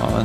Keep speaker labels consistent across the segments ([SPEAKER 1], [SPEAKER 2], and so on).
[SPEAKER 1] Ja,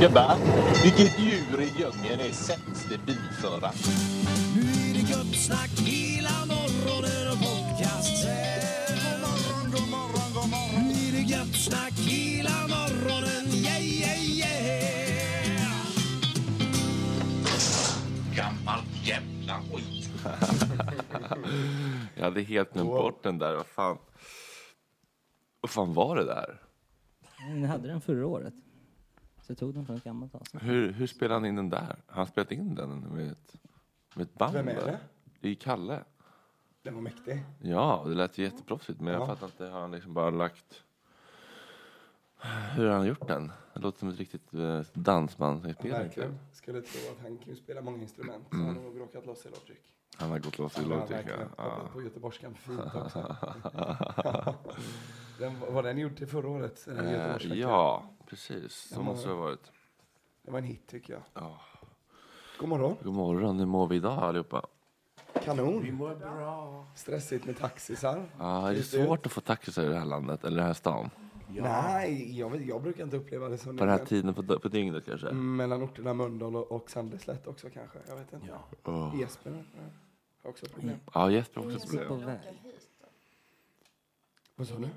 [SPEAKER 2] Gubbar, vilket djur i djungeln är sämst i bilföraren?
[SPEAKER 1] Jag hade helt glömt bort den där. Vad fan. Vad fan var det där?
[SPEAKER 3] Ni hade den förra året. Så tog den från ett gammalt avsnitt.
[SPEAKER 1] Hur, hur spelade han in den där? Han spelade in den med ett, med ett band.
[SPEAKER 4] Vem är
[SPEAKER 1] va?
[SPEAKER 4] det?
[SPEAKER 1] Det är Kalle.
[SPEAKER 4] Den var mäktig.
[SPEAKER 1] Ja, det lät ju jätteproffsigt. Men jag fattar inte. Har han liksom bara lagt... Hur har han gjort den? Det låter som ett riktigt eh, dansbandsspel.
[SPEAKER 4] Verkligen. Skulle tro att han kan ju spela många instrument. Så han har nog bråkat loss i lågtryck.
[SPEAKER 1] Mm. Han har gått loss i
[SPEAKER 4] Han har
[SPEAKER 1] lågtryck.
[SPEAKER 4] verkligen
[SPEAKER 1] ja.
[SPEAKER 4] hoppat På göteborgskan fint också. Den, var den gjord till förra året? Den
[SPEAKER 1] Eh,
[SPEAKER 4] göteborgskan?
[SPEAKER 1] Ja, precis. Så måste det ha varit.
[SPEAKER 4] Det var en hit tycker jag. God morgon.
[SPEAKER 1] God morgon, hur mår vi idag allihopa?
[SPEAKER 4] Kanon. Vi mår bra. Stressigt med taxisar.
[SPEAKER 1] Ah, är det svårt att få taxisar i det här landet, eller den här stan?
[SPEAKER 4] Nej, jag, vet- jag brukar inte uppleva det som
[SPEAKER 1] På den här
[SPEAKER 4] det.
[SPEAKER 1] tiden på, på dygnet kanske?
[SPEAKER 4] Mellan orterna Mölndal och, och Sandeslätt också kanske. Jag vet inte. Jesper ja. har också problem.
[SPEAKER 1] Oh. Ja, Jesper har också ett problem.
[SPEAKER 4] Vad sa du?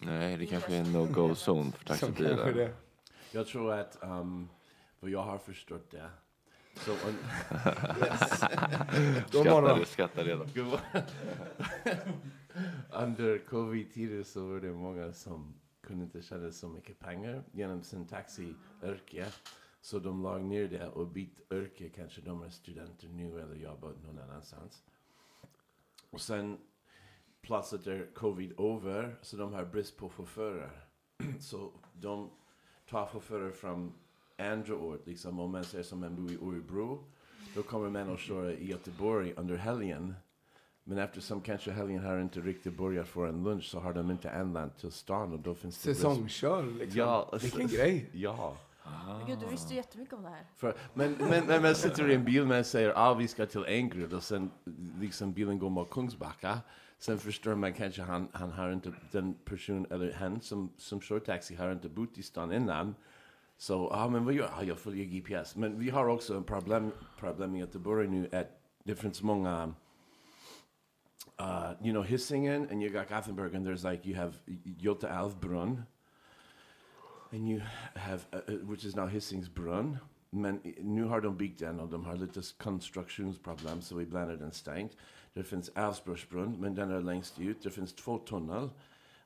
[SPEAKER 1] Nej, det kanske är en no-go-zone för
[SPEAKER 4] Som kanske
[SPEAKER 1] taxibilar.
[SPEAKER 4] det.
[SPEAKER 5] Jag tror att um, vad jag har förstått det. Så om,
[SPEAKER 4] God morgon.
[SPEAKER 1] Skrattar, skrattar redan.
[SPEAKER 5] under covid-tiden så var det många som kunde inte tjäna så mycket pengar genom sin taxiyrke. Så de la ner det och bytte yrke. Kanske de är studenter nu eller jobbar någon annanstans. Och sen plötsligt är covid över så de har brist på chaufförer. så de tar chaufförer från andra ort, liksom om man säger som en bor i Örebro. Då kommer män och köra i Göteborg under helgen. Men eftersom kanske helgen har inte riktigt börjat för en lunch så har de inte anlänt till stan och då finns det brist-
[SPEAKER 4] Säsongskör liksom.
[SPEAKER 5] Ja.
[SPEAKER 4] Vilken grej.
[SPEAKER 5] Ja.
[SPEAKER 6] Gud, du
[SPEAKER 4] Ah.
[SPEAKER 6] visste ju jättemycket om det här.
[SPEAKER 5] För, men, men när man sitter i en bil och säger ah, vi ska till Engrid och sen liksom bilen går mot Kungsbacka. Sen förstår man kanske han, han har inte, den person eller han som, som kör taxi har inte bott i stan innan. Så, ah, men vad gör jag? Ah, jag följer GPS. Men vi har också ett problem, problem i Göteborg nu att det finns många uh, you know, Hissingen and you got Gothenburg, and there's like you have Jota Alvbrunn, and you have uh, uh, which is now Hissingsbrunn. Men i- nu har de byggt den och de har lite konstruktionsproblem så ibland är den stängt. Det finns Älvsborgsbrunn, men den är längst ut. Det finns två tunnel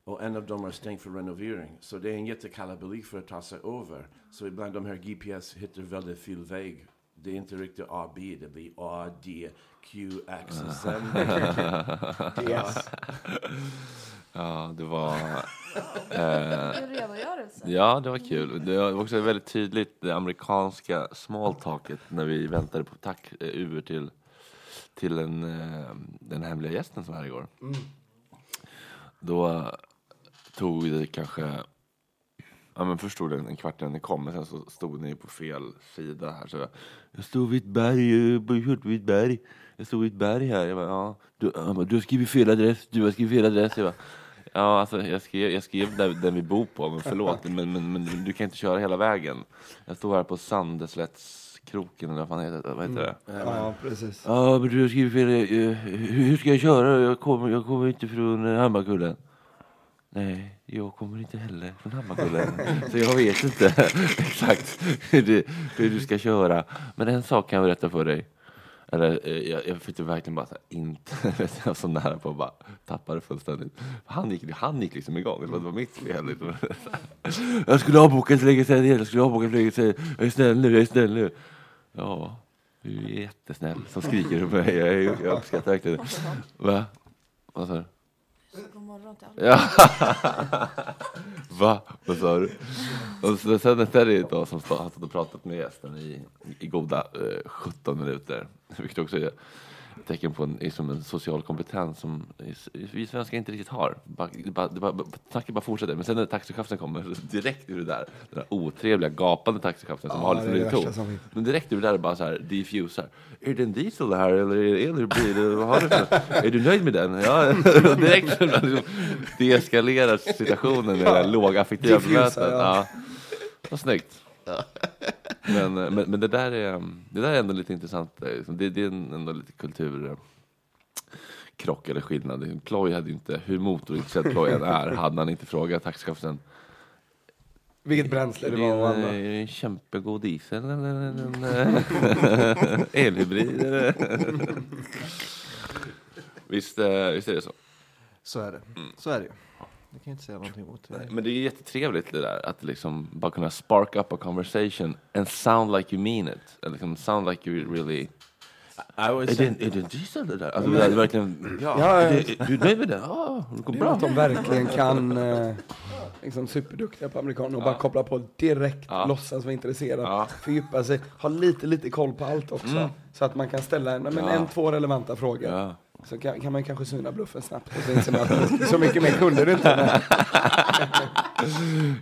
[SPEAKER 5] Oh, och en av dem är stängd för renovering. Så det är en jättekalabalik för att ta sig över. Så ibland de här GPS hittar väldigt fel väg. Det är inte riktigt AB, det blir A, D, Q, X och sen
[SPEAKER 4] Yes.
[SPEAKER 1] Ja, det var... eh,
[SPEAKER 6] En redogörelse.
[SPEAKER 1] Ja, det var kul. Det var också väldigt tydligt det amerikanska small talket när vi väntade på tack, eh, Uber till, till en, eh, den hemliga gästen som var här igår.
[SPEAKER 4] Mm.
[SPEAKER 1] Då eh, tog det kanske... Ja, men förstod den en kvart innan ni kom, men sen så stod ni på fel sida här. Så jag, jag stod vid ett berg, eh, på Hjort- vid ett berg. Jag stod vid ett berg här. Jag bara, ja, du, han bara, du har skrivit fel adress, du har skrivit fel adress. Jag bara, ja, alltså, jag skrev, jag skrev där, där vi bor på, men förlåt, men, men, men du kan inte köra hela vägen. Jag stod här på Sandeslättskroken, eller vad fan heter det? Vad heter det?
[SPEAKER 4] Mm. Ja, precis.
[SPEAKER 1] Ja, men du har skrivit fel. eh, Hur hur ska jag köra? Jag kommer, jag kommer inte från eh, Hammarkullen. Nej, jag kommer inte heller från Hammarkullen. Så jag vet inte exakt hur du, hur du ska köra. Men en sak kan jag berätta för dig. Eller, eh, jag, jag fick det verkligen bara så här, inte, jag var så nära på att bara tappa det fullständigt. Han gick, han gick liksom igång, det var det var mitt fel. Liksom. Jag skulle ha bokat för länge sedan, jag skulle ha bokat för länge sedan. Jag är snäll nu, jag är snäll nu. Ja, du är jättesnäll som skriker på mig. Jag, är- jag uppskattar verkligen det. Va? Vad sa du?
[SPEAKER 6] God morgon till alla.
[SPEAKER 1] Ja. Va? Vad sa du? Och så, sen är det ju då som stå- har stått och pratat med gästen i, i goda eh, 17 minuter. Vilket också är ett tecken på en, liksom en social kompetens som is- vi svenskar inte riktigt har. Bara- det bara- det bara- Snacket bara fortsätter. Men sen när taxichauffören kommer, så direkt ur det där, den där otrevliga gapande taxichauffören som
[SPEAKER 4] Ja,
[SPEAKER 1] har
[SPEAKER 4] det är
[SPEAKER 1] liksom
[SPEAKER 4] det
[SPEAKER 1] blivit tom.
[SPEAKER 4] värsta som finns.
[SPEAKER 1] Men direkt ur det där bara så här diffusar. Är det en diesel det här eller är det en elbil? Eller Vad har du för? Är du nöjd med den? Ja, och direkt så liksom, deeskalerar situationen i det där lågaffektiva
[SPEAKER 4] Diffusar,
[SPEAKER 1] mötet. Ja.
[SPEAKER 4] ja.
[SPEAKER 1] Vad snyggt. Men, eh, men, men det, där är, um, det där är ändå lite intressant. eh, liksom. Det, det är en- ändå lite kulturkrock eller skillnad. Ploy hade ju inte, hur motorintresserad Ploy än är, hade han inte frågat taxichauffören
[SPEAKER 4] Vilket bränsle det var och
[SPEAKER 1] är det
[SPEAKER 4] annat.
[SPEAKER 1] en, eh, kämpegod diesel eller en, en, eh, elhybrid? Eller? visst, eh, visst är det så.
[SPEAKER 7] Så är det.
[SPEAKER 1] Mm.
[SPEAKER 7] Så är det ju. Det kan jag inte säga någonting emot.
[SPEAKER 1] Men det är jättetrevligt det där att liksom bara kunna spark up a conversation and sound like you mean it. Eller liksom sound like you really
[SPEAKER 5] I always
[SPEAKER 1] Är
[SPEAKER 5] say-
[SPEAKER 1] det, är det en diesel det där? Alltså, det där är verkligen...
[SPEAKER 5] Ja.
[SPEAKER 4] Ja, ja.
[SPEAKER 1] Är det, är du är nöjd med det? Ja, det går
[SPEAKER 4] Det är
[SPEAKER 1] bra.
[SPEAKER 4] att de verkligen kan, eh, liksom superduktiga på amerikaner och
[SPEAKER 1] Ja.
[SPEAKER 4] bara koppla på direkt,
[SPEAKER 1] Ja.
[SPEAKER 4] låtsas vara intresserad,
[SPEAKER 1] Ja.
[SPEAKER 4] fördjupa sig, ha lite, lite koll på allt också.
[SPEAKER 1] Mm.
[SPEAKER 4] Så att man kan ställa en, men
[SPEAKER 1] Ja.
[SPEAKER 4] en, två relevanta frågor.
[SPEAKER 1] Ja.
[SPEAKER 4] Så kan, kan man kanske syna bluffen snabbt och så inser man att så mycket mer kunde du inte.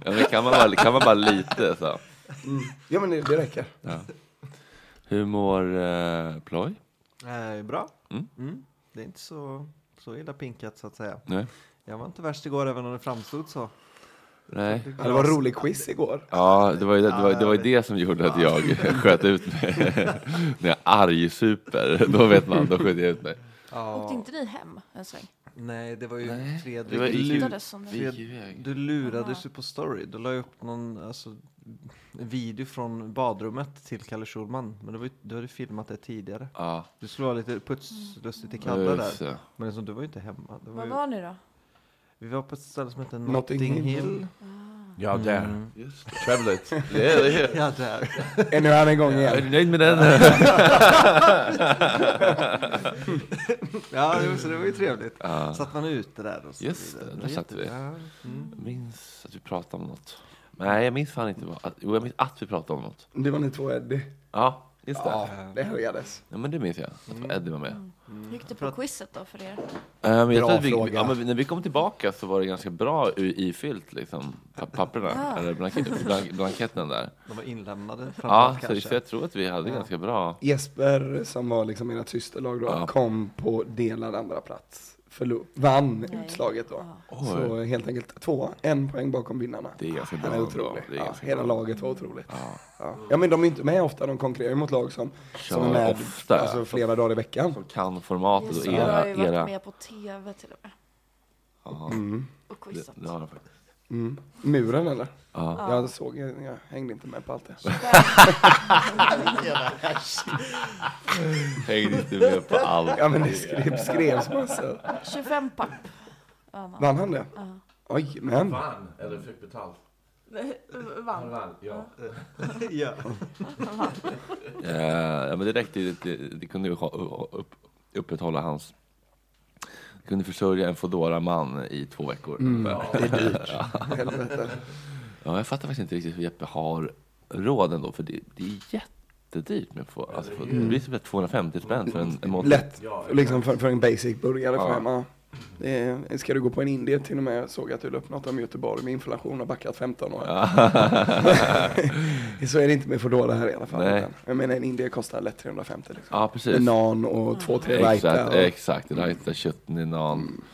[SPEAKER 1] Ja, men kan, man bara, kan man bara lite så.
[SPEAKER 4] Mm. Ja men det, det räcker.
[SPEAKER 1] Ja. Hur mår eh, Ploy?
[SPEAKER 7] Eh, bra.
[SPEAKER 1] Mm.
[SPEAKER 7] Det är inte så, så illa pinkat så att säga.
[SPEAKER 1] Nej.
[SPEAKER 7] Jag var inte värst igår även om det framstod så.
[SPEAKER 1] Nej.
[SPEAKER 4] Ja, det var en rolig quiz igår.
[SPEAKER 1] Ja, det var ju det, det, var, det, var ju det som gjorde att jag sköt ut mig. När jag argsuper, då vet man, då sköt jag ut mig.
[SPEAKER 6] Åkte inte ni hem en sväng?
[SPEAKER 7] Nej, det var ju Fredrik.
[SPEAKER 1] det var
[SPEAKER 6] ju Hittades som det.
[SPEAKER 7] Fred,
[SPEAKER 1] gick iväg.
[SPEAKER 7] du lurades ju på story. Du la ju upp någon alltså, en video från badrummet till Kalle Schulman. Men det var ju, du hade filmat det tidigare.
[SPEAKER 1] Ja, Mm.
[SPEAKER 7] Du skulle ha lite putslustigt i Kalle
[SPEAKER 1] just
[SPEAKER 7] där.
[SPEAKER 1] det.
[SPEAKER 7] Men liksom, du var ju inte hemma. Det var
[SPEAKER 6] Var
[SPEAKER 7] ju,
[SPEAKER 6] var ni då?
[SPEAKER 7] vi var på ett ställe som hette
[SPEAKER 4] Notting
[SPEAKER 7] Notting Hill.
[SPEAKER 4] Hill.
[SPEAKER 6] Ah.
[SPEAKER 5] Ja, där.
[SPEAKER 7] Mm.
[SPEAKER 5] Trevligt.
[SPEAKER 1] Det är, det är.
[SPEAKER 7] Ja, där.
[SPEAKER 4] Är nu han igång
[SPEAKER 1] Är
[SPEAKER 4] igen?
[SPEAKER 1] du nöjd med den?
[SPEAKER 7] Ja, jo, så det var ju trevligt.
[SPEAKER 1] Ja.
[SPEAKER 7] Satt man ute där och så
[SPEAKER 1] Just det, där
[SPEAKER 7] var
[SPEAKER 1] satt vi.
[SPEAKER 7] jätte- Ja. Mm.
[SPEAKER 1] Jag minns att vi pratade om något.
[SPEAKER 4] Mm.
[SPEAKER 1] Nej, jag minns fan inte vad. att- Jo, jag minns att vi pratade om något.
[SPEAKER 4] Det var ni två Eddie.
[SPEAKER 1] Ja, just det.
[SPEAKER 4] Ja, det höjades.
[SPEAKER 1] Ja, men det minns jag. Att Eddie var med.
[SPEAKER 4] Mm.
[SPEAKER 6] Gick det på quizet då för er?
[SPEAKER 1] Eh, men jag
[SPEAKER 4] Bra
[SPEAKER 1] tror att vi,
[SPEAKER 4] fråga.
[SPEAKER 1] Ja, men vi- när vi kom tillbaka så var det ganska bra i- ifyllt, liksom, pa- papperna,
[SPEAKER 6] Ja.
[SPEAKER 1] eller blank- blank- blanketten där.
[SPEAKER 7] De var inlämnade
[SPEAKER 1] Ja,
[SPEAKER 7] framförallt
[SPEAKER 1] så det- så
[SPEAKER 7] kanske.
[SPEAKER 1] jag tror att vi hade ganska bra...
[SPEAKER 4] Jesper, som var liksom ert systerlag då,
[SPEAKER 1] Ja.
[SPEAKER 4] kom på delad andra plats. Förlo- vann utslaget då. Så helt enkelt två, en poäng bakom vinnarna.
[SPEAKER 1] Det är ganska
[SPEAKER 4] Han
[SPEAKER 1] bra.
[SPEAKER 4] är otrolig.
[SPEAKER 1] Det är
[SPEAKER 4] ja,
[SPEAKER 1] ganska
[SPEAKER 4] hela
[SPEAKER 1] bra.
[SPEAKER 4] laget var otroligt. Ja. Ja. men de är inte med ofta, de konkurrerar ju mot lag som, som är
[SPEAKER 1] Ja,
[SPEAKER 4] med
[SPEAKER 1] ofta, ja.
[SPEAKER 4] alltså, flera dagar i veckan.
[SPEAKER 1] Som kan formatet och
[SPEAKER 6] Just det, jag har
[SPEAKER 1] era...
[SPEAKER 6] ju varit
[SPEAKER 1] era.
[SPEAKER 6] med på tv till och med.
[SPEAKER 1] Ja,
[SPEAKER 6] Och
[SPEAKER 1] det,
[SPEAKER 6] quizat.
[SPEAKER 1] det har de faktiskt.
[SPEAKER 4] Mm. Muren eller?
[SPEAKER 1] Ja.
[SPEAKER 4] Jag såg, jag, jag hängde inte med på allt det.
[SPEAKER 1] Hängde inte med på allt.
[SPEAKER 4] Ja men det skrev, skrevs massa.
[SPEAKER 6] 25 papp. vann han.
[SPEAKER 4] Vann han det? Oj, men.
[SPEAKER 5] Vann, eller fick betalt. Han
[SPEAKER 6] Vann.
[SPEAKER 5] vann, ja.
[SPEAKER 7] Ja.
[SPEAKER 1] Eh, ja, men det räckte ju. Det, det kunde ju ha, upp, upprätthålla hans... Det kunde försörja en Foodora-man i två veckor. ungefär.
[SPEAKER 4] Mm. Det är dyrt. Helvete.
[SPEAKER 1] Ja, jag fattar faktiskt inte riktigt hur Jeppe har råd ändå, för det, det är jättedyrt. Med få, alltså, få, Det blir typ 250 spänn för en, en månad.
[SPEAKER 4] Lätt, liksom för, för en basic burgare får jag med. Det är- Ska du gå på en indie till och med, jag såg att du la upp något om Göteborg med inflation har backat 15 år. så är det inte med Foodora här i alla fall.
[SPEAKER 1] Nej.
[SPEAKER 4] utan- Jag menar en indie kostar lätt 350 liksom.
[SPEAKER 1] Ja, precis.
[SPEAKER 4] Nan och två, tre raita
[SPEAKER 1] Exakt,
[SPEAKER 4] och-
[SPEAKER 1] exakt. Rajta, kött,
[SPEAKER 4] Mm.
[SPEAKER 1] ninan.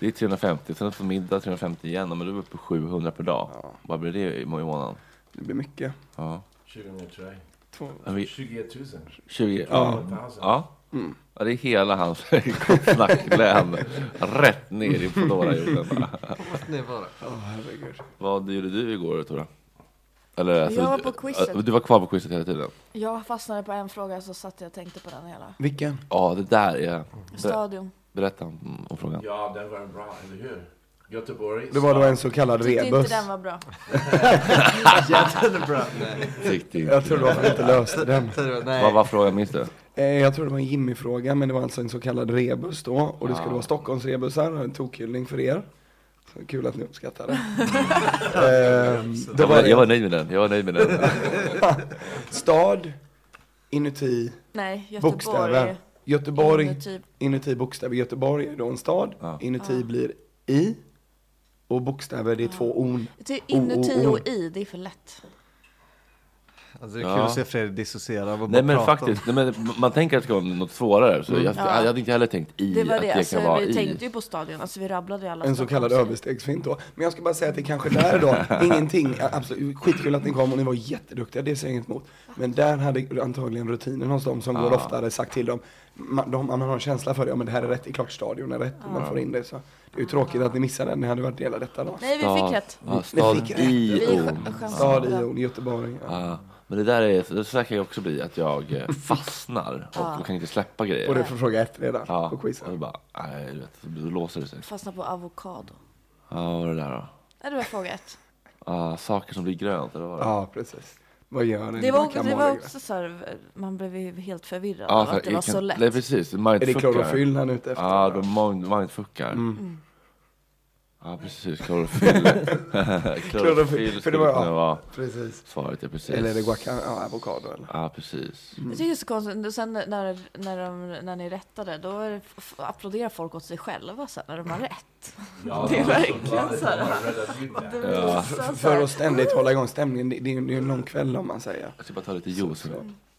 [SPEAKER 1] Det är 350, sen på middag 350 igen, men då är vi uppe på 700 per dag. Vad blir det i i månaden?
[SPEAKER 4] Det blir mycket.
[SPEAKER 1] Ja.
[SPEAKER 5] 2003.
[SPEAKER 4] Två.
[SPEAKER 1] Men vi-
[SPEAKER 5] 21 000.
[SPEAKER 1] 20, ja.
[SPEAKER 5] Ja.
[SPEAKER 1] Ja.
[SPEAKER 7] Mm.
[SPEAKER 1] ja, det är hela hans snacklän rätt ner i Foodora-jorden.
[SPEAKER 7] Det var
[SPEAKER 4] Åh, herregud.
[SPEAKER 1] Vad gjorde du igår, Tora? Eller, alltså,
[SPEAKER 6] Jag var på quizet.
[SPEAKER 1] Du var kvar på quizet hela tiden?
[SPEAKER 6] Jag fastnade på en fråga så satt jag och tänkte på den hela.
[SPEAKER 4] Vilken?
[SPEAKER 1] Ja, det där är... Ber,
[SPEAKER 6] Stadion.
[SPEAKER 1] berätta om, om frågan.
[SPEAKER 5] Ja, den var bra, eller hur? Göteborg.
[SPEAKER 4] Det var då en så kallad
[SPEAKER 6] Tyckte inte
[SPEAKER 4] rebus.
[SPEAKER 6] den var bra.
[SPEAKER 7] jättebra. Nej.
[SPEAKER 1] Tyckte inte
[SPEAKER 4] Jag tror det var
[SPEAKER 1] det.
[SPEAKER 4] för att jag inte löste den.
[SPEAKER 7] Så det var-
[SPEAKER 1] Vad
[SPEAKER 7] Nej.
[SPEAKER 1] var frågan, minns du?
[SPEAKER 4] Eh, Jag tror det var en Jimmy-fråga, men det var alltså en så kallad rebus då. Och det skulle vara Stockholmsrebusar, en tokhyllning för er. Så kul att ni uppskattar det. eh, det
[SPEAKER 1] Jag
[SPEAKER 4] var
[SPEAKER 1] var, jag var
[SPEAKER 4] det.
[SPEAKER 1] nöjd med den, jag var nöjd med den.
[SPEAKER 4] Stad, inuti
[SPEAKER 6] Nej, Göteborg.
[SPEAKER 4] bokstäver. Göteborg,
[SPEAKER 6] Inuti.
[SPEAKER 4] inuti bokstäver. Göteborg är då en stad,
[SPEAKER 1] Ja.
[SPEAKER 4] inuti blir i. Och bokstäver, det är två on.
[SPEAKER 6] Ty- Inuti
[SPEAKER 4] O, o, o.
[SPEAKER 6] och i, det är för lätt.
[SPEAKER 7] Alltså, det är kul
[SPEAKER 1] Ja.
[SPEAKER 7] att se Fredrik dissociera. Vad bara
[SPEAKER 1] Nej men
[SPEAKER 7] prata om.
[SPEAKER 1] faktiskt, nej, men man tänker att det ska vara något svårare. Så jag,
[SPEAKER 6] Ja.
[SPEAKER 1] jag hade inte heller tänkt i
[SPEAKER 6] Mm. Det var
[SPEAKER 1] att
[SPEAKER 6] det,
[SPEAKER 1] det
[SPEAKER 6] alltså,
[SPEAKER 1] kan vara
[SPEAKER 6] vi
[SPEAKER 1] i.
[SPEAKER 6] tänkte ju på stadion, alltså vi rabblade ju alla
[SPEAKER 4] En så kallad
[SPEAKER 6] Stockholms-
[SPEAKER 4] överstegsfint då. Men jag ska bara säga att det kanske där då, ingenting, absolut, skitkul att ni kom och ni var jätteduktiga, det säger jag inget emot. Men där hade antagligen rutinen hos dem som går oftare sagt till dem, man, de, man har en känsla för det, ja men det här är rätt, det är klart stadion är rätt, och man får in det. Så det är ju tråkigt att ni missade den, ni hade varit del av detta då.
[SPEAKER 6] Nej, vi
[SPEAKER 1] Stad-
[SPEAKER 6] fick rätt.
[SPEAKER 1] Ja,
[SPEAKER 4] Vi
[SPEAKER 1] stad
[SPEAKER 4] fick rätt.
[SPEAKER 1] i
[SPEAKER 6] Vi
[SPEAKER 1] O.
[SPEAKER 6] ch-
[SPEAKER 4] Stad,
[SPEAKER 6] chansade.
[SPEAKER 4] Ion, Göteborg. Ja.
[SPEAKER 1] Ja. Men det där är, så- så här kan jag också bli, att jag eh, fastnar och, och kan inte släppa grejer.
[SPEAKER 4] Och det är från fråga ett redan
[SPEAKER 1] ja,
[SPEAKER 4] på
[SPEAKER 1] och då
[SPEAKER 4] quizen.
[SPEAKER 1] bara, nej du vet, då låser det sig.
[SPEAKER 6] Fastnade på avokado.
[SPEAKER 1] Ja, vad var det där då?
[SPEAKER 6] Nej, det var fråga ett.
[SPEAKER 1] Ah, saker som blir grönt, eller vad var det?
[SPEAKER 4] Ja, precis. Vad gör ni?
[SPEAKER 6] Det
[SPEAKER 4] Vad
[SPEAKER 6] var,
[SPEAKER 4] kan
[SPEAKER 6] det
[SPEAKER 4] man
[SPEAKER 6] var
[SPEAKER 4] lägga?
[SPEAKER 6] också så här, man blev ju helt förvirrad
[SPEAKER 1] Ja,
[SPEAKER 6] av
[SPEAKER 1] för
[SPEAKER 6] att det var
[SPEAKER 1] jag kan-
[SPEAKER 6] så lätt.
[SPEAKER 1] Det är precis, mindfuckar.
[SPEAKER 4] klorofyll han är ute efter?
[SPEAKER 1] Ja, de mind- mindfuckar.
[SPEAKER 4] Mm.
[SPEAKER 1] Ja, precis, klorofyll.
[SPEAKER 4] Klorofyll,
[SPEAKER 1] klorofyll
[SPEAKER 4] för
[SPEAKER 1] skulle
[SPEAKER 4] det var-
[SPEAKER 1] kunna
[SPEAKER 4] ja,
[SPEAKER 1] vara
[SPEAKER 4] precis.
[SPEAKER 1] svaret, ja precis.
[SPEAKER 4] Eller är det Mm. guacan- ja, avokado eller?
[SPEAKER 1] Ja, precis.
[SPEAKER 6] Jag tycker det är så konstigt, och sen när, när, de, när ni rättade, då är det, f- applåderar folk åt sig själva sen när de har rätt.
[SPEAKER 4] Ja,
[SPEAKER 6] det
[SPEAKER 4] det
[SPEAKER 6] är
[SPEAKER 4] var så
[SPEAKER 6] verkligen
[SPEAKER 4] bra.
[SPEAKER 6] så här. man blir så här-
[SPEAKER 4] För att ständigt hålla igång stämningen, det, det är ju det är ju en lång kväll om man säger.
[SPEAKER 1] Jag ska bara ta lite juice.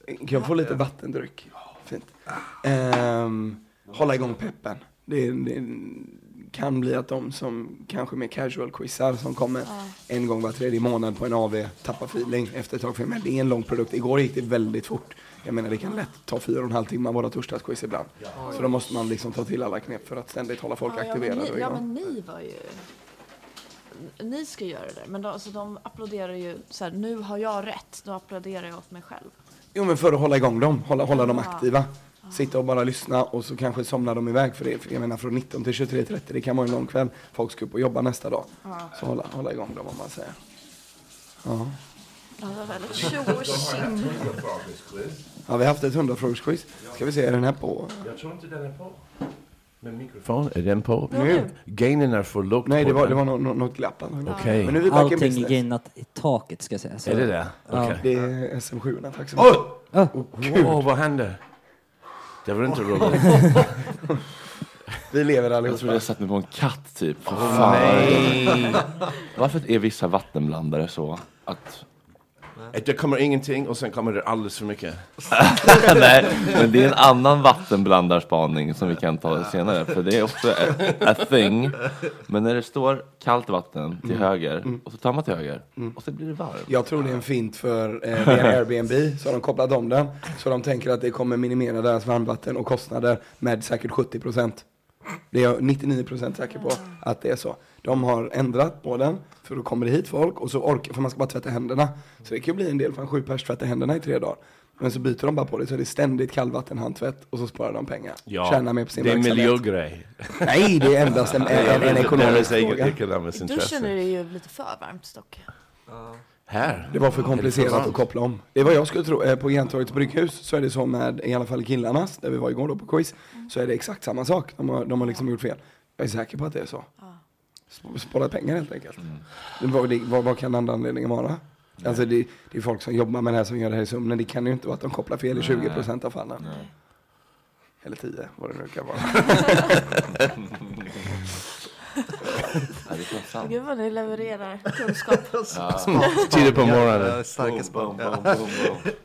[SPEAKER 4] Kan jag få lite vattendryck? Fint. Ehm, hålla igång peppen. Det, det kan bli att de som kanske mer casual quizar som kommer en gång var tredje månad på en AV tappar feeling efter ett tag. För men det är en lång produkt. Igår gick det väldigt fort. Jag menar det kan lätt ta fyra och en halv timme våra torsdagsquiz ibland. Så då måste man liksom ta till alla knep för att ständigt hålla folk
[SPEAKER 6] ja,
[SPEAKER 4] aktiverade.
[SPEAKER 6] Ja men,
[SPEAKER 4] och
[SPEAKER 6] ni, ja,
[SPEAKER 4] igång.
[SPEAKER 6] men ni var ju... Ni ska göra det, men de, alltså, de applåderar ju så här, nu har jag rätt, då applåderar jag åt mig själv.
[SPEAKER 4] Jo men för att hålla igång dem, hålla, hålla dem
[SPEAKER 6] Ja.
[SPEAKER 4] aktiva. Sitta och bara lyssna och så kanske somnar de iväg för det. För jag menar från 19 till 23.30, det kan vara en lång kväll. Folk ska upp och jobba nästa dag.
[SPEAKER 6] Ja.
[SPEAKER 4] Så hålla, hålla igång dem om man säger. Ja.
[SPEAKER 6] Ja, det var väldigt tjo och tjing.
[SPEAKER 4] ja, vi har haft ett 100-frågorsquiz. Ska vi se, är den här på?
[SPEAKER 5] Jag tror inte den är på. Men mikrofon, är den på?
[SPEAKER 4] Nu.
[SPEAKER 5] Gainen är för lågt
[SPEAKER 4] Nej,
[SPEAKER 5] på
[SPEAKER 4] det var,
[SPEAKER 5] den.
[SPEAKER 4] det var nå- nå- något glapp.
[SPEAKER 5] Okej.
[SPEAKER 4] Men nu är vi back in
[SPEAKER 3] Allting
[SPEAKER 4] business.
[SPEAKER 3] är gainat i alltså. taket ska jag säga. Så-
[SPEAKER 5] Är det det?
[SPEAKER 3] Ja.
[SPEAKER 5] Okej.
[SPEAKER 4] Det är SM7, tack så mycket.
[SPEAKER 5] Oj! Åh, vad händer? Det var inte roligt.
[SPEAKER 4] Vi lever
[SPEAKER 1] Jag trodde
[SPEAKER 4] allihopa. Ah,
[SPEAKER 1] jag satt mig på en katt typ. För fan. Nej. Varför är vissa vattenblandare så? Att...
[SPEAKER 5] Det kommer ingenting och sen kommer det alldeles för mycket.
[SPEAKER 1] Nej, men det är en annan vattenblandarspaning som vi kan ta senare. För det är också a, a thing. Men när det står kallt vatten
[SPEAKER 4] Mm.
[SPEAKER 1] till höger och så tar man till höger och så blir det varmt.
[SPEAKER 4] Jag tror det är en fint för eh, det är en Airbnb, så har de kopplat om den. Så de tänker att det kommer minimera deras varmvatten och kostnader med säkert 70 procent. Det är jag 99 procent säker på att det är så. De har ändrat på den, för då kommer det hit folk och så orkar, för man ska bara tvätta händerna. Så det kan ju bli en del, fan sju pers tvättar händerna i tre dagar. Men så byter de bara på det, så är det ständigt kallvattenhandtvätt och så sparar de pengar. Tjänar mer på sin
[SPEAKER 5] det är en
[SPEAKER 4] verksamhet.
[SPEAKER 5] miljögrej.
[SPEAKER 4] Nej, det är endast en, en, en, en ekonomisk
[SPEAKER 5] Det är eget
[SPEAKER 4] fråga.
[SPEAKER 5] ekonomiskt
[SPEAKER 6] I duschen
[SPEAKER 5] intresse.
[SPEAKER 6] är det ju lite för varmt dock.
[SPEAKER 5] Här?
[SPEAKER 4] Det var för komplicerat att koppla om. Det var jag skulle tro. Eh, På Gentorgets brygghus så är det så med, i alla fall killarnas, där vi var igår då på quiz, så är det exakt samma sak. De har, de har liksom gjort fel. Jag är säker på att det är så. Sp- Sparat pengar helt enkelt.
[SPEAKER 1] Mm.
[SPEAKER 4] Men Vad, det, vad, vad kan andra anledningen vara? Alltså det, det är folk som jobbar med det här som gör det här i sömnen. Det kan ju inte vara att de kopplar fel i 20% av fallen. Eller 10, vad det nu kan vara.
[SPEAKER 1] Ja, det är sant.
[SPEAKER 6] Gud vad ni levererar kunskap.
[SPEAKER 5] Tidigt på morgonen.
[SPEAKER 7] Starka
[SPEAKER 1] Boom,
[SPEAKER 7] språk.
[SPEAKER 1] boom, boom, boom, boom.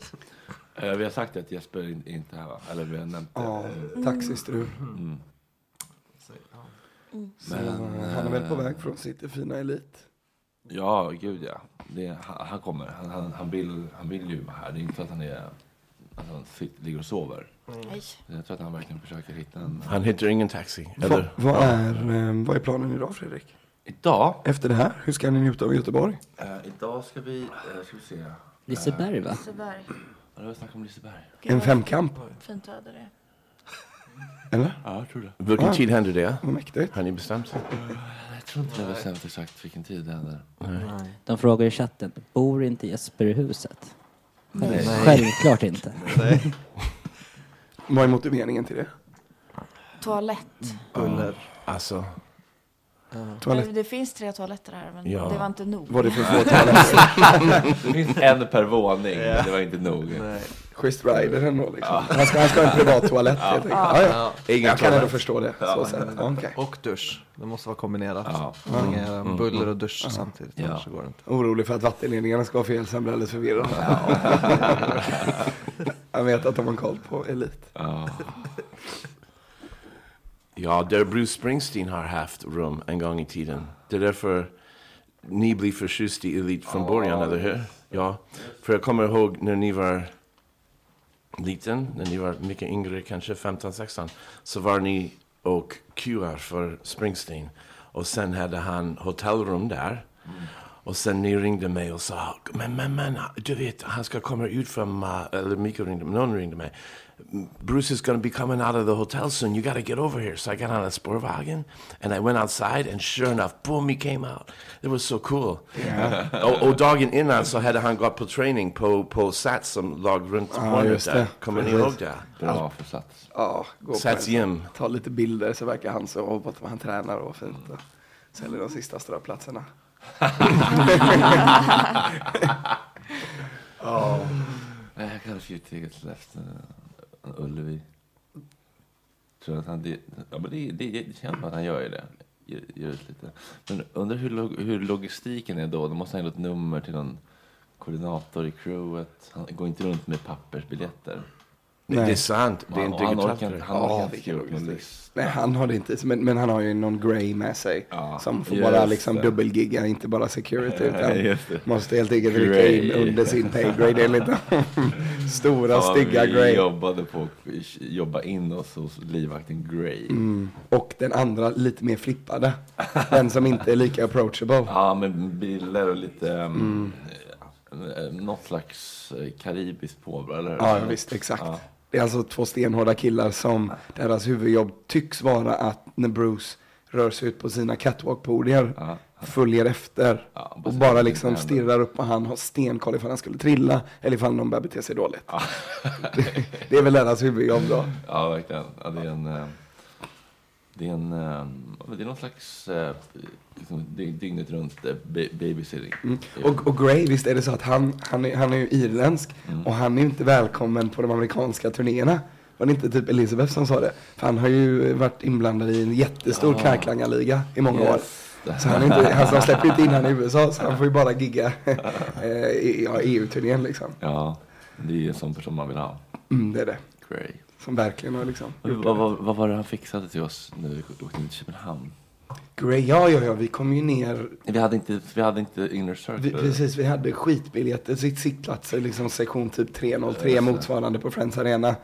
[SPEAKER 1] Eh, Vi har sagt att Jesper in- inte är här va? Eller vi har nämnt det. Mm.
[SPEAKER 4] Ja, taxistrul. Så, eh, han är väl på
[SPEAKER 1] eh,
[SPEAKER 4] väg från sitt fina elit.
[SPEAKER 1] Ja, gud ja. Det, är- han, han kommer. Han, han, han, vill, han vill ju vara här. Det är inte så att han, är, att han sitter, ligger och sover.
[SPEAKER 6] Nej.
[SPEAKER 1] Jag tror att han verkligen försöker hitta en...
[SPEAKER 5] Han hittar ingen taxi.
[SPEAKER 4] Vad,
[SPEAKER 5] Eller?
[SPEAKER 4] vad, är, eh, vad är planen idag Fredrik?
[SPEAKER 1] Idag,
[SPEAKER 4] Efter det här, hur ska ni njuta av Göteborg?
[SPEAKER 1] eh, idag ska vi, eh, ska vi se. Ja,
[SPEAKER 3] Liseberg va?
[SPEAKER 6] Liseberg.
[SPEAKER 1] det var snack om Liseberg.
[SPEAKER 4] En femkamp,
[SPEAKER 6] Fint väder det är.
[SPEAKER 4] eller?
[SPEAKER 1] Ja, jag tror det.
[SPEAKER 5] Vilken tid händer det?
[SPEAKER 4] Vad mäktigt.
[SPEAKER 5] Har ni bestämt sig?
[SPEAKER 1] Jag tror inte det var bestämt exakt vilken tid det händer.
[SPEAKER 5] Mm.
[SPEAKER 3] De frågar i chatten, bor inte Jesper i huset? Självklart inte.
[SPEAKER 4] Vad är motiveringen till det?
[SPEAKER 6] Toalett.
[SPEAKER 5] Mm.
[SPEAKER 7] Buller.
[SPEAKER 5] Alltså,
[SPEAKER 4] Toalett?
[SPEAKER 6] Men Det finns tre toaletter här, men
[SPEAKER 5] Ja.
[SPEAKER 6] det var inte nog.
[SPEAKER 4] Var det för få toaletter?
[SPEAKER 1] Det finns en per våning, men det var inte nog.
[SPEAKER 7] Nej.
[SPEAKER 4] Schysst rider ändå liksom. Han, ska, han ska ha en privat toalett helt enkelt. Ja, ja.
[SPEAKER 5] egen
[SPEAKER 4] Jag kan ändå
[SPEAKER 5] toalett.
[SPEAKER 4] förstå det. Så sett. Ja, okej.
[SPEAKER 7] Och dusch. Det måste vara kombinerat.
[SPEAKER 1] Ja.
[SPEAKER 7] Antingen är
[SPEAKER 4] Mm.
[SPEAKER 7] det Mm. buller och dusch samtidigt,
[SPEAKER 1] Ja.
[SPEAKER 7] annars så går det inte.
[SPEAKER 4] Orolig för att vattenledningarna ska ha fel så han blir alldeles förvirrad. Han vet att de har koll på Elit.
[SPEAKER 5] Ja, där Bruce Springsteen har haft rum en gång i tiden. Det är därför ni blir förtjust i Elite från början, eller hur? Ja, för jag kommer ihåg när ni var liten, när ni var mycket yngre, kanske 15, 16, så var ni och QR för Springsteen. Och sen hade han hotellrum där. Och sen ni ringde mig och sa, men, men, men, Ah, du vet, han ska komma ut från, uh, eller Mikael ringde, någon ringde mig. Mm, Bruce is going to be coming out of the hotel soon. You got to get over here. So I got on a Sportwagen and I went outside, and sure enough, boom, he came out. It was so cool. Oh,
[SPEAKER 1] Yeah.
[SPEAKER 5] och, och dagen innan så hade han gått på träning på, på Sats som lag runt
[SPEAKER 1] Ah,
[SPEAKER 4] Ja,
[SPEAKER 5] hörnet
[SPEAKER 4] just
[SPEAKER 5] där.
[SPEAKER 4] det.
[SPEAKER 5] Kommer ni
[SPEAKER 4] Precis.
[SPEAKER 5] ihåg det?
[SPEAKER 1] Bra för Sats.
[SPEAKER 4] Ja, gå på
[SPEAKER 5] Sats
[SPEAKER 4] en-
[SPEAKER 5] gym.
[SPEAKER 4] Ta lite bilder så verkar han så, och att han tränar och fint. Och säljer de sista ströplatserna. Ja.
[SPEAKER 1] Nej, jag kanske skrivit till Skellefteå. eh, Ullevi. Tror att han, det, ja, men det, det, det känns som att han gör ju det. Gör, gör det lite. Men undrar hur, log, hur logistiken är då. Då måste han ha ett nummer till någon koordinator i crewet. Han går inte runt med pappersbiljetter.
[SPEAKER 4] Nej.
[SPEAKER 5] Det är sant. Det är
[SPEAKER 1] Och
[SPEAKER 5] inte
[SPEAKER 1] han, han
[SPEAKER 5] riktigt
[SPEAKER 1] orkar inte, han
[SPEAKER 4] Ja,
[SPEAKER 1] orkar inte
[SPEAKER 4] vilken
[SPEAKER 1] skriva upp någon
[SPEAKER 4] logistik.
[SPEAKER 1] lista.
[SPEAKER 4] Nej, han har det inte, i sig, men, men han har ju någon grey med sig. som får
[SPEAKER 1] just
[SPEAKER 4] bara liksom
[SPEAKER 1] det.
[SPEAKER 4] dubbelgigga, inte bara security, utan
[SPEAKER 1] Just det.
[SPEAKER 4] måste helt enkelt rycka in
[SPEAKER 1] Grey.
[SPEAKER 4] under sin paygrade. enligt dem. Stora,
[SPEAKER 1] Fan, vad
[SPEAKER 4] stygga
[SPEAKER 1] vi
[SPEAKER 4] grey.
[SPEAKER 1] jobbade på att jobba in oss hos livvakten Grey.
[SPEAKER 4] Mm. Och den andra lite mer flippade. Den som inte är lika approachable.
[SPEAKER 1] Ja, men bilder och lite... Um,
[SPEAKER 4] Mm.
[SPEAKER 1] eh, Något slags eh, karibiskt påbrå, eller hur?
[SPEAKER 4] Ja, ja, visst, exakt. Det är alltså två stenhårda killar som deras huvudjobb tycks vara att när Bruce rör sig ut på sina catwalk-podier följer efter och bara liksom
[SPEAKER 1] händer.
[SPEAKER 4] stirrar upp och han har stenkoll ifall han skulle trilla eller ifall någon börjar bete sig dåligt. Det, det är väl deras huvudjobb då.
[SPEAKER 1] Ja, verkligen. Ja, det är en... eh, Det är en... eh, ja, men Det är någon slags eh, liksom, dy- dygnet runt eh, ba- babysitting.
[SPEAKER 4] Mm. Och, och Gray, visst är det så att han, han, är, han är ju irländsk
[SPEAKER 1] Mm.
[SPEAKER 4] och han är ju inte välkommen på de amerikanska turnéerna. Var det inte typ Elizabeth som sa det? För han har ju varit inblandad i en jättestor
[SPEAKER 1] Ja.
[SPEAKER 4] kärklangarliga i många år.
[SPEAKER 1] Yes.
[SPEAKER 4] Så han, är inte, han de släpper ju inte in han i USA så han får ju bara gigga eh, i ja, EU-turnén liksom.
[SPEAKER 1] Ja, det är ju en sån person man vill ha.
[SPEAKER 4] Mm, det är det.
[SPEAKER 1] Gray.
[SPEAKER 4] Som verkligen har liksom gjort
[SPEAKER 1] Vad, vad, vad var det han fixade till oss när vi åkte ner till Köpenhamn?
[SPEAKER 4] Gray, ja, ja, ja, vi kom ju ner.
[SPEAKER 1] Vi hade inte, vi hade inte inner circle.
[SPEAKER 4] Vi, precis, vi hade skitbiljetter, sitt- sittplatser, liksom sektion typ 303
[SPEAKER 1] Just det.
[SPEAKER 4] motsvarande på Friends Arena.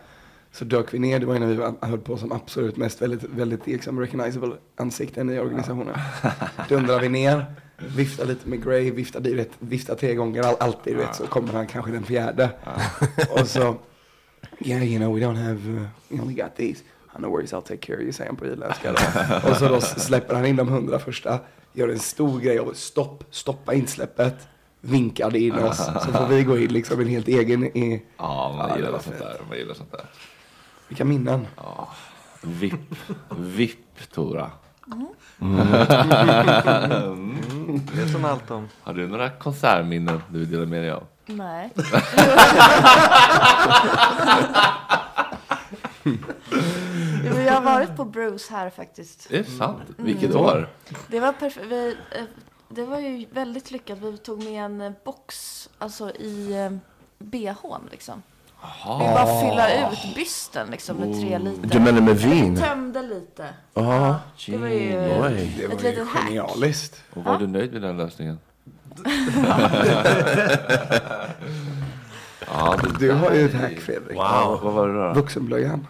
[SPEAKER 4] Så dök vi ner, det var ju när vi var- höll på som absolut mest väldigt, väldigt liksom recognizable ansikten i organisationen. Dundrar vi ner, viftar lite med Gray, viftar, du vet, viftar tre gånger, all, alltid du vet, så kommer han kanske den fjärde. Och så, yeah you know we don't have, uh, we only got these. Oh, no worries I'll take care of you, säger han på irländska då. Och så då släpper han in de hundra första, gör en stor grej av stopp, stoppa insläppet, vinkar det in oss, så får vi gå in liksom en helt egen i,
[SPEAKER 1] Ja,
[SPEAKER 4] Ja,
[SPEAKER 1] man
[SPEAKER 4] det
[SPEAKER 1] gillar
[SPEAKER 4] var
[SPEAKER 1] sånt
[SPEAKER 4] fett.
[SPEAKER 1] där. Man gillar sånt där.
[SPEAKER 4] vilka minnen?
[SPEAKER 1] Ja. VIP. VIP, Tora. Mm.
[SPEAKER 7] Vet hon allt om?
[SPEAKER 1] Har du några konsertminnen du vill dela med dig av?
[SPEAKER 6] Nej. Jo, men jag har varit på Bruce här faktiskt.
[SPEAKER 1] Det är sant.
[SPEAKER 6] Mm.
[SPEAKER 1] Vilket år?
[SPEAKER 6] Det var perfekt. Vi, eh, det var ju väldigt lyckat. Vi tog med en eh, box, alltså i eh, bhn liksom. Vi bara fylla ut bysten liksom med tre liter.
[SPEAKER 5] Oh. Du menar med vin?
[SPEAKER 6] Vi tömde lite.
[SPEAKER 5] Ja.
[SPEAKER 6] Det var ju
[SPEAKER 5] Oj.
[SPEAKER 6] ett litet hack.
[SPEAKER 4] genialiskt.
[SPEAKER 1] Och var du nöjd med den lösningen? ja, det
[SPEAKER 4] Du
[SPEAKER 1] där
[SPEAKER 4] har ju ett
[SPEAKER 1] är-
[SPEAKER 4] hack Fredrik.
[SPEAKER 1] Wow, vad var det då?
[SPEAKER 4] Vuxenblöjan.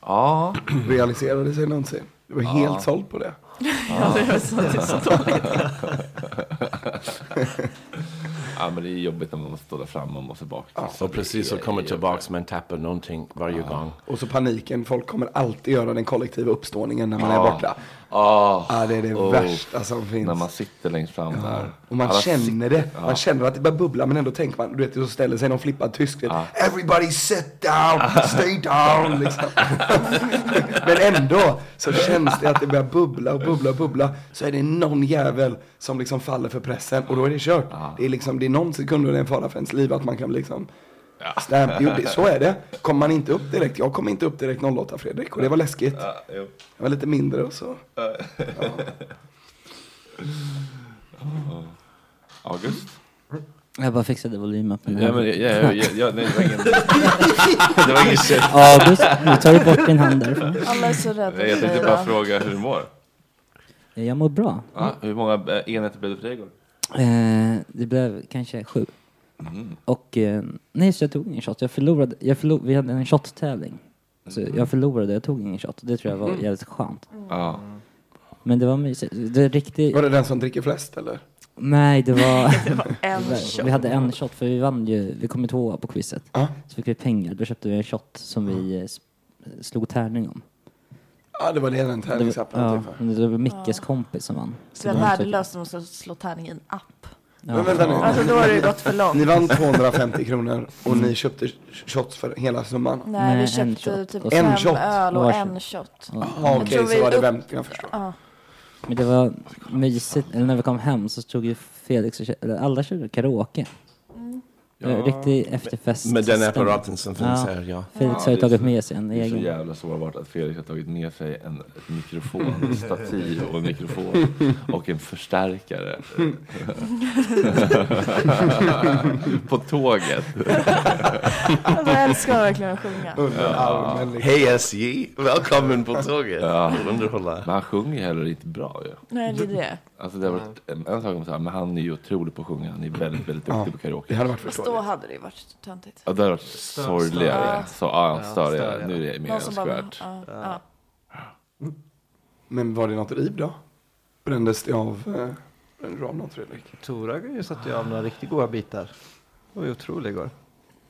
[SPEAKER 1] Ja.
[SPEAKER 4] Realiserade sig någonsin. Du var helt såld på det.
[SPEAKER 6] Ja, det var så- det är så dåligt.
[SPEAKER 1] ja, men det är jobbigt när man måste stå där fram och måste bak. Liksom.
[SPEAKER 5] Och precis, och kommer tillbaks men tappar någonting varje gång.
[SPEAKER 4] Och så paniken, folk kommer alltid göra den kollektiva uppståningen när man är
[SPEAKER 1] Ja.
[SPEAKER 4] borta.
[SPEAKER 1] Ja,
[SPEAKER 4] Ja, det är det
[SPEAKER 1] Oh.
[SPEAKER 4] värsta som finns.
[SPEAKER 1] När man sitter längst fram där.
[SPEAKER 4] Och man
[SPEAKER 1] Alla
[SPEAKER 4] känner det.
[SPEAKER 1] Ja.
[SPEAKER 4] Man känner att det börjar bubbla men ändå tänker man, du vet, så ställer sig någon flippad tysk. vet, Everybody sit down, stay down. Liksom. men ändå så känns det att det börjar bubbla och bubbla och bubbla. Så är det någon jävel som liksom faller för pressen och då är det kört. Det, är liksom, det är någon sekund och det är en fara för ens liv att man kan bli liksom Stamp, jo, det, så är det. Kommer man inte upp direkt, jag kom inte upp direkt 08 Fredrik och det var läskigt.
[SPEAKER 1] Ja, jo.
[SPEAKER 4] Jag var lite mindre och så.
[SPEAKER 1] August?
[SPEAKER 8] Jag bara fixade volymappen.
[SPEAKER 1] Ja, men jag, jag, jag, jag, nej, det var ingen... det var ingen shit.
[SPEAKER 8] August, nu tar du bort din hand därifrån.
[SPEAKER 6] Alla är så rädda
[SPEAKER 1] Nej, jag
[SPEAKER 6] för dig,
[SPEAKER 1] tänkte bara
[SPEAKER 6] va?
[SPEAKER 1] fråga hur du mår.
[SPEAKER 8] Jag mår bra.
[SPEAKER 1] Ja, hur många eh, enheter blev det för dig igår?
[SPEAKER 8] Eh, det blev kanske sju.
[SPEAKER 1] Mm.
[SPEAKER 8] Och eh, nej, så jag tog ingen shot. Jag förlorade, jag förlor, vi hade en shot-tävling. Så
[SPEAKER 1] Mm.
[SPEAKER 8] jag förlorade, jag tog ingen shot. Det tror jag var
[SPEAKER 6] Mm.
[SPEAKER 4] Mhm.
[SPEAKER 8] jävligt skönt.
[SPEAKER 1] Ja.
[SPEAKER 8] Men det var mysigt. Det är riktigt...
[SPEAKER 4] Var det den som dricker flest eller?
[SPEAKER 8] Nej, det var...
[SPEAKER 6] Det var en
[SPEAKER 8] Vi
[SPEAKER 6] shot.
[SPEAKER 8] hade en shot för vi vann ju, vi kom ju tvåa på quizet.
[SPEAKER 4] Ja.
[SPEAKER 8] Så fick vi pengar, då köpte vi en shot som vi eh, s- slog tärning om.
[SPEAKER 4] Ja, det var det den tävlingsappen
[SPEAKER 8] ja,
[SPEAKER 4] typ.
[SPEAKER 8] men det var Mickes kompis som vann.
[SPEAKER 6] Så det
[SPEAKER 5] typ.
[SPEAKER 6] är värdelöst om man ska slå tärning i en app.
[SPEAKER 4] Men vänta nu.
[SPEAKER 6] Alltså då har det ju gått för långt.
[SPEAKER 4] Ni vann 250 kronor och ni köpte shots för hela summan?
[SPEAKER 6] Nej, vi
[SPEAKER 4] en
[SPEAKER 6] köpte
[SPEAKER 4] shot.
[SPEAKER 6] typ
[SPEAKER 4] Och
[SPEAKER 6] fem
[SPEAKER 4] en shot.
[SPEAKER 6] öl och
[SPEAKER 8] Varsin.
[SPEAKER 6] en shot.
[SPEAKER 8] Ja.
[SPEAKER 4] Ja,
[SPEAKER 6] Jag
[SPEAKER 4] okej,
[SPEAKER 6] tror
[SPEAKER 4] så
[SPEAKER 6] vi
[SPEAKER 4] var det
[SPEAKER 6] upp-
[SPEAKER 4] vem- jag förstår.
[SPEAKER 6] Ja.
[SPEAKER 8] Men det var mysigt, eller när vi kom hem så stod ju Felix och kö- eller alla körde karaoke. Det var
[SPEAKER 5] Ja.
[SPEAKER 8] Eh, Riktig efterfest.
[SPEAKER 5] Med den apparaten som finns här, ja.
[SPEAKER 8] Felix har ju tagit med sig en
[SPEAKER 1] Det är så
[SPEAKER 8] egen.
[SPEAKER 1] jävla sårbart att Felix har tagit med sig en ett mikrofon, ett stativ och en mikrofon och en förstärkare. På tåget.
[SPEAKER 6] Alltså, jag älskar verkligen att sjunga.
[SPEAKER 5] Hej SJ, välkommen på tåget.
[SPEAKER 1] Ja.
[SPEAKER 5] Underhålla. Men
[SPEAKER 1] han sjunger heller inte bra ju.
[SPEAKER 6] Nej, det är det.
[SPEAKER 1] Alltså det har varit en, en sak om så här, men han är ju otrolig på att sjunga. Han är väldigt, väldigt duktig på karaoke.
[SPEAKER 6] Fast då hade det ju varit töntigt.
[SPEAKER 1] Ja, det har varit sorgligare.
[SPEAKER 6] störigare.
[SPEAKER 1] Så, ja,
[SPEAKER 6] Ja,
[SPEAKER 1] störigare.
[SPEAKER 6] störigare.
[SPEAKER 1] Nu är det mer
[SPEAKER 6] Någon som bara,
[SPEAKER 1] älskvärt.
[SPEAKER 6] ja, ja.
[SPEAKER 4] Men var det något riv då? Brändes det av, eh, brände du av något Fredrik?
[SPEAKER 7] Torag satte ju av några riktigt goda bitar. Det var ju otroligt igår.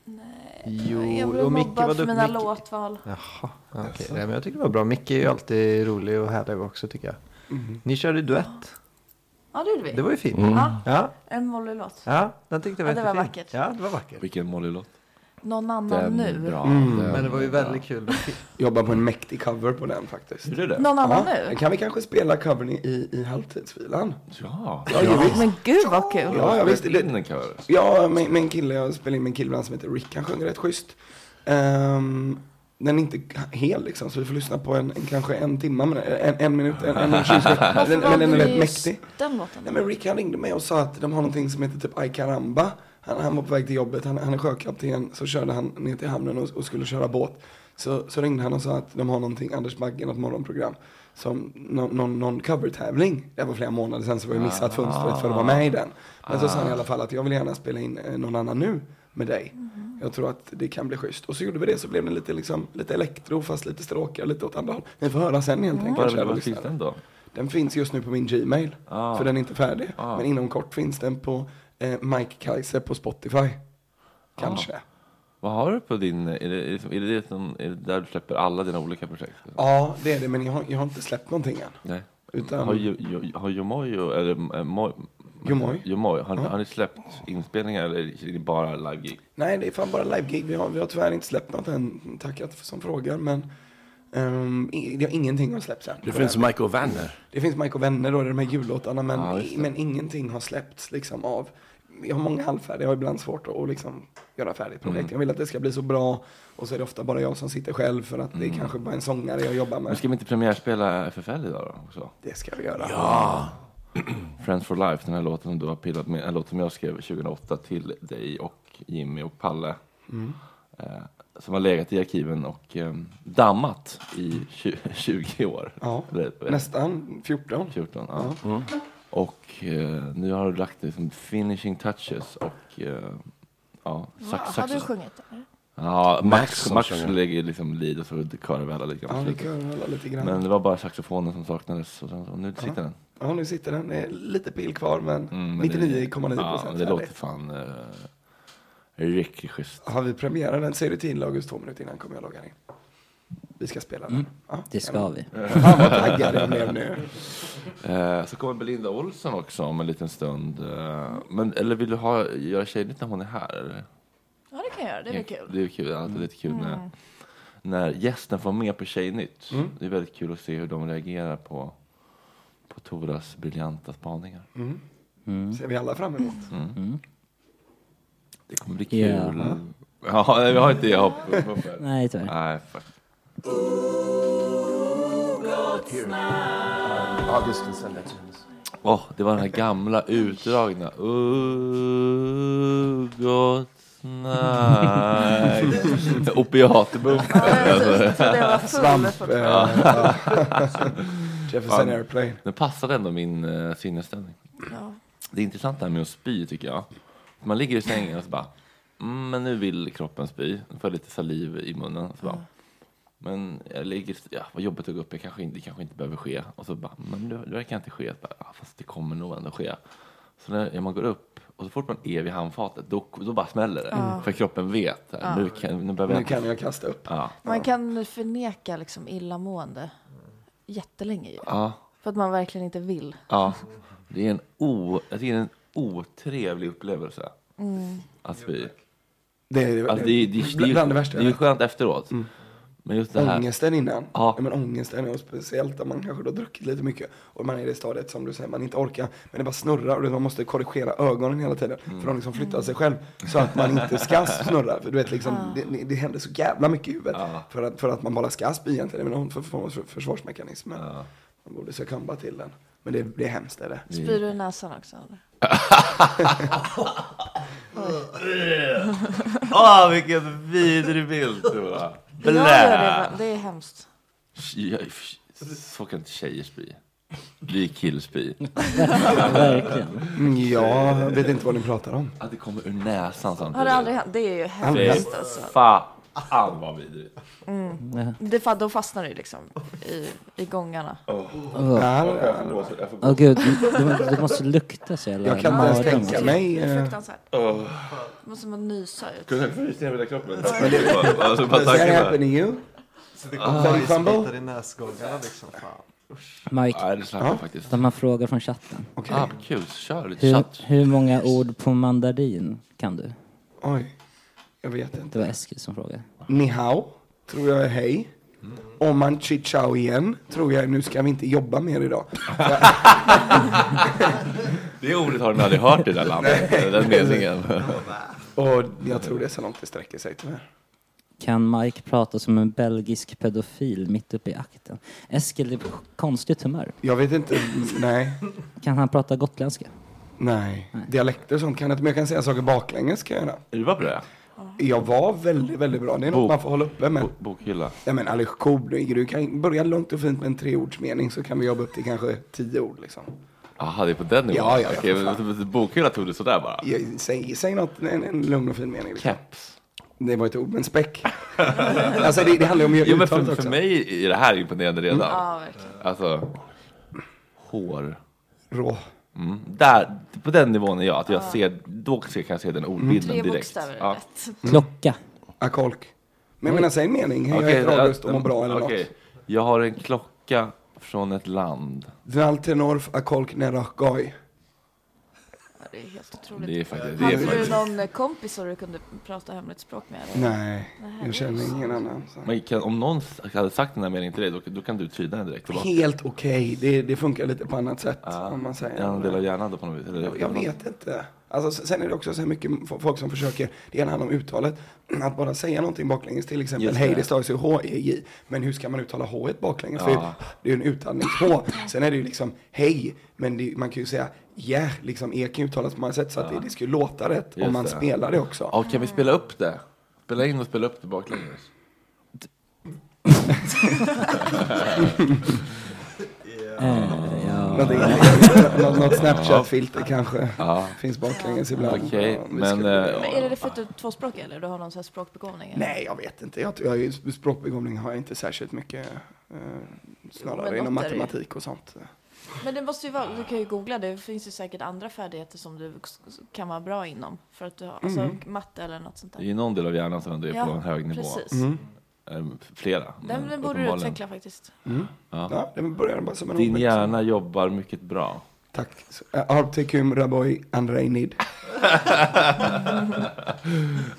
[SPEAKER 7] Nej.
[SPEAKER 6] Jag
[SPEAKER 7] Jo,
[SPEAKER 6] blev
[SPEAKER 7] och Micke var
[SPEAKER 6] mobbad för
[SPEAKER 7] duktig.
[SPEAKER 6] mina
[SPEAKER 7] Micke...
[SPEAKER 6] låtval.
[SPEAKER 7] Jaha, ja, okej. Nej, men jag tycker det var bra. Micke är ju alltid rolig och härlig också tycker jag.
[SPEAKER 4] Mm.
[SPEAKER 7] Ni körde duett.
[SPEAKER 6] Ja, det gjorde vi.
[SPEAKER 7] Det var ju fint.
[SPEAKER 6] Ja,
[SPEAKER 7] Ja.
[SPEAKER 6] en Molly-låt.
[SPEAKER 7] ja, den tyckte jag var
[SPEAKER 6] Ja, det var
[SPEAKER 7] jättefin.
[SPEAKER 6] vackert.
[SPEAKER 7] Ja, det var vackert.
[SPEAKER 1] Vilken Molly-låt.
[SPEAKER 6] Någon annan
[SPEAKER 1] Den är
[SPEAKER 6] nu.
[SPEAKER 1] bra.
[SPEAKER 4] Mm.
[SPEAKER 1] Den
[SPEAKER 7] Men det var ju
[SPEAKER 1] är bra.
[SPEAKER 7] väldigt kul.
[SPEAKER 4] Jobbar på en mäktig cover på den faktiskt.
[SPEAKER 1] Gjorde du det?
[SPEAKER 6] Någon annan nu?
[SPEAKER 4] den Kan vi kanske spela covern i, i halvtidsvilan?
[SPEAKER 1] Ja.
[SPEAKER 4] Ja, ju visst.
[SPEAKER 6] Men gud vad kul.
[SPEAKER 4] Ja, ja visst.
[SPEAKER 1] Spela in en cover.
[SPEAKER 4] Ja, min, min kille, jag spelade in med en kille ibland som heter Rick, han sjöng rätt schysst. Ehm, den är inte hel liksom, så vi får lyssna på en, en kanske en timme, men en, en minut, en, en minut tjugo sekunder.
[SPEAKER 6] Varför
[SPEAKER 4] den, Men den är
[SPEAKER 6] valde
[SPEAKER 4] rätt
[SPEAKER 6] du just
[SPEAKER 4] mäktig.
[SPEAKER 6] Den låten.
[SPEAKER 4] Nej men Rick han ringde mig och sa att de har någonting som heter typ Ay Caramba. Han, han var på väg till jobbet, han, han är sjökapten, så körde han ner till hamnen och, och skulle köra båt. Så, så ringde han och sa att de har någonting, Anders Bagge, något morgonprogram. Som någon, någon, någon covertävling. Det var flera månader sedan så var jag missat fönstret för att vara med i den. Men så sa han i alla fall att jag vill gärna spela in eh, någon annan nu med dig. Jag tror att det kan bli schysst. Och så gjorde vi det, så blev det lite, liksom, lite elektro fast lite stråkigare, lite åt andra håll. Ni får höra sen helt enkelt.
[SPEAKER 1] Var,
[SPEAKER 4] kära
[SPEAKER 1] var
[SPEAKER 4] lyssnare.
[SPEAKER 1] finns den då?
[SPEAKER 4] Den finns just nu på min Gmail,
[SPEAKER 1] Ah.
[SPEAKER 4] för den är inte färdig.
[SPEAKER 1] Ah.
[SPEAKER 4] Men inom kort finns den på eh, Mike Kaiser på
[SPEAKER 1] Ah.
[SPEAKER 4] Spotify. Kanske.
[SPEAKER 1] Vad har du på din... Är det, är det, är det, någon, är det där du släpper alla dina olika projekt?
[SPEAKER 4] Ja, det är det, men jag har, jag har inte släppt någonting än.
[SPEAKER 1] Nej.
[SPEAKER 4] Utan-
[SPEAKER 1] Har, Jo- Jo- har Jomojo, eller eh, Moj-
[SPEAKER 4] Jomoj?
[SPEAKER 1] Jomoj, har,
[SPEAKER 4] Ja.
[SPEAKER 1] har ni släppt inspelningar eller är det bara live-gig?
[SPEAKER 4] Nej, det är fan bara livegig. Vi har, vi har tyvärr inte släppt något än. Tackat för som frågar, men ehm, i- det har ingenting har släppts än.
[SPEAKER 5] Det finns Michael Vanner.
[SPEAKER 4] Det finns Mike och vänner då, det är de här jullåtarna, men,
[SPEAKER 5] Ja, just det.
[SPEAKER 4] men ingenting har släppts liksom av. Jag har många halvfärdiga, jag har ibland svårt att att liksom göra färdigt projekt.
[SPEAKER 1] Mm.
[SPEAKER 4] Jag vill att det ska bli så bra och så är det ofta bara jag som sitter själv för att det är kanske bara en sångare jag jobbar
[SPEAKER 1] Men
[SPEAKER 4] med.
[SPEAKER 1] Mm. ska vi inte premiärspela FFL idag då? Också?
[SPEAKER 4] Det ska vi göra.
[SPEAKER 1] Ja! Friends for Life, den här låten som du har pillat med, en låt som jag skrev 2008 till dig och Jimmy och Palle.
[SPEAKER 4] Mm.
[SPEAKER 1] Eh, som har legat i arkiven och eh, dammat i tju- 20 år.
[SPEAKER 4] Ja,
[SPEAKER 1] Eller-
[SPEAKER 4] Nästan 14.
[SPEAKER 1] 14, ja. Mm. Och eh, nu har du lagt liksom finishing touches och eh, ja,
[SPEAKER 6] Va,
[SPEAKER 1] sax,
[SPEAKER 6] Har
[SPEAKER 1] sax,
[SPEAKER 6] du sjungit? eller?
[SPEAKER 1] Ja,
[SPEAKER 5] Max
[SPEAKER 1] Max,
[SPEAKER 5] som
[SPEAKER 1] Max
[SPEAKER 5] sjunger.
[SPEAKER 1] lägger liksom lead och så kör vi alla lite
[SPEAKER 4] Ja,
[SPEAKER 1] grann.
[SPEAKER 4] vi kör alla lite grann.
[SPEAKER 1] Men det var bara saxofonen som saknades och sen, så, nu sitter den.
[SPEAKER 4] Ja, nu sitter den. Det är lite pil kvar, men
[SPEAKER 1] Mm, men det-
[SPEAKER 4] 99,9 procent
[SPEAKER 1] Ja, men det
[SPEAKER 4] färdigt.
[SPEAKER 1] låter fan eh, riktigt schysst.
[SPEAKER 4] Har vi premiären den ser du till August två minuter innan kommer jag logga in. Vi ska spela den. Ja,
[SPEAKER 8] det ska
[SPEAKER 4] kanon.
[SPEAKER 8] vi.
[SPEAKER 4] Fan vad taggad jag blev nu.
[SPEAKER 1] Eh, så kommer Belinda Olsson också om en liten stund. Eh, men, eller vill du ha, göra tjejnytt när hon är här? Eller?
[SPEAKER 6] Ja, det kan jag göra. Det blir kul.
[SPEAKER 1] Det är kul, alltid lite kul när,
[SPEAKER 6] Mm.
[SPEAKER 1] när gästen får med på Tjejnytt.
[SPEAKER 4] Mm.
[SPEAKER 1] Det är väldigt kul att se hur de reagerar på, på Toras briljanta spaningar.
[SPEAKER 4] Mm. Ser vi alla fram emot.
[SPEAKER 1] Mm. Det kommer bli kul.
[SPEAKER 8] Ja.
[SPEAKER 1] Ja, nej, vi har inte det hopp. hopp här.
[SPEAKER 8] Nej, tyvärr.
[SPEAKER 1] Nej, fuck.
[SPEAKER 5] August can send that to us.
[SPEAKER 1] Åh, det var den här gamla utdragna. Oh, gott snack. Opiatbumpen.
[SPEAKER 4] Svamp. Eh,
[SPEAKER 1] Ja.
[SPEAKER 4] ja. Jefferson
[SPEAKER 1] Ja.
[SPEAKER 4] Airplane.
[SPEAKER 1] Den passade ändå min eh, sinnesstämning.
[SPEAKER 6] Ja.
[SPEAKER 1] Det är intressant det här med att spy tycker jag. Man ligger i sängen och så bara, mm, men nu vill kroppen spy. Då får jag lite saliv i munnen. Så bara, men jag ligger, ja, vad jobbigt att gå upp, jag kanske inte, det kanske inte behöver ske. Och så bara, men det, det verkar inte ske. Så Bara, ah, fast det kommer nog ändå ske. Så när man går upp och så fort man är vid handfatet, då, då bara smäller det.
[SPEAKER 6] Ja.
[SPEAKER 1] För kroppen vet, här,
[SPEAKER 6] Ja.
[SPEAKER 1] nu, kan, nu
[SPEAKER 4] Nu
[SPEAKER 1] behöver jag inte-
[SPEAKER 4] kan jag kasta upp.
[SPEAKER 1] Ja.
[SPEAKER 6] Man kan förneka liksom illamående jättelänge ju.
[SPEAKER 1] Ja.
[SPEAKER 6] För att man verkligen inte vill.
[SPEAKER 1] Ja, det är en, o, jag tycker det är en otrevlig upplevelse.
[SPEAKER 6] Mm.
[SPEAKER 1] Att vi,
[SPEAKER 4] Det är-
[SPEAKER 1] alltså det, är- det, är- det, är-
[SPEAKER 4] bland det värsta Mm. jag
[SPEAKER 1] Det är ju
[SPEAKER 4] vet.
[SPEAKER 1] skönt efteråt. Men just det här.
[SPEAKER 4] Ångesten innan.
[SPEAKER 1] Ja.
[SPEAKER 4] Ja. Men ångesten är ju speciellt om man kanske då har druckit lite mycket och man är i det stadiet som du säger, man inte orkar. Men det bara snurrar och det- man måste korrigera ögonen hela tiden.
[SPEAKER 1] Mm.
[SPEAKER 4] För de liksom flyttar sig själv så att man inte ska snurra. För du vet liksom,
[SPEAKER 6] Ja.
[SPEAKER 4] det, det händer så jävla mycket i huvudet. För, att, för att man bara ska spy egentligen. Det är väl någon för- för- för- försvarsmekanism. Men Man borde succumba till den. Men det, det är hemskt är det.
[SPEAKER 6] Spyr du i näsan också eller?
[SPEAKER 1] Åh, vilken vidrig bild! Tora.
[SPEAKER 6] Jag gör det, va? det är hemskt.
[SPEAKER 1] Ja, f- Så kan inte tjejer spy. Det är killspy.
[SPEAKER 4] Verkligen. Mm, jag vet inte vad ni pratar om.
[SPEAKER 1] Att det kommer ur näsan samtidigt.
[SPEAKER 6] Har det aldrig hänt? Det är ju hemskt alltså.
[SPEAKER 1] Fan vad vidrigt.
[SPEAKER 6] Mm. Det, fa- då fastnar det ju liksom i, i gångarna.
[SPEAKER 3] Åh. alltså Åh gud, det, det måste lukta så jävla
[SPEAKER 4] Jag kan inte ens
[SPEAKER 3] mardröm.
[SPEAKER 4] tänka mig.
[SPEAKER 6] Det
[SPEAKER 4] eh,
[SPEAKER 6] är fruktansvärt.
[SPEAKER 1] Åh.
[SPEAKER 6] Måste man nysa ut.
[SPEAKER 1] Kunde jag få rysningar över hela kroppen?
[SPEAKER 6] Men det-
[SPEAKER 1] Alltså, bara
[SPEAKER 4] Does that
[SPEAKER 1] tanken
[SPEAKER 4] happen to you?
[SPEAKER 7] Så det
[SPEAKER 1] Ah.
[SPEAKER 7] kommer
[SPEAKER 4] Fumble?
[SPEAKER 7] bajsbitar i näsgångarna liksom. Fan. Usch.
[SPEAKER 3] Mike,
[SPEAKER 1] Nej, det slapp jag faktiskt.
[SPEAKER 3] de har frågor från chatten.
[SPEAKER 1] Ah, vad kul. Kör lite
[SPEAKER 3] Hur,
[SPEAKER 1] chatt.
[SPEAKER 3] hur många ord på mandarin kan du?
[SPEAKER 4] Oj, jag vet inte.
[SPEAKER 3] Det var Eskil som frågade.
[SPEAKER 4] Ni hao, tror jag är hej. Om man chi chao igen, tror jag nu ska vi inte jobba mer idag.
[SPEAKER 1] Det ordet har ni aldrig hört i det där landet, den meningen.
[SPEAKER 4] Och jag tror det är så långt det sträcker sig tyvärr.
[SPEAKER 3] Kan Mike prata som en belgisk pedofil mitt uppe i akten? Eskil är på konstigt humör.
[SPEAKER 4] Jag vet inte, nej,
[SPEAKER 3] Kan han prata gotländska?
[SPEAKER 4] nej. Dialekter och sånt kan jag inte, men jag kan säga saker baklänges kan jag göra.
[SPEAKER 1] Är du bra på det?
[SPEAKER 4] Jag var väldigt, väldigt bra. Det är något
[SPEAKER 1] Bok.
[SPEAKER 4] man får hålla uppe med.
[SPEAKER 1] Bo- Bokhylla.
[SPEAKER 4] Ja men Alex Cobb, du kan börja långt och fint med en treordsmening så kan vi jobba upp till kanske tio ord liksom.
[SPEAKER 1] Jaha, det är på den nivån?
[SPEAKER 4] Ja, ja, ja,
[SPEAKER 1] Okej,
[SPEAKER 4] för fan.
[SPEAKER 1] men bokhylla tog du sådär bara?
[SPEAKER 4] Ja, Säg, säg något, en, en lugn och fin mening. Liksom.
[SPEAKER 1] Keps.
[SPEAKER 4] Det var ett ord, men späck. alltså det, det handlar ju om
[SPEAKER 1] Jo, men
[SPEAKER 4] uttalet
[SPEAKER 1] för,
[SPEAKER 4] också.
[SPEAKER 1] för mig är det här imponerande redan.
[SPEAKER 6] Mm. Ja, verkligen.
[SPEAKER 1] Alltså, hår.
[SPEAKER 4] Rå.
[SPEAKER 1] Mm. Där, på den nivån är jag, att jag ser, då kan jag se den ordbilden
[SPEAKER 6] Mm. Tre
[SPEAKER 1] direkt.
[SPEAKER 6] bokstäver är
[SPEAKER 1] Ja.
[SPEAKER 4] Mm.
[SPEAKER 6] rätt.
[SPEAKER 3] Klocka.
[SPEAKER 4] Akolk. Men jag menar, säg en mening. Hej, jag
[SPEAKER 1] Okej,
[SPEAKER 4] heter August och mår
[SPEAKER 1] ja,
[SPEAKER 4] bra eller
[SPEAKER 1] okej.
[SPEAKER 4] något.
[SPEAKER 1] Jag har en klocka från ett land.
[SPEAKER 4] Dnaltenorf Akolk Nerachgoy.
[SPEAKER 6] Ja, Det är helt otroligt.
[SPEAKER 1] Det är faktiskt... Det
[SPEAKER 6] Hade
[SPEAKER 1] är
[SPEAKER 6] du
[SPEAKER 1] faktiskt.
[SPEAKER 6] någon eh, kompis som du kunde prata hemligt språk med? eller?
[SPEAKER 4] Nej, jag känner ingen annan. Så.
[SPEAKER 1] Men kan, om någon s- hade sagt den här meningen till dig, då, då kan du tyda den direkt tillbaka.
[SPEAKER 4] Helt okej, det, det funkar lite på annat sätt. Om man
[SPEAKER 1] Det är en del
[SPEAKER 4] säger.
[SPEAKER 1] av hjärnan då på något vis? Eller?
[SPEAKER 4] Jag vet inte. Alltså, sen är det också så här mycket f- folk som försöker, det ena handlar om uttalet, att bara säga någonting baklänges, till exempel
[SPEAKER 1] Just
[SPEAKER 4] hej,
[SPEAKER 1] det.
[SPEAKER 4] det stavas ju H-E-J, men hur ska man uttala H baklänges?
[SPEAKER 1] Ja.
[SPEAKER 4] För det är ju en utandnings-H. Sen är det ju liksom hej, men det, man kan ju säga yeah, liksom E kan ju uttalas på många sätt, så att det, det ska ju låta rätt
[SPEAKER 1] Just
[SPEAKER 4] om man
[SPEAKER 1] det.
[SPEAKER 4] spelar det också.
[SPEAKER 1] Ja, kan vi spela upp det? Spela in och spela upp det baklänges.
[SPEAKER 4] Mm.
[SPEAKER 3] Eh,
[SPEAKER 4] Något, något, något Snapchat-filter kanske finns baklänges ibland.
[SPEAKER 1] Okej,
[SPEAKER 4] Ja, vi
[SPEAKER 1] men,
[SPEAKER 4] skulle-
[SPEAKER 1] eh,
[SPEAKER 6] Men är det för att du är tvåspråkig eller du har någon sån här språkbegåvning? eller?
[SPEAKER 4] Nej, jag vet inte. Jag, jag, är ju- språkbegåvning har jag inte särskilt mycket. Eh,
[SPEAKER 6] Men
[SPEAKER 4] snarare inom
[SPEAKER 6] något är det ju.
[SPEAKER 4] matematik och sånt.
[SPEAKER 6] Men det måste ju vara, du kan ju googla, det finns ju säkert andra färdigheter som du s- s- kan vara bra inom. För att du har, alltså
[SPEAKER 4] Mm.
[SPEAKER 6] matte eller något sånt
[SPEAKER 1] Det är
[SPEAKER 6] där.
[SPEAKER 1] ju någon del av hjärnan som ändå är på en hög nivå.
[SPEAKER 6] Precis.
[SPEAKER 4] Mm.
[SPEAKER 1] Ehm, Flera.
[SPEAKER 6] Den,
[SPEAKER 1] men
[SPEAKER 6] den borde du
[SPEAKER 1] uppenbarligen.
[SPEAKER 6] utveckla faktiskt.
[SPEAKER 1] Ja.
[SPEAKER 4] Mm. Ja, det börjar bara som en
[SPEAKER 1] Din
[SPEAKER 4] ordvits.
[SPEAKER 1] hjärna jobbar mycket bra.
[SPEAKER 4] Tack. Eh, Artikum Raboy Andreinid.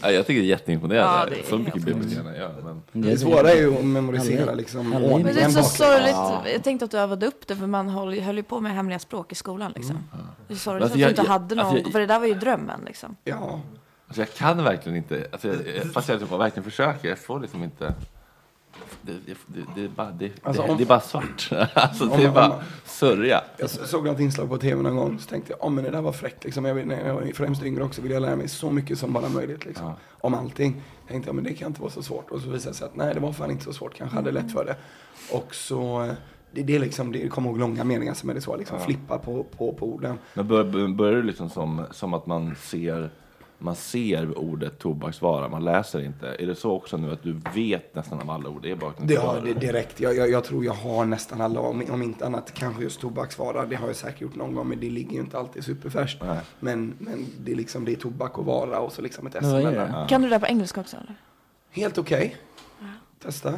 [SPEAKER 1] Ja, jag tycker det är
[SPEAKER 6] Ja,
[SPEAKER 1] jätteimponerande.
[SPEAKER 6] det är
[SPEAKER 1] så mycket
[SPEAKER 6] helt
[SPEAKER 1] bibel hjärna gör. Men...
[SPEAKER 4] Det svåra är ju att memorisera
[SPEAKER 3] Alla-
[SPEAKER 4] liksom
[SPEAKER 3] alla-
[SPEAKER 4] ordningen
[SPEAKER 6] Men det är så
[SPEAKER 4] baklänges.
[SPEAKER 6] sorgligt, jag tänkte att du övade upp det för man höll, höll ju på med hemliga språk i skolan liksom. Det är sorgligt
[SPEAKER 1] Alltså,
[SPEAKER 6] att
[SPEAKER 1] jag-
[SPEAKER 6] du inte
[SPEAKER 1] jag-
[SPEAKER 6] hade någon,
[SPEAKER 1] alltså, jag-
[SPEAKER 6] för det där var ju drömmen liksom.
[SPEAKER 4] Ja.
[SPEAKER 1] Alltså, jag kan verkligen inte, alltså, jag, jag- fast jag typ verkligen försöker. Jag får liksom inte... Det, det, det, det, är, bara, det,
[SPEAKER 4] Alltså,
[SPEAKER 1] det,
[SPEAKER 4] om-
[SPEAKER 1] det är bara svart. alltså,
[SPEAKER 4] Om-
[SPEAKER 1] det är
[SPEAKER 4] om-
[SPEAKER 1] bara sörja.
[SPEAKER 4] Jag såg något inslag på tv någon gång, så tänkte jag, oh, men det där var fräckt. Liksom. Jag, vill- när jag var främst yngre också ville jag lära mig så mycket som bara möjligt. Liksom.
[SPEAKER 1] Ja.
[SPEAKER 4] Om allting. Tänkte jag, men det kan inte vara så svårt. Och så visade det sig att nej, det var fan inte så svårt. Kanske hade lätt för det. Och så, eh, det, det är liksom, det kommer ihåg långa meningar som är det så. Liksom flippa på, på, på orden.
[SPEAKER 1] Men bör, bör- börjar du liksom som, som att man ser man ser ordet tobaksvara, man läser inte. Är det så också nu att du vet nästan av alla ord? Det är bara att
[SPEAKER 4] Det har det direkt. Jag, jag, jag tror jag har nästan alla, om, om inte annat kanske just tobaksvara. Det har jag säkert gjort någon gång, men det ligger ju inte alltid superfärskt.
[SPEAKER 1] Nej.
[SPEAKER 4] Men, men det, är liksom, det är tobak och vara och så liksom ett S
[SPEAKER 6] Men vad är
[SPEAKER 4] emellan.
[SPEAKER 6] det? Kan du det där på engelska också eller?
[SPEAKER 4] Helt okej. Testa.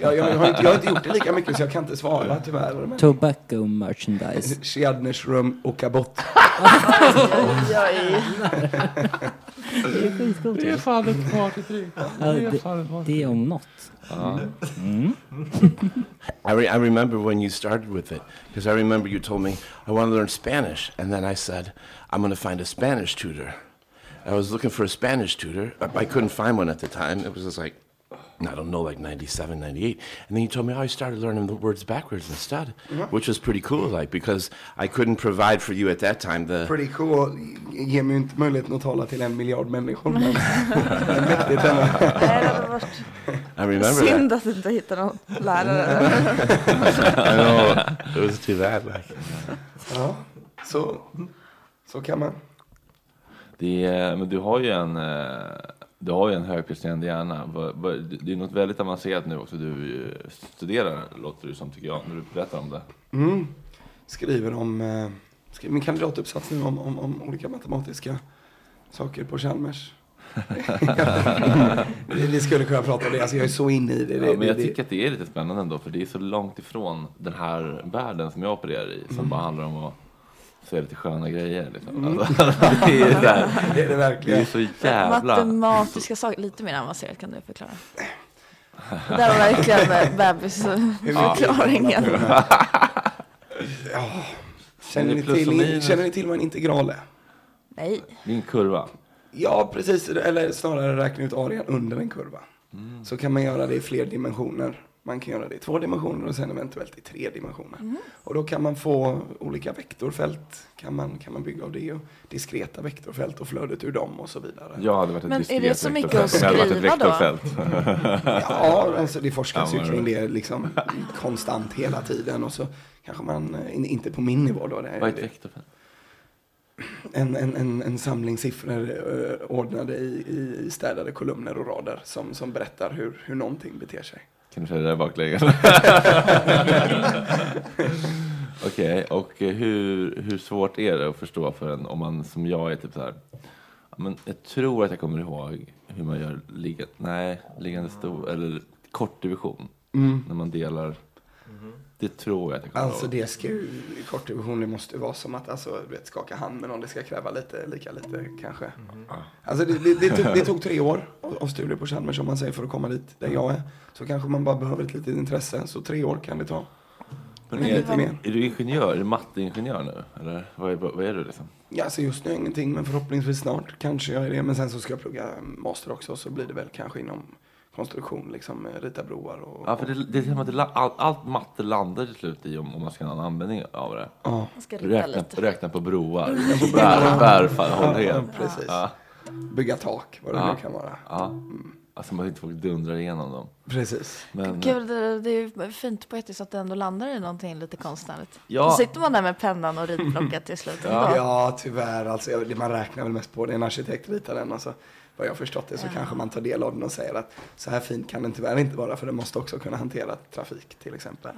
[SPEAKER 4] Jag, jag, jag, har inte, jag har inte gjort det lika mycket så jag kan inte svara tyvärr. Men...
[SPEAKER 8] Tobacco merchandise.
[SPEAKER 4] Tjädnersrum och kabott.
[SPEAKER 8] Det är skitcoolt.
[SPEAKER 5] Det är fan ett partytrick.
[SPEAKER 8] Ja, det, det är om något.
[SPEAKER 5] Ja.
[SPEAKER 8] Mm.
[SPEAKER 5] I, re- I remember when you started with it because I remember you told me I want to learn Spanish, and then I said I'm going to find a Spanish tutor. I was looking for a Spanish tutor. I, I couldn't find one at the time. It was just like I don't know, like 97, 98. And then you told me, oh, I started learning the words backwards instead,
[SPEAKER 4] Mhm.
[SPEAKER 5] which was pretty cool, like, because I couldn't provide for you at that time the,
[SPEAKER 4] Pretty cool. Ger mig ju inte möjligheten att tala till en miljard människor. Men det är mäktigt ändå.
[SPEAKER 6] Nej, det hade varit
[SPEAKER 5] I remember that.
[SPEAKER 6] synd att inte hitta någon lärare.
[SPEAKER 5] I know. It was too bad. Like.
[SPEAKER 4] Ja, så, så kan man.
[SPEAKER 1] Det är, men du har ju en, eh, du har ju en högpresterande hjärna. Vad- vad- Det är något väldigt avancerat nu också. Du eh, studerar, låter det som, tycker jag, när du berättar om det.
[SPEAKER 4] Mm. Skriver om, eh, skriver min kandidatuppsats nu om, om, om olika matematiska saker på Chalmers. vi, vi skulle kunna prata om det, alltså jag är så inne i det. det,
[SPEAKER 1] ja, men jag
[SPEAKER 4] det, det.
[SPEAKER 1] tycker att det är lite spännande ändå, för det är så långt ifrån den här världen som jag opererar i, som
[SPEAKER 4] Mm.
[SPEAKER 1] bara handlar om att säga lite sköna grejer. Liksom.
[SPEAKER 4] Mm.
[SPEAKER 1] Alltså, det, är så här,
[SPEAKER 4] Det är det verkligen.
[SPEAKER 1] Det är så jävla...
[SPEAKER 6] Matematiska saker, lite mer avancerat kan du förklara. Det där var verkligen eh, bebisförklaringen.
[SPEAKER 4] Ja. Känner,
[SPEAKER 1] Det är
[SPEAKER 4] ni
[SPEAKER 1] plus och
[SPEAKER 4] till,
[SPEAKER 1] minus.
[SPEAKER 4] känner ni till vad en integral är?
[SPEAKER 6] Nej.
[SPEAKER 1] Det är en kurva.
[SPEAKER 4] Ja, precis. Eller snarare räkna ut arean under en kurva.
[SPEAKER 1] Mm.
[SPEAKER 4] Så kan man göra det i fler dimensioner. Man kan göra det i två dimensioner och sen eventuellt i tre dimensioner.
[SPEAKER 1] Mm.
[SPEAKER 4] Och då kan man få olika vektorfält. Kan man, kan man bygga av det och diskreta vektorfält och flödet ur dem och så vidare.
[SPEAKER 1] Jag hade varit ett
[SPEAKER 6] Men är det
[SPEAKER 1] diskret
[SPEAKER 6] så mycket
[SPEAKER 1] vektorfält
[SPEAKER 6] att
[SPEAKER 1] om jag hade
[SPEAKER 6] skriva då?
[SPEAKER 1] varit ett vektorfält.
[SPEAKER 4] Ja, alltså det forskas ju
[SPEAKER 1] Ja, men-
[SPEAKER 4] kring det liksom konstant hela tiden. Och så kanske man, eh, in- inte på min nivå då. Det är
[SPEAKER 1] Vad är ett vektorfält?
[SPEAKER 4] en, en, en, en samling siffror eh, ordnade i, i, i städade kolumner och rader som, som berättar hur, hur någonting beter sig.
[SPEAKER 1] Kan du säga det där baklänges? Okej, och eh, hur, hur svårt är det att förstå för en om man som jag är typ så här. "Ja, Men jag tror att jag kommer ihåg hur man gör ligga, nej, liggande stor eller kort division.
[SPEAKER 4] Mm. Mm-hmm.
[SPEAKER 1] När man delar. Det tror jag att jag kommer
[SPEAKER 4] Alltså
[SPEAKER 1] ihåg.
[SPEAKER 4] det ska ju, kort division, det måste ju vara som att alltså, du vet, skaka hand med någon, det ska kräva lite, lika lite kanske.
[SPEAKER 1] Mm.
[SPEAKER 4] Alltså det, det, det, tog, det tog tre år av- av studier på Chalmers om man säger för att komma dit där jag är. Så kanske man bara behöver ett litet intresse, så tre år kan det ta.
[SPEAKER 1] Men
[SPEAKER 4] Men
[SPEAKER 1] är,
[SPEAKER 4] lite mer.
[SPEAKER 1] är du ingenjör? Är du matteingenjör nu? Eller vad är, vad är du liksom?
[SPEAKER 4] Ja, alltså just nu är jag ingenting, men förhoppningsvis snart kanske jag är det. Men sen så ska jag plugga master också, så blir det väl kanske inom konstruktion, liksom eh, rita broar och...
[SPEAKER 1] Ja, för det, det är som att det, la- allt, allt matte landar till slut i om, om man ska ha en användning av det.
[SPEAKER 4] Ja.
[SPEAKER 6] Man ska rita
[SPEAKER 1] räkna,
[SPEAKER 6] lite.
[SPEAKER 1] räkna på broar, Alltså räkna på bär, bärfall, håll
[SPEAKER 4] ja,
[SPEAKER 1] helt.
[SPEAKER 4] precis.
[SPEAKER 1] Ja.
[SPEAKER 4] Bygga tak, vad det
[SPEAKER 1] Ja.
[SPEAKER 4] nu kan vara.
[SPEAKER 1] Ja. Alltså man inte folk dundrar igenom dem.
[SPEAKER 4] Precis.
[SPEAKER 1] Men,
[SPEAKER 6] Gud, det, det är ju fint poetiskt att det ändå landar i någonting lite konstnärligt.
[SPEAKER 1] Ja.
[SPEAKER 6] Då sitter man där med pennan och ritblocket till slut ändå.
[SPEAKER 4] Ja, tyvärr. Alltså, jag- det man räknar väl mest på det. En arkitekt ritar den. Alltså, vad jag har förstått det så kanske man tar del av den och säger att så här fint kan den tyvärr inte vara för den måste också kunna hantera trafik till exempel.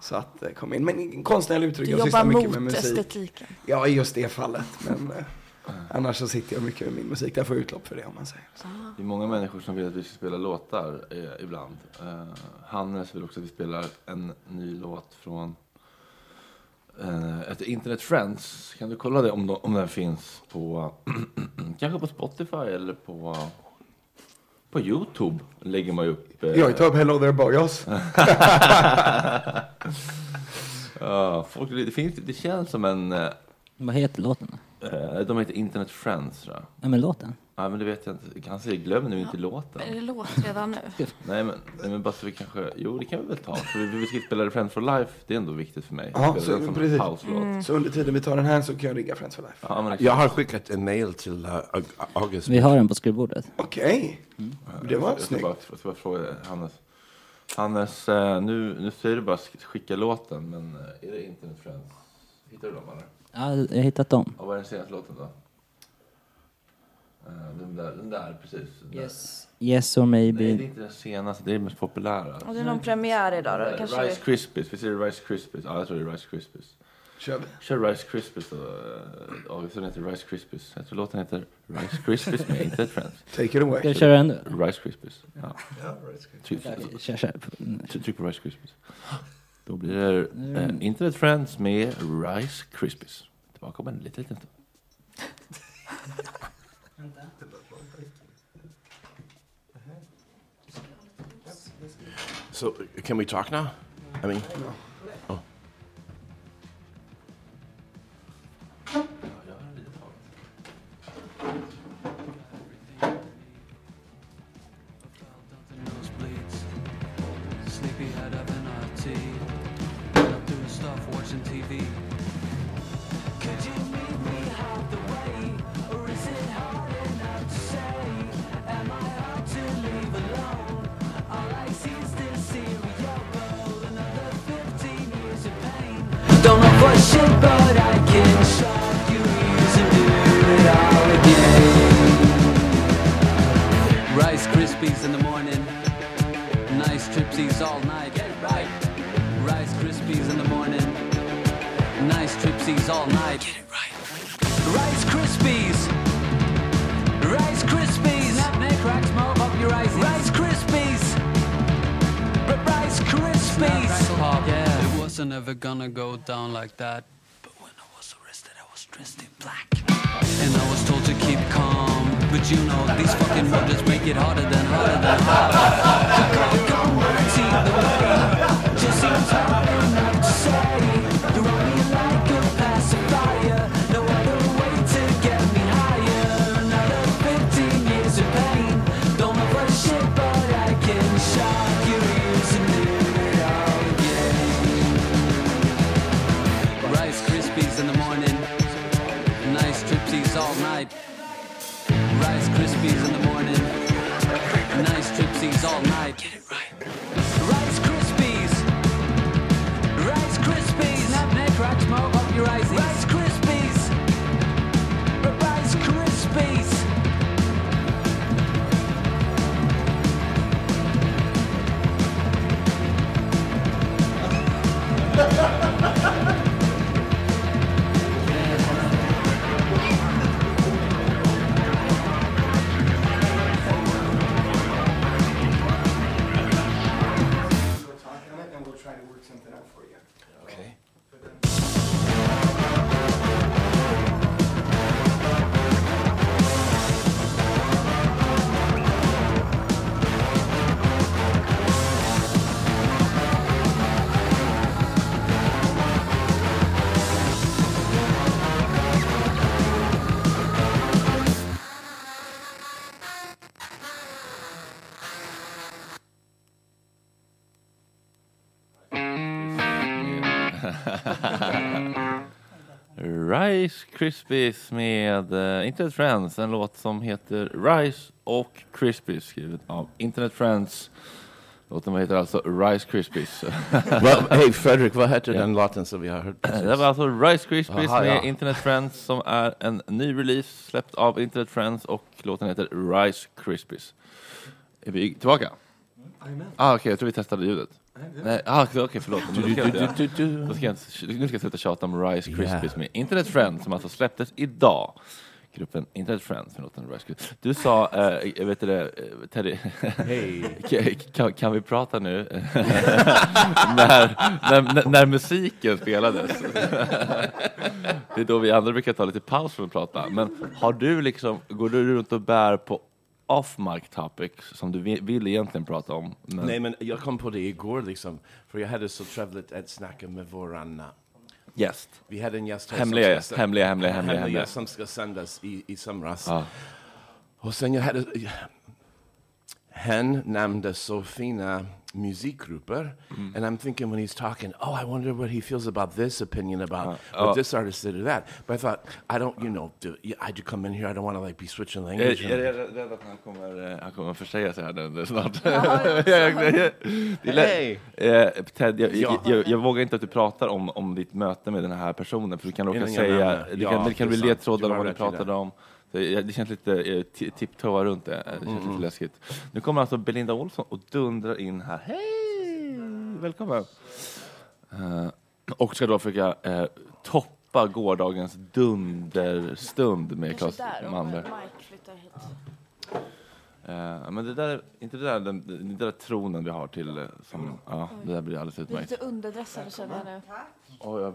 [SPEAKER 4] Så att eh, kom in. Men konstnärliga uttryck,
[SPEAKER 6] Du
[SPEAKER 4] jag sysslar
[SPEAKER 6] jobbar
[SPEAKER 4] mycket med
[SPEAKER 6] mot
[SPEAKER 4] musik.
[SPEAKER 6] estetiken.
[SPEAKER 4] Ja, i just det fallet. Men eh, annars så sitter jag mycket med min musik. Där får jag utlopp för det om man säger.
[SPEAKER 1] det är många människor som vill att vi ska spela låtar eh, ibland. Eh, Hannes vill också att vi spelar en ny låt från eh, ett Internet Friends. Kan du kolla det om, de, om den finns på kanske på Spotify eller på på Youtube lägger man ju upp. eh,
[SPEAKER 4] Jag tar upp Hello There Boyos.
[SPEAKER 1] ja, folk, det, finns, det känns som en... eh,
[SPEAKER 8] Vad heter låten? då?
[SPEAKER 1] eh, De heter Internet Friends tror jag.
[SPEAKER 8] Nej men låten.
[SPEAKER 1] Ja, men det vet jag inte. Han säger glöm nu inte låten.
[SPEAKER 6] Är det låt redan nu?
[SPEAKER 1] Nej men, nej men bara så vi kanske, jo det kan vi väl ta. För vi, vi ska spela Friends for Life, det är ändå viktigt för mig.
[SPEAKER 4] Ja,
[SPEAKER 1] Spela
[SPEAKER 4] så,
[SPEAKER 1] den som
[SPEAKER 4] precis.
[SPEAKER 1] pauslåt.
[SPEAKER 6] Mm.
[SPEAKER 8] Mm.
[SPEAKER 4] Så under tiden vi tar den här så kan jag rigga Friends for Life.
[SPEAKER 1] Ja, men
[SPEAKER 5] Jag har skickat en mail till uh, Aug- August.
[SPEAKER 8] Vi har den på skrivbordet.
[SPEAKER 4] Okej, det var
[SPEAKER 1] Mm. jag ska
[SPEAKER 4] snyggt.
[SPEAKER 1] bara, jag ska bara fråga Hannes. Hannes, eh, nu, nu säger du bara sk- skicka låten, men eh, är det Internet Friends? Hittar du dem eller?
[SPEAKER 8] Ja, jag har hittat dem.
[SPEAKER 1] Ja, vad är den senaste låten då? Eh, Den där, den där precis. Den där.
[SPEAKER 3] Yes or maybe.
[SPEAKER 1] Nej, det är inte den senaste, det är den mest populära.
[SPEAKER 6] Och det är någon premiär idag då?
[SPEAKER 1] Nej,
[SPEAKER 6] Kanske
[SPEAKER 1] Rice Krispies, visst är det Rice Krispies? Ja, jag tror det är Rice Krispies.
[SPEAKER 4] Kör vi?
[SPEAKER 1] Kör Rice Krispies då. Eh, Ja, den heter Rice Krispies. Jag tror låten heter Rice Krispies, men inte Friends.
[SPEAKER 4] Take it away.
[SPEAKER 3] Ska jag köra den nu?
[SPEAKER 1] Rice Krispies. Ja. Tryck,
[SPEAKER 3] Kör, kör.
[SPEAKER 1] tryck- tryck på Rice Krispies. Då blir det eh, Internet Friends med Rice Krispies. Tillbaka om en liten, liten stund.
[SPEAKER 5] So, can we talk now? I mean, oh.
[SPEAKER 9] Sleepy head of an RT. Been Up doing stuff, watching TV. Could you meet me half the way? Or is it hard enough to say? Am I hard to leave alone? All I see is this serial bowl. Another 15 years of pain. Don't know for shit, but I can shock you using do it all again. Rice Krispies in the morning. Nice tripsies all night. Get it right. Rice Krispies in the morning. Nice tripsies all night. Get it right. Rice Krispies. Rice Krispies. Snap, neck, crack, smoke up your eyes. Rice Krispies. R- Rice Krispies. yeah.
[SPEAKER 10] It wasn't ever gonna go down like that. And I was told to keep calm. But you know, these fucking murders make it harder than harder than harder. The crack on my team, the way just seems hard enough to say. You run me like a pacifier. No other way to get me higher. Another 15 years of pain. Don't know what shit, but I can shock your ears and do it all again. Rice Krispies in the morning. Nice tripsies all night. Rice Krispies in the morning. Nice tripsies all night. Get it right. Rice Krispies. Rice Krispies. Snap, neck, crack, smoke up your eyes. Rice Krispies. R- Rice Krispies.
[SPEAKER 1] Rice Krispies med eh, Internet Friends, en låt som heter Rice och Krispies skriven av Internet Friends. Låten heter alltså Rice Krispies.
[SPEAKER 5] Well, hey, Frederick, vad heter den låten som vi har hört precis?
[SPEAKER 1] Det var alltså Rice Krispies
[SPEAKER 5] Aha,
[SPEAKER 1] med
[SPEAKER 5] ja.
[SPEAKER 1] Internet Friends som är en ny release släppt av Internet Friends och låten heter Rice Krispies. Är vi tillbaka? Ah, Okej, jag tror vi testade ljudet. Nej, ah, okej, okej, förlåt. Men Då ska jag inte- då ska jag inte- nu ska jag sluta tjata om Rice Krispies
[SPEAKER 5] Yeah.
[SPEAKER 1] med Internet Friends som alltså släpptes idag. Gruppen Internet Friends med låten Rice Krispies. Du sa, eh, jag vet det, eh, Teddy,
[SPEAKER 5] Hej.
[SPEAKER 1] kan, kan vi prata nu? när, när, när- när musiken spelades. det är då vi andra brukar ta lite paus för att prata. Men har du liksom, går du runt och bär på off-mic topics som du vi- vill egentligen prata om? men-
[SPEAKER 5] Nej, men jag kom på det igår liksom. För jag hade så trevligt att snacka med våran eh,
[SPEAKER 1] Gäst.
[SPEAKER 5] Vi hade en gäst här
[SPEAKER 1] Hemliga
[SPEAKER 5] som
[SPEAKER 1] gäst,
[SPEAKER 5] ska-
[SPEAKER 1] hemliga, hemliga, hemliga,
[SPEAKER 5] hemliga
[SPEAKER 1] hemliga.
[SPEAKER 5] gäst som ska sändas i, i somras.
[SPEAKER 1] Ja.
[SPEAKER 5] Och sen jag hade... Hen nämnde så fina musikgrupper.
[SPEAKER 1] Mm.
[SPEAKER 5] And I'm thinking when he's talking, oh, I wonder what he feels about this opinion about what
[SPEAKER 1] ja.
[SPEAKER 5] this artist did or that. But I thought, I don't, you know, do, I do come in here, I don't want to like be switching language.
[SPEAKER 1] Jag, jag Eh, är rädd- rädd att han kommer, eh, han kommer försäga sig här nu nu snart.
[SPEAKER 5] Ja,
[SPEAKER 1] Jag- jag- jag- det är lätt.
[SPEAKER 5] Hej.
[SPEAKER 1] Eh, Ted, jag,
[SPEAKER 5] Ja.
[SPEAKER 1] jag, jag, jag vågar inte att du pratar om, om ditt möte med den här personen för du kan råka
[SPEAKER 5] Innan jag
[SPEAKER 1] säga,
[SPEAKER 5] nämner.
[SPEAKER 1] det
[SPEAKER 5] Ja,
[SPEAKER 1] kan, det kan
[SPEAKER 5] det är
[SPEAKER 1] bli
[SPEAKER 5] sant.
[SPEAKER 1] ledtrådar
[SPEAKER 5] Du
[SPEAKER 1] om
[SPEAKER 5] har
[SPEAKER 1] vad ni
[SPEAKER 5] rätt i det.
[SPEAKER 1] pratade om. Så jag- det känns lite eh, ti- tipptoa runt det. Eh, Det känns
[SPEAKER 5] Mm.
[SPEAKER 1] lite läskigt. Nu kommer alltså Belinda Olsson och dundrar in här. Hej! Välkommen! Eh, och ska då försöka eh, toppa gårdagens dunderstund med
[SPEAKER 6] Kanske
[SPEAKER 1] Claes
[SPEAKER 6] där, om
[SPEAKER 1] Malmberg.
[SPEAKER 6] Mike flyttar hit.
[SPEAKER 1] Eh, men det där, är inte det där, den, den där tronen vi har till... eh,
[SPEAKER 6] Mm.
[SPEAKER 1] Som, ja, det där blir alldeles
[SPEAKER 6] Vi är
[SPEAKER 1] utmärkt.
[SPEAKER 6] lite underdressade känner jag nu.
[SPEAKER 1] Oj, jag,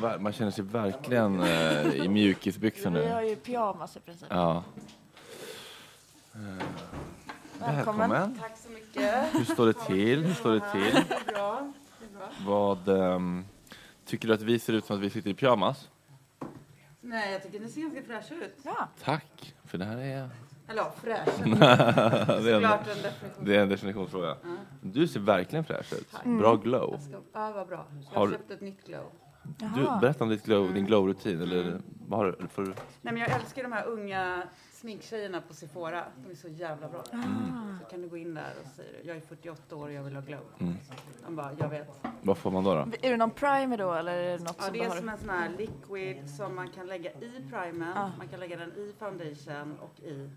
[SPEAKER 1] ver- man känner sig verkligen eh, i mjukisbyxor
[SPEAKER 6] Vi har
[SPEAKER 1] nu.
[SPEAKER 6] ju pyjamas i princip.
[SPEAKER 1] Ja. Eh,
[SPEAKER 6] Välkommen. Tack så mycket.
[SPEAKER 1] Hur står det till? Hur står det till?
[SPEAKER 11] Det är bra. Det är bra.
[SPEAKER 1] Vad ehm, Tycker du att vi ser ut som att vi sitter i pyjamas?
[SPEAKER 11] Nej, jag tycker ni ser ganska fräscha ut. Ja.
[SPEAKER 1] Tack, för det här är...
[SPEAKER 11] Eller ja, fräscha.
[SPEAKER 1] det, är en,
[SPEAKER 11] Såklart en definition.
[SPEAKER 1] det är en definitionsfråga. Du ser verkligen fräsch ut.
[SPEAKER 11] Tack.
[SPEAKER 1] Bra glow.
[SPEAKER 11] Jag ska, ja, vad bra. Jag
[SPEAKER 1] Har
[SPEAKER 11] har
[SPEAKER 1] du-
[SPEAKER 11] köpt ett nytt glow. Mm.
[SPEAKER 1] Du, berätta om ditt glow, din glow-rutin. Eller, vad har du för...
[SPEAKER 11] Nej, men jag älskar de här unga sminktjejerna på Sephora. De är så jävla bra.
[SPEAKER 6] Ah.
[SPEAKER 11] Så kan du gå in där och säga jag är 48 år och jag vill ha glow.
[SPEAKER 1] Mm.
[SPEAKER 11] De bara, jag vet.
[SPEAKER 1] Vad får man då? då?
[SPEAKER 6] Är det någon primer då eller är det något
[SPEAKER 11] Ja,
[SPEAKER 6] som
[SPEAKER 11] det
[SPEAKER 6] du
[SPEAKER 11] är
[SPEAKER 6] har?
[SPEAKER 11] som en sån här liquid som man kan lägga i primern,
[SPEAKER 6] Ah.
[SPEAKER 11] man kan lägga den i foundation och i...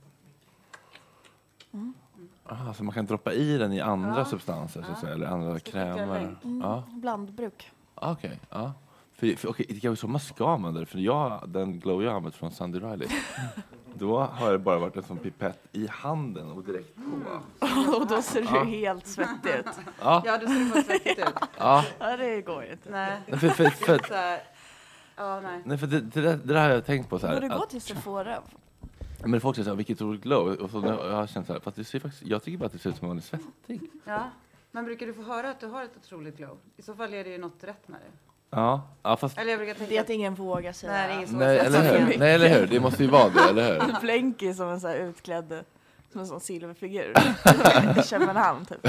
[SPEAKER 1] Ah, så man kan droppa i den i andra
[SPEAKER 11] Ja.
[SPEAKER 1] substanser, så att
[SPEAKER 11] Ja.
[SPEAKER 1] säga, eller andra krämer?
[SPEAKER 6] Mm,
[SPEAKER 1] Ja.
[SPEAKER 6] Blandbruk.
[SPEAKER 1] Ah, Okej. ja. För, för, okej, det kanske är så man ska använda det. För jag, den glow jag har använt från Sandy Riley, då har det bara varit en sån pipett i handen och direkt på.
[SPEAKER 6] Och då ser du
[SPEAKER 1] Ja.
[SPEAKER 6] helt svettig ut.
[SPEAKER 1] Ja.
[SPEAKER 11] Ja, du ser faktiskt svettigt ut.
[SPEAKER 1] Ja.
[SPEAKER 6] ja, det går ju inte.
[SPEAKER 11] Nej.
[SPEAKER 1] Nej, för- för- för-
[SPEAKER 11] Så här, ja, nej.
[SPEAKER 1] Nej, för det, det, där, det där har jag tänkt på. Så här,
[SPEAKER 6] Borde gå
[SPEAKER 1] att,
[SPEAKER 6] till Sephora.
[SPEAKER 1] men folk säger så här, vilket roligt glow. Och så, nu har jag känt så här, fast det ser faktiskt, jag tycker bara att det ser ut som att man är svett.
[SPEAKER 11] Ja. Men brukar du få höra att du har ett otroligt glow? I så fall är det ju något rätt med det.
[SPEAKER 1] Ja, ja fast...
[SPEAKER 11] Eller jag brukar tänka...
[SPEAKER 6] Det är att ingen vågar säga.
[SPEAKER 11] Nej, det är ingen som
[SPEAKER 1] Nej,
[SPEAKER 11] har
[SPEAKER 1] eller
[SPEAKER 11] sett
[SPEAKER 1] hur?
[SPEAKER 11] det.
[SPEAKER 1] Nej, eller hur? Det måste ju vara det, eller hur?
[SPEAKER 6] Alltså, Blänky som en så här utklädd, som en sån silverfigur. I Köpenhamn typ.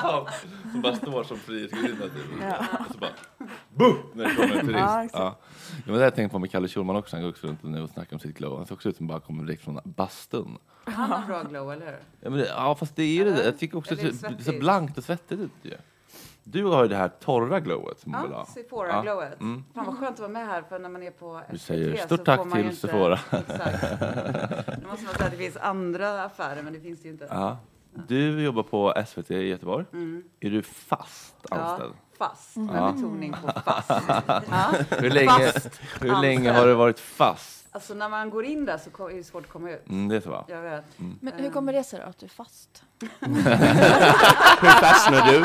[SPEAKER 1] Som- som bara står som frihetsgudinna typ.
[SPEAKER 6] Ja.
[SPEAKER 1] Och så bara boom! När det kommer en turist.
[SPEAKER 6] Ja,
[SPEAKER 1] Ja,
[SPEAKER 6] exakt.
[SPEAKER 1] ja. men det har jag tänkt på med Kalle Schulman också. Han går också runt nu och snackar om sitt glow. Han ser också ut som bara kommer direkt från bastun.
[SPEAKER 11] Han har bra glow, eller hur?
[SPEAKER 1] Ja, men det, ja fast det är ju det där. Jag tycker också att
[SPEAKER 11] Eller
[SPEAKER 1] det ser så
[SPEAKER 11] svettigt.
[SPEAKER 1] blankt och svettigt ut ju. Du har ju det här torra glowet som man vill
[SPEAKER 11] Ja,
[SPEAKER 1] ha.
[SPEAKER 11] Sephora-glowet.
[SPEAKER 1] Mm.
[SPEAKER 11] Fan vad skönt att vara med här för när man är på
[SPEAKER 1] Vi
[SPEAKER 11] SVT
[SPEAKER 1] säger
[SPEAKER 11] så
[SPEAKER 1] stort
[SPEAKER 11] får
[SPEAKER 1] tack
[SPEAKER 11] man
[SPEAKER 1] till
[SPEAKER 11] ju inte-
[SPEAKER 1] Sephora.
[SPEAKER 11] Exakt. Nu måste man säga att det finns andra affärer men det finns det ju inte.
[SPEAKER 1] Ja. Du jobbar på SVT i Göteborg.
[SPEAKER 11] Mm.
[SPEAKER 1] Är du fast anställd?
[SPEAKER 11] Ja, fast. Med
[SPEAKER 1] Mm. Ja.
[SPEAKER 11] betoning på fast. Ja.
[SPEAKER 1] hur länge,
[SPEAKER 11] Fast
[SPEAKER 1] hur länge
[SPEAKER 11] anställd.
[SPEAKER 1] har du varit fast?
[SPEAKER 11] Alltså när man går in där så ko- är det svårt att komma ut.
[SPEAKER 1] Mm, det är så, va?
[SPEAKER 11] Jag vet. Eh.
[SPEAKER 1] Mm.
[SPEAKER 6] Men hur kommer det sig då att du är fast?
[SPEAKER 1] Hur fastnar du?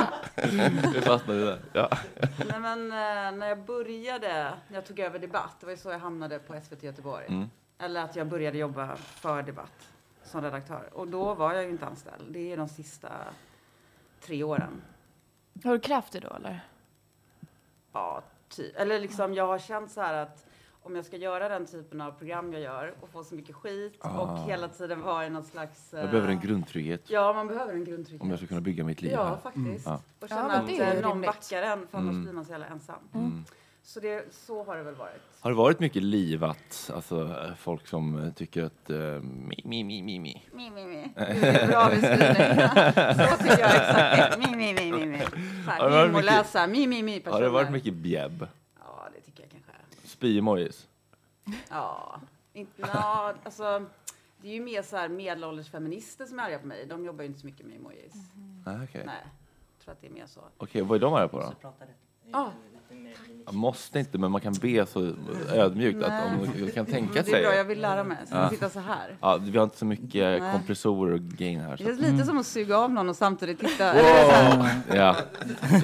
[SPEAKER 1] Hur fastnar du där? Ja.
[SPEAKER 11] Nej, men, eh, när jag började, när jag tog över Debatt, det var ju så jag hamnade på SVT Göteborg.
[SPEAKER 1] Mm.
[SPEAKER 11] Eller att jag började jobba för Debatt som redaktör. Och då var jag ju inte anställd. Det är ju de sista tre åren.
[SPEAKER 6] Har du krävt det då eller?
[SPEAKER 11] Ja, ty- Eller liksom, jag har känt så här att om jag ska göra den typen av program jag gör och få så mycket skit
[SPEAKER 1] Ah.
[SPEAKER 11] och hela tiden vara i någon slags... eh,
[SPEAKER 1] Jag behöver en grundtrygghet.
[SPEAKER 11] Ja, man behöver en grundtrygghet.
[SPEAKER 1] Om jag ska kunna bygga mitt liv
[SPEAKER 11] Ja,
[SPEAKER 1] här.
[SPEAKER 11] faktiskt.
[SPEAKER 1] Mm.
[SPEAKER 11] Och
[SPEAKER 6] Ja,
[SPEAKER 11] känna
[SPEAKER 6] men
[SPEAKER 11] att
[SPEAKER 6] det är
[SPEAKER 11] eh, någon
[SPEAKER 6] rimligt.
[SPEAKER 11] backar en, för annars
[SPEAKER 1] Mm.
[SPEAKER 11] blir man så jävla ensam.
[SPEAKER 1] Mm.
[SPEAKER 11] Så, det, så har det väl varit.
[SPEAKER 1] Har det varit mycket livat? Alltså eh, folk som eh, tycker att... eh, mi, mi, mi, mi, mi.
[SPEAKER 11] Mi, mi, mi. Det är bra beskrivning. Så tycker jag exakt. Mi, mi, mi, mi, mi. Så
[SPEAKER 1] Har det varit
[SPEAKER 11] här,
[SPEAKER 1] mycket-
[SPEAKER 11] Mimolösa, mi, mi, mi personer.
[SPEAKER 1] Har det varit mycket bjäbb?
[SPEAKER 11] Ja, det tycker jag kanske.
[SPEAKER 1] Spy-emojis?
[SPEAKER 11] Ja, inte, nå, alltså. Det är ju mer så här medelålders feminister som är arga på mig. De jobbar ju inte så mycket med emojis.
[SPEAKER 1] Ah, Okej,
[SPEAKER 11] Nej, jag tror att det är mer så. Ah,
[SPEAKER 1] Okej, vad är de arga på då?
[SPEAKER 11] Ja,
[SPEAKER 1] Jag måste inte, men man kan be så ödmjukt att om
[SPEAKER 11] Nej. Mm,
[SPEAKER 1] man kan
[SPEAKER 11] Det är
[SPEAKER 1] tänka sig.
[SPEAKER 11] bra, jag vill lära mig. Så jag
[SPEAKER 1] Ja.
[SPEAKER 11] sitter så här.
[SPEAKER 1] Ja, vi har inte så mycket
[SPEAKER 11] Nej.
[SPEAKER 1] kompressorer och gain här.
[SPEAKER 11] Det
[SPEAKER 1] Så. Mm.
[SPEAKER 11] känns lite som att suga av någon och samtidigt titta.
[SPEAKER 1] Wow!
[SPEAKER 11] eller så här.
[SPEAKER 1] Ja,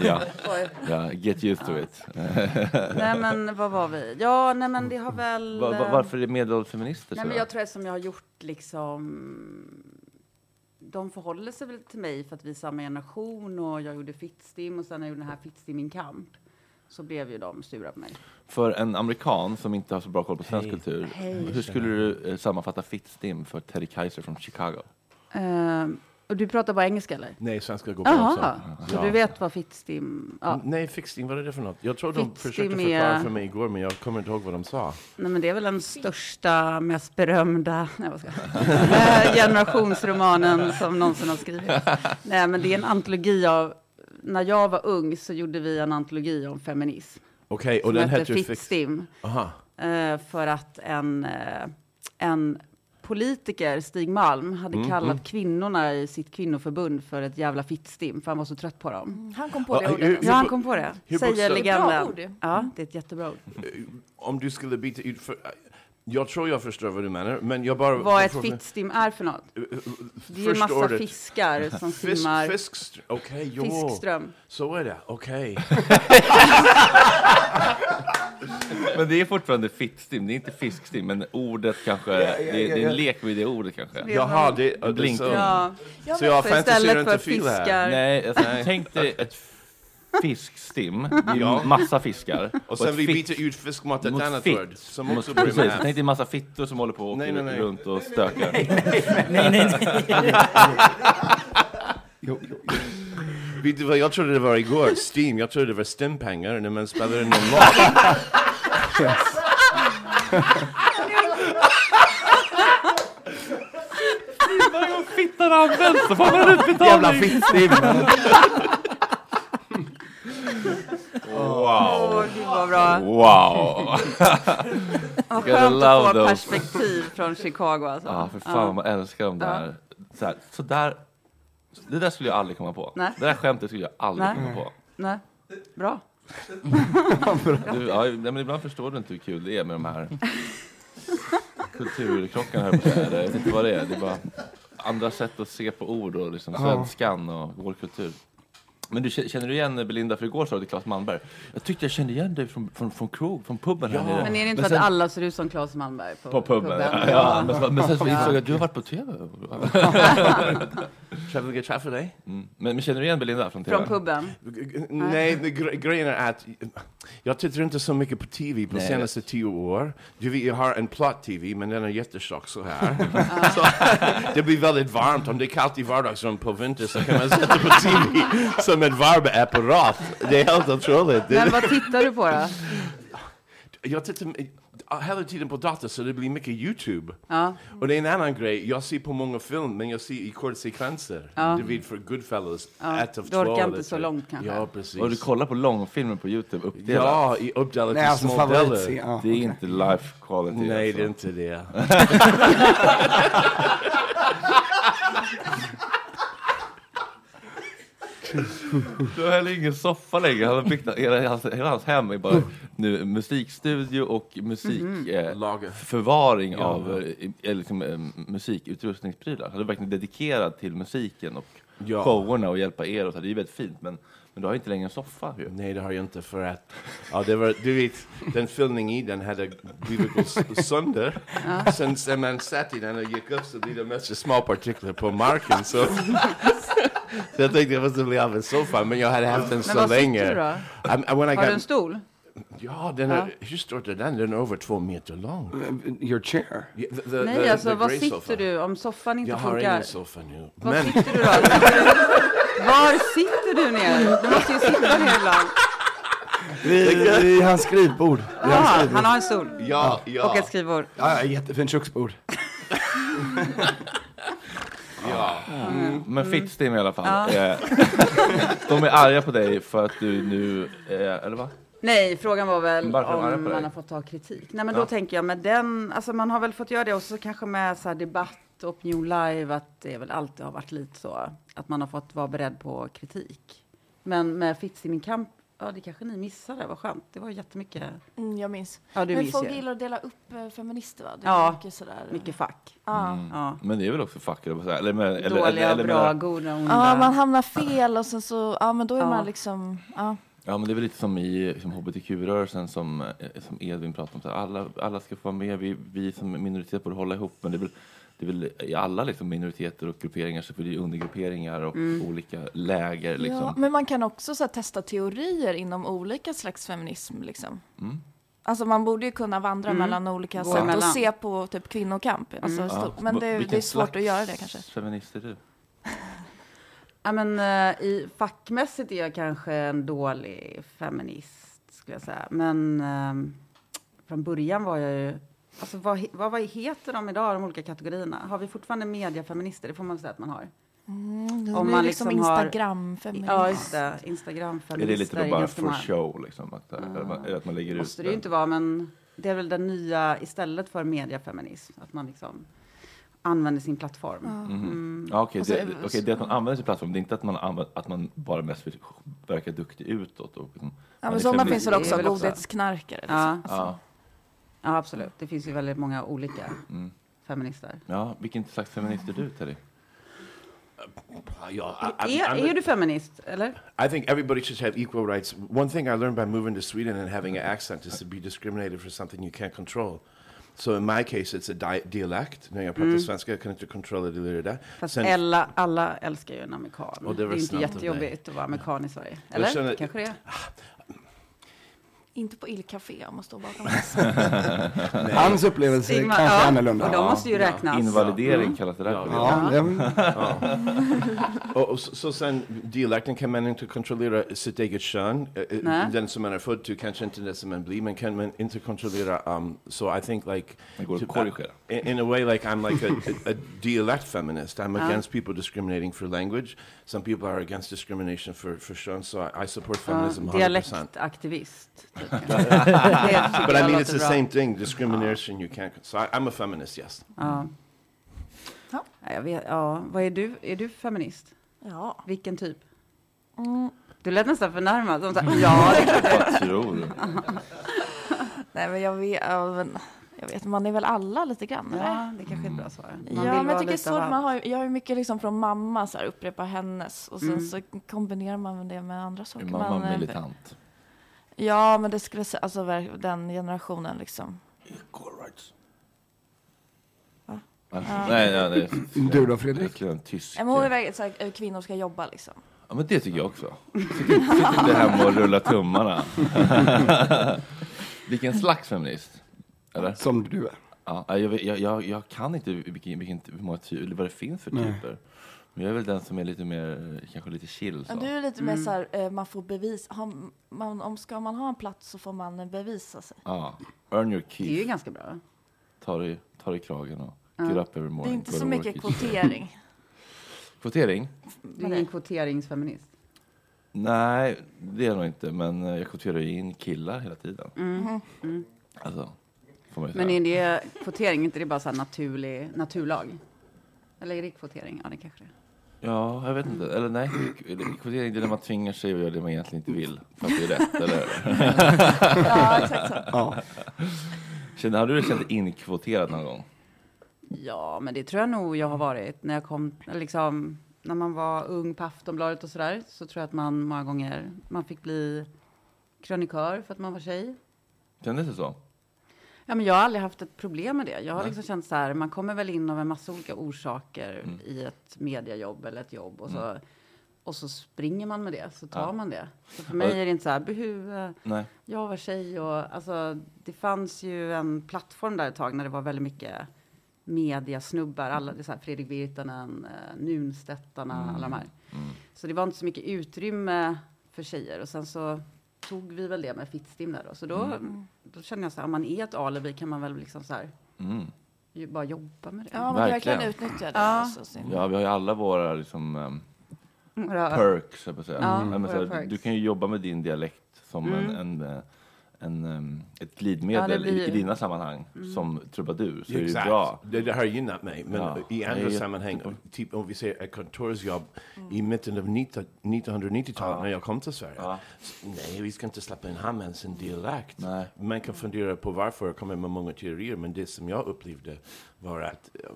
[SPEAKER 1] ja,
[SPEAKER 11] Oj.
[SPEAKER 1] ja, get used to it.
[SPEAKER 11] Nej men vad var vi? Ja, nej men det har väl... eh,
[SPEAKER 1] Va- va- varför är medelålders feminister
[SPEAKER 11] Nej,
[SPEAKER 1] så?
[SPEAKER 11] men jag tror att som jag har gjort liksom... De förhåller sig väl till mig för att vi är samma generation och jag gjorde Fittstim och sen när jag gjorde den här Fittstim min kamp så blev ju de sura på mig.
[SPEAKER 1] För en amerikan som inte har så bra koll på svensk kultur,
[SPEAKER 11] Hej.
[SPEAKER 1] hur skulle du eh, sammanfatta Fittstim för Teddy Kaiser från Chicago?
[SPEAKER 11] Ehm, och du pratar bara engelska eller?
[SPEAKER 5] Nej, svenska går bra
[SPEAKER 11] Jaha,
[SPEAKER 5] också.
[SPEAKER 11] så
[SPEAKER 5] Ja.
[SPEAKER 11] du vet vad Fittstim... Ja.
[SPEAKER 5] Nej, fixing, vad är det för något? Jag tror de
[SPEAKER 11] Fixing
[SPEAKER 5] försökte
[SPEAKER 11] är-
[SPEAKER 5] förklara för mig igår, men jag kommer inte ihåg vad de sa.
[SPEAKER 11] Nej, men det är väl den största, mest berömda nej, vad ska jag, säga? Eh, generationsromanen som någonsin har skrivits. Nej, men det är en antologi av... När jag var ung så gjorde vi en antologi om feminism.
[SPEAKER 5] Okej, och
[SPEAKER 11] som
[SPEAKER 5] den
[SPEAKER 11] hette
[SPEAKER 5] hette fix-
[SPEAKER 11] Fittstim.
[SPEAKER 5] Aha.
[SPEAKER 11] Eh, för att en, eh, en politiker, Stig Malm, hade
[SPEAKER 5] Mm,
[SPEAKER 11] kallat
[SPEAKER 5] mm.
[SPEAKER 11] kvinnorna i sitt kvinnoförbund för ett jävla fittstim, för han var så trött på dem.
[SPEAKER 6] Han
[SPEAKER 5] kom på det Ja, ordet. hur-
[SPEAKER 11] Ja, han
[SPEAKER 5] hur-
[SPEAKER 11] kom på det.
[SPEAKER 5] hur
[SPEAKER 11] Säger
[SPEAKER 5] bokstavligt-
[SPEAKER 11] legenden.
[SPEAKER 5] Bra ord ju.
[SPEAKER 11] Ja, det är ett jättebra ord.
[SPEAKER 5] Om du skulle byta ut... För, eh, jag tror jag förstår vad du menar, men jag bara...
[SPEAKER 11] Vad ett fittstim är för något. Det är ju
[SPEAKER 5] eh,
[SPEAKER 11] en
[SPEAKER 5] Första
[SPEAKER 11] massa
[SPEAKER 5] ordet.
[SPEAKER 11] fiskar som
[SPEAKER 5] Fisk-
[SPEAKER 11] simmar.
[SPEAKER 5] fiskstr- okej, jo.
[SPEAKER 11] Fiskström.
[SPEAKER 5] Så är det, okej.
[SPEAKER 1] Men det är fortfarande fittstim, det är inte fiskstim, men ordet kanske,
[SPEAKER 5] Ja, ja,
[SPEAKER 1] det, är- det är
[SPEAKER 5] ja.
[SPEAKER 1] en lek med det ordet kanske.
[SPEAKER 5] Jaha, det- ja, det-
[SPEAKER 1] blinkar.
[SPEAKER 5] så- Ja.
[SPEAKER 6] Ja,
[SPEAKER 5] så jag
[SPEAKER 6] men-
[SPEAKER 5] fantiserar
[SPEAKER 6] istället
[SPEAKER 5] inte
[SPEAKER 6] för
[SPEAKER 5] fel
[SPEAKER 6] fiskar.
[SPEAKER 5] här.
[SPEAKER 1] Nej, alltså, tänk dig ett fiskstim, det är
[SPEAKER 5] Ja.
[SPEAKER 1] massa fiskar.
[SPEAKER 5] Och sen
[SPEAKER 1] ett
[SPEAKER 5] vi
[SPEAKER 1] fit-
[SPEAKER 5] byter ut fisk mot ett
[SPEAKER 1] mot
[SPEAKER 5] annat
[SPEAKER 1] fitt.
[SPEAKER 5] ord. Som
[SPEAKER 1] Mot-
[SPEAKER 5] också börjar med
[SPEAKER 1] Precis,
[SPEAKER 5] F.
[SPEAKER 1] tänk dig en massa fittor som håller på och
[SPEAKER 5] Nej,
[SPEAKER 1] åker
[SPEAKER 5] nej, nej.
[SPEAKER 1] runt och stökar.
[SPEAKER 5] Nej, nej, nej. Nej, nej, nej. Vet du vad jag trodde det var igår? Steam. Jag trodde det var stimpengar när man spelar in någon låt.
[SPEAKER 9] Varje gång fittan används så får man en utbetalning!
[SPEAKER 5] Jävla fittstim.
[SPEAKER 11] Åh, gud vad bra.
[SPEAKER 1] Wow!
[SPEAKER 11] Vad
[SPEAKER 1] Gotta
[SPEAKER 11] skönt att
[SPEAKER 1] love
[SPEAKER 11] få
[SPEAKER 1] those.
[SPEAKER 11] perspektiv från Chicago alltså.
[SPEAKER 1] Ja, för fan vad man älskar de där. Så, här, så där, det där skulle jag aldrig komma på.
[SPEAKER 11] Nej.
[SPEAKER 1] Det där skämtet skulle jag aldrig komma
[SPEAKER 5] Mm.
[SPEAKER 1] på.
[SPEAKER 11] Nej. Bra.
[SPEAKER 1] Du, ja, nej, men ibland förstår du inte hur kul det är med de här kulturkrockarna, höll jag på att säga. Jag vet inte vad det är. Det är bara andra sätt att se på ord och liksom
[SPEAKER 5] Ja.
[SPEAKER 1] svenskan och vår kultur. Men du, k- känner du igen Belinda? För igår sa du till Claes Malmberg, jag tyckte jag kände igen dig från, från, från krog, från puben här nere.
[SPEAKER 11] Men är det inte för
[SPEAKER 1] Men
[SPEAKER 11] att
[SPEAKER 1] sen-
[SPEAKER 11] alla ser ut som Claes Malmberg på,
[SPEAKER 1] På puben? Ja,
[SPEAKER 11] Ja.
[SPEAKER 1] Men, så- men sen så
[SPEAKER 11] Ja.
[SPEAKER 1] insåg jag att du har varit på TV. Traveling Get Travel Day. Mm. Men, men känner du igen Belinda från TV?
[SPEAKER 11] Från puben?
[SPEAKER 5] Nej, det gre- grejen är att jag tittar inte så mycket på TV på
[SPEAKER 1] Nej.
[SPEAKER 5] senaste tio år. Du vet, jag har en platt-TV, men den är jättetjock så här. så, det blir väldigt varmt. Om det är kallt i vardagsrum på vintern så kan man sätta på TV som en värmeapparat. Det är helt otroligt. Det-
[SPEAKER 11] Men vad tittar du på då?
[SPEAKER 5] jag tittar eh, hela tiden på dator så det blir mycket Youtube.
[SPEAKER 11] Ja. Mm.
[SPEAKER 5] Och det är en annan grej, jag ser på många film men jag ser i kortsekvenser.
[SPEAKER 11] Ja.
[SPEAKER 5] Du vet för Goodfellas,
[SPEAKER 11] Ja,
[SPEAKER 5] ett av
[SPEAKER 11] du orkar
[SPEAKER 5] två
[SPEAKER 11] inte
[SPEAKER 5] eller
[SPEAKER 11] så
[SPEAKER 5] tre.
[SPEAKER 11] långt kanske.
[SPEAKER 5] Ja, precis.
[SPEAKER 1] Och du kollar på långfilmer på Youtube uppdelat?
[SPEAKER 5] Ja, i uppdelat
[SPEAKER 4] Nej,
[SPEAKER 5] i
[SPEAKER 4] alltså
[SPEAKER 5] små
[SPEAKER 4] favorit-
[SPEAKER 5] delar.
[SPEAKER 4] ja,
[SPEAKER 1] Det är inte life quality. alltså.
[SPEAKER 5] Nej, det är inte det.
[SPEAKER 1] Du har heller ingen soffa längre. Han har byggt hela, hans- hela hans hem är bara nu musikstudio och
[SPEAKER 5] Mhm.
[SPEAKER 1] musikförvaring eh, förvaring
[SPEAKER 5] Ja.
[SPEAKER 1] av eh, eh, liksom, eh, musikutrustningsprylar. Han är verkligen dedikerad till musiken och
[SPEAKER 5] Ja.
[SPEAKER 1] showerna och hjälpa er. Och så. Det är ju väldigt fint, men, men du har ju inte längre en soffa. Ju.
[SPEAKER 5] Nej, det har jag inte för att... Ja, det var, du vet, den fyllningen i den hade blivit gå s- sönder.
[SPEAKER 9] Ja.
[SPEAKER 5] Sen, sen man satt i den och gick upp så blev det mest små partiklar på marken. Så. så jag tänkte jag måste bli av en soffa, men jag hade haft den
[SPEAKER 11] Men
[SPEAKER 5] så
[SPEAKER 11] vad sitter
[SPEAKER 5] länge.
[SPEAKER 11] du då?
[SPEAKER 5] Um, uh, when I
[SPEAKER 11] Har du
[SPEAKER 5] got-
[SPEAKER 11] en stol?
[SPEAKER 5] Ja, den eh, är, hur stort är den? Den är över två meter lång.
[SPEAKER 4] Eh, Your chair?
[SPEAKER 5] Yeah, the, the,
[SPEAKER 11] Nej,
[SPEAKER 5] the,
[SPEAKER 11] alltså
[SPEAKER 5] the
[SPEAKER 11] var
[SPEAKER 5] grey
[SPEAKER 11] sitter
[SPEAKER 5] sofa.
[SPEAKER 11] du om soffan inte
[SPEAKER 5] jag
[SPEAKER 11] funkar?
[SPEAKER 5] Jag har ingen soffa nu.
[SPEAKER 11] Var sitter du då? Var sitter du ner? Du måste ju sitta ner ibland.
[SPEAKER 4] Vid, vid hans skrivbord. Vid
[SPEAKER 11] Ah,
[SPEAKER 4] hans skrivbord.
[SPEAKER 11] han har en stol.
[SPEAKER 5] Ja, ja.
[SPEAKER 11] Och ett skrivbord.
[SPEAKER 4] Ja, ja, jättefint köksbord.
[SPEAKER 5] Ja.
[SPEAKER 1] Mm. Men Fittstim i alla fall.
[SPEAKER 11] Ja.
[SPEAKER 1] Eh, De är arga på dig för att du nu, eh, eller va?
[SPEAKER 11] Nej, frågan var väl
[SPEAKER 1] Varför är de arga på
[SPEAKER 11] om
[SPEAKER 1] dig?
[SPEAKER 11] man har fått ta kritik. Nej, men
[SPEAKER 1] Ja.
[SPEAKER 11] då tänker jag med den, alltså man har väl fått göra det och så kanske med så här debatt och opinion live att det väl alltid har varit lite så att man har fått vara beredd på kritik. Men med Fitz i min kamp, ja det kanske ni missade, vad skönt. Det var ju jättemycket.
[SPEAKER 6] Mm, jag minns.
[SPEAKER 11] Ja, du
[SPEAKER 6] men
[SPEAKER 11] minns
[SPEAKER 6] folk
[SPEAKER 11] ju.
[SPEAKER 6] gillar att dela upp eh, feminister va? Det är
[SPEAKER 11] Ja,
[SPEAKER 6] mycket sådär. eh,
[SPEAKER 11] mycket fack.
[SPEAKER 6] Ja.
[SPEAKER 1] Mm.
[SPEAKER 11] Ja.
[SPEAKER 1] Men det är väl också fuck, eller, vad säger jag? eller, med- eller,
[SPEAKER 11] Dåliga,
[SPEAKER 1] eller, eller
[SPEAKER 11] bra,
[SPEAKER 1] med-
[SPEAKER 11] goda, onda.
[SPEAKER 6] Ja, man hamnar fel och sen så, ja men då är
[SPEAKER 11] Mm. Ja.
[SPEAKER 6] man liksom, ja.
[SPEAKER 1] Ja, men det är väl lite som i som hbtq-rörelsen som, eh, som Edvin pratade om. Så här, alla, alla ska få vara med. Vi, vi som minoritet borde hålla ihop. Men det är väl, det är väl i alla liksom, minoriteter och grupperingar så blir det ju undergrupperingar och
[SPEAKER 6] Mm.
[SPEAKER 1] olika läger.
[SPEAKER 6] ja.
[SPEAKER 1] Liksom.
[SPEAKER 6] Men man kan också så här, testa teorier inom olika slags feminism liksom.
[SPEAKER 1] Mm.
[SPEAKER 6] Alltså man borde ju kunna vandra
[SPEAKER 11] Mm.
[SPEAKER 6] mellan olika
[SPEAKER 11] Gå
[SPEAKER 6] sätt och
[SPEAKER 11] emellan.
[SPEAKER 6] se på typ kvinnokamp. Alltså,
[SPEAKER 11] Mm.
[SPEAKER 6] stort.
[SPEAKER 1] Ja.
[SPEAKER 6] Men
[SPEAKER 1] Va-
[SPEAKER 6] det, det är
[SPEAKER 1] vilken
[SPEAKER 6] svårt att
[SPEAKER 1] slags
[SPEAKER 6] göra det kanske.
[SPEAKER 1] feminist är du?
[SPEAKER 11] Ja, men eh, i fackmässigt är jag kanske en dålig feminist, skulle jag säga. Men ehm, från början var jag ju... Alltså, vad, he- vad, vad heter de idag, de olika kategorierna? Har vi fortfarande mediafeminister? Det får man säga att man har.
[SPEAKER 6] Mm, det blir liksom
[SPEAKER 11] har-
[SPEAKER 6] Instagram-feminist.
[SPEAKER 11] Ja, just det. Instagramfeminister
[SPEAKER 1] Är det lite då bara
[SPEAKER 11] ganska
[SPEAKER 1] för
[SPEAKER 11] många.
[SPEAKER 1] show? Liksom, att, eller att man lägger
[SPEAKER 11] Måste
[SPEAKER 1] ut
[SPEAKER 11] det ju
[SPEAKER 1] det?
[SPEAKER 11] inte vara, men det är väl den nya istället för mediafeminism, att man liksom använder sin plattform.
[SPEAKER 1] Mhm.
[SPEAKER 11] Mm.
[SPEAKER 1] Ja, Okej,
[SPEAKER 11] Och
[SPEAKER 6] Alltså,
[SPEAKER 11] så
[SPEAKER 6] eh,
[SPEAKER 1] det,
[SPEAKER 11] är väl-
[SPEAKER 1] okej, det är att man använder sin plattform, det är inte att man, använder, att man bara mest vill verka duktig utåt. Och, liksom,
[SPEAKER 6] Ja,
[SPEAKER 1] man
[SPEAKER 6] men sådana
[SPEAKER 1] exempelvis-
[SPEAKER 6] finns väl också,
[SPEAKER 11] väl också-
[SPEAKER 6] godhetsknarkare. Liksom.
[SPEAKER 11] Ja.
[SPEAKER 1] Ja.
[SPEAKER 11] ja, absolut. Det finns ju väldigt många olika
[SPEAKER 1] Mm.
[SPEAKER 11] feminister.
[SPEAKER 1] Ja, vilken slags feminist är du, Terry?
[SPEAKER 5] Ah, Ja, I- I'm-
[SPEAKER 11] Är,
[SPEAKER 5] I'm-
[SPEAKER 11] är du feminist, eller?
[SPEAKER 5] I think everybody should have equal rights. One thing I learned by moving to Sweden and having an accent is to be discriminated for something you can't control. So in my case it's a di- dialect. När jag pratar
[SPEAKER 11] Mm.
[SPEAKER 5] svenska jag kan inte kontrollera det eller det där.
[SPEAKER 11] Fast alla, alla älskar ju en amerikan.
[SPEAKER 5] Och det
[SPEAKER 11] det
[SPEAKER 5] var
[SPEAKER 11] är inte
[SPEAKER 5] snällt av dig.
[SPEAKER 11] jättejobbigt att vara amerikan i Sverige.
[SPEAKER 5] Jag
[SPEAKER 11] Eller?
[SPEAKER 5] känner-
[SPEAKER 11] Kanske det är.
[SPEAKER 6] Inte på illcafé om man står bakom
[SPEAKER 1] Nej.
[SPEAKER 4] Hans upplevelse Stigma- kanske är ja, annorlunda. och de måste ju räknas.
[SPEAKER 1] Invalidering
[SPEAKER 4] Mm.
[SPEAKER 1] kallas det där.
[SPEAKER 4] Ja,
[SPEAKER 1] på
[SPEAKER 4] ja.
[SPEAKER 1] det.
[SPEAKER 5] Ja. och, och så, så sen, dialekten kan man inte kontrollera sitt eget kön. Eh, eh,
[SPEAKER 11] Nej.
[SPEAKER 5] Den som man är född till kanske inte den som man blir, men kan man inte kontrollera. Um, so I think like...
[SPEAKER 1] Det går att
[SPEAKER 5] typ,
[SPEAKER 1] korrigera.
[SPEAKER 5] In, in a way like I'm like a, a, a dialect feminist. I'm
[SPEAKER 11] Ja.
[SPEAKER 5] against people discriminating for language. Some people are against discrimination for, for kön, so I, I support
[SPEAKER 11] Ja,
[SPEAKER 5] feminism 100%.
[SPEAKER 11] dialektaktivist. typ. Det tycker
[SPEAKER 5] But I
[SPEAKER 11] jag
[SPEAKER 5] mean,
[SPEAKER 11] låter
[SPEAKER 5] it's the
[SPEAKER 11] bra.
[SPEAKER 5] same thing. Discrimination, you can't. So I, I'm a feminist, yes.
[SPEAKER 11] Ja. Mm. Ja, jag vet, ja. Vad är du? Är du feminist?
[SPEAKER 6] Ja. Mm.
[SPEAKER 11] Vilken typ? Du lät nästan förnärmad. Som så här, ja, det är klart jag-
[SPEAKER 1] Vad tror du?
[SPEAKER 6] Nej, men jag vet, ja, men jag vet, man är väl alla lite grann,
[SPEAKER 11] Ja,
[SPEAKER 6] eller?
[SPEAKER 11] det kanske är ett bra svar. Man
[SPEAKER 6] Ja,
[SPEAKER 11] vill
[SPEAKER 6] men
[SPEAKER 11] vara
[SPEAKER 6] jag tycker
[SPEAKER 11] lite
[SPEAKER 6] så.
[SPEAKER 11] av
[SPEAKER 6] att Man
[SPEAKER 11] allt.
[SPEAKER 6] har, ju- jag har ju mycket liksom från mamma, så här, upprepa hennes. Och sen
[SPEAKER 11] Mm.
[SPEAKER 6] så kombinerar man det med andra saker.
[SPEAKER 1] mamma
[SPEAKER 6] man, eh,
[SPEAKER 1] militant?
[SPEAKER 6] Ja, men det skulle jag säga, alltså ver- den generationen liksom. Equal rights. Ja.
[SPEAKER 1] Alltså, Nej, ja, det är,
[SPEAKER 4] Du då, Fredrik?
[SPEAKER 1] Jag skulle ha en tysk.
[SPEAKER 6] Men hon är verkligen så här, eh, kvinnor ska jobba liksom.
[SPEAKER 1] Ja, men det tycker jag också. Sitter sitter inte hemma och rullar tummarna. vilken slags feminist? Eller?
[SPEAKER 4] Som du är.
[SPEAKER 1] Ja, jag, vet- jag, jag, jag kan inte vilken, vilken, hur många ty- eller vad det finns för
[SPEAKER 4] Nej.
[SPEAKER 1] typer. Men jag är väl den som är lite mer, eh, kanske lite chill. Så.
[SPEAKER 6] Ja, du är lite
[SPEAKER 4] Mm.
[SPEAKER 11] Mm.
[SPEAKER 6] mer så här, eh, man får bevis. Har, man, om ska man ha en plats så får man eh, bevisa sig.
[SPEAKER 1] Ja. Earn your
[SPEAKER 11] Det är ju
[SPEAKER 1] keep.
[SPEAKER 11] ganska bra.
[SPEAKER 1] Ta dig, ta dig i kragen och
[SPEAKER 11] Ja.
[SPEAKER 1] get up every
[SPEAKER 6] Det är
[SPEAKER 1] morning.
[SPEAKER 6] inte
[SPEAKER 1] go
[SPEAKER 6] så
[SPEAKER 1] to work
[SPEAKER 6] mycket
[SPEAKER 1] each day.
[SPEAKER 6] kvotering.
[SPEAKER 1] Kvotering?
[SPEAKER 11] Du är ingen kvoteringsfeminist.
[SPEAKER 1] Nej, det är jag nog inte. Men eh, jag kvoterar ju in killar hela tiden.
[SPEAKER 11] Mm. Mm.
[SPEAKER 1] Alltså, får man ju säga.
[SPEAKER 11] Men är det kvotering? Inte det bara så här naturlig, naturlag? Eller är det kvotering? Ja, det kanske det är.
[SPEAKER 1] Ja, jag vet inte. Eller nej, eller kvotering det är när man tvingar sig att göra det man egentligen inte vill. För att det är rätt, eller?
[SPEAKER 6] Ja, exakt så.
[SPEAKER 1] Ja. Känner, har du känt dig inkvoterad någon gång?
[SPEAKER 11] Ja, men det tror jag nog jag har varit när jag kom, eller liksom, när man var ung på Aftonbladet och sådär, så tror jag att man många gånger, man fick bli krönikör för att man var tjej.
[SPEAKER 1] Kändes det så?
[SPEAKER 11] Ja, men jag har aldrig haft ett problem med det. Jag har
[SPEAKER 1] Nej.
[SPEAKER 11] liksom känt så här, man kommer väl in av en massa olika orsaker
[SPEAKER 1] Mm.
[SPEAKER 11] i ett mediajobb eller ett jobb och så,
[SPEAKER 1] Mm.
[SPEAKER 11] och så springer man med det, så tar
[SPEAKER 1] Ja.
[SPEAKER 11] man det. Så för
[SPEAKER 1] Ja,
[SPEAKER 11] mig
[SPEAKER 1] det-
[SPEAKER 11] är det inte så här, buhu, eh,
[SPEAKER 1] Nej.
[SPEAKER 11] jag var tjej och alltså, det fanns ju en plattform där ett tag när det var väldigt mycket mediasnubbar, alla, det är så här, Fredrik Virtanen, eh, Nunstedtarna, alla
[SPEAKER 1] Mm.
[SPEAKER 11] de här. Så det var inte så mycket utrymme för tjejer och sen så tog vi väl det med Fittstim där då. Så då,
[SPEAKER 1] Mm.
[SPEAKER 11] då kände jag så här, om man är ett alibi kan man väl liksom så här,
[SPEAKER 1] Mm.
[SPEAKER 11] ju, bara jobba med det.
[SPEAKER 6] Ja, man kan verkligen Verkligen. utnyttja det alltså.
[SPEAKER 11] Ja.
[SPEAKER 6] också, sin-
[SPEAKER 1] Ja, vi har ju alla våra liksom, ehm,
[SPEAKER 11] Våra-
[SPEAKER 1] perks, jag på att säga.
[SPEAKER 11] Ja,
[SPEAKER 1] Nej, men, så,
[SPEAKER 11] våra
[SPEAKER 1] här,
[SPEAKER 11] perks.
[SPEAKER 1] Du kan ju jobba med din dialekt som en,
[SPEAKER 11] Mm.
[SPEAKER 1] en, eh, en, ehm, ett glidmedel
[SPEAKER 11] Ja, det blir- Mm.
[SPEAKER 1] i, i dina sammanhang som trubadur. Så är det ju
[SPEAKER 5] Exakt.
[SPEAKER 1] bra.
[SPEAKER 5] Det, det har gynnat mig. Men
[SPEAKER 1] Ja,
[SPEAKER 5] i andra
[SPEAKER 1] det är
[SPEAKER 5] sammanhang, typ om vi säger ett kontorsjobb i mitten av 19- 1990-talet när jag kom till Sverige. Så, nej, vi ska inte släppa in han med ens en dialekt. Man kan fundera på varför jag kommer med många teorier, men det som jag upplevde var att eh,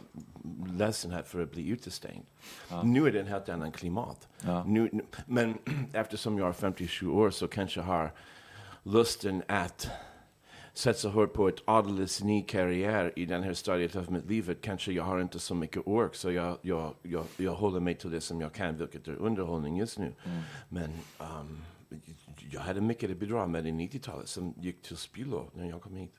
[SPEAKER 5] ledsenhet för att bli utestängd.
[SPEAKER 1] Ja.
[SPEAKER 5] Nu är det en helt annan klimat.
[SPEAKER 1] Ja.
[SPEAKER 5] Nu, nu- men eftersom jag är 57 år så kanske jag har lusten att satsa hårt på ett alldeles ny karriär i den här stadiet av mitt liv. Kanske jag har inte så mycket ork, så jag, jag, jag, jag håller mig till det som jag kan, vilket är underhållning just nu. Men um, jag hade mycket att bidra med i 90-talet som gick till spillo när jag kom hit.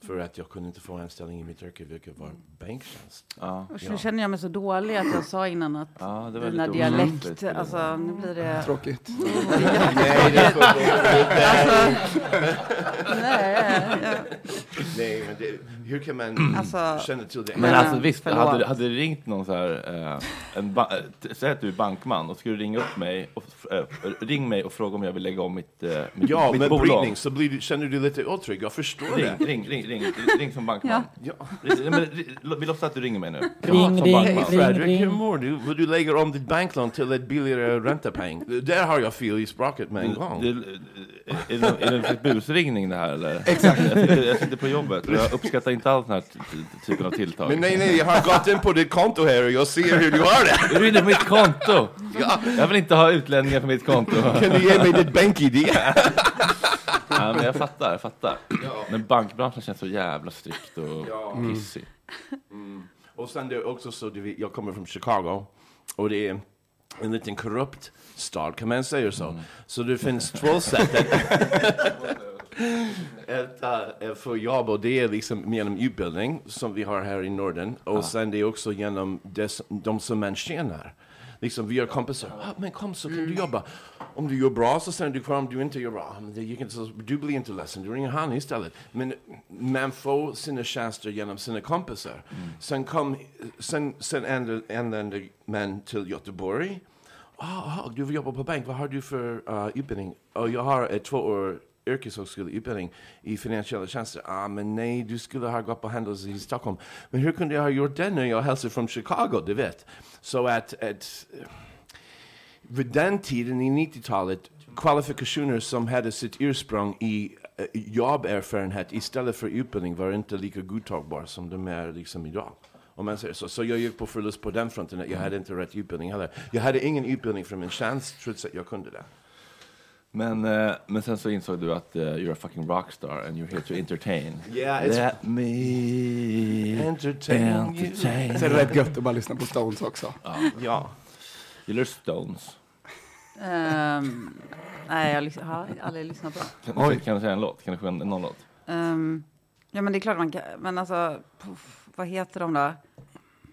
[SPEAKER 5] För att jag kunde inte få anställning i mitt yrke, vilket var bänktjänst.
[SPEAKER 11] Usch, Nu känner jag mig så dålig att jag sa innan att
[SPEAKER 5] Ja, det var
[SPEAKER 11] dina
[SPEAKER 5] lite olämpligt,
[SPEAKER 11] dialekt,
[SPEAKER 5] det där.
[SPEAKER 11] alltså nu blir det...
[SPEAKER 4] Tråkigt.
[SPEAKER 11] Oh,
[SPEAKER 4] Nej, det är
[SPEAKER 11] jättetråkigt.
[SPEAKER 4] så dåligt.
[SPEAKER 11] alltså, nej.
[SPEAKER 5] Nej, men det, hur kan man
[SPEAKER 11] Alltså-
[SPEAKER 5] känna till det?
[SPEAKER 1] Mm. Men alltså visst,
[SPEAKER 5] Förlåt.
[SPEAKER 1] hade, hade det ringt någon så här, eh, en ba- t- säg att du är bankman och skulle ringa upp mig och, f- eh, ring mig och fråga om jag vill lägga om mitt, eh, mitt,
[SPEAKER 5] Ja,
[SPEAKER 1] mitt
[SPEAKER 5] med
[SPEAKER 1] bolag.
[SPEAKER 5] brytning så blir, du- känner du lite otrygg. Jag förstår
[SPEAKER 1] Ring,
[SPEAKER 5] det.
[SPEAKER 1] ring, ring, ring, ring som bankman.
[SPEAKER 5] Ja.
[SPEAKER 1] Ja, men, ri- vi låtsas att du ringer mig nu.
[SPEAKER 5] Ring,
[SPEAKER 1] som
[SPEAKER 5] ring,
[SPEAKER 1] bankman.
[SPEAKER 5] Hej Fredrik, hur mår du? Vill Du lägger om ditt banklån till ett billigare räntepeng. Där har jag fel i språket med en gång.
[SPEAKER 1] Det- det- Är det, är det en slags busringning det här eller?
[SPEAKER 5] Exakt.
[SPEAKER 1] Jag sitter, jag sitter på jobbet och jag uppskattar inte alls den här ty- ty- typen av tilltag.
[SPEAKER 5] Men nej, nej, jag har gått in på ditt konto här och jag ser hur du har det.
[SPEAKER 1] Är du inne på mitt konto? Jag vill inte ha utlänningar på mitt konto.
[SPEAKER 5] Kan du ge mig ditt bank-id?
[SPEAKER 1] Ja, men jag fattar, jag fattar. Men bankbranschen känns så jävla strikt och
[SPEAKER 5] Ja.
[SPEAKER 1] pissig.
[SPEAKER 5] Mm. Och sen det är också så, du vet, jag kommer från Chicago och det är en liten korrupt stad, kan man säga så? Så det finns två sätt att, att äh, få jobb och det är liksom genom utbildning som vi har här i Norden och
[SPEAKER 1] Ah.
[SPEAKER 5] sen det är också genom des, de som man tjänar. Liksom vi har kompisar, ah, men kom så kan du jobba. Om du gör bra så stannar du kvar, om du inte gör bra, ah, men det gick inte så, du blir inte ledsen, du ringer han istället. Men man får sina tjänster genom sina kompisar. Sen, kom, sen, sen ändå- anlände man till Göteborg. Ah, ah, du jobbar på bank, vad har du för uh, utbildning? "Ah, jag har ett två år yrkeshögskoleutbildning i finansiella tjänster. Ah, men nej, du skulle ha gått på Handels i Stockholm. Men hur kunde jag ha gjort det när jag hälsar från Chicago, du vet? Så att, att vid den tiden, i 90-talet, kvalifikationer som hade sitt ursprung i eh, jobberfarenhet istället för utbildning var inte lika godtagbara som de är liksom idag. Om man säger så. Så jag gick på förlust på den fronten, att jag hade inte rätt utbildning heller. Jag hade ingen utbildning från min tjänst, trots att jag kunde det. Mm.
[SPEAKER 1] Men, eh, men sen så insåg du att eh, you're a fucking rockstar and you're here to entertain.
[SPEAKER 5] Yeah, it's-
[SPEAKER 1] Let me
[SPEAKER 5] Entertain you.
[SPEAKER 1] entertain.
[SPEAKER 4] Så är det rätt gött att bara lyssna på Stones också.
[SPEAKER 5] Ja.
[SPEAKER 1] Gillar du Stones?
[SPEAKER 11] Ehm, nej, jag lyssnar- har aldrig lyssnat på
[SPEAKER 1] Kan,
[SPEAKER 11] det.
[SPEAKER 1] kan du säga en låt? Kan du sjunga någon låt?
[SPEAKER 11] Ehm, ja, men det är klart man kan. Men alltså, puff, vad heter de då? Nej,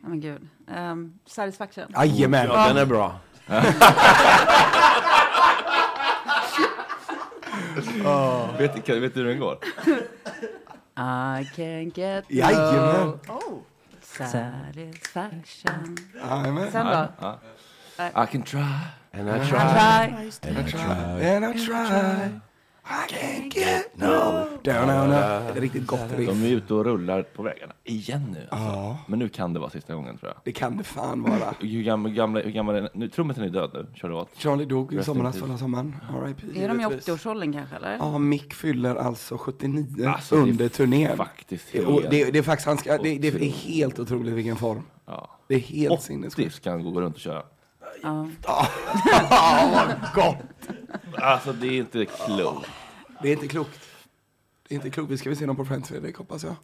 [SPEAKER 11] men gud. Um, Satisfaction.
[SPEAKER 4] Jajamän.
[SPEAKER 5] Ja, den är bra. Ah.
[SPEAKER 1] Vet, kan, vet du hur den går?
[SPEAKER 11] I can get
[SPEAKER 1] Jajamän.
[SPEAKER 11] no satisfaction.
[SPEAKER 4] Jajamän.
[SPEAKER 11] Sen då?
[SPEAKER 1] Ja.
[SPEAKER 11] Nej.
[SPEAKER 1] I can try.
[SPEAKER 5] And
[SPEAKER 11] I try. I try.
[SPEAKER 1] And I try.
[SPEAKER 4] And I try.
[SPEAKER 9] Mm.
[SPEAKER 4] I can't get no. Down, down, down. Ett riktigt gott riff.
[SPEAKER 1] De är ute och rullar på vägarna igen nu. Alltså.
[SPEAKER 4] Ja.
[SPEAKER 1] Men nu kan det vara sista gången tror jag.
[SPEAKER 4] Det kan det fan vara.
[SPEAKER 1] Hur gammal, gamla, hur gammal är nu, Trummisen är död nu, Charlie Watt.
[SPEAKER 4] Charlie dog i
[SPEAKER 1] Rest in
[SPEAKER 4] somras,
[SPEAKER 1] peace.
[SPEAKER 4] förra sommaren. R.I.P.
[SPEAKER 11] Är de i
[SPEAKER 4] givetvis.
[SPEAKER 11] 80-årsåldern kanske eller?
[SPEAKER 4] Ja, Mick fyller alltså 79
[SPEAKER 1] Alltså, det är
[SPEAKER 4] under turnén.
[SPEAKER 1] faktiskt
[SPEAKER 4] Det- och
[SPEAKER 1] helt
[SPEAKER 4] det, det är faktiskt, han ska, det, det är
[SPEAKER 1] otroligt.
[SPEAKER 4] helt otroligt vilken form.
[SPEAKER 1] Ja.
[SPEAKER 4] Det är helt
[SPEAKER 1] 80
[SPEAKER 4] sinnessjukt.
[SPEAKER 1] ska han gå runt och köra.
[SPEAKER 11] Ja.
[SPEAKER 4] Gott!
[SPEAKER 1] Alltså det är inte klokt.
[SPEAKER 4] Det är inte klokt. Det är inte klokt. Vi ska väl se dem på Friends Fredrik, hoppas jag.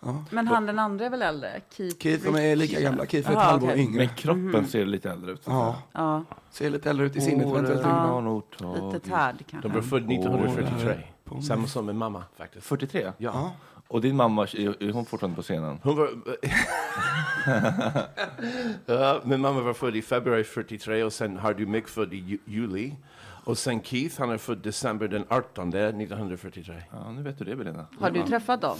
[SPEAKER 4] Ja.
[SPEAKER 11] Men han den andra är väl äldre? Keith,
[SPEAKER 4] Keith, de är
[SPEAKER 11] Richards.
[SPEAKER 4] lika gamla. Keith är ett
[SPEAKER 11] Jaha,
[SPEAKER 4] halvår
[SPEAKER 11] okej. Mhm.
[SPEAKER 4] yngre.
[SPEAKER 1] Men kroppen ser lite äldre ut. eh,
[SPEAKER 4] Ja.
[SPEAKER 11] Ja.
[SPEAKER 4] Ser lite äldre ut i sinnet.
[SPEAKER 1] Åh,
[SPEAKER 4] men
[SPEAKER 1] det
[SPEAKER 4] inte-
[SPEAKER 1] har nog
[SPEAKER 11] Lite
[SPEAKER 1] tagit.
[SPEAKER 11] tärd kanske.
[SPEAKER 5] De blev födda
[SPEAKER 1] Åh,
[SPEAKER 5] 1943.
[SPEAKER 1] där.
[SPEAKER 5] Samma som min mamma, faktiskt.
[SPEAKER 1] 43?
[SPEAKER 5] Ja.
[SPEAKER 1] Och din mamma, är är hon fortfarande på scenen?
[SPEAKER 5] Hon var... ja, Eh, min mamma var född i februari 43 och sen har du Mick född i ju- juli. Och sen Keith, han är född december den 18 1943.
[SPEAKER 1] Ja, nu vet du det Belina.
[SPEAKER 11] Har du träffat dem?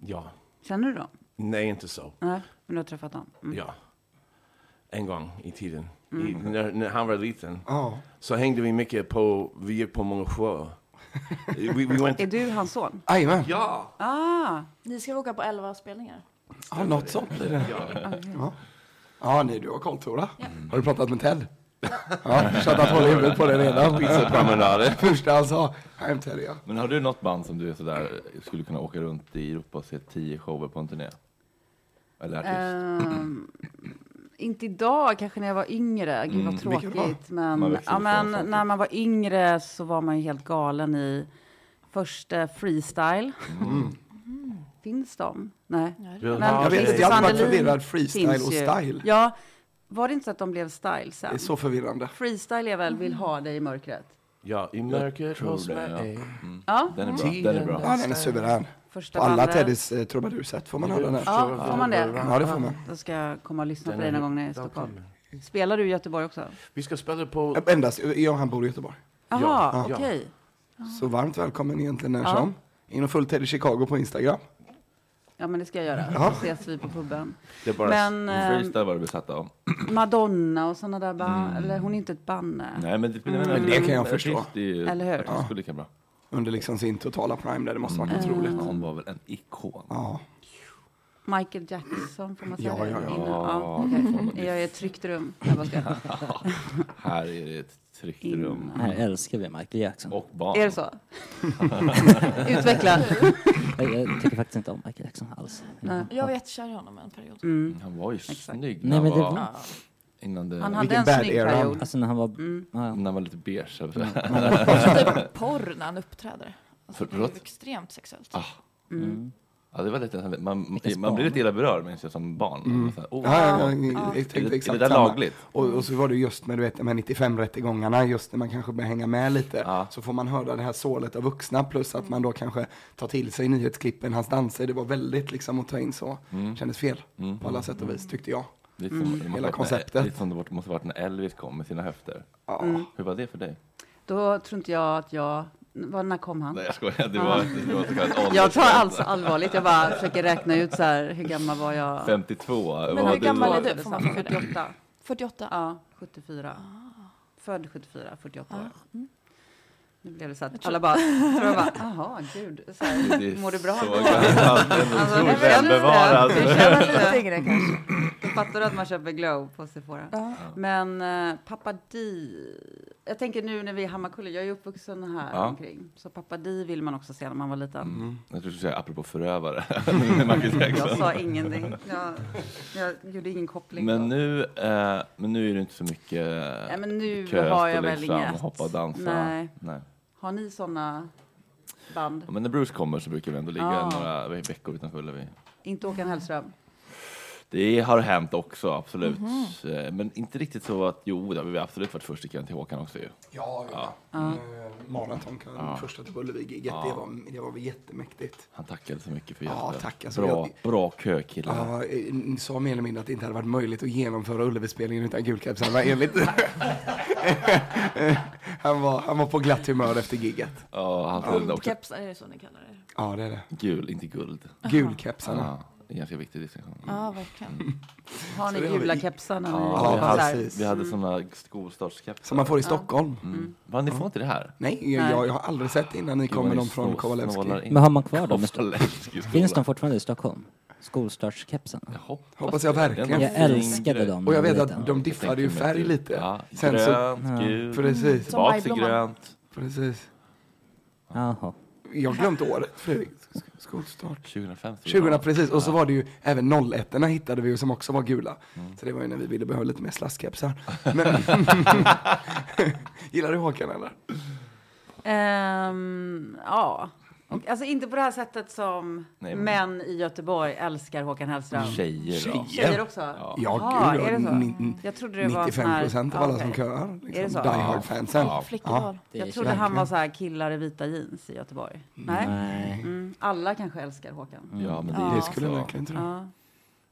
[SPEAKER 5] Ja.
[SPEAKER 11] Känner du dem?
[SPEAKER 5] Nej, inte så.
[SPEAKER 11] Nej, men du har träffat dem? Mm.
[SPEAKER 5] Ja. En gång i tiden. I,
[SPEAKER 11] Mm.
[SPEAKER 5] när, när han var liten.
[SPEAKER 4] Ja.
[SPEAKER 5] Så hängde vi mycket på, vi gick på många shower. we, we went...
[SPEAKER 11] Är du hans son?
[SPEAKER 4] Jajamän.
[SPEAKER 5] Ja!
[SPEAKER 11] Ah,
[SPEAKER 6] Ni ska åka på elva spelningar.
[SPEAKER 4] Ja, något sånt blir det.
[SPEAKER 5] Ja.
[SPEAKER 4] Ja. Ja, nej, du har koll Tora. Har du pratat med Ted? Ja, tjatat hål i huvudet på dig redan.
[SPEAKER 1] Pizzapromenader.
[SPEAKER 4] Första han sa, I'm Ted ja.
[SPEAKER 1] Men har du något band som du är sådär, skulle kunna åka runt i Europa och se tio shower på en turné? Eller artist?
[SPEAKER 11] ehm, inte idag, kanske när jag var yngre. Gud vad
[SPEAKER 1] Mm, vilket
[SPEAKER 11] tråkigt.
[SPEAKER 1] Man
[SPEAKER 11] Men,
[SPEAKER 1] växer
[SPEAKER 11] ja,
[SPEAKER 1] ifrån
[SPEAKER 11] men
[SPEAKER 1] saker.
[SPEAKER 11] när man var yngre så var man ju helt galen i första freestyle. Finns de? Nej.
[SPEAKER 4] Ja, Mm. jag vet inte, jag hade varit förvirrad freestyle
[SPEAKER 11] finns
[SPEAKER 4] och
[SPEAKER 11] ju.
[SPEAKER 4] style.
[SPEAKER 11] Ja, var det inte så att de blev style sen?
[SPEAKER 4] Det är så förvirrande.
[SPEAKER 11] Freestyle är väl vill ha dig i mörkret?
[SPEAKER 5] Ja, i
[SPEAKER 1] Jag
[SPEAKER 5] mörkret
[SPEAKER 1] tror
[SPEAKER 5] hos
[SPEAKER 1] det, ja.
[SPEAKER 5] mig.
[SPEAKER 1] Mm.
[SPEAKER 11] Ja.
[SPEAKER 1] Den är bra. Den är bra.
[SPEAKER 4] Ja, den är suverän.
[SPEAKER 11] Första
[SPEAKER 4] På alla
[SPEAKER 11] bandet.
[SPEAKER 4] Teddys eh, trubadursätt får
[SPEAKER 1] Mm.
[SPEAKER 4] man höra den.
[SPEAKER 11] Ja, får man det?
[SPEAKER 4] Ja, det får man.
[SPEAKER 11] Då ska jag komma och lyssna
[SPEAKER 4] Den
[SPEAKER 11] på dig
[SPEAKER 4] är-
[SPEAKER 11] någon gång när jag är i
[SPEAKER 4] den
[SPEAKER 11] Stockholm. Spelar du i Göteborg också?
[SPEAKER 5] Vi ska spela på...
[SPEAKER 4] Endast, jag och han bor i Göteborg.
[SPEAKER 11] Jaha,
[SPEAKER 4] Ja.
[SPEAKER 11] okej.
[SPEAKER 4] Så varmt välkommen egentligen när
[SPEAKER 11] Ja.
[SPEAKER 4] som. In och följ Teddy Chicago på Instagram.
[SPEAKER 11] Ja, men det ska jag göra.
[SPEAKER 4] Ja.
[SPEAKER 11] Då ses vi på puben.
[SPEAKER 1] Det är bara
[SPEAKER 11] men
[SPEAKER 1] s-
[SPEAKER 11] eh,
[SPEAKER 1] freestyle var du besatt av.
[SPEAKER 11] Madonna och sådana där band, eller hon är inte ett band. nej.
[SPEAKER 1] Mm. Nej, men det,
[SPEAKER 11] Mm.
[SPEAKER 4] Men det kan jag förstå.
[SPEAKER 11] Eller hur?
[SPEAKER 1] Det skulle lika bra.
[SPEAKER 4] Under liksom sin totala prime där, det måste varit
[SPEAKER 11] Mm.
[SPEAKER 4] otroligt.
[SPEAKER 1] Hon var väl en ikon?
[SPEAKER 4] Ja.
[SPEAKER 11] Michael Jackson, får man säga
[SPEAKER 1] Ja,
[SPEAKER 11] det?
[SPEAKER 1] ja, ja.
[SPEAKER 11] Innan-
[SPEAKER 1] Ja,
[SPEAKER 11] okej.
[SPEAKER 1] det får man.
[SPEAKER 11] Jag är i ett tryggt rum. Jag bara ska...
[SPEAKER 1] Här är det ett tryggt rum.
[SPEAKER 8] Mm. Här älskar vi Michael Jackson.
[SPEAKER 1] Och barn.
[SPEAKER 11] Är det så? Utveckla.
[SPEAKER 8] jag, jag tycker faktiskt inte om Michael Jackson alls.
[SPEAKER 11] Nej.
[SPEAKER 6] Jag var jättekär i honom en period.
[SPEAKER 1] Han var ju snygg när
[SPEAKER 8] Nej, men
[SPEAKER 1] han
[SPEAKER 8] det
[SPEAKER 1] var...
[SPEAKER 8] var-
[SPEAKER 1] Innan det...
[SPEAKER 6] Han hade Eh, Vilken en bad snygg era. period.
[SPEAKER 8] Alltså när han var...
[SPEAKER 6] Mm.
[SPEAKER 8] Ja, ja. Mm.
[SPEAKER 1] När han var lite beige. eller så.
[SPEAKER 6] Typ porr när han uppträder. Alltså, det är ju
[SPEAKER 1] Förlåt?
[SPEAKER 6] extremt sexuellt.
[SPEAKER 1] Ah.
[SPEAKER 6] Mm.
[SPEAKER 1] Ja, det var lite, man,
[SPEAKER 6] Vilket
[SPEAKER 1] man
[SPEAKER 6] barn.
[SPEAKER 1] blir lite illa berörd minns jag som barn.
[SPEAKER 4] Mm.
[SPEAKER 1] Man så här, oh,
[SPEAKER 4] ja,
[SPEAKER 1] wow.
[SPEAKER 4] ja, ja,
[SPEAKER 1] Är
[SPEAKER 4] jag
[SPEAKER 1] det-
[SPEAKER 4] tänkte
[SPEAKER 1] är, det
[SPEAKER 4] exakt
[SPEAKER 1] där
[SPEAKER 4] samma.
[SPEAKER 1] lagligt?
[SPEAKER 4] Och, och så var det just med, du vet, med 95-rättegångarna, just när man kanske börjar hänga med lite, så får man höra det här sålet av vuxna, plus att man då kanske tar till sig nyhetsklippen, hans danser, det var väldigt liksom att ta in så.
[SPEAKER 1] Mm.
[SPEAKER 4] Kändes fel
[SPEAKER 1] Mm.
[SPEAKER 4] på alla sätt och vis, tyckte jag.
[SPEAKER 1] Lite
[SPEAKER 11] Mm.
[SPEAKER 1] som, det måste
[SPEAKER 4] Hela
[SPEAKER 1] varit
[SPEAKER 4] konceptet.
[SPEAKER 1] När, lite som det måste varit när Elvis kom med sina höfter.
[SPEAKER 11] Mm.
[SPEAKER 1] Hur var det för dig?
[SPEAKER 11] Då tror inte jag att jag... Vad, när kom han?
[SPEAKER 1] Nej, jag skojar. Det var- det var så kallat åldersskämt.
[SPEAKER 11] Jag tar alltså allvarligt. Jag bara försöker räkna ut så här, hur gammal var jag?
[SPEAKER 1] 52.
[SPEAKER 6] Men hur gammal är du? Får man fråga dig?
[SPEAKER 11] 48.
[SPEAKER 6] 48?
[SPEAKER 11] Ja, 74.
[SPEAKER 6] Ah.
[SPEAKER 11] Född 74, 48 år. Nu blev det så
[SPEAKER 6] Mm. Jag
[SPEAKER 11] att
[SPEAKER 6] tror-
[SPEAKER 11] alla bara, tror jag bara, jaha, gud, så
[SPEAKER 6] Det-
[SPEAKER 11] här,
[SPEAKER 6] det är
[SPEAKER 11] mår du bra?
[SPEAKER 6] så
[SPEAKER 11] nu?"
[SPEAKER 6] gammalt, det är så
[SPEAKER 11] hur känns
[SPEAKER 6] välbevarat.
[SPEAKER 11] det? Hur känns det?
[SPEAKER 6] Jag känner lite yngre kanske.
[SPEAKER 11] Då fattar du att man köper glow på Sephora.
[SPEAKER 6] Ja.
[SPEAKER 11] Men eh, pappa Di, jag tänker nu när vi är i Hammarkullen, jag är ju uppvuxen här
[SPEAKER 1] Ja.
[SPEAKER 11] omkring, så pappa Di vill man också se när man var liten.
[SPEAKER 1] Mm. Jag tror du skulle säga apropå förövare. med Michael Jackson.
[SPEAKER 11] Jag sa liksom. ingenting, jag, jag gjorde ingen koppling. då.
[SPEAKER 1] Men nu, eh, men nu är det inte så mycket
[SPEAKER 11] Nej, men nu
[SPEAKER 1] kös
[SPEAKER 11] har
[SPEAKER 1] och
[SPEAKER 11] jag väl
[SPEAKER 1] läggs fram och
[SPEAKER 11] inget.
[SPEAKER 1] liksom hoppa och dansa.
[SPEAKER 11] Nej.
[SPEAKER 1] Nej.
[SPEAKER 11] Har ni sådana band?
[SPEAKER 1] Ja, Men när Bruce kommer så brukar vi ändå ligga
[SPEAKER 11] Ja.
[SPEAKER 1] några veckor utanför Ullevi.
[SPEAKER 11] Inte Håkan Hellström?
[SPEAKER 1] Det har hänt också, absolut.
[SPEAKER 11] Mhm.
[SPEAKER 1] Eh, Men inte riktigt så att, jo, det har vi absolut varit först i kön till Håkan också ju.
[SPEAKER 4] Ja, ja.
[SPEAKER 11] Ja.
[SPEAKER 4] Maraton, Eh, första till Ullevi-giget,
[SPEAKER 1] Ja.
[SPEAKER 4] det, var, det var jättemäktigt.
[SPEAKER 1] Han tackade så mycket för
[SPEAKER 4] Ja,
[SPEAKER 1] hjälpen.
[SPEAKER 4] tack, alltså,
[SPEAKER 1] bra,
[SPEAKER 4] jag-
[SPEAKER 1] bra kökille.
[SPEAKER 4] Ja, eh, ni sa mer eller mindre att det inte hade varit möjligt att genomföra Ullevi-spelningen utan gulkepsarna enligt... han, var, han var på glatt humör efter gigget.
[SPEAKER 1] Ja, han följde också.
[SPEAKER 6] Keps, är det så ni kallar det?
[SPEAKER 4] Ja, det är det.
[SPEAKER 1] Gul, inte guld.
[SPEAKER 4] Gulkepsarna.
[SPEAKER 1] Ja, det är en ganska viktig distinktion.
[SPEAKER 6] Ja, verkligen.
[SPEAKER 11] Har ni
[SPEAKER 6] Så det har vi
[SPEAKER 11] gula
[SPEAKER 6] i-
[SPEAKER 11] kepsar när ni
[SPEAKER 1] Ja, vi hade,
[SPEAKER 11] konsert?
[SPEAKER 1] vi hade
[SPEAKER 11] Mm.
[SPEAKER 1] såna skolstartskepsar.
[SPEAKER 4] Som man får i Stockholm.
[SPEAKER 1] Mm. Va, ni får inte det här?
[SPEAKER 4] Nej, jag, jag, jag har aldrig sett det innan ni
[SPEAKER 1] Gud,
[SPEAKER 4] kom
[SPEAKER 1] vad
[SPEAKER 4] med
[SPEAKER 1] ni
[SPEAKER 4] dem från
[SPEAKER 1] snå- snålar
[SPEAKER 4] Kovalevski.
[SPEAKER 1] in.
[SPEAKER 8] Men har man kvar dem? i Stockholm?
[SPEAKER 1] Kovalevski skola.
[SPEAKER 8] Finns de fortfarande i Stockholm? Skolstartskepsarna?
[SPEAKER 1] Jag hoppas,
[SPEAKER 4] Hoppas jag verkligen.
[SPEAKER 8] Jag älskade dem.
[SPEAKER 4] Och jag
[SPEAKER 8] när jag
[SPEAKER 4] vet
[SPEAKER 8] var
[SPEAKER 4] att
[SPEAKER 8] liten.
[SPEAKER 4] de diffade ju
[SPEAKER 1] tänker mig
[SPEAKER 4] färg
[SPEAKER 1] typ,
[SPEAKER 4] lite.
[SPEAKER 1] ja,
[SPEAKER 4] så-
[SPEAKER 1] grönt, gult.
[SPEAKER 4] Precis.
[SPEAKER 1] Som Tillbaks till Majblomman. grönt.
[SPEAKER 4] Precis.
[SPEAKER 8] Jaha.
[SPEAKER 4] Jag har glömt året, Fredrik. Sk- Skolstart.
[SPEAKER 1] 2005. så
[SPEAKER 4] 2000
[SPEAKER 1] var det.
[SPEAKER 4] precis, och så var det ju även 01 hittade vi ju som också var gula.
[SPEAKER 1] Mm.
[SPEAKER 4] Så det var ju när vi ville behöva lite mer slaskkepsar. Men Gillar du Håkan eller?
[SPEAKER 11] Ehm, ja. Och, alltså inte på det här sättet som
[SPEAKER 4] Nej, men-
[SPEAKER 11] män i Göteborg älskar Håkan Hellström.
[SPEAKER 1] Tjejer då?
[SPEAKER 11] Tjejer, också?
[SPEAKER 4] Ja,
[SPEAKER 11] Jaha,
[SPEAKER 4] gud,
[SPEAKER 11] är det så?
[SPEAKER 4] ni- ni-
[SPEAKER 11] Jag trodde det var
[SPEAKER 4] 95
[SPEAKER 11] sån här-
[SPEAKER 4] procent av
[SPEAKER 11] Ja,
[SPEAKER 4] alla
[SPEAKER 11] okej.
[SPEAKER 4] som köar,
[SPEAKER 11] är
[SPEAKER 4] liksom,
[SPEAKER 11] det så?
[SPEAKER 4] die hard-fansen. Ja.
[SPEAKER 11] Flickval.
[SPEAKER 4] Ja.
[SPEAKER 11] Jag trodde han var så här killar i vita jeans i Göteborg. Nej.
[SPEAKER 1] Nej.
[SPEAKER 11] Mm. Alla kanske älskar Håkan.
[SPEAKER 1] Ja, men det,
[SPEAKER 4] Det
[SPEAKER 1] är ju
[SPEAKER 4] skulle jag
[SPEAKER 1] så.
[SPEAKER 4] verkligen tro.
[SPEAKER 11] Ja.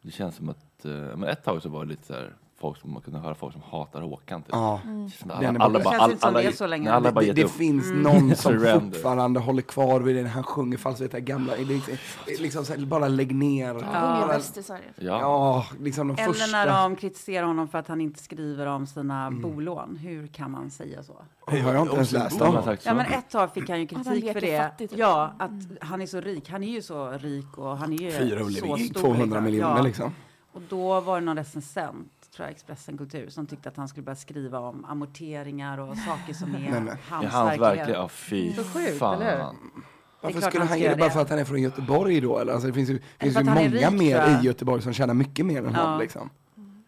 [SPEAKER 1] Det känns som att, eh, men ett tag så var det lite så här, folk som, man kunde höra folk som hatar Håkan. Typ.
[SPEAKER 4] Ja.
[SPEAKER 1] Det känns som att
[SPEAKER 4] Den är
[SPEAKER 1] Alla,
[SPEAKER 4] borta.
[SPEAKER 1] alla, bara-
[SPEAKER 11] Känns inte som det är så länge. Mm.
[SPEAKER 1] nej, alla bara
[SPEAKER 4] det,
[SPEAKER 1] gett
[SPEAKER 4] det
[SPEAKER 1] upp.
[SPEAKER 4] finns någon som
[SPEAKER 1] Surrender.
[SPEAKER 4] fortfarande håller kvar vid det när han sjunger falskt, vet jag, gamla, det är- det är liksom så här, bara lägg ner.
[SPEAKER 11] Hon är
[SPEAKER 4] Bara-
[SPEAKER 11] bäst i Sverige.
[SPEAKER 1] Ja.
[SPEAKER 4] ja, liksom de
[SPEAKER 11] Eller
[SPEAKER 4] första.
[SPEAKER 11] när de kritiserar honom för att han inte skriver om sina bolån. Hur kan man säga så?
[SPEAKER 4] Det har jag inte ens läst om.
[SPEAKER 11] Ja, men ett tag fick han ju
[SPEAKER 6] Att han
[SPEAKER 11] kritik
[SPEAKER 6] leker
[SPEAKER 11] för det.
[SPEAKER 6] fattigt. Mm.
[SPEAKER 11] Ja, att han är så rik. Han är ju så rik och han är ju
[SPEAKER 4] Fyra
[SPEAKER 11] så
[SPEAKER 4] Ullevi,
[SPEAKER 11] stor.
[SPEAKER 4] 200 miljoner, liksom.
[SPEAKER 11] Och då var det någon recensent, tror jag, Expressen Kultur, som tyckte att han skulle börja skriva om amorteringar och saker som är
[SPEAKER 4] Nej, nej.
[SPEAKER 11] hans,
[SPEAKER 1] Ja, hans verklighet.
[SPEAKER 11] verklighet.
[SPEAKER 1] Ja, fy
[SPEAKER 11] så sjukt,
[SPEAKER 1] fan.
[SPEAKER 11] eller hur? Det är
[SPEAKER 4] Varför
[SPEAKER 11] klart
[SPEAKER 4] skulle han
[SPEAKER 11] ska
[SPEAKER 4] göra det? Bara
[SPEAKER 11] det.
[SPEAKER 4] för att han är från Göteborg då? Eller? Alltså, det finns ju, finns
[SPEAKER 11] för
[SPEAKER 4] ju
[SPEAKER 11] att han är
[SPEAKER 4] många
[SPEAKER 11] rik, tror
[SPEAKER 4] mer
[SPEAKER 11] jag.
[SPEAKER 4] i Göteborg som tjänar mycket mer än
[SPEAKER 11] Ja.
[SPEAKER 4] han. Liksom.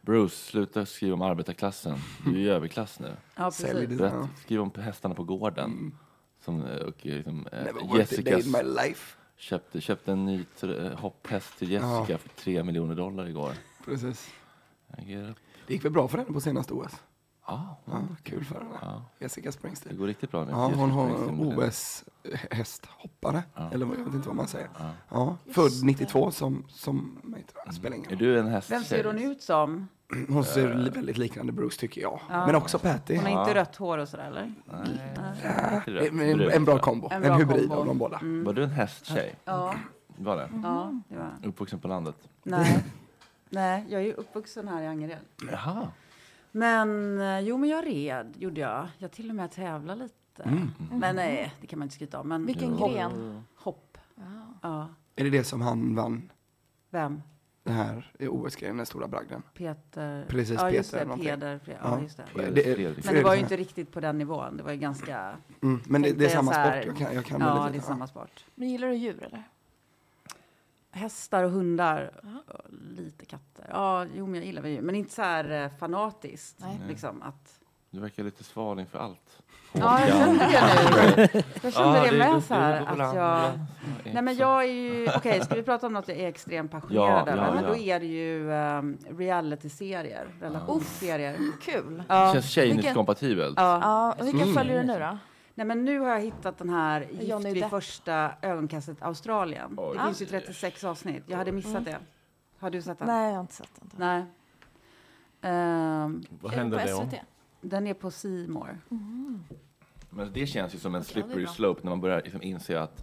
[SPEAKER 1] Bruce, sluta skriva om arbetarklassen. Du är ju överklass nu.
[SPEAKER 11] Ja, precis. Sälj det,
[SPEAKER 1] Berätta-
[SPEAKER 11] ja.
[SPEAKER 1] Skriv om hästarna på gården. Som, eh, och eh, liksom, eh,
[SPEAKER 4] Mm. Never worked a
[SPEAKER 1] Jessica
[SPEAKER 4] day in my life.
[SPEAKER 1] Köpte, köpte en ny tr- eh, hopphäst till Jessica
[SPEAKER 4] Ja.
[SPEAKER 1] för 3 miljoner dollar igår.
[SPEAKER 4] Precis.
[SPEAKER 1] Jag ger upp.
[SPEAKER 4] Det gick väl bra för henne på senaste OS? Ja, kul för henne. Jessica Springsteen.
[SPEAKER 1] Det går riktigt bra nu.
[SPEAKER 4] Ja,
[SPEAKER 1] Jessica
[SPEAKER 4] hon har
[SPEAKER 1] Springsteen.
[SPEAKER 4] OS-hästhoppare,
[SPEAKER 1] Ja.
[SPEAKER 4] eller jag vet inte vad man säger.
[SPEAKER 1] Ja.
[SPEAKER 4] Ja. Född 92 som, som mig, tror jag. spelar ingen
[SPEAKER 1] Är du en häst?
[SPEAKER 11] Vem ser hon ut som?
[SPEAKER 4] roll. Hon ser
[SPEAKER 1] Eh.
[SPEAKER 4] li- väldigt liknande Bruce tycker jag.
[SPEAKER 11] Ja.
[SPEAKER 4] Men också Patty.
[SPEAKER 11] Hon har inte rött hår och sådär eller?
[SPEAKER 4] Ja,
[SPEAKER 1] Rött,
[SPEAKER 4] en- en, en bra kombo, en,
[SPEAKER 11] En bra
[SPEAKER 4] hybrid
[SPEAKER 11] kombo.
[SPEAKER 4] av de båda. Mm.
[SPEAKER 11] Mm.
[SPEAKER 1] Var du en hästtjej?
[SPEAKER 11] Ja.
[SPEAKER 1] Var det?
[SPEAKER 11] Ja, det var jag.
[SPEAKER 1] Uppvuxen på landet?
[SPEAKER 11] Nej. Nej, jag är ju uppvuxen här i Angered.
[SPEAKER 1] Jaha.
[SPEAKER 11] Men eh, jo, men jag red gjorde jag. Jag till och med tävlade lite.
[SPEAKER 4] Mm.
[SPEAKER 11] Men nej, det kan man inte skryta om. Men
[SPEAKER 6] Vilken
[SPEAKER 11] hopp,
[SPEAKER 6] gren?
[SPEAKER 11] Hopp. Ja.
[SPEAKER 4] Är det det som han vann
[SPEAKER 11] Vem?
[SPEAKER 4] den här OS-grejen, den stora bragden?
[SPEAKER 11] Peter.
[SPEAKER 4] Precis,
[SPEAKER 11] ja, just
[SPEAKER 4] Peter
[SPEAKER 11] det,
[SPEAKER 4] eller någonting.
[SPEAKER 11] Peder. Fre- Ja,
[SPEAKER 4] Ja.
[SPEAKER 11] just det.
[SPEAKER 4] Det är- Fredrik.
[SPEAKER 11] Men det var ju inte riktigt på den nivån. Det var ju ganska...
[SPEAKER 4] Mm, men det-
[SPEAKER 11] tänkte
[SPEAKER 4] det är
[SPEAKER 11] jag
[SPEAKER 4] samma
[SPEAKER 11] så här-
[SPEAKER 4] sport. Jag kan- jag kan
[SPEAKER 11] ja,
[SPEAKER 4] väldigt
[SPEAKER 11] det är
[SPEAKER 4] lite,
[SPEAKER 11] samma
[SPEAKER 4] ja.
[SPEAKER 11] sport.
[SPEAKER 6] Men gillar du djur eller?
[SPEAKER 11] Hästar och hundar. och Lite katter. Ja, jo, men jag gillar väl djur. Men inte så här eh, fanatiskt.
[SPEAKER 6] Nej.
[SPEAKER 11] Liksom att...
[SPEAKER 1] Du verkar lite sval inför allt.
[SPEAKER 11] Ja, jag kände det nu. Jag kände
[SPEAKER 1] Ja,
[SPEAKER 11] det med
[SPEAKER 1] du-
[SPEAKER 11] så
[SPEAKER 1] du
[SPEAKER 11] här
[SPEAKER 1] går på land,
[SPEAKER 11] att jag...
[SPEAKER 1] ja.
[SPEAKER 11] Nej men jag är ju... Okej, ska vi prata om något jag är extremt passionerad
[SPEAKER 1] Ja,
[SPEAKER 11] över?
[SPEAKER 1] ja,
[SPEAKER 11] men
[SPEAKER 1] ja.
[SPEAKER 11] då är det ju um, reality-serier, relationsserier.
[SPEAKER 6] Kul.
[SPEAKER 11] Ja.
[SPEAKER 1] Känns tjejnyhetskompatibelt.
[SPEAKER 11] Ja.
[SPEAKER 6] Ja, och vilka Mm. följer du nu då?
[SPEAKER 11] Nej men nu har jag hittat den här Gift
[SPEAKER 6] Johnny
[SPEAKER 11] vid
[SPEAKER 6] Depp.
[SPEAKER 11] första ögonkastet Australien.
[SPEAKER 6] Oj.
[SPEAKER 11] Det finns ju 36 avsnitt. Jag hade missat
[SPEAKER 6] Mm.
[SPEAKER 11] det. Har du sett den?
[SPEAKER 6] Nej, jag har inte sett den.
[SPEAKER 11] Nej. Ehm,
[SPEAKER 1] Vad Är den händer på det om? SVT?
[SPEAKER 11] Den är på C More.
[SPEAKER 6] Mm.
[SPEAKER 1] Men det känns ju som en
[SPEAKER 11] det är
[SPEAKER 1] slippery
[SPEAKER 11] bra.
[SPEAKER 1] slope när man börjar liksom inse att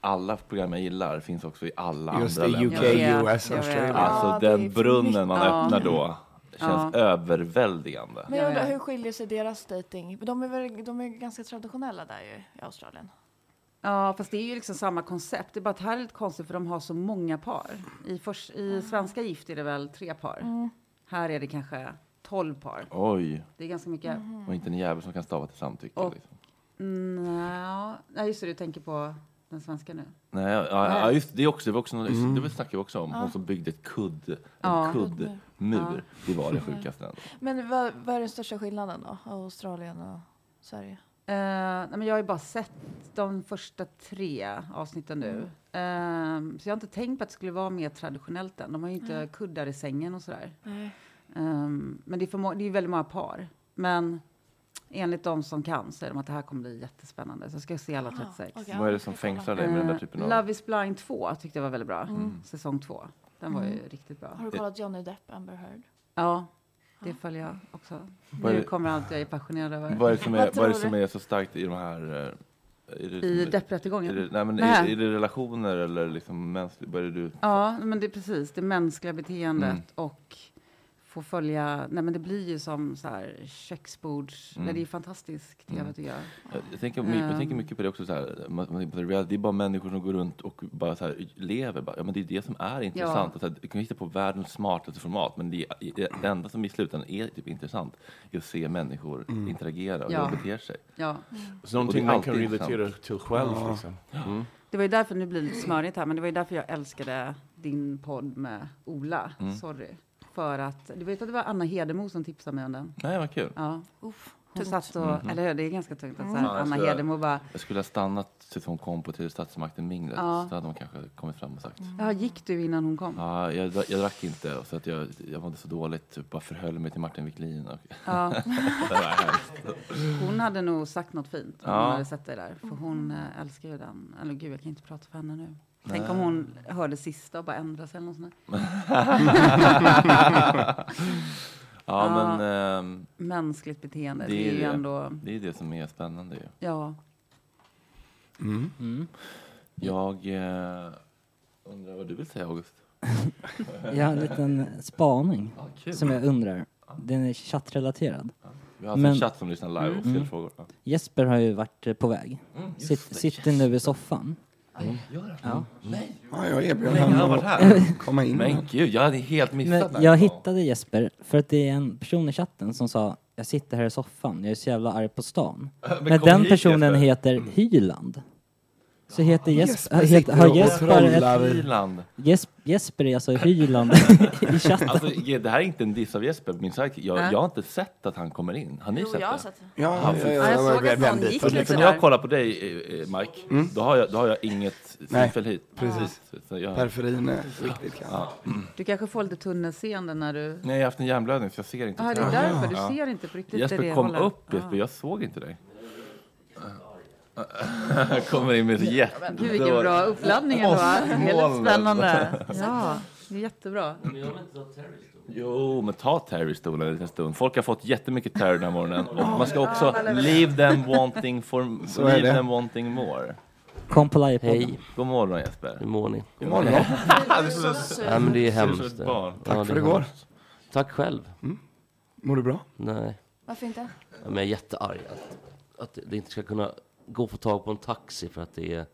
[SPEAKER 1] alla program jag gillar finns också i alla
[SPEAKER 4] Just
[SPEAKER 1] andra
[SPEAKER 4] det,
[SPEAKER 1] länder.
[SPEAKER 4] UK, Jag vet, US, jag vet. Australien.
[SPEAKER 1] Alltså
[SPEAKER 6] Ja, det är
[SPEAKER 1] den
[SPEAKER 6] för
[SPEAKER 1] brunnen man
[SPEAKER 6] mycket. Ja.
[SPEAKER 1] öppnar då känns
[SPEAKER 6] Ja.
[SPEAKER 1] överväldigande.
[SPEAKER 6] Men jag undrar, hur skiljer sig deras dating? De är väl de är ganska traditionella där ju, i Australien.
[SPEAKER 11] Ja, fast det är ju liksom samma koncept. Det är bara att här är lite konstigt för de har så många par. I, förs- i svenska Gift är det väl tre par.
[SPEAKER 6] Mm.
[SPEAKER 11] Här är det kanske tolv par.
[SPEAKER 1] Oj,
[SPEAKER 11] Det är ganska mycket.
[SPEAKER 1] och inte
[SPEAKER 6] Mm.
[SPEAKER 1] en jävel som kan stava till samtycke.
[SPEAKER 11] Och,
[SPEAKER 1] liksom.
[SPEAKER 11] mm, ja, nej, just det, du tänker på den svenska nu.
[SPEAKER 1] Nej, ja, ja, ja, just det, är också, det, var också, mm. det snackade vi också om.
[SPEAKER 6] Ja.
[SPEAKER 1] Hon som byggde ett kudd, en
[SPEAKER 6] Ja.
[SPEAKER 1] kuddmur.
[SPEAKER 6] Ja.
[SPEAKER 1] Det var det sjukaste ändå.
[SPEAKER 6] Men vad, vad är den största skillnaden då? av Australien och Sverige?
[SPEAKER 11] Eh, nej, men jag har ju bara sett de första tre avsnitten nu.
[SPEAKER 6] Mm.
[SPEAKER 11] Eh, så jag har inte tänkt på att det skulle vara mer traditionellt än. De har ju inte
[SPEAKER 6] Nej.
[SPEAKER 11] kuddar i sängen och sådär.
[SPEAKER 6] Nej.
[SPEAKER 11] Ehm, men det är, för må- det är ju väldigt många par. Men enligt de som kan säger de att det här kommer bli jättespännande. Så jag ska se alla 36.
[SPEAKER 1] okej. Vad är det som fängslar dig med den där typen av-
[SPEAKER 11] Love is blind 2 tyckte jag var väldigt bra.
[SPEAKER 6] Mm.
[SPEAKER 11] Säsong 2. Den var ju
[SPEAKER 6] Mm.
[SPEAKER 11] riktigt bra.
[SPEAKER 6] Har du kollat Johnny Depp, Amber Heard?
[SPEAKER 11] Ja, det följer jag också.
[SPEAKER 1] Vad är
[SPEAKER 11] Nu
[SPEAKER 1] det-
[SPEAKER 11] kommer allt jag är passionerad över.
[SPEAKER 1] Vad är det som är, vad är, det som är så starkt i de här... eh, är det-
[SPEAKER 11] I depprättegången?
[SPEAKER 1] Är det- Nej, men
[SPEAKER 11] Nej.
[SPEAKER 1] är, är det relationer eller liksom mänskligt? Vad är det du...
[SPEAKER 11] Ja, men det är precis det mänskliga beteendet
[SPEAKER 1] Mm.
[SPEAKER 11] och få följa. Nej, men det blir ju som så här köksbords.
[SPEAKER 1] Mm.
[SPEAKER 11] Nej, det är ju fantastisk tv
[SPEAKER 1] Mm.
[SPEAKER 11] tycker jag.
[SPEAKER 1] Jag, jag, tänker, my- jag
[SPEAKER 11] Ehm.
[SPEAKER 1] tänker mycket på det också. Så här, man, man, tänker på det, det är bara människor som går runt och bara så här, lever. Bara. Ja, men det är det som är intressant.
[SPEAKER 11] Ja.
[SPEAKER 1] Så här, du kan hitta på världens smartaste format, men det, det det enda som i slutändan är typ intressant är att se människor interagera och hur
[SPEAKER 11] Ja.
[SPEAKER 1] de beter sig.
[SPEAKER 11] Ja.
[SPEAKER 1] Och
[SPEAKER 5] Någonting
[SPEAKER 1] det är
[SPEAKER 5] man
[SPEAKER 1] alltid
[SPEAKER 5] kan
[SPEAKER 1] intressant.
[SPEAKER 5] relatera till själv,
[SPEAKER 1] Ja.
[SPEAKER 5] liksom.
[SPEAKER 1] Mm.
[SPEAKER 11] Ehm, Det var ju därför, nu blir det lite smörigt här, men det var ju därför jag älskade din podd med Ola.
[SPEAKER 1] Mm.
[SPEAKER 11] Sorry. För att, du vet att det var Anna Hedemo som tipsade mig om den.
[SPEAKER 1] Nej, vad kul.
[SPEAKER 11] Ja. Hon
[SPEAKER 6] tungt.
[SPEAKER 11] satt och,
[SPEAKER 1] Mhm.
[SPEAKER 11] eller hur, det är ganska tungt att så
[SPEAKER 1] Fan,
[SPEAKER 11] här,
[SPEAKER 1] jag
[SPEAKER 11] Anna
[SPEAKER 1] skulle-
[SPEAKER 11] Hedemo bara,
[SPEAKER 1] Jag skulle ha stannat tills hon kom på till statsmakten minglet.
[SPEAKER 11] Ja.
[SPEAKER 1] Så hade hon kanske kommit fram och sagt.
[SPEAKER 11] ja gick du innan hon kom?
[SPEAKER 1] Ja, jag, dra- jag drack inte, så att jag, jag mådde så dåligt. Typ, bara förhöll mig till Martin Wiklin. Och
[SPEAKER 11] Ja.
[SPEAKER 1] det var hemskt.
[SPEAKER 11] Hon hade nog sagt något fint om
[SPEAKER 1] Ja.
[SPEAKER 11] hon hade sett dig där. För hon eh, älskar ju den. Eller gud, jag kan inte prata för henne nu. Tänk om
[SPEAKER 1] Nej.
[SPEAKER 11] hon hörde sista och bara ändrade sig eller något sånt där.
[SPEAKER 1] ja, men... ehm,
[SPEAKER 11] Mänskligt beteende, det, är ju ändå...
[SPEAKER 1] det är det som är spännande ju.
[SPEAKER 11] Ja.
[SPEAKER 1] Jag eh, undrar vad du vill säga, August?
[SPEAKER 3] Jag har en liten spaning
[SPEAKER 1] kul.
[SPEAKER 3] som jag undrar. Den är chattrelaterad. Mm.
[SPEAKER 1] Vi har alltså en chatt som lyssnar live och ställer frågor. Ja.
[SPEAKER 3] Jesper har ju varit eh, på väg.
[SPEAKER 1] Mm, just
[SPEAKER 3] Sit,
[SPEAKER 1] det,
[SPEAKER 3] sitter nu i soffan.
[SPEAKER 1] Gör det?
[SPEAKER 3] Ja.
[SPEAKER 1] Nej!
[SPEAKER 4] Ja, jag erbjöd
[SPEAKER 1] Nej,
[SPEAKER 4] honom
[SPEAKER 1] han har varit
[SPEAKER 4] att
[SPEAKER 1] här.
[SPEAKER 4] komma in.
[SPEAKER 1] Men gud, jag hade helt missat
[SPEAKER 3] Men
[SPEAKER 1] det
[SPEAKER 3] jag
[SPEAKER 1] här.
[SPEAKER 3] hittade Jesper för att det är en person i chatten som sa jag sitter här i soffan, jag är så jävla arg på stan.
[SPEAKER 1] Men
[SPEAKER 3] Men,
[SPEAKER 1] kom
[SPEAKER 3] den
[SPEAKER 1] hit,
[SPEAKER 3] personen
[SPEAKER 1] Jesper.
[SPEAKER 3] heter Hyland.
[SPEAKER 8] Så heter Jesper,
[SPEAKER 3] Jesper
[SPEAKER 8] äh, heter,
[SPEAKER 3] sitter
[SPEAKER 8] har
[SPEAKER 3] och
[SPEAKER 8] Jesper
[SPEAKER 3] trollar.
[SPEAKER 8] ett...
[SPEAKER 1] Hyland.
[SPEAKER 8] Jesper, Jesper är alltså Hyland i chatten.
[SPEAKER 1] Alltså, ge- det här är inte en diss av Jesper, min sak, jag,
[SPEAKER 6] Nej.
[SPEAKER 1] jag har inte sett att han kommer in. Har ni
[SPEAKER 6] Jo,
[SPEAKER 1] sett
[SPEAKER 6] jag
[SPEAKER 1] det?
[SPEAKER 6] har sett det.
[SPEAKER 4] Ja, ja,
[SPEAKER 1] för-
[SPEAKER 4] ja, ja, Ja, jag men såg att vänd han dit. gick
[SPEAKER 1] För,
[SPEAKER 4] lite
[SPEAKER 1] för när jag
[SPEAKER 4] där.
[SPEAKER 1] kollar på dig, eh, eh, Mike, då, har jag, då har jag inget
[SPEAKER 4] Mm. Nej,
[SPEAKER 1] tillfälle hit.
[SPEAKER 4] precis.
[SPEAKER 1] Så- så jag-
[SPEAKER 4] Periferin är viktigt, kanske.
[SPEAKER 1] Ja.
[SPEAKER 11] Du kanske får lite tunnelseende när du...
[SPEAKER 1] Nej, jag har haft en hjärnblödning så jag ser inte.
[SPEAKER 11] Ah, det är därför. Du ser inte på riktigt det
[SPEAKER 1] Jesper,
[SPEAKER 11] det
[SPEAKER 1] kom
[SPEAKER 11] håller.
[SPEAKER 1] upp Jesper, jag såg inte dig. Kommer in med jätte...
[SPEAKER 11] Gud, vilken bra uppladdning ändå. va? Det är lite
[SPEAKER 1] Molnet.
[SPEAKER 11] spännande. Ja, det är jättebra.
[SPEAKER 1] Jo, men ta Terry-stolen en liten stund. Folk har fått jättemycket Terry den här morgonen. Och man ska
[SPEAKER 11] Ja,
[SPEAKER 1] också
[SPEAKER 11] alla levererar.
[SPEAKER 1] leave them wanting, for,
[SPEAKER 3] Så är
[SPEAKER 1] leave
[SPEAKER 3] det.
[SPEAKER 1] them wanting more.
[SPEAKER 8] Kom på livepodden.
[SPEAKER 1] Hej. God morgon Jesper. Hur
[SPEAKER 12] mår ni?
[SPEAKER 1] Hur mår ni?
[SPEAKER 12] Du ser så- Ja, men det är hemskt.
[SPEAKER 1] Du ser ut som ett barn.
[SPEAKER 12] Ja, det är hemskt. Tack själv.
[SPEAKER 4] Mm. Mår du bra?
[SPEAKER 12] Nej,
[SPEAKER 6] Varför inte?
[SPEAKER 12] Ja, men jag är jättearg att, att det inte ska kunna gå att få tag på en taxi för att det är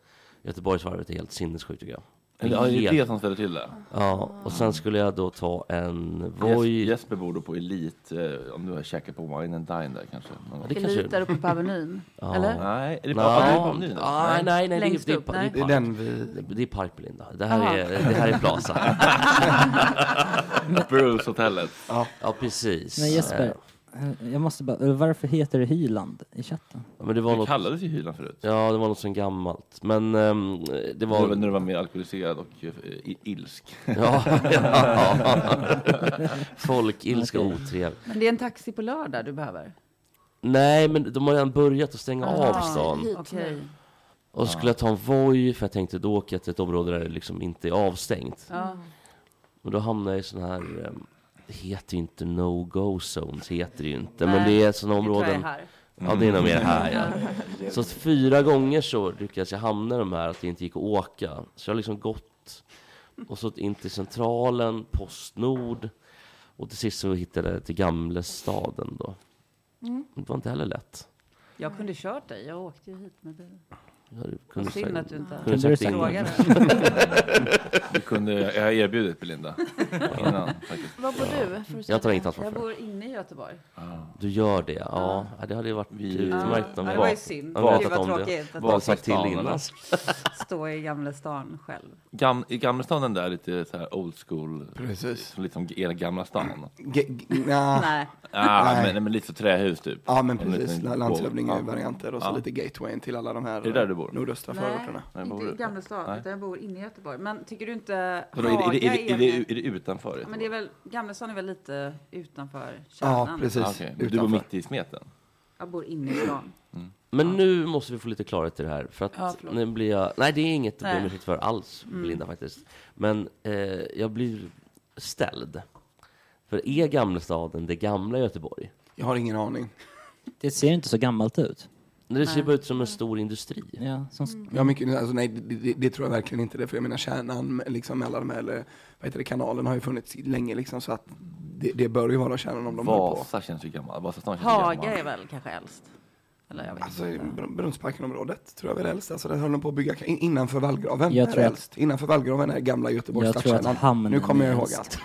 [SPEAKER 12] Göteborgsvarvet är helt sinnessjukt tycker jag.
[SPEAKER 1] Ja, det är
[SPEAKER 12] helt-
[SPEAKER 1] det som ställer till det.
[SPEAKER 12] Ja, och sen skulle jag då ta en
[SPEAKER 1] Jes-
[SPEAKER 12] Voi.
[SPEAKER 1] Jesper bor då på Elite, eh, om du har käkat på Wine and Dine där kanske. någon gång.
[SPEAKER 12] Det
[SPEAKER 11] kanske- Elite där uppe på Avenyn,
[SPEAKER 12] Ja.
[SPEAKER 11] eller?
[SPEAKER 1] Nej, är det på-
[SPEAKER 12] Nej.
[SPEAKER 1] ja, det är på Avenyn.
[SPEAKER 12] Ah, nej, nej, det, är-
[SPEAKER 11] Längst
[SPEAKER 12] det, är-
[SPEAKER 11] upp,
[SPEAKER 12] det, är
[SPEAKER 11] nej.
[SPEAKER 12] park.
[SPEAKER 11] Det är
[SPEAKER 1] den
[SPEAKER 12] Det, det är Park Belinda. Det här
[SPEAKER 11] Jaha.
[SPEAKER 12] är, det här är Plaza.
[SPEAKER 1] Bruce-hotellet.
[SPEAKER 12] Ja. precis.
[SPEAKER 8] Men Jesper,
[SPEAKER 12] Eh,
[SPEAKER 8] eh, jag måste bara, eh, varför heter det Hyland i chatten?
[SPEAKER 12] Ja, men det var
[SPEAKER 1] Det
[SPEAKER 12] något...
[SPEAKER 1] kallades ju Hyland förut.
[SPEAKER 12] Ja, det var något sen gammalt. Men ehm, det
[SPEAKER 1] Det
[SPEAKER 12] var...
[SPEAKER 1] var när du var mer alkoholiserad och eh, i- ilsk.
[SPEAKER 12] Ja, ja. Folkilska och
[SPEAKER 1] Okej.
[SPEAKER 12] otrevligt.
[SPEAKER 11] Men det är en taxi på lördag du behöver.
[SPEAKER 12] Nej, men de har redan börjat att stänga av
[SPEAKER 11] Ah,
[SPEAKER 12] stan.
[SPEAKER 11] Okej.
[SPEAKER 12] Och så skulle jag ta en Voi, för jag tänkte då åker jag till ett område där det liksom inte är avstängt.
[SPEAKER 11] Ja.
[SPEAKER 12] Men då hamnar jag i sån här, ehm, det heter ju inte no-go zones, heter det ju inte. Men
[SPEAKER 11] Nej,
[SPEAKER 12] det är sådana
[SPEAKER 11] det tror jag är
[SPEAKER 12] områden.
[SPEAKER 11] här. Mm.
[SPEAKER 12] Ja, det är nog mer här ja. Så att fyra gånger så lyckades jag hamna i de här, att det inte gick att åka. Så jag har liksom gått, och så in till Centralen, Postnord. Och till sist så hittade jag till Gamlestaden då.
[SPEAKER 11] Mm.
[SPEAKER 12] Det var inte heller lätt.
[SPEAKER 11] Jag kunde kört dig. Jag åkte ju hit med bilen.
[SPEAKER 12] Ja, du kunde
[SPEAKER 11] Vad synd
[SPEAKER 12] säkert-
[SPEAKER 11] att du inte
[SPEAKER 12] kunde Kunde du sagt
[SPEAKER 11] frågade.
[SPEAKER 12] innan.
[SPEAKER 1] Du kunde, jag har erbjudit Belinda innan faktiskt.
[SPEAKER 11] Var bor du? Får du säga
[SPEAKER 12] Jag tar
[SPEAKER 11] det?
[SPEAKER 12] inget ansvar
[SPEAKER 11] Jag
[SPEAKER 12] för det.
[SPEAKER 11] bor inne i Göteborg.
[SPEAKER 12] Du gör det? Ja, ja. det hade ju varit utmärkt om vi
[SPEAKER 11] Ja, det var ju
[SPEAKER 12] hade-
[SPEAKER 11] synd.
[SPEAKER 12] hade
[SPEAKER 11] Gud,
[SPEAKER 12] vetat
[SPEAKER 11] vad
[SPEAKER 12] om det.
[SPEAKER 11] tråkigt att-
[SPEAKER 12] Bara sagt till
[SPEAKER 1] Vasastan,
[SPEAKER 12] innan.
[SPEAKER 11] Stå i Gamla stan själv.
[SPEAKER 1] Gam, I Gamlestaden där, lite så här old school.
[SPEAKER 4] Precis.
[SPEAKER 1] Som lite som era gamla stan.
[SPEAKER 4] Ge- ge- nja.
[SPEAKER 11] Nej.
[SPEAKER 1] Ah,
[SPEAKER 4] Nej.
[SPEAKER 1] men, men lite så trähus typ.
[SPEAKER 4] Ja men
[SPEAKER 1] En liten
[SPEAKER 4] precis,
[SPEAKER 1] gård.
[SPEAKER 4] landshövdingevarianter och så
[SPEAKER 1] Ja.
[SPEAKER 4] lite gatewayen till alla de här
[SPEAKER 1] Är det där du bor?
[SPEAKER 4] nordöstra
[SPEAKER 11] Nej,
[SPEAKER 4] förorterna.
[SPEAKER 11] inte i Gamla stan, utan jag bor inne i Göteborg. Men tycker du inte
[SPEAKER 1] Vadå, är, det, är,
[SPEAKER 11] Haga
[SPEAKER 1] det, är, det, är,
[SPEAKER 11] mer-
[SPEAKER 1] det, är det utanför? Göteborg?
[SPEAKER 11] Men det är väl, Gamla stan är väl lite utanför kärnan?
[SPEAKER 1] Ja, precis. Ah, Okej, men Du bor
[SPEAKER 11] Utanför.
[SPEAKER 1] mitt i smeten?
[SPEAKER 11] Jag bor inne i stan.
[SPEAKER 12] Men nu måste vi få lite klarhet i det här. För att
[SPEAKER 11] Ja, förlåt.
[SPEAKER 12] nu blir jag... Nej, det är inget att be om
[SPEAKER 11] Nej.
[SPEAKER 12] ursäkt för alls,
[SPEAKER 11] Mm.
[SPEAKER 12] Belinda, faktiskt. Men eh, jag blir ställd. För är Gamlestaden det gamla Göteborg?
[SPEAKER 4] Jag har ingen aning.
[SPEAKER 8] Det ser inte så gammalt ut.
[SPEAKER 12] Nej, det ser bara ut som en stor industri.
[SPEAKER 8] Ja, som s-
[SPEAKER 4] Ja, mycket, alltså, nej, det, det, det tror jag verkligen inte det, för jag menar kärnan liksom, med alla de här eller, vad heter det, kanalerna har ju funnits länge liksom, så att det, det bör ju vara kärnan om de håller på.
[SPEAKER 1] Vasa känns ju gammal. Vasastan känns ju gammal.
[SPEAKER 11] Haga är väl kanske äldst? Eller jag vet
[SPEAKER 4] Alltså i
[SPEAKER 11] inte.
[SPEAKER 4] Brun- Brunnsparkenområdet tror jag väl är äldst, alltså där höll de på att bygga in, innanför vallgraven.
[SPEAKER 8] Jag
[SPEAKER 4] är
[SPEAKER 8] tror att-
[SPEAKER 4] äldst. Innanför vallgraven är gamla Göteborgs
[SPEAKER 8] Jag tror att
[SPEAKER 4] stadskärnan.
[SPEAKER 8] hamnen
[SPEAKER 4] Nu kommer jag
[SPEAKER 8] är
[SPEAKER 4] ihåg
[SPEAKER 8] äldst.
[SPEAKER 4] allt.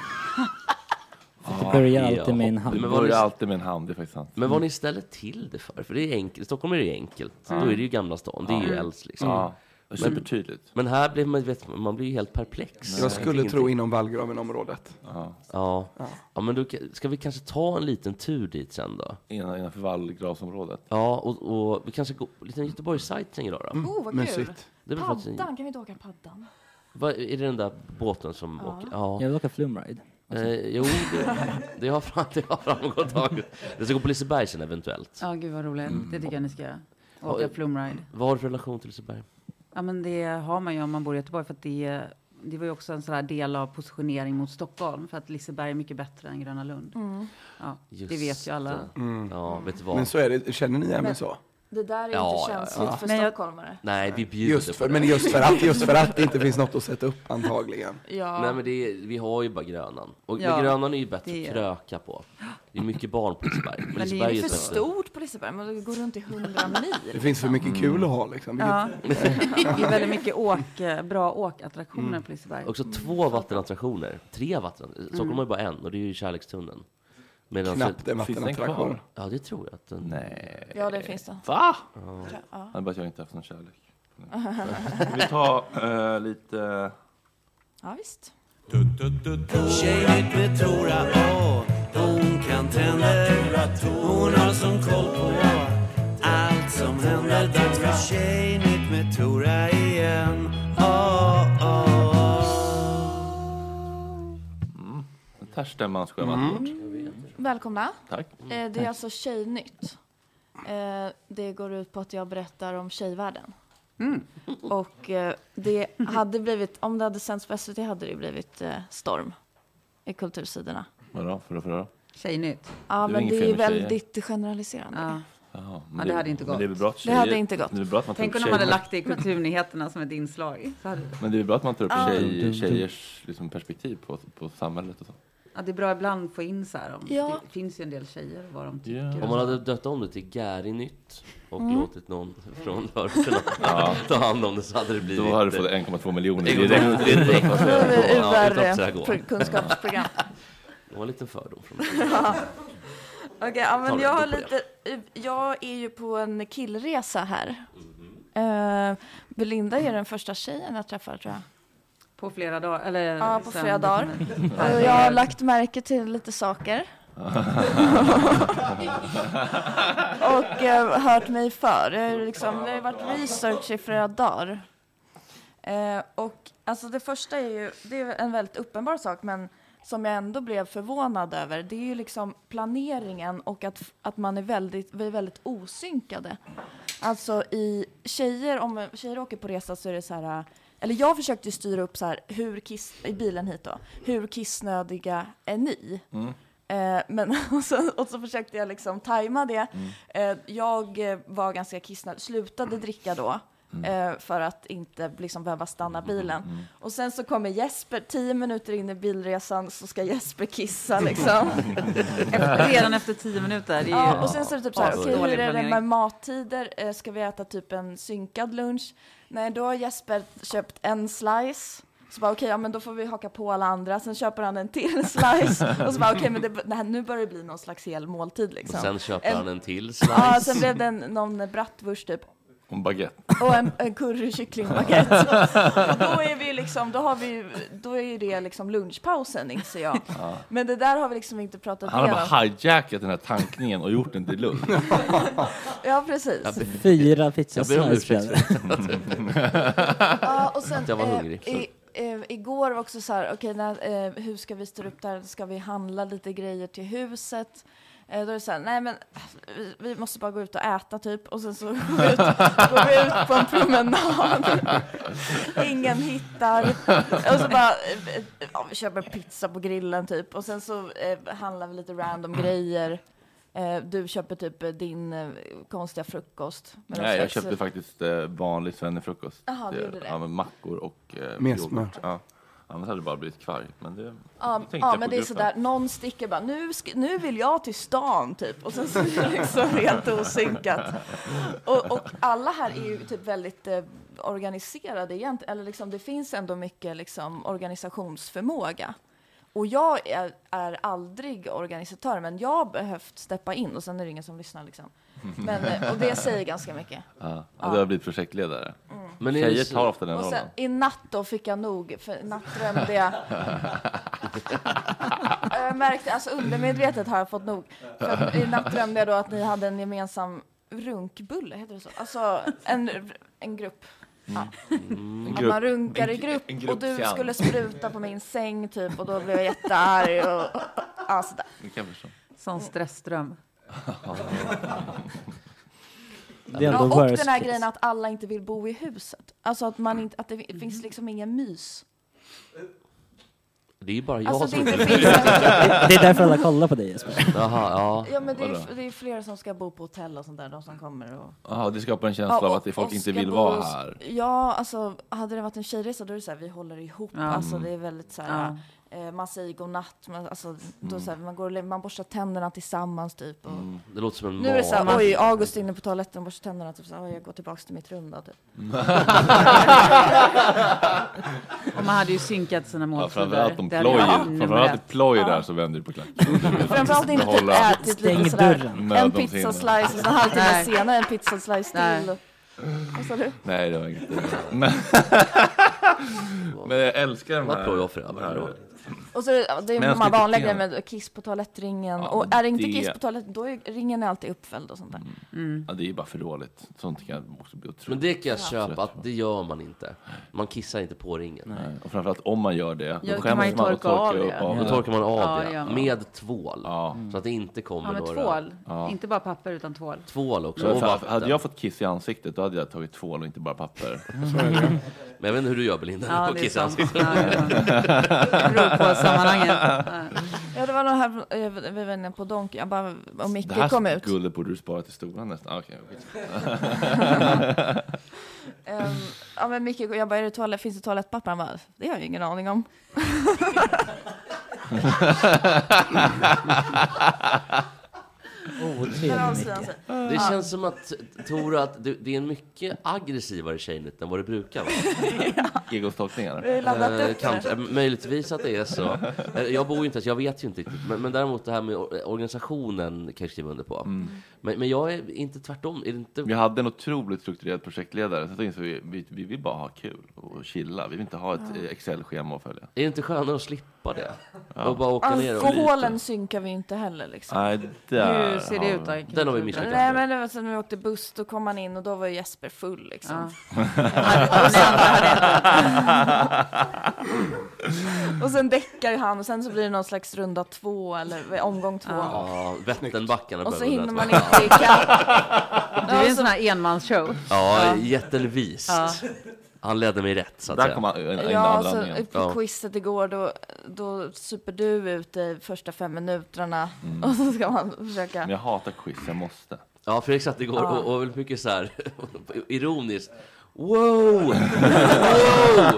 [SPEAKER 8] Det börjar alltid med en hamn.
[SPEAKER 1] Det börjar alltid med en hamn, det är faktiskt sant.
[SPEAKER 12] Men vad ni ställer till det för? För det är enkelt. I Stockholm är det enkelt.
[SPEAKER 1] Mm. Ja.
[SPEAKER 12] Då är det ju Gamla stan. Det är ju
[SPEAKER 1] Ja.
[SPEAKER 12] äldst liksom.
[SPEAKER 1] Ja.
[SPEAKER 12] Men-
[SPEAKER 1] Supertydligt.
[SPEAKER 12] Men här blir man, vet, man- man blir ju helt perplex.
[SPEAKER 4] Jag skulle
[SPEAKER 12] Ingenting.
[SPEAKER 4] tro inom vallgravenområdet.
[SPEAKER 1] Ja.
[SPEAKER 12] Ja. ja, men då ka- ska vi kanske ta en liten tur dit sen då?
[SPEAKER 1] Innan, innanför vallgravsområdet.
[SPEAKER 12] Ja, och, och vi kanske går på lite Göteborgs-sightseeing idag då?
[SPEAKER 6] Oh, vad kul!
[SPEAKER 12] Det blir faktiskt en,
[SPEAKER 6] Paddan, kan vi inte åka paddan?
[SPEAKER 12] vad, är det den där båten som
[SPEAKER 6] Ja.
[SPEAKER 12] åker? Ja.
[SPEAKER 8] Jag vill åka flumride.
[SPEAKER 12] Eh, jo, det, det, har fram, det har framgått. av- Det ska gå på Liseberg sen eventuellt.
[SPEAKER 11] Ja, gud vad roligt.
[SPEAKER 1] Mm.
[SPEAKER 11] Det tycker jag ni ska göra.
[SPEAKER 12] Ja,
[SPEAKER 11] Åka
[SPEAKER 12] eh,
[SPEAKER 11] plumride.
[SPEAKER 12] Vad har du för relation till Liseberg?
[SPEAKER 11] Ja, men det har man ju om man bor i Göteborg. För att det, det var ju också en sån här del av positionering mot Stockholm. För att Liseberg är mycket bättre än Gröna Lund.
[SPEAKER 6] Mm.
[SPEAKER 11] Ja, det
[SPEAKER 12] Just
[SPEAKER 11] vet ju alla.
[SPEAKER 12] Mm. Ja, vet du vad?
[SPEAKER 4] Men så är det, känner ni även så?
[SPEAKER 6] Det där är
[SPEAKER 12] Ja,
[SPEAKER 6] inte
[SPEAKER 12] ja,
[SPEAKER 6] känsligt
[SPEAKER 12] ja.
[SPEAKER 6] för
[SPEAKER 11] Men jag-
[SPEAKER 6] stockholmare.
[SPEAKER 12] Nej, vi bjuder
[SPEAKER 4] Just
[SPEAKER 12] på
[SPEAKER 4] för,
[SPEAKER 12] det.
[SPEAKER 4] men just för, att, just för att det inte finns något att sätta upp antagligen.
[SPEAKER 6] Ja.
[SPEAKER 12] Nej men det är, vi har ju bara Grönan. Och
[SPEAKER 6] Ja,
[SPEAKER 12] men Grönan är ju bättre
[SPEAKER 6] det är-
[SPEAKER 12] att kröka på. Det är mycket barn på Liseberg.
[SPEAKER 6] Men det är
[SPEAKER 12] Liseberg
[SPEAKER 6] ju för
[SPEAKER 12] så-
[SPEAKER 6] stort på Liseberg, man går runt i hundra mil. Mm.
[SPEAKER 4] Det finns för mycket kul att ha liksom.
[SPEAKER 11] Ja.
[SPEAKER 4] vilket-
[SPEAKER 11] Det är väldigt mycket åk, eh, bra åkattraktioner
[SPEAKER 1] Mm.
[SPEAKER 4] Mm.
[SPEAKER 11] på Liseberg.
[SPEAKER 12] Också
[SPEAKER 6] Mm.
[SPEAKER 12] två vattenattraktioner. Tre vatten. Stockholm har ju bara en och det är ju Kärlekstunneln. Medan
[SPEAKER 4] Knappt en
[SPEAKER 12] Finns den
[SPEAKER 4] vattenattraktion.
[SPEAKER 12] kvar? Ja, det tror jag att den... Nej.
[SPEAKER 6] Ja, det finns det.
[SPEAKER 1] Va?
[SPEAKER 12] Ja.
[SPEAKER 6] Ja.
[SPEAKER 1] Det är bara att jag inte haft någon kärlek. Ska vi ta eh, lite...
[SPEAKER 6] Ja, visst.
[SPEAKER 9] Tjejigt med Tora A. Hon kan trender. Hon har som koll på allt som händer. Dags för Tjejigt med Tora igen. Ah, A, A,
[SPEAKER 1] Den här stämman ska jag vara bort.
[SPEAKER 12] Mm.
[SPEAKER 6] Välkomna.
[SPEAKER 1] Tack.
[SPEAKER 6] Eh, Det är alltså Tjejnytt. Eh, Det går ut på att jag berättar om tjejvärlden. Mm. Och eh, det hade blivit, om det hade sänts på SVT hade det blivit eh, storm i kultursidorna.
[SPEAKER 1] Vadå, för då, för då?
[SPEAKER 11] Tjejnytt.
[SPEAKER 6] Ja,
[SPEAKER 1] Det är
[SPEAKER 6] men
[SPEAKER 1] inget
[SPEAKER 6] det är
[SPEAKER 1] fel
[SPEAKER 6] ju
[SPEAKER 1] med tjejer.
[SPEAKER 6] väldigt generaliserande.
[SPEAKER 1] Jaha,
[SPEAKER 11] Ja, det hade inte gått.
[SPEAKER 1] Men det är väl bra att
[SPEAKER 6] Det hade inte gått.
[SPEAKER 1] Det är väl bra att man tar
[SPEAKER 11] Tänk
[SPEAKER 1] upp
[SPEAKER 11] om de hade
[SPEAKER 1] tjejer-
[SPEAKER 11] lagt det i kulturnyheterna som ett inslag. Så hade...
[SPEAKER 1] Men det är väl bra att man tar upp
[SPEAKER 11] Ja.
[SPEAKER 1] tjej, tjejers liksom, perspektiv på, på samhället och så.
[SPEAKER 11] Ja, det är bra ibland att få in så här om...
[SPEAKER 6] Ja.
[SPEAKER 11] Det finns ju en del tjejer och vad de tycker.
[SPEAKER 12] Om man hade dött om det till Gäri-nytt och
[SPEAKER 11] Mm.
[SPEAKER 12] låtit någon från rörelsen
[SPEAKER 1] Ja.
[SPEAKER 12] ta hand om det så hade det blivit...
[SPEAKER 1] Då hade du fått 1,2 miljoner
[SPEAKER 12] Det är
[SPEAKER 1] direkt.
[SPEAKER 12] direkt. direkt.
[SPEAKER 1] Då är det
[SPEAKER 12] Ja,
[SPEAKER 1] UR,
[SPEAKER 12] utan att säga gå.
[SPEAKER 6] för kunskapsprogram.
[SPEAKER 12] Det var en liten fördom från mig.
[SPEAKER 6] Ja. Okej, ja,
[SPEAKER 12] Ta
[SPEAKER 6] men
[SPEAKER 12] det,
[SPEAKER 6] jag
[SPEAKER 12] gå
[SPEAKER 6] har
[SPEAKER 12] på
[SPEAKER 6] lite... Jag är ju på en killresa här.
[SPEAKER 1] Mhm.
[SPEAKER 6] Eh, Belinda är den första tjejen jag träffar, tror jag.
[SPEAKER 11] På flera dagar, eller...
[SPEAKER 6] Ja, på
[SPEAKER 11] sen-
[SPEAKER 6] flera dagar.
[SPEAKER 11] Ja.
[SPEAKER 6] Och jag har lagt märke till lite saker. Och eh, hört mig för. Jag har ju liksom, det har ju varit research i flera dagar. Eh, och alltså det första är ju, det är en väldigt uppenbar sak, men som jag ändå blev förvånad över, det är ju liksom planeringen och att, att man är väldigt, vi är väldigt osynkade. Alltså i tjejer, om tjejer åker på resa så är det så här, eh, eller jag försökte ju styra upp så här, hur kiss, i bilen hit då, hur kissnödiga är ni?
[SPEAKER 9] Mm.
[SPEAKER 6] Eh, men och så, och så försökte jag liksom tajma det. Eh, jag eh, var ganska kissnödig, slutade dricka då. Eh, för att inte liksom behöva stanna bilen. Och sen så kommer Jesper, tio minuter in i bilresan så ska Jesper kissa liksom.
[SPEAKER 11] Efter, redan efter tio minuter. det är ju-
[SPEAKER 6] Ja, och sen så är det typ så här,
[SPEAKER 11] Ja,
[SPEAKER 6] okej
[SPEAKER 11] dålig
[SPEAKER 6] hur är det
[SPEAKER 11] planering.
[SPEAKER 6] med mattider? Eh, Ska vi äta typ en synkad lunch? Nej, då har Jesper köpt en slice. Så bara okej, ja men då får vi haka på alla andra. Sen köper han en till slice. Och så bara okej, men det, nej, nu börjar det bli någon slags hel måltid
[SPEAKER 12] Och
[SPEAKER 6] liksom.
[SPEAKER 12] sen köper han en till slice.
[SPEAKER 6] Ja, sen blev det en, någon bratwurst typ.
[SPEAKER 1] En baguette.
[SPEAKER 6] Och en, en currykycklingbaguette. Och då är vi liksom, då har vi ju- då är ju det liksom lunchpausen inser jag.
[SPEAKER 1] Ja.
[SPEAKER 6] Men det där har vi liksom inte pratat
[SPEAKER 1] Han har
[SPEAKER 6] igenom.
[SPEAKER 1] bara hijackat den här tankningen och gjort den till lugn.
[SPEAKER 6] Ja, precis.
[SPEAKER 8] Fyra pizza
[SPEAKER 1] Jag ber om
[SPEAKER 8] slice
[SPEAKER 1] ursäkt för
[SPEAKER 8] blev det.
[SPEAKER 6] Ja, och sen,
[SPEAKER 12] Att jag var
[SPEAKER 6] eh,
[SPEAKER 12] hungrig, så-
[SPEAKER 6] I, eh, igår var också så här, okej, när, eh, hur ska vi stå upp där? Ska vi handla lite grejer till huset? Eh, då är det så här, nej men vi, vi måste bara gå ut och äta typ. Och sen så går vi ut, går vi ut på en promenad. Ingen hittar. Och så bara, eh, eh, ja, vi köper pizza på grillen typ. Och sen så eh, handlar vi lite random grejer. Eh, du köper typ eh, din eh, konstiga frukost. med någon
[SPEAKER 1] Nej, jag
[SPEAKER 6] slags-
[SPEAKER 1] köpte faktiskt eh, vanlig svennefrukost. Eh,
[SPEAKER 6] Jaha, du gjorde det.
[SPEAKER 1] Ja, med mackor och eh,
[SPEAKER 4] Med
[SPEAKER 1] yoghurt.
[SPEAKER 4] smör.
[SPEAKER 1] Ja. Annars hade det bara blivit kvarg. Men det,
[SPEAKER 6] Ja,
[SPEAKER 1] det tänkte
[SPEAKER 6] ja
[SPEAKER 1] jag på
[SPEAKER 6] men det är
[SPEAKER 1] gruppen.
[SPEAKER 6] sådär, någon sticker bara, nu, sk- nu vill jag till stan typ. Och sen så är det liksom helt osynkat. Och, och alla här är ju typ väldigt eh, organiserade egentligen, eller liksom det finns ändå mycket liksom organisationsförmåga. Och jag är, är aldrig organisatör, men jag har behövt steppa in och sen är det ingen som lyssnar liksom. Men, eh, och det säger ganska mycket.
[SPEAKER 1] Ja. Ja, Du har blivit projektledare.
[SPEAKER 6] Mm.
[SPEAKER 12] Men är det
[SPEAKER 1] Tjejer
[SPEAKER 12] så-
[SPEAKER 1] tar ofta den
[SPEAKER 6] Och
[SPEAKER 1] rollen.
[SPEAKER 6] sen i natt då fick jag nog, för i natt drömde jag Ja, Jag märkte, alltså undermedvetet har jag fått nog. För att I natt drömde jag då att ni hade en gemensam runkbulle, heter det så? Alltså en, en grupp. Ja.
[SPEAKER 8] Mm.
[SPEAKER 1] En
[SPEAKER 6] Att
[SPEAKER 1] grupp-
[SPEAKER 6] man runkar i
[SPEAKER 1] Mm. en-
[SPEAKER 6] grupp,
[SPEAKER 1] en grupp
[SPEAKER 6] och du
[SPEAKER 1] seans.
[SPEAKER 6] skulle spruta på min säng typ och då blev jag jättearg och, och, ja, sådär.
[SPEAKER 1] Det
[SPEAKER 6] Mm.
[SPEAKER 1] kan jag förstå.
[SPEAKER 11] Sån stressdröm.
[SPEAKER 8] Det är
[SPEAKER 6] Ja,
[SPEAKER 8] ändå
[SPEAKER 6] och
[SPEAKER 8] worst
[SPEAKER 6] den här
[SPEAKER 8] case.
[SPEAKER 6] grejen att alla inte vill bo i huset. Alltså att, man inte, att det
[SPEAKER 1] Mm.
[SPEAKER 6] finns liksom ingen mys.
[SPEAKER 12] Det är ju bara jag
[SPEAKER 6] Alltså,
[SPEAKER 12] som...
[SPEAKER 6] det inte finns en-
[SPEAKER 8] Det är därför alla kollar på dig, Jesper.
[SPEAKER 12] Jaha, ja.
[SPEAKER 6] Ja, men det
[SPEAKER 1] Vadå? Mm.
[SPEAKER 6] är, det är flera som ska bo på hotell och sånt där, de som kommer och...
[SPEAKER 1] Jaha, det skapar en känsla
[SPEAKER 6] Ja,
[SPEAKER 1] av
[SPEAKER 6] och-
[SPEAKER 1] att det- folk
[SPEAKER 6] och
[SPEAKER 1] inte
[SPEAKER 6] ska
[SPEAKER 1] vill
[SPEAKER 6] bo
[SPEAKER 1] vara
[SPEAKER 6] hos-
[SPEAKER 1] här.
[SPEAKER 6] Ja, alltså hade det varit en tjejresa då är det så här, vi håller ihop.
[SPEAKER 1] Ja.
[SPEAKER 6] Alltså
[SPEAKER 1] Mm.
[SPEAKER 6] det är väldigt så här, eh, man säger godnatt, man, alltså,
[SPEAKER 1] Mm.
[SPEAKER 6] då så här, man, går, och lä- man borstar tänderna tillsammans typ. Och,
[SPEAKER 12] Mm, Det låter som en
[SPEAKER 6] Nu är det så här,
[SPEAKER 12] mage.
[SPEAKER 6] oj, August är inne på toaletten och borstar tänderna, typ så här, "Oj, jag går tillbaks till mitt rum då, typ.
[SPEAKER 11] Och man hade ju synkat sina
[SPEAKER 1] Ja,
[SPEAKER 11] måltider.
[SPEAKER 1] framförallt om
[SPEAKER 11] Det hade varit
[SPEAKER 1] ploj,
[SPEAKER 11] nummer
[SPEAKER 1] framförallt
[SPEAKER 11] ett.
[SPEAKER 1] ett ploj där så vänder du på klacken.
[SPEAKER 6] Framförallt inte typ
[SPEAKER 1] Behålla-
[SPEAKER 6] ätit lite sådär, en alltså,
[SPEAKER 1] Mödomshinnan.
[SPEAKER 6] pizzaslice och så en halvtimme
[SPEAKER 11] Nej.
[SPEAKER 6] senare en pizzaslice
[SPEAKER 11] Nej.
[SPEAKER 6] till. Vad sa du?
[SPEAKER 1] Nej, det var inte Men, men jag älskar de
[SPEAKER 12] Vad
[SPEAKER 1] här.
[SPEAKER 12] tror jag för det?
[SPEAKER 1] de här-
[SPEAKER 6] Och så är det är
[SPEAKER 1] Men jag
[SPEAKER 6] många
[SPEAKER 1] ska
[SPEAKER 6] vanliga
[SPEAKER 1] inte-
[SPEAKER 6] grejer med kiss på toalettringen.
[SPEAKER 1] Ja,
[SPEAKER 6] och är det inte
[SPEAKER 1] det-
[SPEAKER 6] kiss på toaletten, då är ringen är alltid uppfälld och sånt
[SPEAKER 11] Mm.
[SPEAKER 6] där.
[SPEAKER 1] Mm. Ja, det är ju bara för dåligt. Sånt kan jag också bli otroligt
[SPEAKER 12] Men det kan jag
[SPEAKER 6] Ja.
[SPEAKER 12] köpa, att det gör man inte. Man kissar inte på ringen.
[SPEAKER 1] Nej. Och framförallt om man gör det,
[SPEAKER 12] Ja, då
[SPEAKER 1] då skäms
[SPEAKER 12] kan man
[SPEAKER 1] man
[SPEAKER 12] ju
[SPEAKER 1] och
[SPEAKER 12] torka
[SPEAKER 1] torkar
[SPEAKER 12] av
[SPEAKER 1] upp
[SPEAKER 12] det.
[SPEAKER 1] av
[SPEAKER 12] Ja,
[SPEAKER 1] det.
[SPEAKER 12] då torkar man av
[SPEAKER 11] Ja, det
[SPEAKER 12] det
[SPEAKER 11] gör man.
[SPEAKER 12] med tvål. Så att det inte kommer
[SPEAKER 11] Ja, med
[SPEAKER 12] några...
[SPEAKER 11] tvål.
[SPEAKER 1] Ja.
[SPEAKER 11] Inte bara papper utan tvål.
[SPEAKER 12] Tvål
[SPEAKER 1] Så ifall- hade jag fått kiss i ansiktet, då hade jag tagit tvål och inte bara papper.
[SPEAKER 11] Så är det.
[SPEAKER 12] Men jag vet inte hur du gör Belinda,
[SPEAKER 11] Ja,
[SPEAKER 12] och
[SPEAKER 11] det är
[SPEAKER 12] kissar i
[SPEAKER 11] sant.
[SPEAKER 12] ansiktet.
[SPEAKER 11] Ja, ja. Det beror på sammanhanget.
[SPEAKER 6] Ja, det var nog här, eh, vi var inne på Donken, jag bara, och
[SPEAKER 1] Det
[SPEAKER 6] Micke
[SPEAKER 1] här
[SPEAKER 6] kom ut.
[SPEAKER 1] guldet borde du spara till stolen nästan. Ah, Okej, skit.
[SPEAKER 6] Ehm, ja, men Micke, jag bara, är det toalett, finns det toalettpapper? Han bara, det har jag ju ingen aning om.
[SPEAKER 12] Otrevlig
[SPEAKER 6] Hör av sig, Micke. alltså.
[SPEAKER 12] Det
[SPEAKER 6] Ja.
[SPEAKER 12] känns som att, Tora, att du, det är en mycket aggressivare tjejnytt än vad det brukar vara.
[SPEAKER 1] Egostolkningar?
[SPEAKER 6] Vi har ju laddat upp det.
[SPEAKER 12] kanske, eh, möjligtvis att det är så. Eh, Jag bor ju inte, så jag vet ju inte riktigt. Men, men däremot det här med or- organisationen kan jag skriva under på. Men, men jag är inte tvärtom. Är det inte...
[SPEAKER 1] Mm. Vi hade en otroligt strukturerad projektledare, så då insåg vi vi, vi vill bara ha kul och chilla. Vi vill inte ha ett
[SPEAKER 6] Ja.
[SPEAKER 1] eh, Excel-schema att följa.
[SPEAKER 12] Är det inte skönare att slippa det?
[SPEAKER 1] Ja.
[SPEAKER 12] Och bara åka ner och...
[SPEAKER 6] Alkoholen synkar vi ju inte heller liksom.
[SPEAKER 1] Nej, där Hur ser det har ut vi- då?
[SPEAKER 12] Den har vi misslyckats
[SPEAKER 6] Nej,
[SPEAKER 12] med.
[SPEAKER 6] men det var så när vi åkte buss, då kom han in och då var ju Jesper full liksom.
[SPEAKER 1] Ja.
[SPEAKER 6] Och sen- och sen däckar ju han och sen så blir det någon slags runda två eller omgång två.
[SPEAKER 12] Ja, Vätternbackarna
[SPEAKER 6] Och så
[SPEAKER 12] behöver
[SPEAKER 6] hinner
[SPEAKER 12] det.
[SPEAKER 6] man inte ikapp.
[SPEAKER 11] Du är en sån här enmansshow.
[SPEAKER 12] Ja, jättelvist.
[SPEAKER 11] Ja.
[SPEAKER 12] Han ledde mig rätt, så att
[SPEAKER 1] Där
[SPEAKER 12] säga.
[SPEAKER 1] kom han- en- en
[SPEAKER 6] Ja, alltså, på quizet igår då, då super du ut de första fem minuterna
[SPEAKER 1] Mm.
[SPEAKER 6] och så ska man försöka.
[SPEAKER 1] Men jag hatar quiz, jag måste.
[SPEAKER 12] Ja, Fredrik satt igår
[SPEAKER 6] Ja.
[SPEAKER 12] och, och väldigt mycket så här ironiskt. Wow! Wow! Och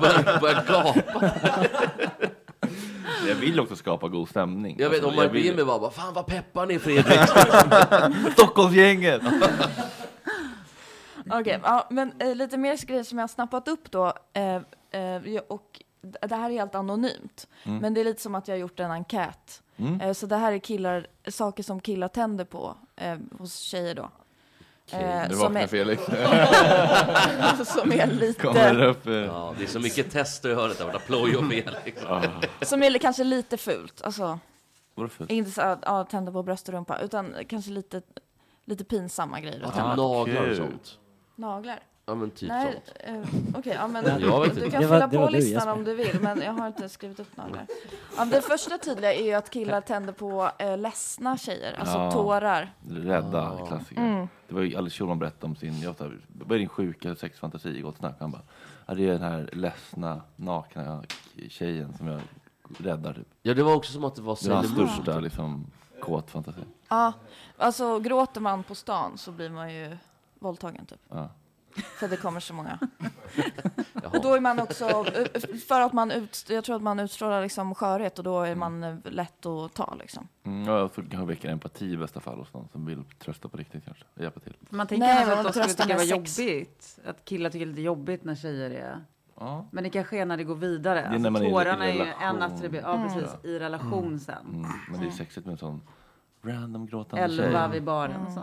[SPEAKER 12] började, började gapa.
[SPEAKER 1] Jag vill också skapa god stämning.
[SPEAKER 12] Jag vet,
[SPEAKER 1] Alltså,
[SPEAKER 12] om man
[SPEAKER 1] vill-
[SPEAKER 12] blir med bara, bara, fan vad peppar ni Fredrik!
[SPEAKER 1] Stockholmsgänget!
[SPEAKER 6] Okej, ja, men eh, lite mer grejer som jag har snappat upp då. Eh, eh, ja, och d- det här är helt anonymt,
[SPEAKER 9] Mm.
[SPEAKER 6] men det är lite som att jag har gjort en enkät.
[SPEAKER 9] Mm.
[SPEAKER 6] Eh, så det här är killar, saker som killar tänder på eh, hos tjejer då. Eh,
[SPEAKER 12] nu
[SPEAKER 6] som
[SPEAKER 12] vaknar
[SPEAKER 6] är-
[SPEAKER 12] Felix.
[SPEAKER 6] som är lite...
[SPEAKER 1] eh.
[SPEAKER 12] Ja, det är så mycket tester i hörnet där borta, ploj och Typ Felix.
[SPEAKER 6] Som är kanske lite fult, alltså.
[SPEAKER 1] Vadå fult?
[SPEAKER 6] Inte så att ja, tända på bröst och rumpa, utan kanske lite, lite pinsamma grejer. att
[SPEAKER 12] Att
[SPEAKER 6] tända på.
[SPEAKER 1] Ah,
[SPEAKER 12] naglar och sånt.
[SPEAKER 6] Naglar?
[SPEAKER 12] Ja, men typ
[SPEAKER 6] Nej,
[SPEAKER 12] sånt.
[SPEAKER 6] eh, Okej, ja, men
[SPEAKER 12] Ja, jag vet
[SPEAKER 6] du
[SPEAKER 12] inte.
[SPEAKER 6] kan
[SPEAKER 12] Det
[SPEAKER 6] fylla
[SPEAKER 12] var- det
[SPEAKER 6] på
[SPEAKER 12] var du,
[SPEAKER 6] listan
[SPEAKER 12] Jesper.
[SPEAKER 6] om du vill, men jag har inte skrivit upp några. Ja, det första tydliga är ju att killar tänder på eh, ledsna tjejer, alltså
[SPEAKER 1] Ja.
[SPEAKER 6] tårar.
[SPEAKER 1] Rädda klassiker.
[SPEAKER 6] Mm.
[SPEAKER 1] Det var ju Alice Schulman berättade om sin, jag sa, vad är din sjuka sexfantasi i Gott Snack? Han bara, ja, det är den här ledsna, nakna tjejen som jag räddar typ.
[SPEAKER 12] Ja, det var också som att det var
[SPEAKER 1] Det var hans
[SPEAKER 12] Sailor Moon,
[SPEAKER 1] största
[SPEAKER 12] typ.
[SPEAKER 1] liksom, kåtfantasi.
[SPEAKER 6] Ja, alltså gråter man på stan så blir man ju våldtagen typ.
[SPEAKER 1] Ja.
[SPEAKER 6] För det kommer så många. och då är man också, för att man, ut, jag tror att man utstrålar liksom skörhet och då är man eh, lätt att ta liksom.
[SPEAKER 1] Mm, ja, jag får kanske väcka empati i bästa fall hos någon som vill trösta på riktigt kanske. och Hjälpa till.
[SPEAKER 11] Man tänker
[SPEAKER 6] Nej,
[SPEAKER 11] alltså att
[SPEAKER 6] men
[SPEAKER 11] de
[SPEAKER 6] man
[SPEAKER 11] skulle
[SPEAKER 6] tröstar
[SPEAKER 11] tycka det var
[SPEAKER 6] med sex.
[SPEAKER 11] jobbigt. Att killar tycker det är lite jobbigt när tjejer är...
[SPEAKER 1] Ja.
[SPEAKER 11] Men det kanske är när det går vidare.
[SPEAKER 1] är
[SPEAKER 11] alltså,
[SPEAKER 1] när man är i
[SPEAKER 11] tårarna är, ju
[SPEAKER 1] relation.
[SPEAKER 11] en attribut. Ja,
[SPEAKER 1] Mm.
[SPEAKER 11] precis. I relation
[SPEAKER 1] Mm.
[SPEAKER 11] sen.
[SPEAKER 1] Mm. Men det är sexigt med en sån random gråtande
[SPEAKER 11] Elva
[SPEAKER 1] tjej.
[SPEAKER 11] vid baren.
[SPEAKER 6] Mm.
[SPEAKER 11] och Så.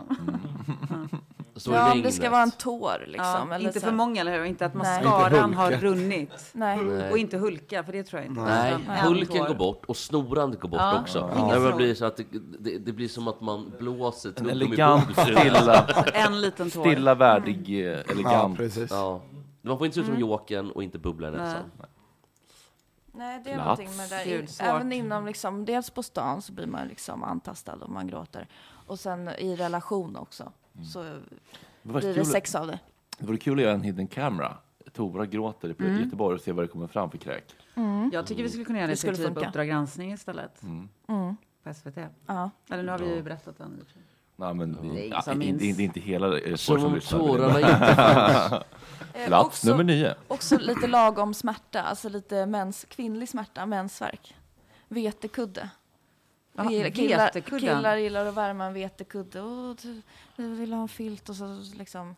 [SPEAKER 1] Står i Ja, om det regnet.
[SPEAKER 6] ska vara en tår, liksom, eller
[SPEAKER 11] inte
[SPEAKER 6] så
[SPEAKER 11] för
[SPEAKER 6] här.
[SPEAKER 11] många, eller hur? Inte att
[SPEAKER 6] Nej.
[SPEAKER 11] mascaran
[SPEAKER 6] Inte
[SPEAKER 11] har
[SPEAKER 6] hulka.
[SPEAKER 11] runnit.
[SPEAKER 6] Nej.
[SPEAKER 12] Nej.
[SPEAKER 11] Och inte hulka, för det tror jag inte.
[SPEAKER 12] Nej,
[SPEAKER 11] Utan en
[SPEAKER 12] hulken
[SPEAKER 11] tår.
[SPEAKER 12] går bort och snorandet går bort
[SPEAKER 11] Ja.
[SPEAKER 12] också.
[SPEAKER 11] Ja.
[SPEAKER 12] Nej,
[SPEAKER 11] Ingen
[SPEAKER 12] men Det,
[SPEAKER 11] snor.
[SPEAKER 12] blir så att det, det, det blir som att man blåser
[SPEAKER 1] En
[SPEAKER 12] tuggummi-
[SPEAKER 1] elegant, stilla, stilla värdig,
[SPEAKER 6] Mm.
[SPEAKER 1] eh, elegant.
[SPEAKER 12] Ja. Man får inte se ut som Jokern och inte bubbla i
[SPEAKER 6] Nej.
[SPEAKER 12] näsan.
[SPEAKER 6] Nej, det är
[SPEAKER 12] Plats.
[SPEAKER 6] någonting med det där.
[SPEAKER 11] Gud,
[SPEAKER 6] I-
[SPEAKER 11] svårt.
[SPEAKER 6] Även inom, liksom, dels på stan så blir man liksom antastad och man gråter. Och sen i relation också, så
[SPEAKER 1] Mm. Vad
[SPEAKER 6] blir det
[SPEAKER 1] kul.
[SPEAKER 6] sex av det.
[SPEAKER 1] Det vore kul att göra en hidden camera. Tora gråter i
[SPEAKER 11] Mm.
[SPEAKER 1] Göteborg och se vad det kommer fram för kräk.
[SPEAKER 11] Jag tycker vi skulle kunna göra
[SPEAKER 6] Det
[SPEAKER 11] det,
[SPEAKER 6] skulle
[SPEAKER 11] till typ
[SPEAKER 6] funka.
[SPEAKER 11] Uppdrag granskning istället.
[SPEAKER 1] Mm.
[SPEAKER 6] Mm.
[SPEAKER 11] På SVT.
[SPEAKER 6] Ja.
[SPEAKER 11] Eller nu har vi ju
[SPEAKER 1] Ja.
[SPEAKER 11] berättat den. i och för sig.
[SPEAKER 1] Nej, men
[SPEAKER 11] Det är ingen
[SPEAKER 1] ja,
[SPEAKER 11] som
[SPEAKER 1] det,
[SPEAKER 11] minns.
[SPEAKER 1] det, det är inte hela eh,
[SPEAKER 12] Som
[SPEAKER 1] folk
[SPEAKER 12] om
[SPEAKER 1] lyssnar.
[SPEAKER 12] tårarna inte fanns.
[SPEAKER 6] Eh,
[SPEAKER 1] Plats
[SPEAKER 6] också-
[SPEAKER 1] nummer nio.
[SPEAKER 6] Också lite lagom smärta, alltså lite mens, kvinnlig smärta, mensvärk. Vetekudde.
[SPEAKER 11] Ja,
[SPEAKER 6] Vi gillar- killar,
[SPEAKER 11] vetekudden.
[SPEAKER 6] killar gillar att värma en vetekudde. Åh, du, du vill ha en filt och så liksom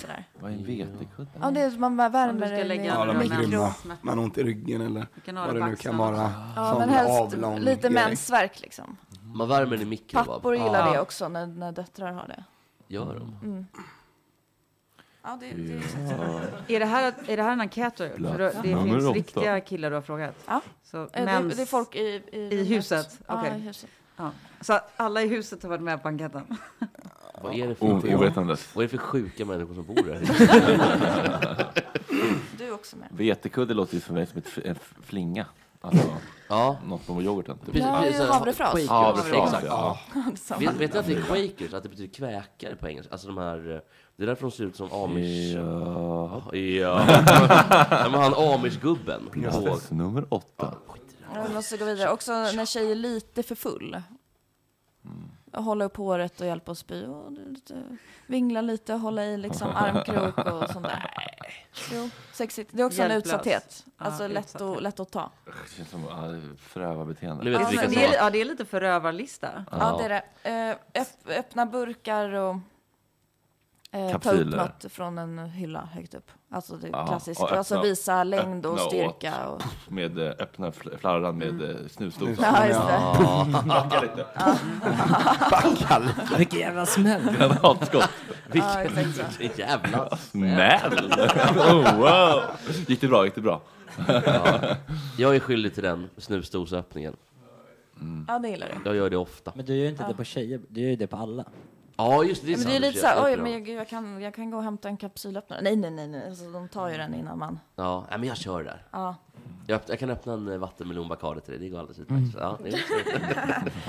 [SPEAKER 6] sådär.
[SPEAKER 1] Vad är en vetekudde?
[SPEAKER 6] Ja, det är, man bara
[SPEAKER 11] Om du
[SPEAKER 6] värmer
[SPEAKER 11] ska
[SPEAKER 6] den i
[SPEAKER 11] lägga
[SPEAKER 4] Ja, de är
[SPEAKER 6] mikro.
[SPEAKER 4] grymma. Man har ont i ryggen eller
[SPEAKER 11] kan ha
[SPEAKER 4] vad
[SPEAKER 11] det
[SPEAKER 4] det
[SPEAKER 11] på
[SPEAKER 4] nu kan
[SPEAKER 11] axlarna.
[SPEAKER 4] vara.
[SPEAKER 6] Ja,
[SPEAKER 4] Sån
[SPEAKER 6] men helst
[SPEAKER 4] avlång
[SPEAKER 6] lite
[SPEAKER 4] grej.
[SPEAKER 6] mensvärk liksom.
[SPEAKER 12] Man värmer den i mikro. va?
[SPEAKER 6] Pappor gillar
[SPEAKER 12] Ja.
[SPEAKER 6] det också när, när döttrar har det.
[SPEAKER 12] Gör de?
[SPEAKER 6] Mm. Ja, det, det är
[SPEAKER 13] Är det här, är det här en enkät då? För då- det
[SPEAKER 6] Nummer
[SPEAKER 13] finns
[SPEAKER 6] åtta.
[SPEAKER 13] riktiga killar du har frågat?
[SPEAKER 6] Ja.
[SPEAKER 13] Så,
[SPEAKER 6] Eh, det-
[SPEAKER 13] mäns-
[SPEAKER 6] det är folk i- i rummet.
[SPEAKER 13] huset?
[SPEAKER 6] Ja,
[SPEAKER 13] Okej.
[SPEAKER 6] i huset.
[SPEAKER 13] Ja. Så alla i huset har varit med på enkäten?
[SPEAKER 12] Vad är det
[SPEAKER 6] Oh,
[SPEAKER 12] för,
[SPEAKER 1] O- ovetandes.
[SPEAKER 12] vad är det för sjuka människor som bor där?
[SPEAKER 6] Du är också med.
[SPEAKER 1] Vetekudde låter ju för mig som ett f- en f- flinga. Alltså, ja. Något på yoghurten.
[SPEAKER 6] Precis, Ja, precis. det är havrefras.
[SPEAKER 12] Quakers.
[SPEAKER 6] Havrefras,
[SPEAKER 12] Exakt.
[SPEAKER 6] ja. Det är samma.
[SPEAKER 12] Vet, vet du att det är quakers, att det betyder kväkare på engelska? Alltså de här, eh, det är därför de ser ut som amish... Ja. ja. Nej, men han amish-gubben.
[SPEAKER 1] Plats
[SPEAKER 12] på-
[SPEAKER 1] nummer åtta.
[SPEAKER 6] Ja, Vi måste gå vidare. Också när tjejer är lite för full. Hålla upp håret och hjälpa oss spy. Och lite, vingla lite och hålla i liksom armkrok och sånt där. Jo, sexigt. Det är också
[SPEAKER 13] Hjälplös.
[SPEAKER 6] en utsatthet.
[SPEAKER 13] Ja,
[SPEAKER 6] Alltså lätt,
[SPEAKER 13] utsatthet.
[SPEAKER 6] Att, lätt att ta.
[SPEAKER 1] Det känns som ja, det är förövarbeteende.
[SPEAKER 12] Nu vet vi
[SPEAKER 13] Ja, men Alltså, det är, ja, det är lite förövarlista.
[SPEAKER 6] Ja, det är det. Eh, öpp, öppna burkar och eh, ta upp
[SPEAKER 1] Kapsyler.
[SPEAKER 6] något från en hylla högt upp. Alltså det
[SPEAKER 1] Ja,
[SPEAKER 6] är klassiskt.
[SPEAKER 1] och öppna-
[SPEAKER 6] alltså visa längd och
[SPEAKER 1] öppna åt
[SPEAKER 6] styrka. Och...
[SPEAKER 1] Med eh, öppna fl- flarran med mm. snusdosan.
[SPEAKER 6] Ja, just det.
[SPEAKER 1] Ja. Backa lite.
[SPEAKER 6] Ja.
[SPEAKER 1] Backa lite.
[SPEAKER 3] Vilken jävla smäll.
[SPEAKER 1] Granatskott.
[SPEAKER 6] Ja, exakt så.
[SPEAKER 12] Vilken jävla
[SPEAKER 1] smäll. Oh, wow. Gick det bra? Gick det bra?
[SPEAKER 12] Ja. Jag är skyldig till den snusdosöppningen.
[SPEAKER 6] Ja, det gillar du.
[SPEAKER 12] Jag gör det ofta.
[SPEAKER 8] Men du gör ju inte
[SPEAKER 6] Ja.
[SPEAKER 8] det på tjejer, du gör ju det på alla.
[SPEAKER 12] Ja, just det.
[SPEAKER 6] Men det är
[SPEAKER 12] sant.
[SPEAKER 6] lite såhär, oj,
[SPEAKER 12] Jättebra.
[SPEAKER 6] men jag, jag, kan, jag kan gå och hämta en kapsylöppnare. Nej, nej, nej, nej. Alltså, de tar ju den innan man...
[SPEAKER 12] Ja, nej, men jag kör där.
[SPEAKER 6] Ja.
[SPEAKER 12] Jag, öpp- jag kan öppna en eh, vattenmelon Bacardi till dig, det går alldeles utmärkt.
[SPEAKER 1] Mm.
[SPEAKER 12] Ja, det är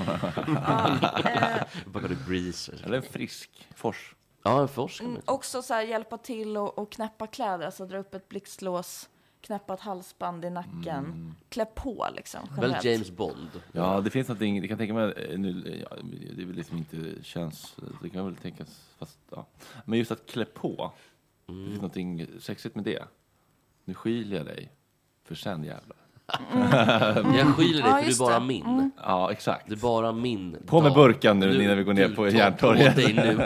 [SPEAKER 12] Bacardi Breeze.
[SPEAKER 1] Eller en frisk fors.
[SPEAKER 12] Ja, en fors.
[SPEAKER 6] Mm, också så här, hjälpa till och, och knäppa kläder, alltså dra upp ett blixtlås, knäppa ett halsband i nacken, klä på liksom. generellt.
[SPEAKER 12] Bond.
[SPEAKER 1] Ja, det finns någonting, det kan tänka mig, eh, nu, ja, det är väl liksom inte känns, det kan väl tänkas, fast ja. Men just att klä på, det
[SPEAKER 12] Mm.
[SPEAKER 1] finns någonting sexigt med det. Nu skiljer jag dig, för sen jävlar.
[SPEAKER 12] Mm. Jag skiljer dig, Ja, för du är just bara det. min. Mm.
[SPEAKER 1] Ja, exakt.
[SPEAKER 12] Du är bara min.
[SPEAKER 1] På med
[SPEAKER 12] dag.
[SPEAKER 1] burkan nu
[SPEAKER 12] Du-
[SPEAKER 1] innan vi går ner
[SPEAKER 12] du
[SPEAKER 1] på
[SPEAKER 12] tar
[SPEAKER 1] Järntorget.
[SPEAKER 12] på dig nu.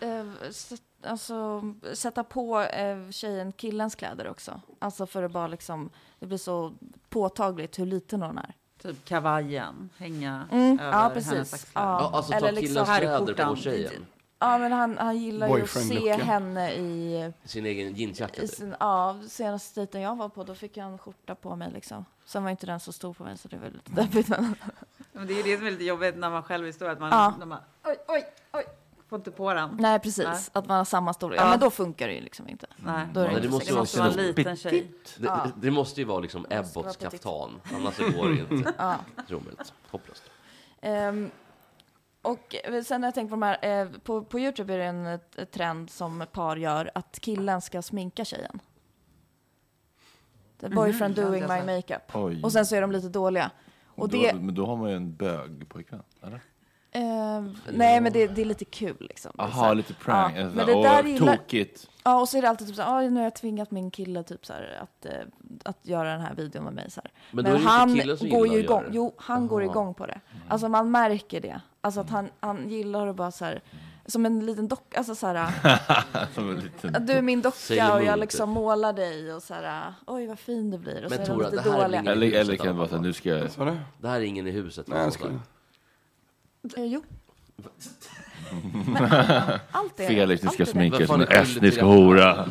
[SPEAKER 6] Eh, sätt, alltså, sätta på eh, tjejen killens kläder också. Alltså för att bara liksom, det blir så påtagligt hur liten hon är.
[SPEAKER 13] Typ kavajen, hänga
[SPEAKER 6] Mm,
[SPEAKER 13] över
[SPEAKER 6] ja,
[SPEAKER 13] hennes
[SPEAKER 6] precis.
[SPEAKER 13] axlar.
[SPEAKER 6] Ja.
[SPEAKER 12] alltså,
[SPEAKER 6] liksom
[SPEAKER 11] liksom
[SPEAKER 13] Herrskjortan.
[SPEAKER 6] Ja, men han, han gillar ju att se
[SPEAKER 12] Boyfriend-looken.
[SPEAKER 6] henne i...
[SPEAKER 12] Sin egen jeansjacka. typ.
[SPEAKER 6] I sin, ja, senaste dejten jag var på, då fick jag en skjorta på mig liksom. Sen var inte den så stor på mig, så det var lite
[SPEAKER 13] Mm.
[SPEAKER 6] deppigt. Men...
[SPEAKER 13] Men det är ju det som är lite jobbigt när man själv är stor, att man,
[SPEAKER 6] Ja.
[SPEAKER 13] när man oj, oj, oj, får inte på den.
[SPEAKER 6] Nej, precis. Att man har samma storlek. Ja,
[SPEAKER 13] Ja.
[SPEAKER 6] men då funkar det ju liksom inte.
[SPEAKER 13] Nej.
[SPEAKER 6] Då är det
[SPEAKER 12] Nej,
[SPEAKER 6] inte
[SPEAKER 13] måste
[SPEAKER 6] sexigt.
[SPEAKER 13] vara Det måste vara en liten
[SPEAKER 12] stor.
[SPEAKER 13] tjej.
[SPEAKER 12] Det, det måste ju vara liksom Ebbots
[SPEAKER 6] vara petit.
[SPEAKER 12] kaftan, annars så går det ju inte.
[SPEAKER 6] Ja.
[SPEAKER 12] Det är Omöjligt. Hopplöst.
[SPEAKER 6] Ehm, och sen när jag tänkt på de här, eh, på, på Youtube är det en eh, trend som par gör, att killen ska sminka tjejen. The
[SPEAKER 13] Mhm,
[SPEAKER 6] boyfriend
[SPEAKER 13] det har
[SPEAKER 6] doing
[SPEAKER 13] inte
[SPEAKER 6] my
[SPEAKER 13] jag sett.
[SPEAKER 6] makeup.
[SPEAKER 1] Oj.
[SPEAKER 6] Och sen så är de lite dåliga. Och
[SPEAKER 1] då,
[SPEAKER 6] det,
[SPEAKER 1] Men då har man ju en bög pojkvän, eller?
[SPEAKER 6] ehm, nej men det, det är lite kul liksom. Det är
[SPEAKER 1] Aha,
[SPEAKER 6] så här-
[SPEAKER 1] lite prank.
[SPEAKER 6] Ja,
[SPEAKER 1] Alltså,
[SPEAKER 6] men det
[SPEAKER 1] åh,
[SPEAKER 6] där gillar,
[SPEAKER 1] tokigt.
[SPEAKER 6] Ja, och så är det alltid typ så här, "Oj, nu har jag tvingat min kille typ så här, att, eh, att göra den här videon med mig. Så här.
[SPEAKER 12] Men då är det inte
[SPEAKER 6] han
[SPEAKER 12] killen som
[SPEAKER 6] går
[SPEAKER 12] gillar
[SPEAKER 6] ju
[SPEAKER 12] att göra
[SPEAKER 6] igång.
[SPEAKER 12] det. Mm.
[SPEAKER 6] Jo, han går
[SPEAKER 12] Aha.
[SPEAKER 6] igång på det. Alltså man märker det. Alltså att
[SPEAKER 12] Mm.
[SPEAKER 6] han, han gillar att bara så här, som en liten docka, alltså så här,
[SPEAKER 1] Som en liten-
[SPEAKER 6] att du är min
[SPEAKER 1] Sailor
[SPEAKER 6] docka och
[SPEAKER 1] Moon,
[SPEAKER 6] jag
[SPEAKER 1] typ.
[SPEAKER 6] liksom målar dig och så här, "Ah, oj vad fin du blir. Och så
[SPEAKER 12] Men
[SPEAKER 6] är
[SPEAKER 12] Tora,
[SPEAKER 6] de
[SPEAKER 12] det
[SPEAKER 6] lite
[SPEAKER 12] här är väl
[SPEAKER 6] dåliga.
[SPEAKER 12] ingen i
[SPEAKER 1] Eller,
[SPEAKER 12] huset
[SPEAKER 1] eller kan det
[SPEAKER 12] alla
[SPEAKER 1] vara så här,
[SPEAKER 12] fall?
[SPEAKER 1] nu ska jag...
[SPEAKER 12] Det här är ingen i huset.
[SPEAKER 1] Nej, jag skulle-
[SPEAKER 6] Eh, Jo. allt är-
[SPEAKER 1] Felix, ni ska
[SPEAKER 6] allt är
[SPEAKER 1] sminka
[SPEAKER 6] rätt.
[SPEAKER 1] er som en
[SPEAKER 6] Vad fan är
[SPEAKER 1] S, ni
[SPEAKER 6] skyldig
[SPEAKER 1] ska
[SPEAKER 6] till det?
[SPEAKER 1] hora.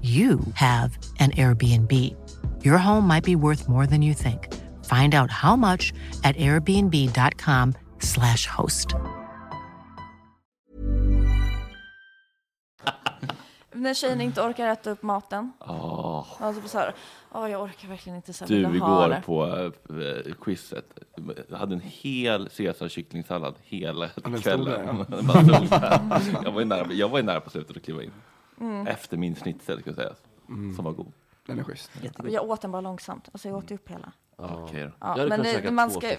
[SPEAKER 14] you have an Airbnb. Your home might be worth more than you think. Find out how much at airbnb.com/slash host.
[SPEAKER 6] När tjejen inte orkar äta upp maten.
[SPEAKER 12] Ah.
[SPEAKER 1] Åh.
[SPEAKER 6] Alltså så här, åh jag orkar verkligen inte. Så här, vill
[SPEAKER 1] Du,
[SPEAKER 6] jag ha
[SPEAKER 1] igår
[SPEAKER 6] det."
[SPEAKER 1] på eh, quizet, jag hade en hel caesarkycklingsallad hela
[SPEAKER 4] den stod
[SPEAKER 1] kvällen.
[SPEAKER 4] där, ja.
[SPEAKER 1] Den bara stod där. jag, var ju nära, jag var ju nära på slutet att kliva in.
[SPEAKER 6] Mm.
[SPEAKER 1] Efter min schnitzel, ska jag säga. Som var god.
[SPEAKER 4] Den är schysst.
[SPEAKER 6] Jag åt den bara långsamt. Alltså jag åt ju upp hela.
[SPEAKER 1] Okej då.
[SPEAKER 6] Ja, men nu, man, ska,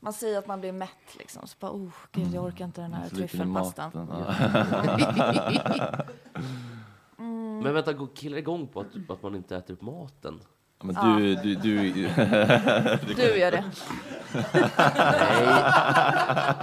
[SPEAKER 6] man säger att man blir mätt liksom. Så bara, oh gud jag orkar inte den här
[SPEAKER 12] Så gick den i
[SPEAKER 6] tryffelpastan.
[SPEAKER 12] maten, ja.
[SPEAKER 6] Mm.
[SPEAKER 12] Men vänta, går killar igång på att, att man inte äter upp maten?
[SPEAKER 1] Ja, men du- Ja. du- du-
[SPEAKER 6] Du gör det.
[SPEAKER 12] Nej,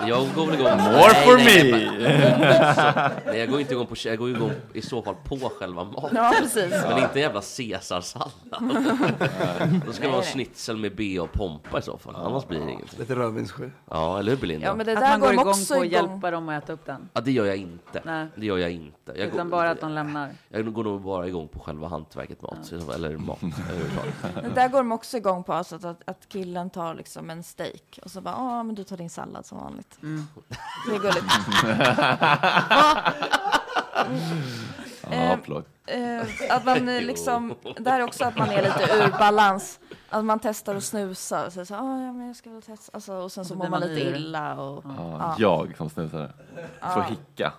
[SPEAKER 12] jag går väl igång...
[SPEAKER 1] More for me.
[SPEAKER 12] men- så- Nej, jag går inte igång på... Jag går igång i så fall på själva maten.
[SPEAKER 6] Ja, precis.
[SPEAKER 12] Men
[SPEAKER 6] Ja.
[SPEAKER 12] inte en jävla caesarsallad. Då ska
[SPEAKER 6] Nej,
[SPEAKER 12] man ha
[SPEAKER 6] nej.
[SPEAKER 12] schnitzel med B och pompa i så fall, annars blir det ingenting.
[SPEAKER 4] Lite rödvinssky.
[SPEAKER 12] Ja, eller hur Belinda?
[SPEAKER 6] Ja, men det
[SPEAKER 13] att
[SPEAKER 6] där
[SPEAKER 13] man går,
[SPEAKER 6] går de
[SPEAKER 13] igång
[SPEAKER 6] också
[SPEAKER 13] på att
[SPEAKER 6] igång.
[SPEAKER 13] hjälpa dem att äta upp den.
[SPEAKER 12] Ja, det gör jag inte.
[SPEAKER 13] Nej.
[SPEAKER 12] Det gör jag inte. Jag
[SPEAKER 13] Utan bara att de lämnar.
[SPEAKER 12] Jag går nog bara igång på själva hantverket mat, eller mat
[SPEAKER 6] Men
[SPEAKER 12] överhuvudtaget.
[SPEAKER 6] där går de också igång på alltså, att, att killen tar liksom en steak och så bara, ja men du tar din sallad som vanligt. Det är gulligt. Va?
[SPEAKER 1] Ja,
[SPEAKER 6] Eh,
[SPEAKER 1] förlåt.
[SPEAKER 6] eh, att man eh,
[SPEAKER 1] Jo.
[SPEAKER 6] liksom, det här är också att man är lite ur balans. Att man testar att snusa och så, så ah, ja, men jag ska väl testa. Alltså, och sen
[SPEAKER 13] Och
[SPEAKER 6] så,
[SPEAKER 13] så
[SPEAKER 6] mår
[SPEAKER 13] blir
[SPEAKER 6] man
[SPEAKER 13] man
[SPEAKER 6] lite
[SPEAKER 13] yr.
[SPEAKER 6] illa. Och,
[SPEAKER 1] Ja, jag som snusare. Får
[SPEAKER 6] Ja.
[SPEAKER 1] hicka.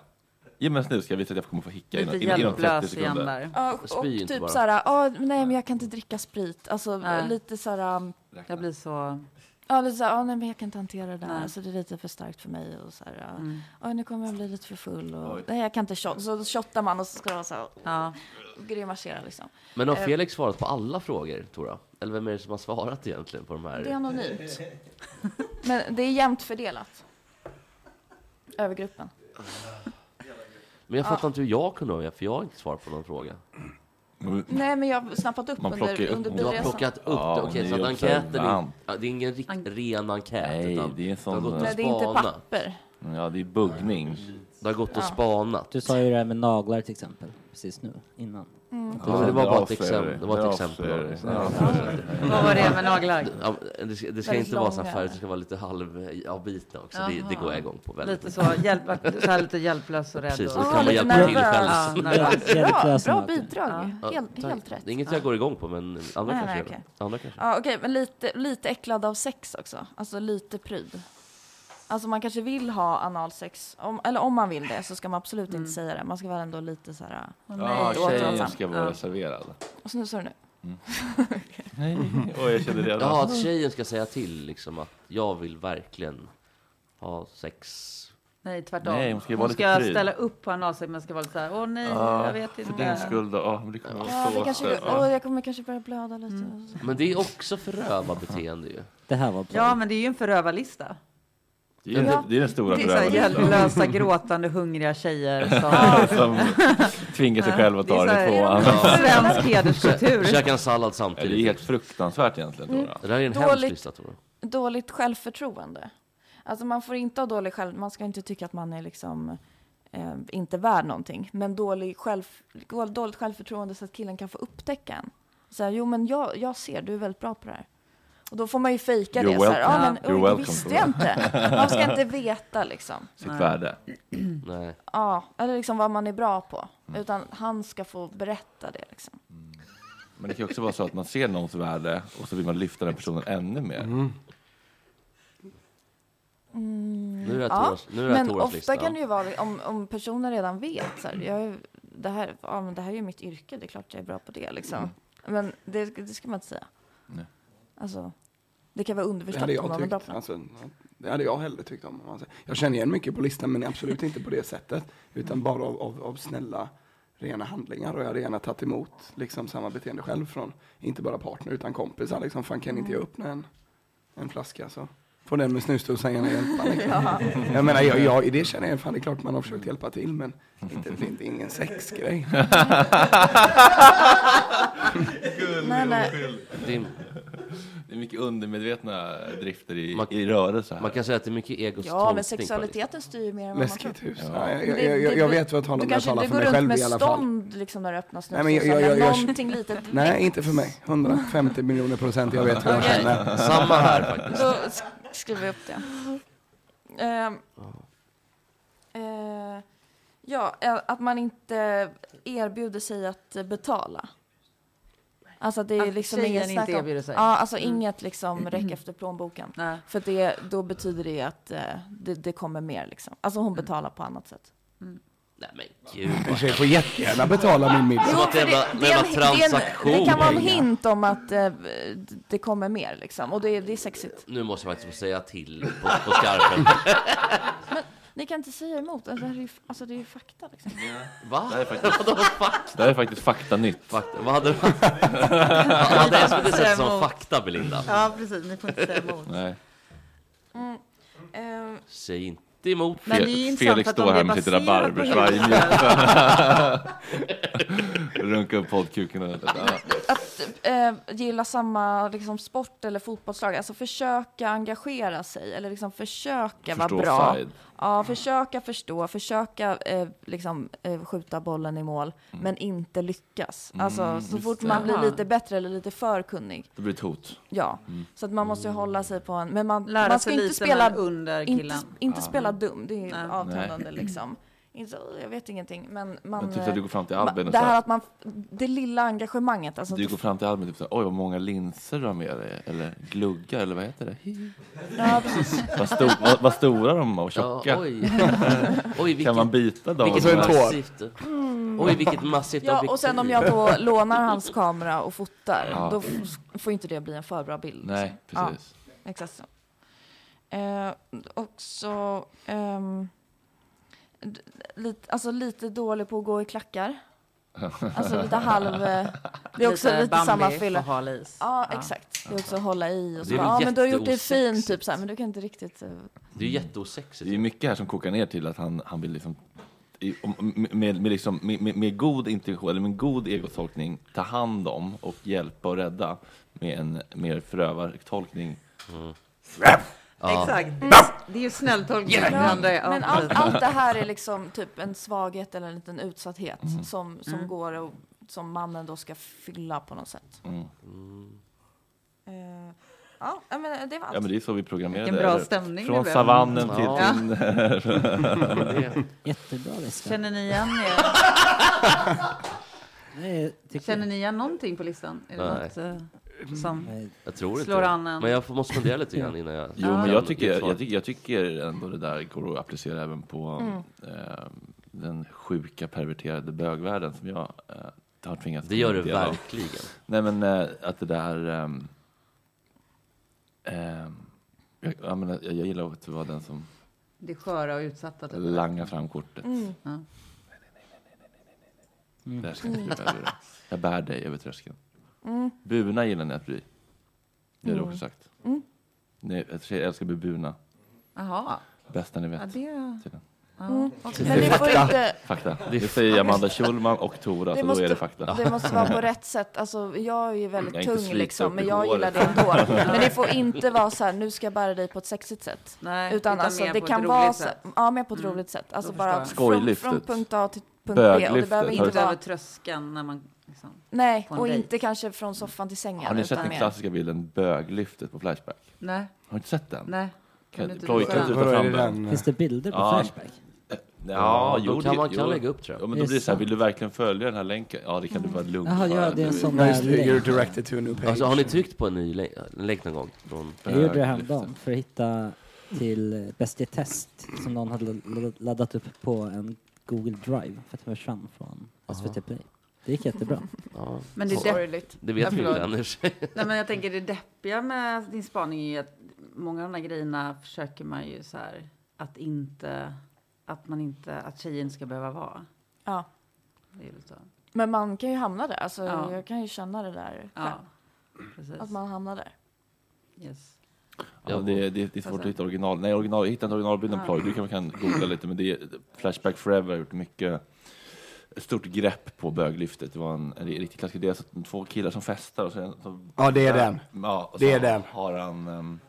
[SPEAKER 1] Ge mig en snus, ska jag visa att jag kommer få hicka
[SPEAKER 13] Lite
[SPEAKER 1] inom, inom inom 30
[SPEAKER 13] hjälplös igen
[SPEAKER 1] sekunder.
[SPEAKER 13] där.
[SPEAKER 6] Ja, och, och typ så här, ah, nej men jag kan inte dricka sprit. Alltså
[SPEAKER 13] Nej.
[SPEAKER 6] lite så här, um,
[SPEAKER 13] Jag blir så...
[SPEAKER 6] Ja, lite så här, ah, nej, men jag kan inte hantera det där.
[SPEAKER 13] Nej.
[SPEAKER 6] Alltså, det är lite för starkt för mig. Och så här, ja.
[SPEAKER 13] Mm.
[SPEAKER 6] "Oj, nu kommer jag bli lite för full. Och, nej, jag kan inte shot. Så shottar man och så ska det vara så här, och grimasera liksom.
[SPEAKER 12] Men har
[SPEAKER 6] Eh,
[SPEAKER 12] Felix svarat på alla frågor, Tora? Eller vem är det som har svarat egentligen på de här?
[SPEAKER 6] Det är anonymt. men det är jämnt fördelat. Över gruppen.
[SPEAKER 12] Men jag
[SPEAKER 6] Ja.
[SPEAKER 12] fattar inte hur jag kunde avgöra, för jag har inte svarat på någon fråga.
[SPEAKER 6] Nej, men jag har snappat upp
[SPEAKER 12] Man
[SPEAKER 6] under,
[SPEAKER 12] plockar upp-
[SPEAKER 6] under
[SPEAKER 12] Du har
[SPEAKER 6] bilresan.
[SPEAKER 12] plockat upp
[SPEAKER 1] Ja,
[SPEAKER 12] det, okej,
[SPEAKER 1] ni
[SPEAKER 12] så
[SPEAKER 1] är
[SPEAKER 12] att enkäten är,
[SPEAKER 1] observant.
[SPEAKER 12] ja, det är ingen rik, ren enkät,
[SPEAKER 1] Nej,
[SPEAKER 12] utan
[SPEAKER 1] det är en sån-
[SPEAKER 12] du har gått
[SPEAKER 6] Nej,
[SPEAKER 12] och
[SPEAKER 6] det är inte
[SPEAKER 12] spanat.
[SPEAKER 6] papper.
[SPEAKER 1] Ja, det är buggning.
[SPEAKER 12] Du har gått och
[SPEAKER 6] Ja.
[SPEAKER 12] spanat.
[SPEAKER 8] Du sa ju det här med naglar till exempel, precis nu, innan.
[SPEAKER 3] Mm.
[SPEAKER 12] Det var- det var bara ett exempel. Det var ett exempel. Ja. eh,
[SPEAKER 13] Vad var det med naglar?
[SPEAKER 12] Ja, men det ska, det ska
[SPEAKER 13] Väldigt
[SPEAKER 12] inte vara så här
[SPEAKER 13] långa.
[SPEAKER 12] färdigt, det ska vara lite halvavbitna också. Det, det går jag igång på väldigt
[SPEAKER 13] Lite så, hjälp, så här lite hjälplös och rädd.
[SPEAKER 12] Precis,
[SPEAKER 13] och-
[SPEAKER 12] då kan man hjälpa till själv.
[SPEAKER 13] Ja, nervös.
[SPEAKER 6] Bra, bra bidrag.
[SPEAKER 12] Ja,
[SPEAKER 6] Helt,
[SPEAKER 12] tack.
[SPEAKER 6] helt rätt.
[SPEAKER 12] Det är inget jag går igång på, men andra
[SPEAKER 6] Nej,
[SPEAKER 12] kanske gör
[SPEAKER 6] nej,
[SPEAKER 12] det.
[SPEAKER 6] okej.
[SPEAKER 12] Andra kanske.
[SPEAKER 6] Ja, okej, men lite, lite äcklad av sex också. Alltså lite pryd. Alltså man kanske vill ha analsex, om, eller om man vill det så ska man absolut
[SPEAKER 12] Mm.
[SPEAKER 6] inte säga det. Man ska vara ändå lite så här...
[SPEAKER 1] Ja, tjejen
[SPEAKER 6] återhållsam.
[SPEAKER 1] ska vara reserverad.
[SPEAKER 6] Och snusar du nu?
[SPEAKER 12] Mm.
[SPEAKER 1] Nej. Oj, jag kände redan.
[SPEAKER 12] Jaha, att tjejen ska säga till liksom att jag vill verkligen ha sex.
[SPEAKER 13] Nej, tvärtom.
[SPEAKER 12] Nej,
[SPEAKER 13] hon
[SPEAKER 12] hon
[SPEAKER 13] ska,
[SPEAKER 12] ska ju vara lite pryd.
[SPEAKER 13] ställa upp på en avsikt, men ska vara lite så här, åh nej, jag vet inte.
[SPEAKER 1] För din skull då. Ja, men det kommer
[SPEAKER 6] Ja,
[SPEAKER 1] vara
[SPEAKER 6] det
[SPEAKER 1] så
[SPEAKER 6] kanske,
[SPEAKER 1] stört.
[SPEAKER 6] åh, jag kommer kanske börja blöda lite.
[SPEAKER 12] Men det är också förövarbeteende ju.
[SPEAKER 8] Det här var
[SPEAKER 13] Ja, men det är ju en förövarlista.
[SPEAKER 1] Det är,
[SPEAKER 13] Ja.
[SPEAKER 1] det är den stora
[SPEAKER 13] Det är så här
[SPEAKER 1] förövarlistan.
[SPEAKER 13] hjälplösa, gråtande, hungriga tjejer
[SPEAKER 1] Ja,
[SPEAKER 13] som...
[SPEAKER 1] Som tvingar sig
[SPEAKER 13] Ja,
[SPEAKER 1] själv att ta
[SPEAKER 13] det är
[SPEAKER 1] det
[SPEAKER 13] så här-
[SPEAKER 1] tvåan.
[SPEAKER 13] Svensk hederskultur.
[SPEAKER 12] Kä- Käka en sallad samtidigt.
[SPEAKER 1] Det är helt fruktansvärt egentligen.
[SPEAKER 6] Mm.
[SPEAKER 1] Dora.
[SPEAKER 12] Det där är en hemsk
[SPEAKER 6] Dåligt.
[SPEAKER 12] lista tror jag.
[SPEAKER 6] Dåligt självförtroende. Alltså man får inte ha dålig själv... Man ska inte tycka att man är liksom... Eh, inte värd någonting. Men dålig själv, dåligt självförtroende så att killen kan få upptäcka en. Så här, jo men jag, jag ser, du är väldigt bra på det här. Och då får man ju fejka
[SPEAKER 1] You're
[SPEAKER 6] det. Så här,
[SPEAKER 1] welcome.
[SPEAKER 6] ja, men
[SPEAKER 1] You're
[SPEAKER 6] oj, det
[SPEAKER 1] welcome,
[SPEAKER 6] visste
[SPEAKER 1] förlåt."
[SPEAKER 6] jag inte. Man ska inte veta liksom.
[SPEAKER 1] Sitt värde. Nej.
[SPEAKER 6] Ja, eller liksom vad man är bra på.
[SPEAKER 1] Mm.
[SPEAKER 6] Utan han ska få berätta det liksom.
[SPEAKER 1] Men det kan ju också vara så att man ser någons värde och så vill man lyfta den personen ännu mer.
[SPEAKER 6] Mm,
[SPEAKER 1] Nu är det
[SPEAKER 6] ja.
[SPEAKER 1] Toras- nu är det
[SPEAKER 6] Men
[SPEAKER 1] Toras
[SPEAKER 6] ofta
[SPEAKER 1] lista.
[SPEAKER 6] kan det ju vara om, om personen redan vet. Så här, jag, är- det, här, ja, men det här är ju mitt yrke, det är klart jag är bra på det
[SPEAKER 4] Mm.
[SPEAKER 6] liksom. Men det, det ska man inte säga.
[SPEAKER 1] Nej.
[SPEAKER 6] Alltså, det kan vara
[SPEAKER 4] Det
[SPEAKER 6] underförstått
[SPEAKER 4] hade
[SPEAKER 6] om
[SPEAKER 4] jag
[SPEAKER 6] man är bra
[SPEAKER 4] tyckt.
[SPEAKER 6] på något.
[SPEAKER 4] Alltså, det hade jag hellre tyckt om. om man säger. Jag känner igen mycket på listan, men absolut inte på det sättet. Utan bara av, av, av snälla, rena handlingar. Och jag hade gärna tagit emot liksom, samma beteende själv från, inte bara partner, utan kompisar. Liksom, fan, kan inte jag
[SPEAKER 6] Mm.
[SPEAKER 4] öppna en, en flaska så får den med snusdosan gärna hjälpa. Liksom.
[SPEAKER 9] Ja.
[SPEAKER 4] Jag menar, jag, jag, i det känner jag, fan, det är klart man har försökt hjälpa till, men inte, det finns ingen sexgrej.
[SPEAKER 6] Nej, nej.
[SPEAKER 1] Det är, det är mycket undermedvetna drifter i,
[SPEAKER 12] Man-
[SPEAKER 1] i rörelse här.
[SPEAKER 12] man kan säga att det är mycket egos
[SPEAKER 6] Ja, men sexualiteten styr ju mer än vad man tror.
[SPEAKER 4] Läskigt hus. Ja. jag, jag, jag, jag vet vad jag talar om,
[SPEAKER 6] Du
[SPEAKER 4] när jag
[SPEAKER 6] kanske
[SPEAKER 4] talar för
[SPEAKER 6] inte går
[SPEAKER 4] mig
[SPEAKER 6] runt
[SPEAKER 4] själv
[SPEAKER 6] med
[SPEAKER 4] i alla fall.
[SPEAKER 6] stånd liksom när du öppnar
[SPEAKER 4] Nej, men jag-
[SPEAKER 6] snusdosan,
[SPEAKER 4] jag- jag-
[SPEAKER 6] men
[SPEAKER 4] jag-
[SPEAKER 6] någonting litet
[SPEAKER 4] Nej, inte för mig. 150 miljoner procent, jag vet hur jag
[SPEAKER 6] Okej.
[SPEAKER 4] känner.
[SPEAKER 12] Samma här faktiskt.
[SPEAKER 6] Då sk- skriver vi upp det. Ehm, eh, ja, eh, att man inte erbjuder sig att eh, betala. Alltså det är
[SPEAKER 13] Att
[SPEAKER 6] liksom
[SPEAKER 13] tjejen
[SPEAKER 6] inget
[SPEAKER 13] inte
[SPEAKER 6] snack om-
[SPEAKER 13] erbjuder sig.
[SPEAKER 6] Ja, alltså
[SPEAKER 13] Mm.
[SPEAKER 6] inget liksom räck efter plånboken. För det, då betyder det ju att eh, det, det kommer mer liksom. Alltså
[SPEAKER 13] Mm.
[SPEAKER 6] hon betalar på annat sätt.
[SPEAKER 12] Nej men gud.
[SPEAKER 4] En tjej får jättegärna betala min middag.
[SPEAKER 12] Som att det är en jävla-
[SPEAKER 6] Det, är
[SPEAKER 12] jävla
[SPEAKER 6] en, det, är
[SPEAKER 12] transaktion.
[SPEAKER 6] en, det kan vara en hint om att eh, det kommer mer liksom. Och det, är- det är sexigt.
[SPEAKER 12] Nu måste jag faktiskt få säga till på, på skarpen.
[SPEAKER 6] Ni kan inte säga emot. Alltså det här är ju, alltså, det är ju fakta liksom.
[SPEAKER 12] Va?
[SPEAKER 1] Det här är faktiskt-
[SPEAKER 12] Vadå fakta?
[SPEAKER 1] Det här är faktiskt faktanytt.
[SPEAKER 12] Fakta. Vad hade, vad hade SVT
[SPEAKER 13] Säga
[SPEAKER 12] sett som
[SPEAKER 13] emot.
[SPEAKER 12] fakta, Belinda?
[SPEAKER 13] Ja, precis. Ni får inte säga emot.
[SPEAKER 1] Nej,
[SPEAKER 6] Mm. Ehm,
[SPEAKER 12] Säg inte emot.
[SPEAKER 13] Men
[SPEAKER 1] Fe-
[SPEAKER 13] det är ju intressant
[SPEAKER 1] Felix
[SPEAKER 13] att de
[SPEAKER 1] står här
[SPEAKER 13] blir
[SPEAKER 1] med sitt
[SPEAKER 13] baserade på
[SPEAKER 1] rabarbersvaj.
[SPEAKER 6] hudfärg.
[SPEAKER 1] Runka upp poddkuken. och- Ja.
[SPEAKER 6] att eh, gilla samma liksom, sport eller fotbollslag, alltså försöka engagera sig eller liksom försöka vara
[SPEAKER 1] Förstå
[SPEAKER 6] bra.
[SPEAKER 1] offside.
[SPEAKER 6] Ja, försöka förstå, försöka eh, liksom, eh, skjuta bollen i mål, men inte lyckas.
[SPEAKER 1] Mm,
[SPEAKER 6] Alltså så
[SPEAKER 1] just
[SPEAKER 6] fort
[SPEAKER 1] det.
[SPEAKER 6] man blir
[SPEAKER 1] Aha.
[SPEAKER 6] lite bättre eller lite för kunnig.
[SPEAKER 1] Det blir ett hot.
[SPEAKER 6] Ja,
[SPEAKER 1] Mm.
[SPEAKER 6] så att man måste ju hålla sig på en... Men man,
[SPEAKER 13] Lära
[SPEAKER 6] man
[SPEAKER 13] sig
[SPEAKER 6] ska inte
[SPEAKER 13] lite,
[SPEAKER 6] spela
[SPEAKER 13] men under
[SPEAKER 6] Inte,
[SPEAKER 13] killen.
[SPEAKER 6] inte
[SPEAKER 1] Ja.
[SPEAKER 6] spela dum, det är ju
[SPEAKER 13] Nej.
[SPEAKER 6] avtändande
[SPEAKER 1] Nej.
[SPEAKER 6] liksom. Inte, så, "Åh, jag vet ingenting, men man...
[SPEAKER 1] Jag tyckte att typ du
[SPEAKER 6] eh,
[SPEAKER 1] går fram till
[SPEAKER 6] ma-
[SPEAKER 1] Albin och
[SPEAKER 6] Det
[SPEAKER 1] så
[SPEAKER 6] här
[SPEAKER 1] här-
[SPEAKER 6] att man... Det lilla engagemanget, alltså...
[SPEAKER 1] Du går fram till Albin och typ såhär, oj vad många linser du har med dig. Eller gluggar, eller vad heter det? Hi.
[SPEAKER 6] Ja, precis.
[SPEAKER 1] Vad, sto vad, vad stora de var och tjocka.
[SPEAKER 12] Ja, oj. Oj, vilket-
[SPEAKER 1] kan man bita dem?
[SPEAKER 12] vilket
[SPEAKER 1] Så en tår.
[SPEAKER 12] massivt- Oj, vilket massivt
[SPEAKER 6] Ja, och sen om jag då lånar hans kamera och fotar,
[SPEAKER 1] Ja.
[SPEAKER 6] då f- får inte det bli en för bra bild.
[SPEAKER 1] Nej,
[SPEAKER 6] liksom.
[SPEAKER 1] precis.
[SPEAKER 6] Ja, exakt så. Eh, också... ehm, d- lite, alltså lite dålig på att gå i klackar. Alltså lite halv... eh, Det är också
[SPEAKER 13] Lite
[SPEAKER 6] lite, samma
[SPEAKER 13] Bambi
[SPEAKER 6] fylla.
[SPEAKER 13] på hal is.
[SPEAKER 6] Ja,
[SPEAKER 13] Ja.
[SPEAKER 6] exakt. Det är också att hålla i och så.
[SPEAKER 1] Det är väl
[SPEAKER 6] Ja, men du har gjort det
[SPEAKER 1] jätteosexigt.
[SPEAKER 6] fint, typ så här, men du kan inte riktigt... eh,
[SPEAKER 12] Det är jätteosexigt.
[SPEAKER 1] Det är mycket här som kokar ner till att han, han vill liksom i- om- med, med, liksom, med, med, med god intuition, eller med god egotolkning, ta hand om och hjälpa och rädda med en mer förövartolkning.
[SPEAKER 12] Mm.
[SPEAKER 1] Ja.
[SPEAKER 13] Exakt. Det är ju snälltolkning.
[SPEAKER 6] Ja,
[SPEAKER 13] Det andra är- ja,
[SPEAKER 6] men allt,
[SPEAKER 13] precis.
[SPEAKER 6] allt det här är liksom typ en svaghet eller en liten utsatthet som, som
[SPEAKER 13] Mm.
[SPEAKER 6] går och som mannen då ska fylla på något sätt.
[SPEAKER 1] Mm.
[SPEAKER 6] Eh, ja, ja, men det var allt.
[SPEAKER 1] Ja men det är så vi programmerade.
[SPEAKER 6] Vilken bra
[SPEAKER 1] eller?
[SPEAKER 6] stämning det
[SPEAKER 1] Från
[SPEAKER 6] blev.
[SPEAKER 1] savannen till
[SPEAKER 6] Ja.
[SPEAKER 1] Tinder.
[SPEAKER 8] Jättebra lista.
[SPEAKER 13] Känner ni igen
[SPEAKER 8] Nej,
[SPEAKER 13] er? Känner ni igen någonting på listan? Är det
[SPEAKER 12] Nej.
[SPEAKER 13] något eh, som
[SPEAKER 12] Jag tror
[SPEAKER 13] slår
[SPEAKER 12] inte
[SPEAKER 13] an en?
[SPEAKER 12] Men jag får, måste fundera lite grann innan jag...
[SPEAKER 1] Jo, men
[SPEAKER 12] kan
[SPEAKER 1] jag
[SPEAKER 12] ge ett
[SPEAKER 1] tycker,
[SPEAKER 12] svar.
[SPEAKER 1] jag, tycker, jag tycker ändå det där går att applicera även på
[SPEAKER 12] Mm.
[SPEAKER 1] eh, den sjuka perverterade bögvärlden som jag eh, har tvingats
[SPEAKER 12] Det gör du
[SPEAKER 1] en del av.
[SPEAKER 12] verkligen.
[SPEAKER 1] Nej, men eh, att det där... ehm, ehm, jag, jag, menar, jag, jag gillar att det var den som
[SPEAKER 13] Det sköra och utsatta. typ.
[SPEAKER 1] langar fram kortet.
[SPEAKER 13] Mm. Ja.
[SPEAKER 1] Där ska jag, skriva
[SPEAKER 13] Mm.
[SPEAKER 1] över det. jag bär dig över tröskeln.
[SPEAKER 6] Mm.
[SPEAKER 1] Buna gillar ni att bli. Det har du
[SPEAKER 13] Mm.
[SPEAKER 1] också sagt.
[SPEAKER 13] Mm.
[SPEAKER 1] Nej, jag tjejer älskar att bli buna.
[SPEAKER 13] Jaha.
[SPEAKER 1] Bästa ni vet.
[SPEAKER 13] Ja, det...
[SPEAKER 1] Tydligen.
[SPEAKER 13] Ja,
[SPEAKER 6] Mm.
[SPEAKER 13] okej.
[SPEAKER 6] Men ni får inte...
[SPEAKER 1] Fakta. Det säger Amanda Schulman och Tora, så då är det fakta.
[SPEAKER 6] det måste vara på rätt sätt. Alltså, jag är ju väldigt
[SPEAKER 1] Jag är inte
[SPEAKER 6] tung
[SPEAKER 1] sliten upp
[SPEAKER 6] liksom,
[SPEAKER 1] i
[SPEAKER 6] men jag
[SPEAKER 1] håret.
[SPEAKER 6] gillar det ändå. men det får inte vara så här, nu ska jag bära dig på ett sexigt sätt.
[SPEAKER 13] Nej,
[SPEAKER 6] utan
[SPEAKER 13] utan
[SPEAKER 6] alltså,
[SPEAKER 13] mer
[SPEAKER 6] det
[SPEAKER 13] på
[SPEAKER 6] kan
[SPEAKER 13] ett
[SPEAKER 6] vara
[SPEAKER 13] roligt
[SPEAKER 6] så,
[SPEAKER 13] sätt.
[SPEAKER 6] ja, mer på ett
[SPEAKER 13] Mm.
[SPEAKER 6] roligt sätt. Alltså
[SPEAKER 13] Då
[SPEAKER 6] bara
[SPEAKER 13] förstår
[SPEAKER 1] jag.
[SPEAKER 6] från, från
[SPEAKER 1] Skojlyftet.
[SPEAKER 6] punkt A till punkt B. Och det
[SPEAKER 1] Böglyftet.
[SPEAKER 6] behöver
[SPEAKER 13] Inte
[SPEAKER 6] inte
[SPEAKER 13] över
[SPEAKER 6] vara...
[SPEAKER 13] tröskeln när man
[SPEAKER 11] Liksom,
[SPEAKER 6] Nej,
[SPEAKER 11] på en
[SPEAKER 6] och
[SPEAKER 11] dejt.
[SPEAKER 6] inte kanske från soffan till sängen.
[SPEAKER 1] Har ni sett
[SPEAKER 6] utan
[SPEAKER 1] den
[SPEAKER 6] mer-
[SPEAKER 1] klassiska bilden böglyftet på Flashback?
[SPEAKER 11] Nej.
[SPEAKER 1] Har ni inte sett den?
[SPEAKER 11] Nej. Kan du
[SPEAKER 1] Kan
[SPEAKER 11] inte
[SPEAKER 1] Plojkan
[SPEAKER 11] visa den?
[SPEAKER 1] tutar
[SPEAKER 11] Var är
[SPEAKER 1] fram den.
[SPEAKER 11] den? Finns det bilder på Flashback?
[SPEAKER 1] Ja,
[SPEAKER 12] Ja,
[SPEAKER 1] ja jo,
[SPEAKER 12] då kan
[SPEAKER 1] det-
[SPEAKER 12] man- kan
[SPEAKER 1] jo.
[SPEAKER 12] lägga upp, tror jag.
[SPEAKER 1] Ja, men då blir det så här, vill du verkligen följa den här länken? Ja, det kan du vara lugn
[SPEAKER 3] Mm. Jaha,
[SPEAKER 1] för.
[SPEAKER 3] ja, det är en
[SPEAKER 1] Du-
[SPEAKER 3] sån där Nice, länk. you're
[SPEAKER 4] directed to a new page.
[SPEAKER 12] Alltså, har ni tryckt på en ny länk, länk någon gång? Från
[SPEAKER 3] Jag gjorde det häromdagen för att hitta till eh, Bäst i test som någon hade la- laddat upp på en Google Drive för att det försvann från SVT Play. Det gick jättebra.
[SPEAKER 11] Men det är deppigt. Ja, förlåt. Nej, men
[SPEAKER 12] men...
[SPEAKER 11] jag tänker det deppiga med din spaning är ju att många av de här grejerna försöker man ju så här att inte, att man inte, att tjejer inte ska behöva vara.
[SPEAKER 6] Ja.
[SPEAKER 11] Det är ju lite så.
[SPEAKER 6] Men man kan ju hamna där. Alltså,
[SPEAKER 11] Ja.
[SPEAKER 6] Jag kan ju känna det där
[SPEAKER 11] Ja,
[SPEAKER 6] själv.
[SPEAKER 11] precis.
[SPEAKER 6] Att man hamnar där.
[SPEAKER 11] Yes.
[SPEAKER 1] Ja, det, det, det är svårt att hitta original. Nej, original, jag hittade inte originalbilden Ploy. Du kan, kan googla lite. Men det är, Flashback Forever har gjort mycket ett stort grepp på böglyftet. Det var en, en riktig klassiker. Det är alltså två killar som festar och sen... Så,
[SPEAKER 4] Ja, det är den.
[SPEAKER 1] Ja, och
[SPEAKER 4] Det är
[SPEAKER 1] så
[SPEAKER 4] den.
[SPEAKER 1] har han um,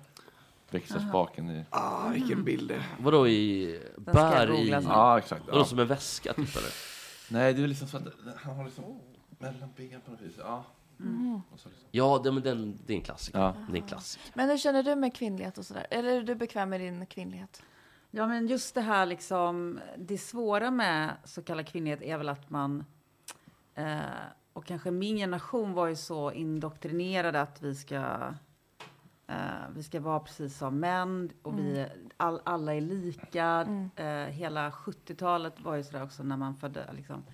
[SPEAKER 1] växelspaken i...
[SPEAKER 4] Ah, vilken bild det är.
[SPEAKER 12] Vadå i
[SPEAKER 4] Den ska
[SPEAKER 12] bär i...
[SPEAKER 4] googlas nu.
[SPEAKER 1] Ja, exakt.
[SPEAKER 12] Vadå
[SPEAKER 1] Ja.
[SPEAKER 12] som en väska typ eller?
[SPEAKER 1] Nej, det är liksom så att han har liksom mellan benen på något vis. Ja.
[SPEAKER 6] Mm.
[SPEAKER 1] Och så liksom.
[SPEAKER 12] Ja, det, men den, det är en klassiker.
[SPEAKER 1] Ja.
[SPEAKER 12] Det är en klassiker.
[SPEAKER 6] Men hur känner du med kvinnlighet och sådär? Eller är du bekväm med din kvinnlighet?
[SPEAKER 11] Ja, men just det här liksom, det svåra med så kallad kvinnlighet är väl att man, eh, och kanske min generation var ju så indoktrinerad att vi ska, eh, vi ska vara precis som män och vi,
[SPEAKER 6] Mm.
[SPEAKER 11] all, alla är lika. Eh, hela 70-talet var ju sådär också när man födde liksom,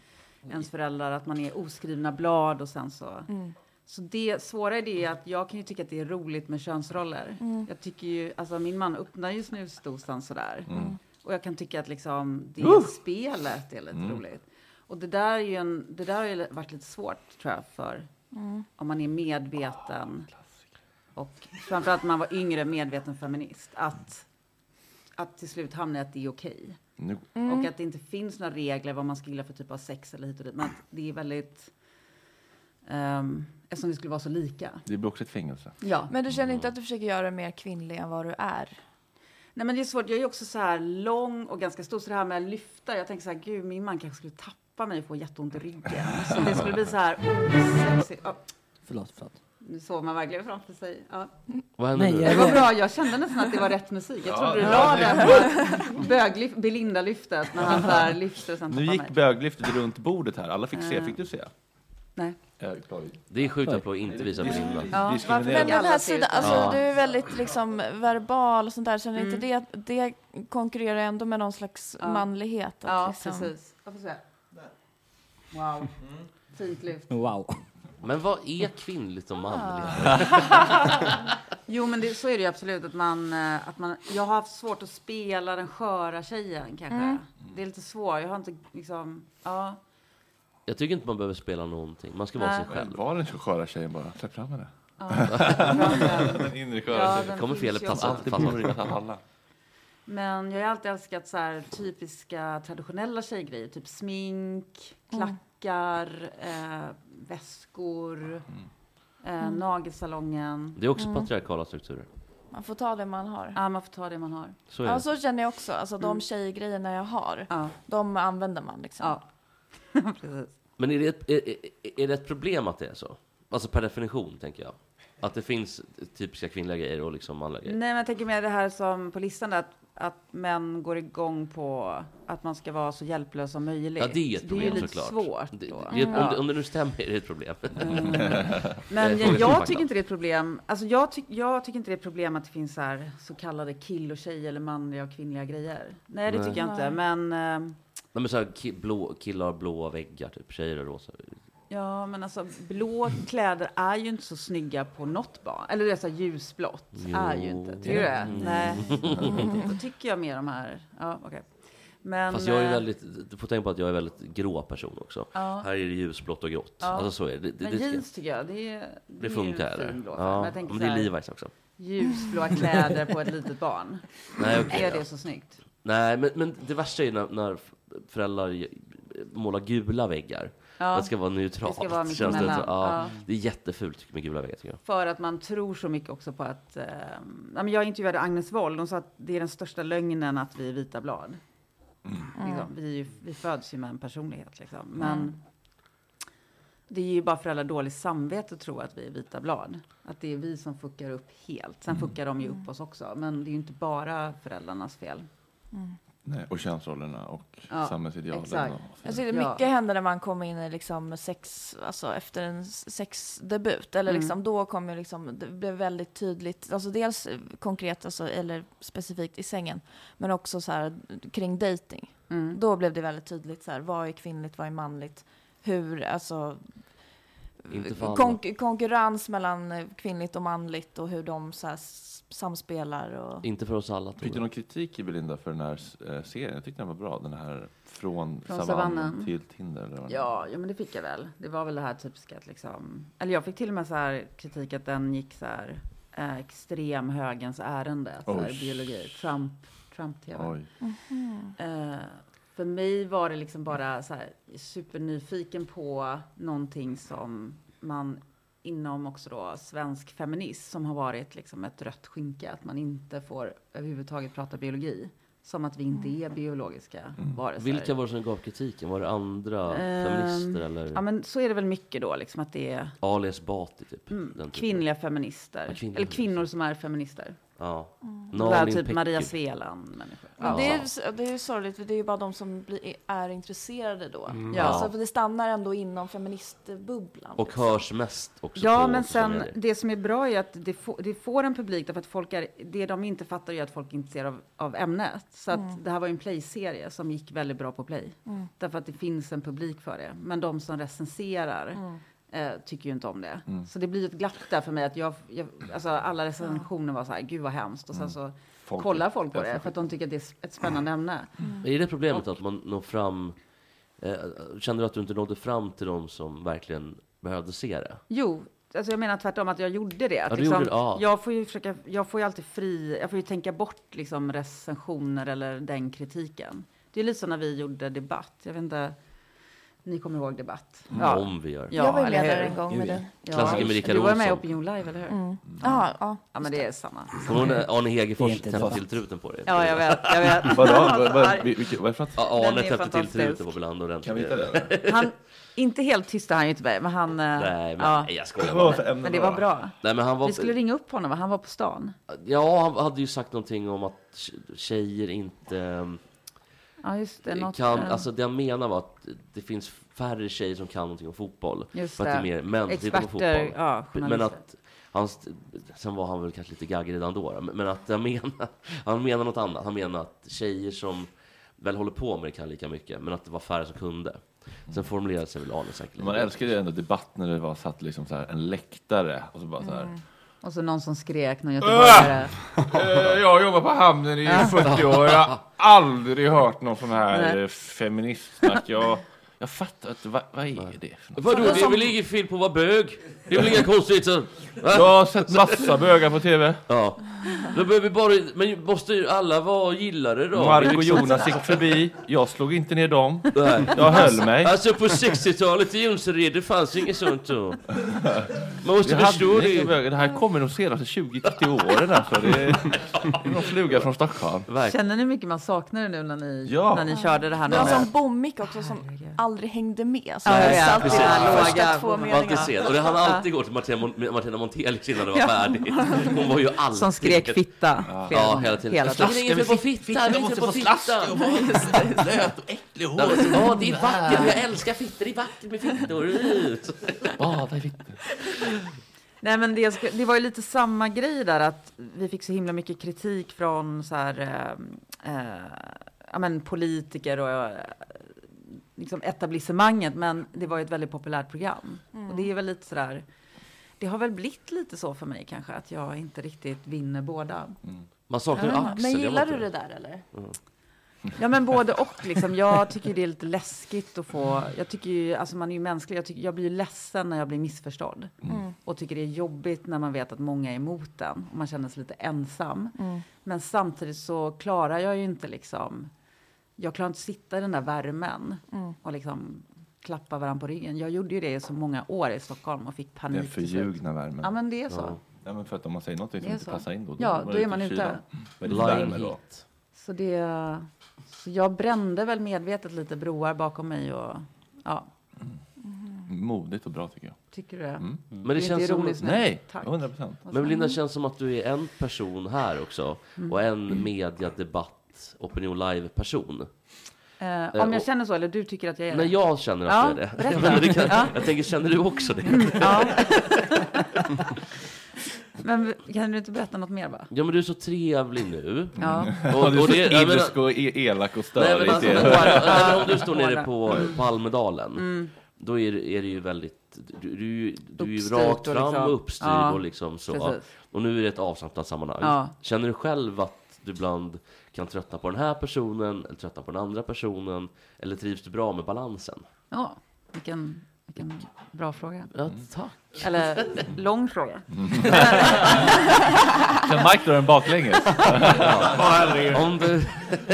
[SPEAKER 11] ens föräldrar, att man är oskrivna blad och sen så.
[SPEAKER 6] Mm.
[SPEAKER 11] Så det svåra i det är att jag kan ju tycka att det är roligt med könsroller.
[SPEAKER 6] Mm.
[SPEAKER 11] Jag tycker ju, alltså min man öppnar ju snusdosan sådär.
[SPEAKER 6] Mm.
[SPEAKER 11] Och jag kan tycka att liksom det
[SPEAKER 6] Uh!
[SPEAKER 11] spelet är lite
[SPEAKER 6] Mm.
[SPEAKER 11] roligt. Och det där, är ju en, det där har ju varit lite svårt tror jag för
[SPEAKER 6] Mm.
[SPEAKER 11] om man är medveten och framförallt när man var yngre medveten feminist att, att till slut hamna i att det är okej.
[SPEAKER 1] Nu-
[SPEAKER 6] Mm.
[SPEAKER 11] Och att det inte finns några regler vad man ska gilla för typ av sex eller hit och dit. Men att det är väldigt... Um, eftersom vi skulle vara så lika.
[SPEAKER 1] Det blir också ett fängelse.
[SPEAKER 11] Ja.
[SPEAKER 6] Men du känner inte att du försöker göra dig mer kvinnlig än vad du är?
[SPEAKER 11] Nej men det är svårt, jag är ju också så här lång och ganska stor, så det här med att lyfta, jag tänker så här, gud min man kanske skulle tappa mig och få jätteont i ryggen. Så det skulle bli så här, oh, sexy. Ja,
[SPEAKER 3] Förlåt, förlåt.
[SPEAKER 11] nu såg man verkligen framför sig. Ja.
[SPEAKER 12] Vad händer
[SPEAKER 3] Nej,
[SPEAKER 12] nu?
[SPEAKER 3] jag-
[SPEAKER 11] Det var bra, jag kände nästan att det var rätt musik. Jag
[SPEAKER 12] Ja,
[SPEAKER 11] trodde du
[SPEAKER 12] ja,
[SPEAKER 11] la
[SPEAKER 12] det-
[SPEAKER 11] den. Böglyft, Belinda-lyftet, när han så här lyfter och sen
[SPEAKER 1] Nu
[SPEAKER 11] tappar
[SPEAKER 1] gick
[SPEAKER 11] mig.
[SPEAKER 1] böglyftet runt bordet här. Alla fick se.
[SPEAKER 11] Eh.
[SPEAKER 1] Fick du se?
[SPEAKER 11] Nej.
[SPEAKER 1] Eh, Ploy.
[SPEAKER 12] Det är sjukt att Ploy inte visar bilden.
[SPEAKER 1] Ja,
[SPEAKER 6] Men den här sidan, alltså
[SPEAKER 12] Ja.
[SPEAKER 6] du är väldigt liksom verbal och sånt där. Känner inte det att det konkurrerar ändå med någon slags
[SPEAKER 11] Mm. Ja.
[SPEAKER 6] manlighet? Att
[SPEAKER 11] Ja,
[SPEAKER 6] liksom...
[SPEAKER 11] precis. Jag får se. Wow. Fint lyft.
[SPEAKER 3] Wow.
[SPEAKER 12] Men vad är kvinnligt och manligt?
[SPEAKER 11] Jo, men det, så är det ju absolut. Att man, eh, att man, jag har haft svårt att spela den sköra tjejen kanske.
[SPEAKER 6] Mm.
[SPEAKER 11] Det är lite svårt. Jag har inte liksom... Ja.
[SPEAKER 12] Jag tycker inte man behöver spela någonting. Man ska vara
[SPEAKER 11] Nej.
[SPEAKER 12] sig själv.
[SPEAKER 1] Var den så sköra tjejen bara? Släpp fram henne.
[SPEAKER 11] Ja.
[SPEAKER 1] den inre sköra
[SPEAKER 11] Ja,
[SPEAKER 1] tjejen.
[SPEAKER 11] den Kommer fel finns i ju. platsen.
[SPEAKER 1] Alltid borde alla.
[SPEAKER 11] Men jag har alltid älskat så här, typiska traditionella tjejgrejer. Typ smink,
[SPEAKER 6] Mm.
[SPEAKER 11] klackar, eh, väskor, eh,
[SPEAKER 6] Mm.
[SPEAKER 11] nagelsalongen.
[SPEAKER 12] Mm. Det är också
[SPEAKER 6] Mm.
[SPEAKER 12] patriarkala strukturer.
[SPEAKER 6] Man får ta det man har.
[SPEAKER 11] Ja, man får ta det man har.
[SPEAKER 12] Så är det.
[SPEAKER 6] Ja, så känner jag också. Alltså de
[SPEAKER 11] Mm.
[SPEAKER 6] tjejgrejerna jag har,
[SPEAKER 11] Ja.
[SPEAKER 6] de använder man liksom.
[SPEAKER 11] Ja. Precis.
[SPEAKER 12] Men är det, ett, är, är- är det ett problem att det är så? Alltså per definition, tänker jag. Att det finns typiska kvinnliga grejer och liksom manliga grejer.
[SPEAKER 11] Nej, men jag tänker mer det här som på listan där, att, att män går igång på att man ska vara så hjälplös som möjligt.
[SPEAKER 12] Ja, det är ett problem
[SPEAKER 11] ju lite
[SPEAKER 12] såklart.
[SPEAKER 11] svårt
[SPEAKER 12] Det,
[SPEAKER 11] då.
[SPEAKER 12] det,
[SPEAKER 6] Mm.
[SPEAKER 12] om, det,
[SPEAKER 11] Ja.
[SPEAKER 12] om det nu stämmer är det ett problem.
[SPEAKER 11] Men
[SPEAKER 12] Det Eh, är
[SPEAKER 11] jag, jag
[SPEAKER 12] fakta.
[SPEAKER 11] tycker inte det är ett problem. Alltså jag, tyck- jag tycker inte det är ett problem att det finns så, här, så kallade kill och tjej eller manliga och kvinnliga grejer. Nej, det
[SPEAKER 12] Nej.
[SPEAKER 11] tycker jag inte.
[SPEAKER 12] Nej.
[SPEAKER 11] Men ehm,
[SPEAKER 12] Nej, men så här, ki, blå, killar har blåa väggar, typ. Tjejer har rosa.
[SPEAKER 11] ja, men alltså blå kläder är ju inte så snygga på något barn. Eller det är så här, ljusblått
[SPEAKER 12] Jo.
[SPEAKER 11] är ju inte. Tycker du det?
[SPEAKER 12] Mm.
[SPEAKER 11] Nej,
[SPEAKER 12] Mm.
[SPEAKER 11] då tycker jag mer de här. Ja, okej. Men,
[SPEAKER 12] Fast jag är
[SPEAKER 11] eh,
[SPEAKER 12] väldigt, du får tänka på att jag är väldigt grå person också.
[SPEAKER 11] Ja.
[SPEAKER 12] Här är det ljusblått och grått.
[SPEAKER 11] Ja.
[SPEAKER 12] Alltså så är det. Det, det,
[SPEAKER 11] men
[SPEAKER 12] det,
[SPEAKER 11] jeans tycker jag, det är,
[SPEAKER 12] det
[SPEAKER 11] är
[SPEAKER 12] funkar.
[SPEAKER 11] en fin
[SPEAKER 12] eller?
[SPEAKER 11] låt.
[SPEAKER 12] ja.
[SPEAKER 11] Men
[SPEAKER 12] men,
[SPEAKER 11] jag tänker
[SPEAKER 12] det
[SPEAKER 11] så
[SPEAKER 12] är
[SPEAKER 11] här,
[SPEAKER 12] Levi's också.
[SPEAKER 11] Ljusblåa kläder på ett litet barn.
[SPEAKER 12] Nej, okej,
[SPEAKER 11] är
[SPEAKER 12] ja.
[SPEAKER 11] det så snyggt?
[SPEAKER 12] Nej, men, men det värsta är ju när, när föräldrar ge- målar gula väggar.
[SPEAKER 11] Ja.
[SPEAKER 12] Det ska vara neutralt.
[SPEAKER 11] Det ska vara mittemellan.
[SPEAKER 12] neutralt. Ja.
[SPEAKER 11] Ja.
[SPEAKER 12] Det är jättefult med gula väggar tycker jag.
[SPEAKER 11] För att man tror så mycket också på att... Eh, ja, men jag intervjuade Agnes Wold, hon sa att det är den största lögnen att vi är vita blad. Liksom, vi, är ju- vi föds ju med en personlighet liksom. Men, Det är ju bara för alla dåligt samvete att tro att vi är vita blad. Att det är vi som fuckar upp helt. Sen
[SPEAKER 6] Mm.
[SPEAKER 11] fuckar de ju upp
[SPEAKER 6] Mm.
[SPEAKER 11] oss också. Men det är ju inte bara föräldrarnas fel.
[SPEAKER 15] Nej, och könsrollerna och
[SPEAKER 11] Ja,
[SPEAKER 15] samhällsidealen.
[SPEAKER 11] exakt.
[SPEAKER 15] och-
[SPEAKER 6] Jag tycker
[SPEAKER 11] Ja.
[SPEAKER 6] mycket händer när man kommer in i liksom sex, alltså efter en sexdebut. Eller
[SPEAKER 11] Mm.
[SPEAKER 6] liksom, då kom ju liksom, det blev väldigt tydligt, alltså dels konkret alltså, eller specifikt i sängen, men också så här kring dating.
[SPEAKER 11] Mm.
[SPEAKER 6] Då blev det väldigt tydligt så här, vad är kvinnligt, vad är manligt, hur, alltså
[SPEAKER 16] Uh,
[SPEAKER 12] Inte för alla.
[SPEAKER 6] konk- konkurrens mellan eh, kvinnligt och manligt och hur de så här, s- samspelar och...
[SPEAKER 12] Inte för oss alla.
[SPEAKER 15] Fick du någon kritik i Belinda för den här eh, serien? Jag tyckte den var bra. Den här från,
[SPEAKER 11] Från
[SPEAKER 15] savannen,
[SPEAKER 11] savannen.
[SPEAKER 15] till Tinder. Eller vad det
[SPEAKER 11] Ja, ja, men det fick jag väl. Det var väl det här typiska att liksom... Eller jag fick till och med så här kritik att den gick så här eh, extremhögens ärende. Så här,
[SPEAKER 12] Oj.
[SPEAKER 11] biologi. Trump, Trump-tv.
[SPEAKER 12] Oj.
[SPEAKER 6] Mm.
[SPEAKER 9] Mhm.
[SPEAKER 11] Eh, för mig var det liksom bara så här supernyfiken på någonting som man inom också då svensk feminism som har varit liksom ett rött skynke, att man inte får överhuvudtaget prata biologi. Som att vi inte är biologiska
[SPEAKER 12] Mm.
[SPEAKER 11] varelser.
[SPEAKER 12] Vilka var det som gav kritiken? Var det andra
[SPEAKER 11] Ehm,
[SPEAKER 12] feminister eller
[SPEAKER 11] Ja, men så är det väl mycket då, liksom att det är
[SPEAKER 12] Ali Esbati typ?
[SPEAKER 11] mm,
[SPEAKER 12] den typen.
[SPEAKER 11] kvinnliga feminister.
[SPEAKER 12] Ja, kvinnliga
[SPEAKER 11] eller kvinnor som är feminister.
[SPEAKER 12] Ja. Mm.
[SPEAKER 11] Det var typ Maria Svealand-människor.
[SPEAKER 6] Men det, är, ju s- det är ju sorgligt, för det är ju bara de som blir, är intresserade då.
[SPEAKER 12] Mm.
[SPEAKER 6] Ja.
[SPEAKER 12] Ja.
[SPEAKER 6] Alltså, för det stannar ändå inom feministbubblan.
[SPEAKER 12] Och hörs mest också
[SPEAKER 11] Alltså. Ja,
[SPEAKER 12] på
[SPEAKER 11] men
[SPEAKER 12] sociala
[SPEAKER 11] sen
[SPEAKER 12] medier.
[SPEAKER 11] det som är bra är att det, få, det får en publik därför att folk är, det de inte fattar är att folk är intresserade av, av ämnet. Så att
[SPEAKER 6] Mm.
[SPEAKER 11] det här var ju en play-serie som gick väldigt bra på play.
[SPEAKER 6] Mm.
[SPEAKER 11] Därför att det finns en publik för det. Men de som recenserar
[SPEAKER 6] Mm.
[SPEAKER 11] eh, tycker ju inte om det.
[SPEAKER 6] Mm.
[SPEAKER 11] Så det blir ju ett glapp där för mig att jag, jag alltså alla recensioner var så här, gud vad hemskt. Och sen
[SPEAKER 12] Mm.
[SPEAKER 11] så
[SPEAKER 12] Folk-
[SPEAKER 11] kollar folk på
[SPEAKER 12] Ja, Mm.
[SPEAKER 11] det
[SPEAKER 12] folk-
[SPEAKER 11] för att de tycker att det är s- ett spännande ämne.
[SPEAKER 12] Är det problemet att man når fram... Eh, kände du att du inte nådde fram till de som verkligen behövde se det?
[SPEAKER 11] Jo, alltså jag menar tvärtom att jag gjorde det. Att
[SPEAKER 12] Ja, du
[SPEAKER 11] liksom,
[SPEAKER 12] gjorde det, ja.
[SPEAKER 11] Jag får ju försöka, jag får ju alltid fri, jag får ju tänka bort liksom recensioner eller den kritiken. Det är lite så när vi gjorde debatt, jag vet inte, ni kommer ihåg debatt?
[SPEAKER 12] Mm, om vi gör.
[SPEAKER 6] Jag var ju
[SPEAKER 11] eller
[SPEAKER 6] ledare
[SPEAKER 11] hur?
[SPEAKER 6] en gång med Gud, ja. dig.
[SPEAKER 11] Ja,
[SPEAKER 12] Klassiker med Rickard
[SPEAKER 11] Du var ju med i
[SPEAKER 12] Olsson.
[SPEAKER 11] Opinion Live, eller hur?
[SPEAKER 6] Mm. Ja, ja,
[SPEAKER 11] ja, men det är samma.
[SPEAKER 12] Kommer du ihåg när Arne Hegerfors
[SPEAKER 11] Det är inte
[SPEAKER 12] täppte
[SPEAKER 11] dumt.
[SPEAKER 12] till truten på dig?
[SPEAKER 11] Ja, jag vet, jag vet.
[SPEAKER 15] Vadå?
[SPEAKER 11] Han var
[SPEAKER 15] Vad-
[SPEAKER 11] så
[SPEAKER 15] vad-
[SPEAKER 11] arg.
[SPEAKER 15] vi- vilket- vad är det för något?
[SPEAKER 12] Ja,
[SPEAKER 11] Den
[SPEAKER 12] Arne
[SPEAKER 11] är
[SPEAKER 12] täppte till
[SPEAKER 11] fantastisk.
[SPEAKER 12] truten på Bland ordentligt.
[SPEAKER 15] Kan vi hitta det?
[SPEAKER 11] Han, inte helt tyst är han ju inte med, men han... eh,
[SPEAKER 12] Nej, men
[SPEAKER 11] ja.
[SPEAKER 12] nej, jag skojar
[SPEAKER 11] Men-
[SPEAKER 12] bara.
[SPEAKER 11] Men det var bra.
[SPEAKER 12] Nej, men han var...
[SPEAKER 11] Vi skulle ringa upp honom, va? han var på stan.
[SPEAKER 12] Ja, han hade ju sagt någonting om att tjejer inte... ehm,
[SPEAKER 11] Ja, just det. Något,
[SPEAKER 12] kan,
[SPEAKER 11] eh,
[SPEAKER 12] alltså det jag menar var att det finns färre tjejer som kan någonting om fotboll.
[SPEAKER 11] Just
[SPEAKER 12] för att det är mer
[SPEAKER 11] det.
[SPEAKER 12] män som tittar på
[SPEAKER 11] Experter,
[SPEAKER 12] fotboll.
[SPEAKER 11] ja,
[SPEAKER 12] men
[SPEAKER 11] journalister.
[SPEAKER 12] att han, st- sen var han väl kanske lite gaggig redan då, då, men men att jag menar, han menar något annat. Han menar att tjejer som väl håller på med det kan lika mycket, men att det var färre som kunde. Sen formulerade sig väl Arne säkert.
[SPEAKER 15] Man älskade ju ändå debatt när det var satt liksom så här en läktare och så bara så här.
[SPEAKER 11] Och så någon som skrek, någon göteborgare.
[SPEAKER 1] Jag har jobbat på hamnen i 40 år. Jag har aldrig hört någon sån här
[SPEAKER 11] Nej.
[SPEAKER 1] eh, feministsnack. Jag, jag fattar inte. Vad, vad är det för något?
[SPEAKER 12] Vadå, det är väl inget fel på att vara bög? Det är väl inga konstigheter? Va?
[SPEAKER 1] Jag har sett massa bögar på TV.
[SPEAKER 12] Ja. Då behöver vi bara, men måste ju alla vara gillare då?
[SPEAKER 1] Mark och
[SPEAKER 12] Liksom.
[SPEAKER 1] Jonas gick förbi. Jag slog inte ner dem.
[SPEAKER 12] Nej.
[SPEAKER 1] Jag höll mig.
[SPEAKER 12] Alltså på 60-talet i Jonsered, det fanns inget sånt då. Man måste
[SPEAKER 1] Vi hade
[SPEAKER 12] förstå
[SPEAKER 1] inga
[SPEAKER 12] det.
[SPEAKER 1] bögar. Det här kommer de senaste 20-30 åren alltså. Det är, det är någon fluga från Stockholm.
[SPEAKER 11] Känner ni hur mycket man saknar det nu när ni,
[SPEAKER 1] Ja.
[SPEAKER 11] när ni körde det här?
[SPEAKER 6] Det var
[SPEAKER 11] med-
[SPEAKER 6] som Bommick också som aldrig hängde med. Så
[SPEAKER 11] Ja,
[SPEAKER 6] jag
[SPEAKER 11] jag vet.
[SPEAKER 6] satt i
[SPEAKER 11] Precis.
[SPEAKER 6] de här första
[SPEAKER 11] Låga
[SPEAKER 6] två
[SPEAKER 11] bommar.
[SPEAKER 12] Var inte
[SPEAKER 6] meningarna.
[SPEAKER 12] sen. Och det hann alltid gå till Martina, Mon- Martina Montelius innan det var
[SPEAKER 6] Ja.
[SPEAKER 12] färdigt. Hon var ju alltid...
[SPEAKER 11] Som skrek fitta
[SPEAKER 12] Ja,
[SPEAKER 11] flera
[SPEAKER 12] ja
[SPEAKER 11] gånger.
[SPEAKER 12] hela tiden.
[SPEAKER 11] Hela
[SPEAKER 12] Jag
[SPEAKER 11] tiden.
[SPEAKER 12] slänger in för på fitta, jag måste få fitta.
[SPEAKER 9] Blöt och äcklig hår.
[SPEAKER 12] Ja, men- Ja, det är vackert. Jag älskar fittor. Det är vackert med fittor.
[SPEAKER 1] Bada i
[SPEAKER 11] Nej, men det, sk- det var ju lite samma grej där att vi fick så himla mycket kritik från så här, eh, eh, ja, men politiker och eh, liksom etablissemanget. Men det var ju ett väldigt populärt program
[SPEAKER 6] Mm.
[SPEAKER 11] och det är väl lite så där. Det har väl blivit lite så för mig kanske att jag inte riktigt vinner båda.
[SPEAKER 12] Mm. Man saknar ju
[SPEAKER 11] Ja,
[SPEAKER 12] Axel.
[SPEAKER 11] men
[SPEAKER 12] jag
[SPEAKER 11] gillar
[SPEAKER 12] vet
[SPEAKER 11] du
[SPEAKER 12] inte.
[SPEAKER 11] det där, eller?
[SPEAKER 12] Mm.
[SPEAKER 11] Ja, men både och liksom. Jag tycker det är lite läskigt att få. Jag tycker ju, alltså man är ju mänsklig. Jag, tycker, jag blir ju ledsen när jag blir missförstådd
[SPEAKER 6] Mm.
[SPEAKER 11] och tycker det är jobbigt när man vet att många är emot den och man känner sig lite ensam.
[SPEAKER 6] Mm.
[SPEAKER 11] Men samtidigt så klarar jag ju inte liksom. Jag klarar inte sitta i den där värmen
[SPEAKER 6] Mm.
[SPEAKER 11] och liksom klappa varandra på ryggen. Jag gjorde ju det i så många år i Stockholm och fick panik.
[SPEAKER 15] Den
[SPEAKER 11] till slut.
[SPEAKER 15] förljugna värmen.
[SPEAKER 11] Ja, men det är så.
[SPEAKER 15] Ja, men för att om man säger något som
[SPEAKER 11] Det är
[SPEAKER 15] inte
[SPEAKER 11] så.
[SPEAKER 15] passar in då, då
[SPEAKER 11] Ja,
[SPEAKER 15] är
[SPEAKER 1] typ
[SPEAKER 11] då är man
[SPEAKER 15] i
[SPEAKER 11] ute.
[SPEAKER 15] kylan. Väldigt
[SPEAKER 12] Lying
[SPEAKER 15] värme då.
[SPEAKER 11] Så det... Så jag brände väl medvetet lite broar bakom mig och... Ja.
[SPEAKER 1] modigt och bra tycker jag.
[SPEAKER 11] Tycker du det?
[SPEAKER 1] Mm.
[SPEAKER 11] Men det Det är känns inte som- ironiskt, nej.
[SPEAKER 1] Nej,
[SPEAKER 11] Tack.
[SPEAKER 1] 100 procent.
[SPEAKER 11] Vad sa
[SPEAKER 12] Men Linda,
[SPEAKER 11] han?
[SPEAKER 12] det känns som att du är en person här också
[SPEAKER 11] Mm.
[SPEAKER 12] och en mediadebatt, opinion live-person.
[SPEAKER 11] Eh,
[SPEAKER 12] Eh,
[SPEAKER 11] om jag
[SPEAKER 12] och-
[SPEAKER 11] känner så, eller du tycker att jag är
[SPEAKER 12] Nej, jag känner att
[SPEAKER 11] Ja,
[SPEAKER 12] du är det.
[SPEAKER 11] berätta.
[SPEAKER 12] Men det kan,
[SPEAKER 11] Ja.
[SPEAKER 12] Jag tänker, känner du också
[SPEAKER 11] Mm,
[SPEAKER 12] det?
[SPEAKER 11] ja. Men kan du inte berätta något mer bara?
[SPEAKER 12] Ja, men du är så trevlig nu. Mm.
[SPEAKER 11] Ja.
[SPEAKER 1] Ja, du är så
[SPEAKER 12] jag
[SPEAKER 1] idel
[SPEAKER 12] menar-
[SPEAKER 1] och e- elak och störig.
[SPEAKER 12] Nej, men alltså,
[SPEAKER 1] Det-
[SPEAKER 12] men bara- nej, men om du står nere på,
[SPEAKER 1] Mm.
[SPEAKER 12] på Almedalen,
[SPEAKER 1] Mm.
[SPEAKER 12] då är, det- är det ju väldigt... Du, du, du är ju
[SPEAKER 11] Uppstyrt
[SPEAKER 12] rakt
[SPEAKER 11] och
[SPEAKER 12] fram
[SPEAKER 11] liksom-
[SPEAKER 12] och uppstyrd
[SPEAKER 11] Ja,
[SPEAKER 12] och liksom så.
[SPEAKER 11] precis.
[SPEAKER 12] Och nu är det ett avslappnat sammanhang.
[SPEAKER 11] Ja.
[SPEAKER 12] Känner du själv att du ibland kan tröttna på den här personen, eller tröttna på den andra personen? Eller trivs du bra med balansen?
[SPEAKER 11] Ja, vilken, vilken bra fråga.
[SPEAKER 12] Ja, tack.
[SPEAKER 11] Eller lång fråga.
[SPEAKER 1] Kan Mike dra den baklänges?
[SPEAKER 11] Ja.
[SPEAKER 1] Åh, herregud.
[SPEAKER 12] Om du-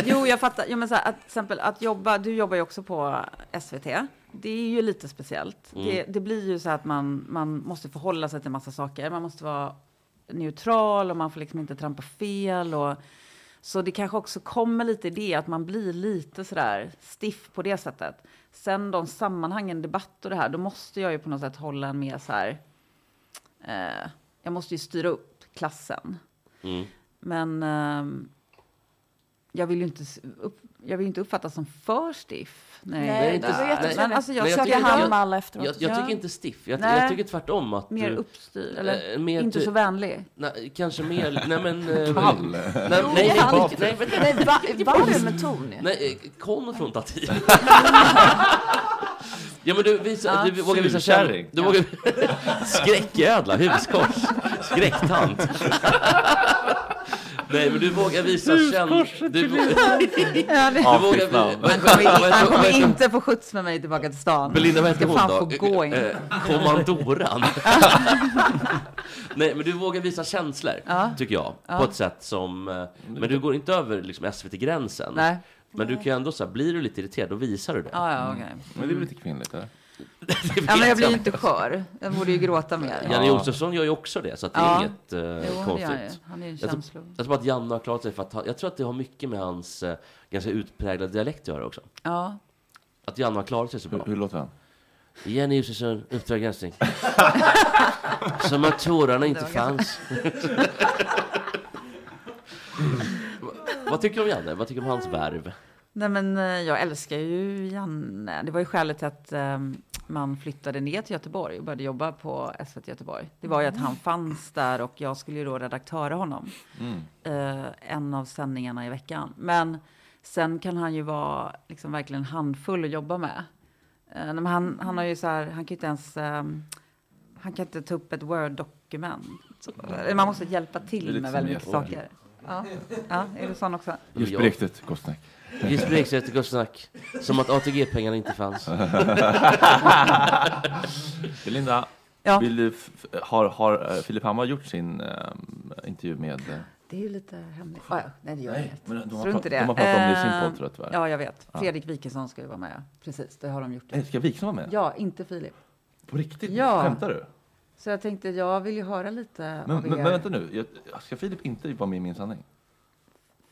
[SPEAKER 11] Jo, jag fattar. Jo, men så här, att, till exempel, att jobba, du jobbar ju också på SVT. Det är ju lite speciellt.
[SPEAKER 6] Mm.
[SPEAKER 11] Det, det blir ju så här att man, man måste förhålla sig till massa saker. Man måste vara neutral och man får liksom inte trampa fel. Och, så det kanske också kommer lite i det, att man blir lite sådär stiff på det sättet. Sen de sammanhangen, debatt och det här, då måste jag ju på något sätt hålla en mer så här... Eh, jag måste ju styra upp klassen.
[SPEAKER 12] Mm.
[SPEAKER 11] Men ehm, jag vill ju inte, s- upp, jag vill ju inte uppfattas som för stiff.
[SPEAKER 6] Nej, Nej, det inte- var jättetrevligt.
[SPEAKER 11] Men alltså jag
[SPEAKER 6] Men jag
[SPEAKER 11] söker
[SPEAKER 6] tycker-
[SPEAKER 11] hand
[SPEAKER 6] jag-
[SPEAKER 11] med alla
[SPEAKER 12] Jag,
[SPEAKER 11] efteråt.
[SPEAKER 12] jag tycker inte stiff. Jag,
[SPEAKER 11] Nej.
[SPEAKER 12] jag tycker tvärtom att
[SPEAKER 11] Mer
[SPEAKER 12] du-
[SPEAKER 11] uppstyrd, eller
[SPEAKER 12] Eh,
[SPEAKER 11] inte
[SPEAKER 12] du-
[SPEAKER 11] så vänlig.
[SPEAKER 12] Nej, kanske mer... Nej, men... eh,
[SPEAKER 1] Kall.
[SPEAKER 12] Nej,
[SPEAKER 1] Jo,
[SPEAKER 12] nej, nej,
[SPEAKER 6] kall.
[SPEAKER 12] nej, nej, vänta.
[SPEAKER 6] Nej, va- varm med ton, ja.
[SPEAKER 12] Nej, eh, konfrontativ. Ja men du, visa,
[SPEAKER 6] Ja.
[SPEAKER 12] du vågar visa kärring.
[SPEAKER 1] Surkärring.
[SPEAKER 12] Du vågar... Skräckjädla, huskors. Skräcktant. Nej men du vågar visa känsla. Du, vå-
[SPEAKER 11] Ja,
[SPEAKER 12] du
[SPEAKER 11] det-
[SPEAKER 12] vågar... vad heter- vad heter-
[SPEAKER 11] Han
[SPEAKER 12] vad
[SPEAKER 11] kommer
[SPEAKER 12] heter-
[SPEAKER 11] inte få skjuts med mig tillbaka till stan.
[SPEAKER 12] Belinda, vad heter
[SPEAKER 11] Ska
[SPEAKER 12] hon
[SPEAKER 11] fan
[SPEAKER 12] då?
[SPEAKER 11] få gå in.
[SPEAKER 12] Eh, Kommandoran. Nej, men du vågar visa känslor,
[SPEAKER 11] Ja.
[SPEAKER 12] tycker jag.
[SPEAKER 11] Ja.
[SPEAKER 12] På ett sätt som... eh, Men du går inte över liksom, SVT-gränsen.
[SPEAKER 11] Nej.
[SPEAKER 12] Men du kan ju ändå så här, blir du lite irriterad, då visar du det.
[SPEAKER 11] Ja, ja, okej.
[SPEAKER 1] Mm. Men det är väl lite kvinnligt eller?
[SPEAKER 11] Ja, men jag blir ju inte skör. Jag borde ju gråta mer.
[SPEAKER 12] Janne Josefsson gör ju också det, så att det
[SPEAKER 11] Ja.
[SPEAKER 12] är inget eh,
[SPEAKER 11] Jo, det gör han ju.
[SPEAKER 12] konstigt.
[SPEAKER 11] Han är ju en
[SPEAKER 12] jag, tror,
[SPEAKER 11] känslo-
[SPEAKER 12] jag tror att Janne har klarat sig för att han, Jag tror att det har mycket med hans eh, ganska utpräglade dialekt att göra också.
[SPEAKER 11] Ja.
[SPEAKER 12] Att Janne har klarat sig så bra.
[SPEAKER 1] Hur, hur låter han?
[SPEAKER 12] Jenny Josefsson, Uppdrag granskning. Som att tårarna inte
[SPEAKER 11] Det var ganska-
[SPEAKER 12] fanns. Va- Vad tycker du om Janne? Vad tycker du om hans värv?
[SPEAKER 11] Nej, men eh, jag älskar ju Janne. Det var ju skälet till att eh, man flyttade ner till Göteborg och började jobba på SVT Göteborg. Det var ju att han fanns där och jag skulle ju då redaktöra honom.
[SPEAKER 9] Mm.
[SPEAKER 11] Eh, en av sändningarna i veckan. Men sen kan han ju vara liksom verkligen handfull att jobba med. Eh, nej, men han, han har ju så här, han kan ju inte ens, eh, han kan inte ta upp ett Word-dokument. Så, eh, Man måste hjälpa
[SPEAKER 9] Det är
[SPEAKER 11] till
[SPEAKER 9] lite
[SPEAKER 11] med
[SPEAKER 9] som
[SPEAKER 11] väldigt mycket
[SPEAKER 9] Jesper.
[SPEAKER 11] saker. Ja. ja, är du sån också?
[SPEAKER 1] Just brektet, gott snack.
[SPEAKER 12] Just brektet, gott snack. Som att ATG-pengarna inte fanns.
[SPEAKER 1] Belinda,
[SPEAKER 11] Ja.
[SPEAKER 1] vill du f- f- har, har eh, Filip Hammar gjort sin eh, intervju med... eh,
[SPEAKER 11] Det är ju lite hemligt. Ah, ja. nej, det gör
[SPEAKER 1] Nej,
[SPEAKER 11] inget.
[SPEAKER 1] men de har
[SPEAKER 11] Strunt i
[SPEAKER 1] pra- de har pratat om det i sin
[SPEAKER 11] Eh,
[SPEAKER 1] podd, tror jag, tyvärr.
[SPEAKER 11] Ja, jag vet.
[SPEAKER 1] Ja.
[SPEAKER 11] Fredrik Wikingsson ska ju vara med. Precis, det har de gjort.
[SPEAKER 1] Eh, Ska Wikström vara med?
[SPEAKER 11] Ja, inte Filip.
[SPEAKER 1] På riktigt?
[SPEAKER 11] Ja.
[SPEAKER 1] Skämtar du?
[SPEAKER 11] Så jag tänkte, jag vill ju höra lite
[SPEAKER 1] Men,
[SPEAKER 11] av er.
[SPEAKER 1] men, men vänta nu, jag, ska Filip inte vara med i Min sanning?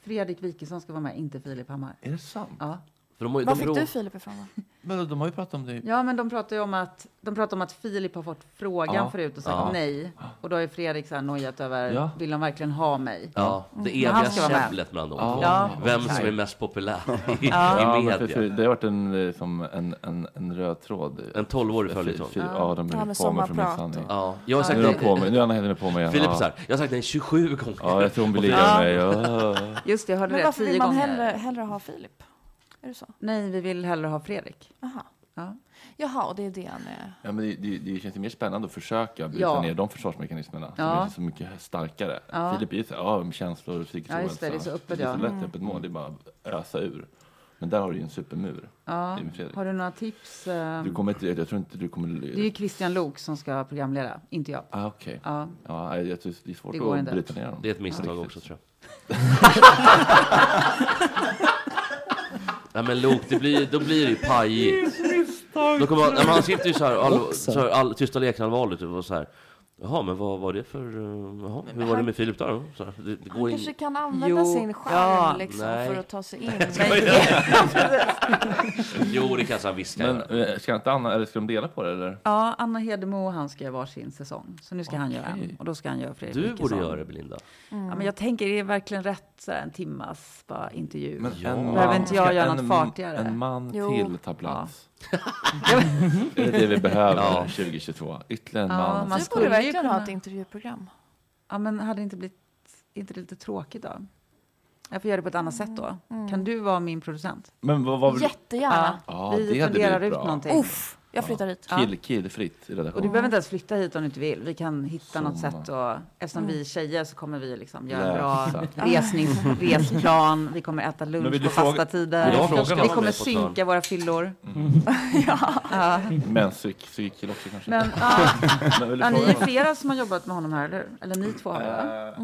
[SPEAKER 11] Fredrik Wikingsson ska vara med, inte Filip Hammar.
[SPEAKER 1] Är det sant?
[SPEAKER 11] Ja.
[SPEAKER 12] För de har ju-
[SPEAKER 6] Var
[SPEAKER 12] de
[SPEAKER 6] fick
[SPEAKER 12] rå-
[SPEAKER 6] du Filip ifrån? Då?
[SPEAKER 1] Men de har ju pratat om det i-
[SPEAKER 11] Ja, men de pratar ju om att, de pratar om att Filip har fått frågan
[SPEAKER 12] Ja.
[SPEAKER 11] förut och sagt
[SPEAKER 12] Ja.
[SPEAKER 11] nej. Och då har ju Fredrik så här nojat över,
[SPEAKER 12] Ja.
[SPEAKER 11] vill de verkligen ha mig?
[SPEAKER 12] Ja,
[SPEAKER 11] Mm.
[SPEAKER 12] det
[SPEAKER 11] Men han
[SPEAKER 12] eviga
[SPEAKER 11] ska vara med.
[SPEAKER 12] käbblet mellan de
[SPEAKER 1] Ja.
[SPEAKER 12] två.
[SPEAKER 11] Ja.
[SPEAKER 12] Vem som är mest populär i,
[SPEAKER 1] Ja,
[SPEAKER 12] i
[SPEAKER 1] men för, för,
[SPEAKER 12] media.
[SPEAKER 1] det har varit en, eh, som en, en, en röd tråd.
[SPEAKER 12] En 12-årig
[SPEAKER 1] Fy-
[SPEAKER 12] följetong.
[SPEAKER 1] fy- Ja, de
[SPEAKER 12] Ja,
[SPEAKER 1] är
[SPEAKER 12] med
[SPEAKER 1] på mig från min
[SPEAKER 12] sommarprat
[SPEAKER 1] sanning.
[SPEAKER 12] och- Ja, jag har sagt
[SPEAKER 1] nu är de
[SPEAKER 12] det-
[SPEAKER 1] på mig. Nu är Anna Hedlund på mig igen.
[SPEAKER 12] Filip
[SPEAKER 1] Ja.
[SPEAKER 12] är så här, jag har sagt nej 27 gånger.
[SPEAKER 1] Ja, jag tror hon
[SPEAKER 12] Och
[SPEAKER 1] blir
[SPEAKER 12] Filip-
[SPEAKER 1] mig. Ja.
[SPEAKER 11] Just det, jag hörde
[SPEAKER 6] Men
[SPEAKER 11] det
[SPEAKER 6] varför
[SPEAKER 11] tio
[SPEAKER 6] vill man
[SPEAKER 11] gånger.
[SPEAKER 6] hellre, hellre ha Filip? Är det så?
[SPEAKER 11] Nej, vi vill hellre ha Fredrik.
[SPEAKER 6] Aha.
[SPEAKER 11] Ja.
[SPEAKER 6] Jaha, och det är det han är.
[SPEAKER 1] Ja, men det, det, det känns ju mer spännande att försöka bryta
[SPEAKER 6] Ja.
[SPEAKER 1] ner de försvarsmekanismerna som
[SPEAKER 11] Ja.
[SPEAKER 1] är så mycket starkare.
[SPEAKER 11] Ja.
[SPEAKER 1] Filip är ju så här, ja, med känslor och psykisk
[SPEAKER 11] Ja, just det, det är så öppet, ja.
[SPEAKER 1] så lätt
[SPEAKER 11] Mm.
[SPEAKER 1] öppet mål, det är bara att ösa ur. Men där har du ju en supermur.
[SPEAKER 11] Ja.
[SPEAKER 1] Det är med Fredrik.
[SPEAKER 11] Har du några tips? eh,
[SPEAKER 1] Du kommer inte, jag tror inte du kommer...
[SPEAKER 11] Det är ju Christian Lok som ska programleda, inte jag.
[SPEAKER 1] Ah, okej.
[SPEAKER 11] Ja.
[SPEAKER 1] Ja, jag- jag tror det är svårt
[SPEAKER 11] Det går
[SPEAKER 1] att
[SPEAKER 11] inte.
[SPEAKER 1] bryta ner dem.
[SPEAKER 12] Det är ett misstag
[SPEAKER 1] Riktigt.
[SPEAKER 12] också tror jag. Nej men Luke, det blir, då blir det ju pajigt. Då kommer han, nej, men han sitter ju så här, all,
[SPEAKER 17] Också.
[SPEAKER 12] så här all, tysta lekan allvarligt typ, och så här. Jaha, men vad var det för... eh, Jaha, hur var det med Filip där då? Så här, det, det går
[SPEAKER 6] Han
[SPEAKER 12] in-
[SPEAKER 6] kanske kan använda
[SPEAKER 11] Jo,
[SPEAKER 6] sin skärm
[SPEAKER 11] ja.
[SPEAKER 6] liksom,
[SPEAKER 12] Nej.
[SPEAKER 6] för att ta sig in.
[SPEAKER 12] Nej, jag skojar. jo, det kanske han visst kan.
[SPEAKER 1] Men eh, ska inte Anna, eller ska de dela på det eller?
[SPEAKER 11] Ja, Anna Hedemo och han ska göra varsin säsong. Så nu ska han göra
[SPEAKER 12] Okej.
[SPEAKER 11] en och då ska han göra Fredrik
[SPEAKER 12] Du borde
[SPEAKER 11] Wikingsson.
[SPEAKER 12] göra det, Belinda.
[SPEAKER 6] Mm.
[SPEAKER 11] Ja, men jag tänker, är det verkligen rätt så här, en timmas bara, intervju?
[SPEAKER 1] Men en man-
[SPEAKER 11] Behöver inte jag
[SPEAKER 1] ska
[SPEAKER 11] göra
[SPEAKER 1] en
[SPEAKER 11] något
[SPEAKER 1] man-
[SPEAKER 11] fartigare?
[SPEAKER 1] en man till ta plats.
[SPEAKER 11] Ja.
[SPEAKER 1] Det är det vi behöver
[SPEAKER 12] Ja.
[SPEAKER 1] 2022. Ytterligare en
[SPEAKER 11] Ja,
[SPEAKER 1] man.
[SPEAKER 11] man
[SPEAKER 6] Du
[SPEAKER 11] skulle
[SPEAKER 6] borde
[SPEAKER 11] ju
[SPEAKER 6] verkligen
[SPEAKER 11] kunna-
[SPEAKER 6] ha ett intervjuprogram.
[SPEAKER 11] Ja, men hade det inte blivit inte det lite tråkigt då? Jag får göra det på ett annat sätt då.
[SPEAKER 6] Mm.
[SPEAKER 11] Kan du vara min producent?
[SPEAKER 1] Men vad var
[SPEAKER 6] Jättegärna.
[SPEAKER 1] Ja,
[SPEAKER 11] Vi
[SPEAKER 1] det hade
[SPEAKER 11] funderar
[SPEAKER 1] blivit
[SPEAKER 11] ut
[SPEAKER 1] bra.
[SPEAKER 11] någonting.
[SPEAKER 6] Uff, jag flyttar hit.
[SPEAKER 1] Kill, killfritt i
[SPEAKER 11] Och
[SPEAKER 1] redaktion.
[SPEAKER 11] du behöver inte ens flytta hit om du inte vill. Vi kan hitta något
[SPEAKER 1] Sommar.
[SPEAKER 11] sätt och eftersom
[SPEAKER 6] Mm.
[SPEAKER 11] vi är tjejer så kommer vi liksom göra
[SPEAKER 1] Lösa.
[SPEAKER 11] bra resnings, resplan. Vi kommer äta
[SPEAKER 1] Men vill
[SPEAKER 11] lunch
[SPEAKER 1] du
[SPEAKER 11] på fasta
[SPEAKER 1] fråga-
[SPEAKER 11] tider.
[SPEAKER 1] vill du fråga någon
[SPEAKER 11] vi
[SPEAKER 1] om
[SPEAKER 11] kommer
[SPEAKER 1] det på stan?
[SPEAKER 11] synka våra fyllor. ja.
[SPEAKER 1] Men psyk- psykkill också kanske.
[SPEAKER 11] Men, ja.
[SPEAKER 1] Men vill du
[SPEAKER 11] ja, ni
[SPEAKER 1] fråga
[SPEAKER 11] är
[SPEAKER 1] något?
[SPEAKER 11] flera som har jobbat med honom här, eller hur? Eller ni två har det, va?
[SPEAKER 1] Eh,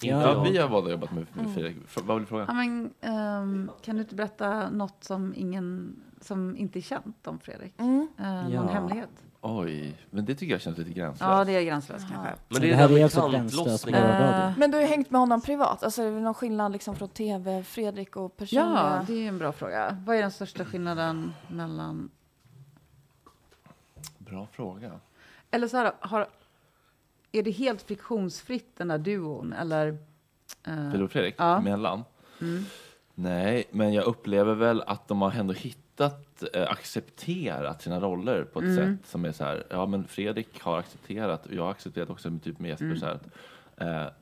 [SPEAKER 11] Mm.
[SPEAKER 1] Ja, vi har båda jobbat med med Fredrik. Fr- Vad vill du
[SPEAKER 11] Ja,
[SPEAKER 1] fråga?
[SPEAKER 11] men, ehm, kan du inte berätta något som, ingen, som inte är känt om Fredrik?
[SPEAKER 12] Mm.
[SPEAKER 11] Eh, någon hemlighet?
[SPEAKER 1] Oj, men det tycker jag känns lite gränslöst.
[SPEAKER 11] Ja, det är gränslöst kanske.
[SPEAKER 1] Men
[SPEAKER 3] det är Det här en är alltså amerikansk gränslöst lossning. på
[SPEAKER 6] Eh, Men du har ju hängt med honom privat. Alltså, är det någon skillnad liksom, från tv, Fredrik och
[SPEAKER 11] Ja,
[SPEAKER 6] personliga...
[SPEAKER 11] det är en bra fråga. Vad är den största skillnaden mellan...
[SPEAKER 1] Bra fråga.
[SPEAKER 11] Eller så här, har, är det helt friktionsfritt den där duon? Eller... eh,
[SPEAKER 1] Filip och Fredrik
[SPEAKER 11] Ja.
[SPEAKER 1] emellan.
[SPEAKER 11] Mm.
[SPEAKER 1] Nej, men jag upplever väl att de har ändå hittat, eh, accepterat sina roller på ett
[SPEAKER 11] Mm.
[SPEAKER 1] sätt som är så här, ja men Fredrik har accepterat och jag har accepterat också med typ med Jesper
[SPEAKER 11] Mm.
[SPEAKER 1] så här att eh,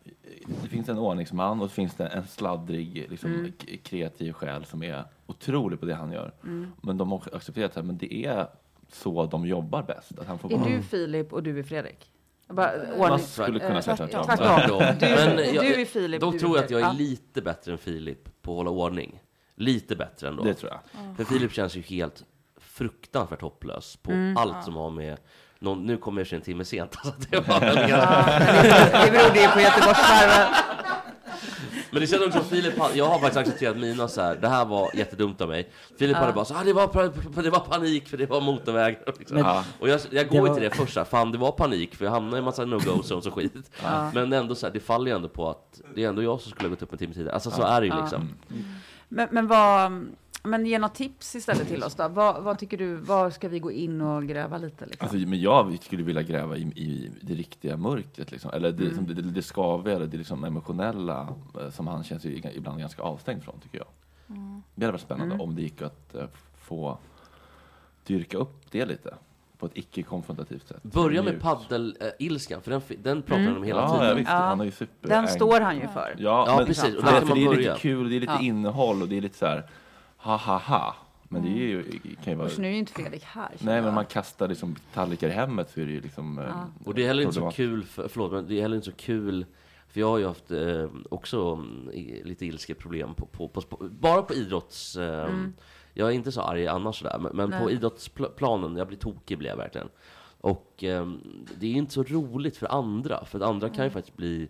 [SPEAKER 1] det finns en ordningsman och det finns det en sladdrig, liksom,
[SPEAKER 11] Mm.
[SPEAKER 1] k- kreativ själ som är otrolig på det han gör.
[SPEAKER 11] Mm.
[SPEAKER 1] Men de har också accepterat att men det är så de jobbar bäst. Att han får
[SPEAKER 11] Är
[SPEAKER 1] vara-
[SPEAKER 11] du Filip och du är Fredrik? Jag bara,
[SPEAKER 1] Man
[SPEAKER 11] ordning-
[SPEAKER 1] skulle
[SPEAKER 11] eh,
[SPEAKER 1] kunna säga
[SPEAKER 11] tvärt-
[SPEAKER 1] tvärtom.
[SPEAKER 11] Tvärtom. Du,
[SPEAKER 12] Men jag-
[SPEAKER 11] du är Filip.
[SPEAKER 12] Då
[SPEAKER 11] du är
[SPEAKER 12] tror jag att jag
[SPEAKER 11] Fredrik.
[SPEAKER 12] är
[SPEAKER 11] Ja.
[SPEAKER 12] lite bättre än Filip på att hålla ordning. Lite bättre ändå.
[SPEAKER 1] Det tror jag.
[SPEAKER 11] Mm.
[SPEAKER 12] För Filip känns ju helt fruktansvärt hopplös på
[SPEAKER 11] Mm.
[SPEAKER 12] allt
[SPEAKER 11] Ja.
[SPEAKER 12] som har med någon, nu kommer jag sig en timme sent. Alltså, det, var väl
[SPEAKER 11] Ja, det berodde ju på Göteborgsvarvet.
[SPEAKER 12] Men det känns också som Filip, han- jag har faktiskt accepterat mina så här. det här var jättedumt av mig. Filip
[SPEAKER 11] Ja.
[SPEAKER 12] hade bara så här, ah, det, var, pa- det var panik för det var motorväg. Liksom.
[SPEAKER 3] Men-
[SPEAKER 12] Ja. Och jag, jag
[SPEAKER 3] det
[SPEAKER 12] går
[SPEAKER 3] var-
[SPEAKER 12] inte det först så här, fan det var panik för jag hamnade i en massa no-go zones och skit.
[SPEAKER 11] Ja.
[SPEAKER 12] Men ändå så här, det faller ju ändå på att det är ändå jag som skulle ha gått upp en timme tidigare. Alltså så
[SPEAKER 11] Ja.
[SPEAKER 12] är det ju
[SPEAKER 11] Ja.
[SPEAKER 12] liksom.
[SPEAKER 11] Men, men, vad, men ge något tips istället till oss då. Vad, vad tycker du, var ska vi gå in och gräva lite? Liksom?
[SPEAKER 1] Alltså, men jag skulle vilja gräva i, i det riktiga mörkret, liksom. eller det,
[SPEAKER 11] Mm.
[SPEAKER 1] som det, det skaviga, eller det liksom emotionella eh, som han känns ju ibland ganska avstängd från, tycker jag.
[SPEAKER 6] Mm.
[SPEAKER 1] Det hade varit spännande
[SPEAKER 11] Mm.
[SPEAKER 1] om det gick att eh, få dyrka upp det lite på ett icke-konfrontativt sätt.
[SPEAKER 12] Börja med
[SPEAKER 1] Mjukt.
[SPEAKER 12] paddelilskan, för den, fi- den pratar
[SPEAKER 11] Mm.
[SPEAKER 12] han om hela
[SPEAKER 1] Ja,
[SPEAKER 12] tiden.
[SPEAKER 1] ja, visst. Han är ju super
[SPEAKER 11] Den står han ju för.
[SPEAKER 1] Ja,
[SPEAKER 12] Ja,
[SPEAKER 1] men,
[SPEAKER 12] precis. Och
[SPEAKER 1] för
[SPEAKER 12] där
[SPEAKER 1] det,
[SPEAKER 12] kan
[SPEAKER 1] för
[SPEAKER 12] man
[SPEAKER 1] det är
[SPEAKER 12] börja.
[SPEAKER 1] lite kul, det är lite
[SPEAKER 11] Ja.
[SPEAKER 1] innehåll och det är lite så här ha ha ha. Men det är ju, kan ju vara...
[SPEAKER 11] Mm. Och nu är ju inte Fredrik här. känner
[SPEAKER 1] Nej,
[SPEAKER 11] jag.
[SPEAKER 1] men man kastar liksom tallrikar i hemmet så är det ju liksom... eh,
[SPEAKER 11] Ja.
[SPEAKER 12] Och det är heller inte så
[SPEAKER 1] problematiskt.
[SPEAKER 12] kul, för, förlåt, men det är heller inte så kul för jag har ju haft eh, också mm, i- lite ilskeproblem på, på, på, sp- bara på idrotts... Eh,
[SPEAKER 11] Mm.
[SPEAKER 12] Jag är inte så arg annars sådär, men, men på
[SPEAKER 11] Nej.
[SPEAKER 12] idrottsplanen, jag blir tokig blir jag verkligen. Och eh, det är inte så roligt för andra, för att andra kan ju
[SPEAKER 11] Mm.
[SPEAKER 12] faktiskt bli,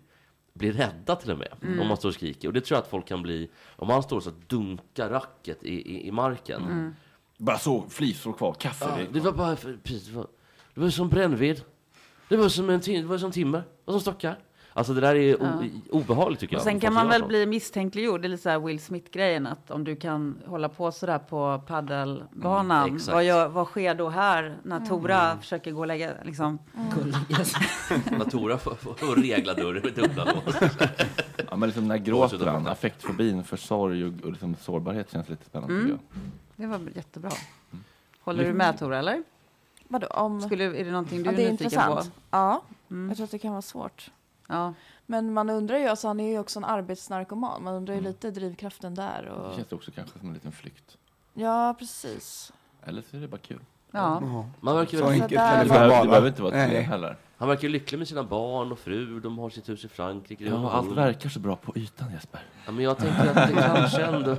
[SPEAKER 12] bli rädda till och med
[SPEAKER 11] Mm.
[SPEAKER 12] om man står och skriker. Och det tror jag att folk kan bli, om man står och så dunkar racket i, i, i marken.
[SPEAKER 11] Mm.
[SPEAKER 1] Bara så, flisor kvar, kaffe.
[SPEAKER 12] Ja, det var bara för, precis, det, var, det var som brännved. Det var som, en tim- det var som timmer. Det var som stockar. Alltså det där är o-
[SPEAKER 11] Ja.
[SPEAKER 12] i- obehagligt tycker
[SPEAKER 11] Och
[SPEAKER 12] jag.
[SPEAKER 11] sen
[SPEAKER 12] Folk
[SPEAKER 11] kan
[SPEAKER 12] som
[SPEAKER 11] man
[SPEAKER 12] gör
[SPEAKER 11] väl
[SPEAKER 12] sånt.
[SPEAKER 11] bli misstänkliggjord, det är lite så här Will Smith-grejen, att om du kan hålla på sådär på paddelbanan,
[SPEAKER 12] Mm, exakt.
[SPEAKER 11] vad, gör, vad sker då här när Tora försöker gå och lägga, liksom?
[SPEAKER 12] Mm. När Tora får, får, får regla dörren med dubbla lås.
[SPEAKER 1] Ja, men liksom när gråter han? Affektfobin för sorg och, och liksom sårbarhet känns lite spännande
[SPEAKER 11] Mm.
[SPEAKER 1] tycker
[SPEAKER 11] Det var jättebra. Håller du med Tora, eller?
[SPEAKER 6] Vadå, om...
[SPEAKER 11] Skulle, är det någonting du
[SPEAKER 6] ja, det är
[SPEAKER 11] är nyfiken på? Mm.
[SPEAKER 6] intressant. Ja, jag tror att det kan vara svårt.
[SPEAKER 11] Ja.
[SPEAKER 6] Men man undrar ju, alltså, han är ju också en arbetsnarkoman. Man undrar ju
[SPEAKER 11] Mm.
[SPEAKER 6] lite drivkraften där.
[SPEAKER 1] jag. Det
[SPEAKER 6] Och...
[SPEAKER 1] känns också kanske som en liten flykt.
[SPEAKER 6] Ja, precis.
[SPEAKER 1] Eller så är det bara kul.
[SPEAKER 11] Ja.
[SPEAKER 12] Man verkar
[SPEAKER 1] Så
[SPEAKER 12] väl...
[SPEAKER 1] enkelt kan det Det behöver- vara, det va? behöver inte vara ett problem Nej. heller.
[SPEAKER 12] Han verkar ju lycklig med sina barn och fru. De har sitt hus i Frankrike. det är
[SPEAKER 1] Ja,
[SPEAKER 12] hon.
[SPEAKER 1] allt verkar så bra på ytan Jesper.
[SPEAKER 12] Ja, men jag tänker att det kanske ändå...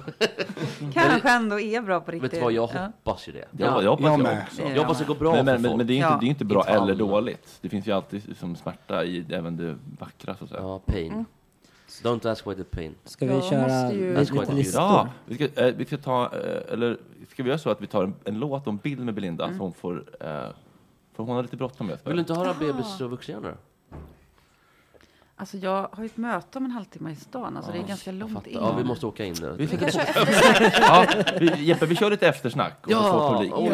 [SPEAKER 11] Kanske ändå är bra på riktigt.
[SPEAKER 12] Vet du vad, jag
[SPEAKER 11] Ja.
[SPEAKER 12] hoppas ju det.
[SPEAKER 1] Ja, jag hoppas jag också.
[SPEAKER 12] Jag hoppas det går bra
[SPEAKER 1] men,
[SPEAKER 12] för
[SPEAKER 1] men,
[SPEAKER 12] folk.
[SPEAKER 1] men, men det är inte,
[SPEAKER 11] Ja.
[SPEAKER 1] det är inte bra
[SPEAKER 12] Inte
[SPEAKER 1] eller
[SPEAKER 12] alla.
[SPEAKER 1] dåligt. Det finns ju alltid liksom smärta i även det vackra så att säga.
[SPEAKER 12] Ja, pain. Don't ask why the pain.
[SPEAKER 3] Ska vi Jag köra måste ju- lite
[SPEAKER 12] Ask why the
[SPEAKER 3] listor?
[SPEAKER 12] pain.
[SPEAKER 1] Ja, vi ska, eh, vi ska ta, eh, eller ska vi göra så att vi tar en, en låt om bild med Belinda så hon får, eh, för hon har lite bråttom Jesper.
[SPEAKER 12] Vill du inte höra
[SPEAKER 1] Aha.
[SPEAKER 12] bebis och vuxna nu?
[SPEAKER 13] Alltså jag har ju ett möte om en halvtimme i stan, alltså det är
[SPEAKER 12] Ja,
[SPEAKER 13] ganska
[SPEAKER 12] jag
[SPEAKER 13] långt
[SPEAKER 12] fattar.
[SPEAKER 13] in.
[SPEAKER 12] Ja, vi måste åka in där.
[SPEAKER 1] Vi
[SPEAKER 13] kan köra
[SPEAKER 1] ja, vi,
[SPEAKER 13] efter.
[SPEAKER 1] Jeppe, vi kör lite eftersnack och
[SPEAKER 12] Ja,
[SPEAKER 1] får publik.
[SPEAKER 12] åh,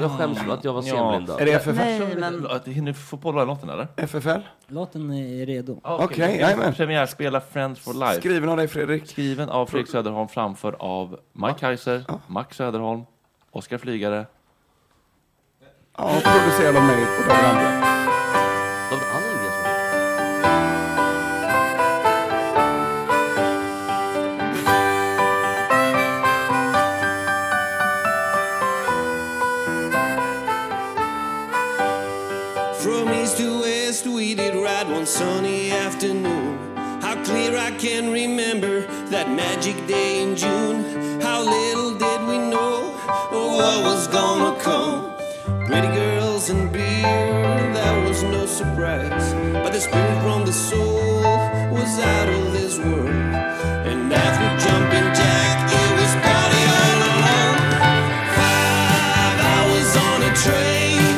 [SPEAKER 12] jag skäms för att jag var senblind där.
[SPEAKER 1] Är det FFL?
[SPEAKER 12] Nej,
[SPEAKER 1] Nej, men... Hinner vi få på låten eller?
[SPEAKER 4] FFL?
[SPEAKER 3] Låten är redo.
[SPEAKER 4] jajamän.
[SPEAKER 1] Premiärspela Friends for Life.
[SPEAKER 4] Skriven av dig Fredrik.
[SPEAKER 1] Skriven av Fredrik Söderholm, framför av Mike Kaiser, Max Söderholm, Oskar Flygare.
[SPEAKER 4] Ja, och producerad av mig och David Andra.
[SPEAKER 12] David Almgren som
[SPEAKER 9] From east to west, we did ride one sunny afternoon. How clear I can remember that magic day in June. How little did we know oh, what was gonna come. Pretty girls and beer, that was no surprise. But the spirit from the soul was out of this world. And after jumping jack, it was party all alone. Five hours on a train.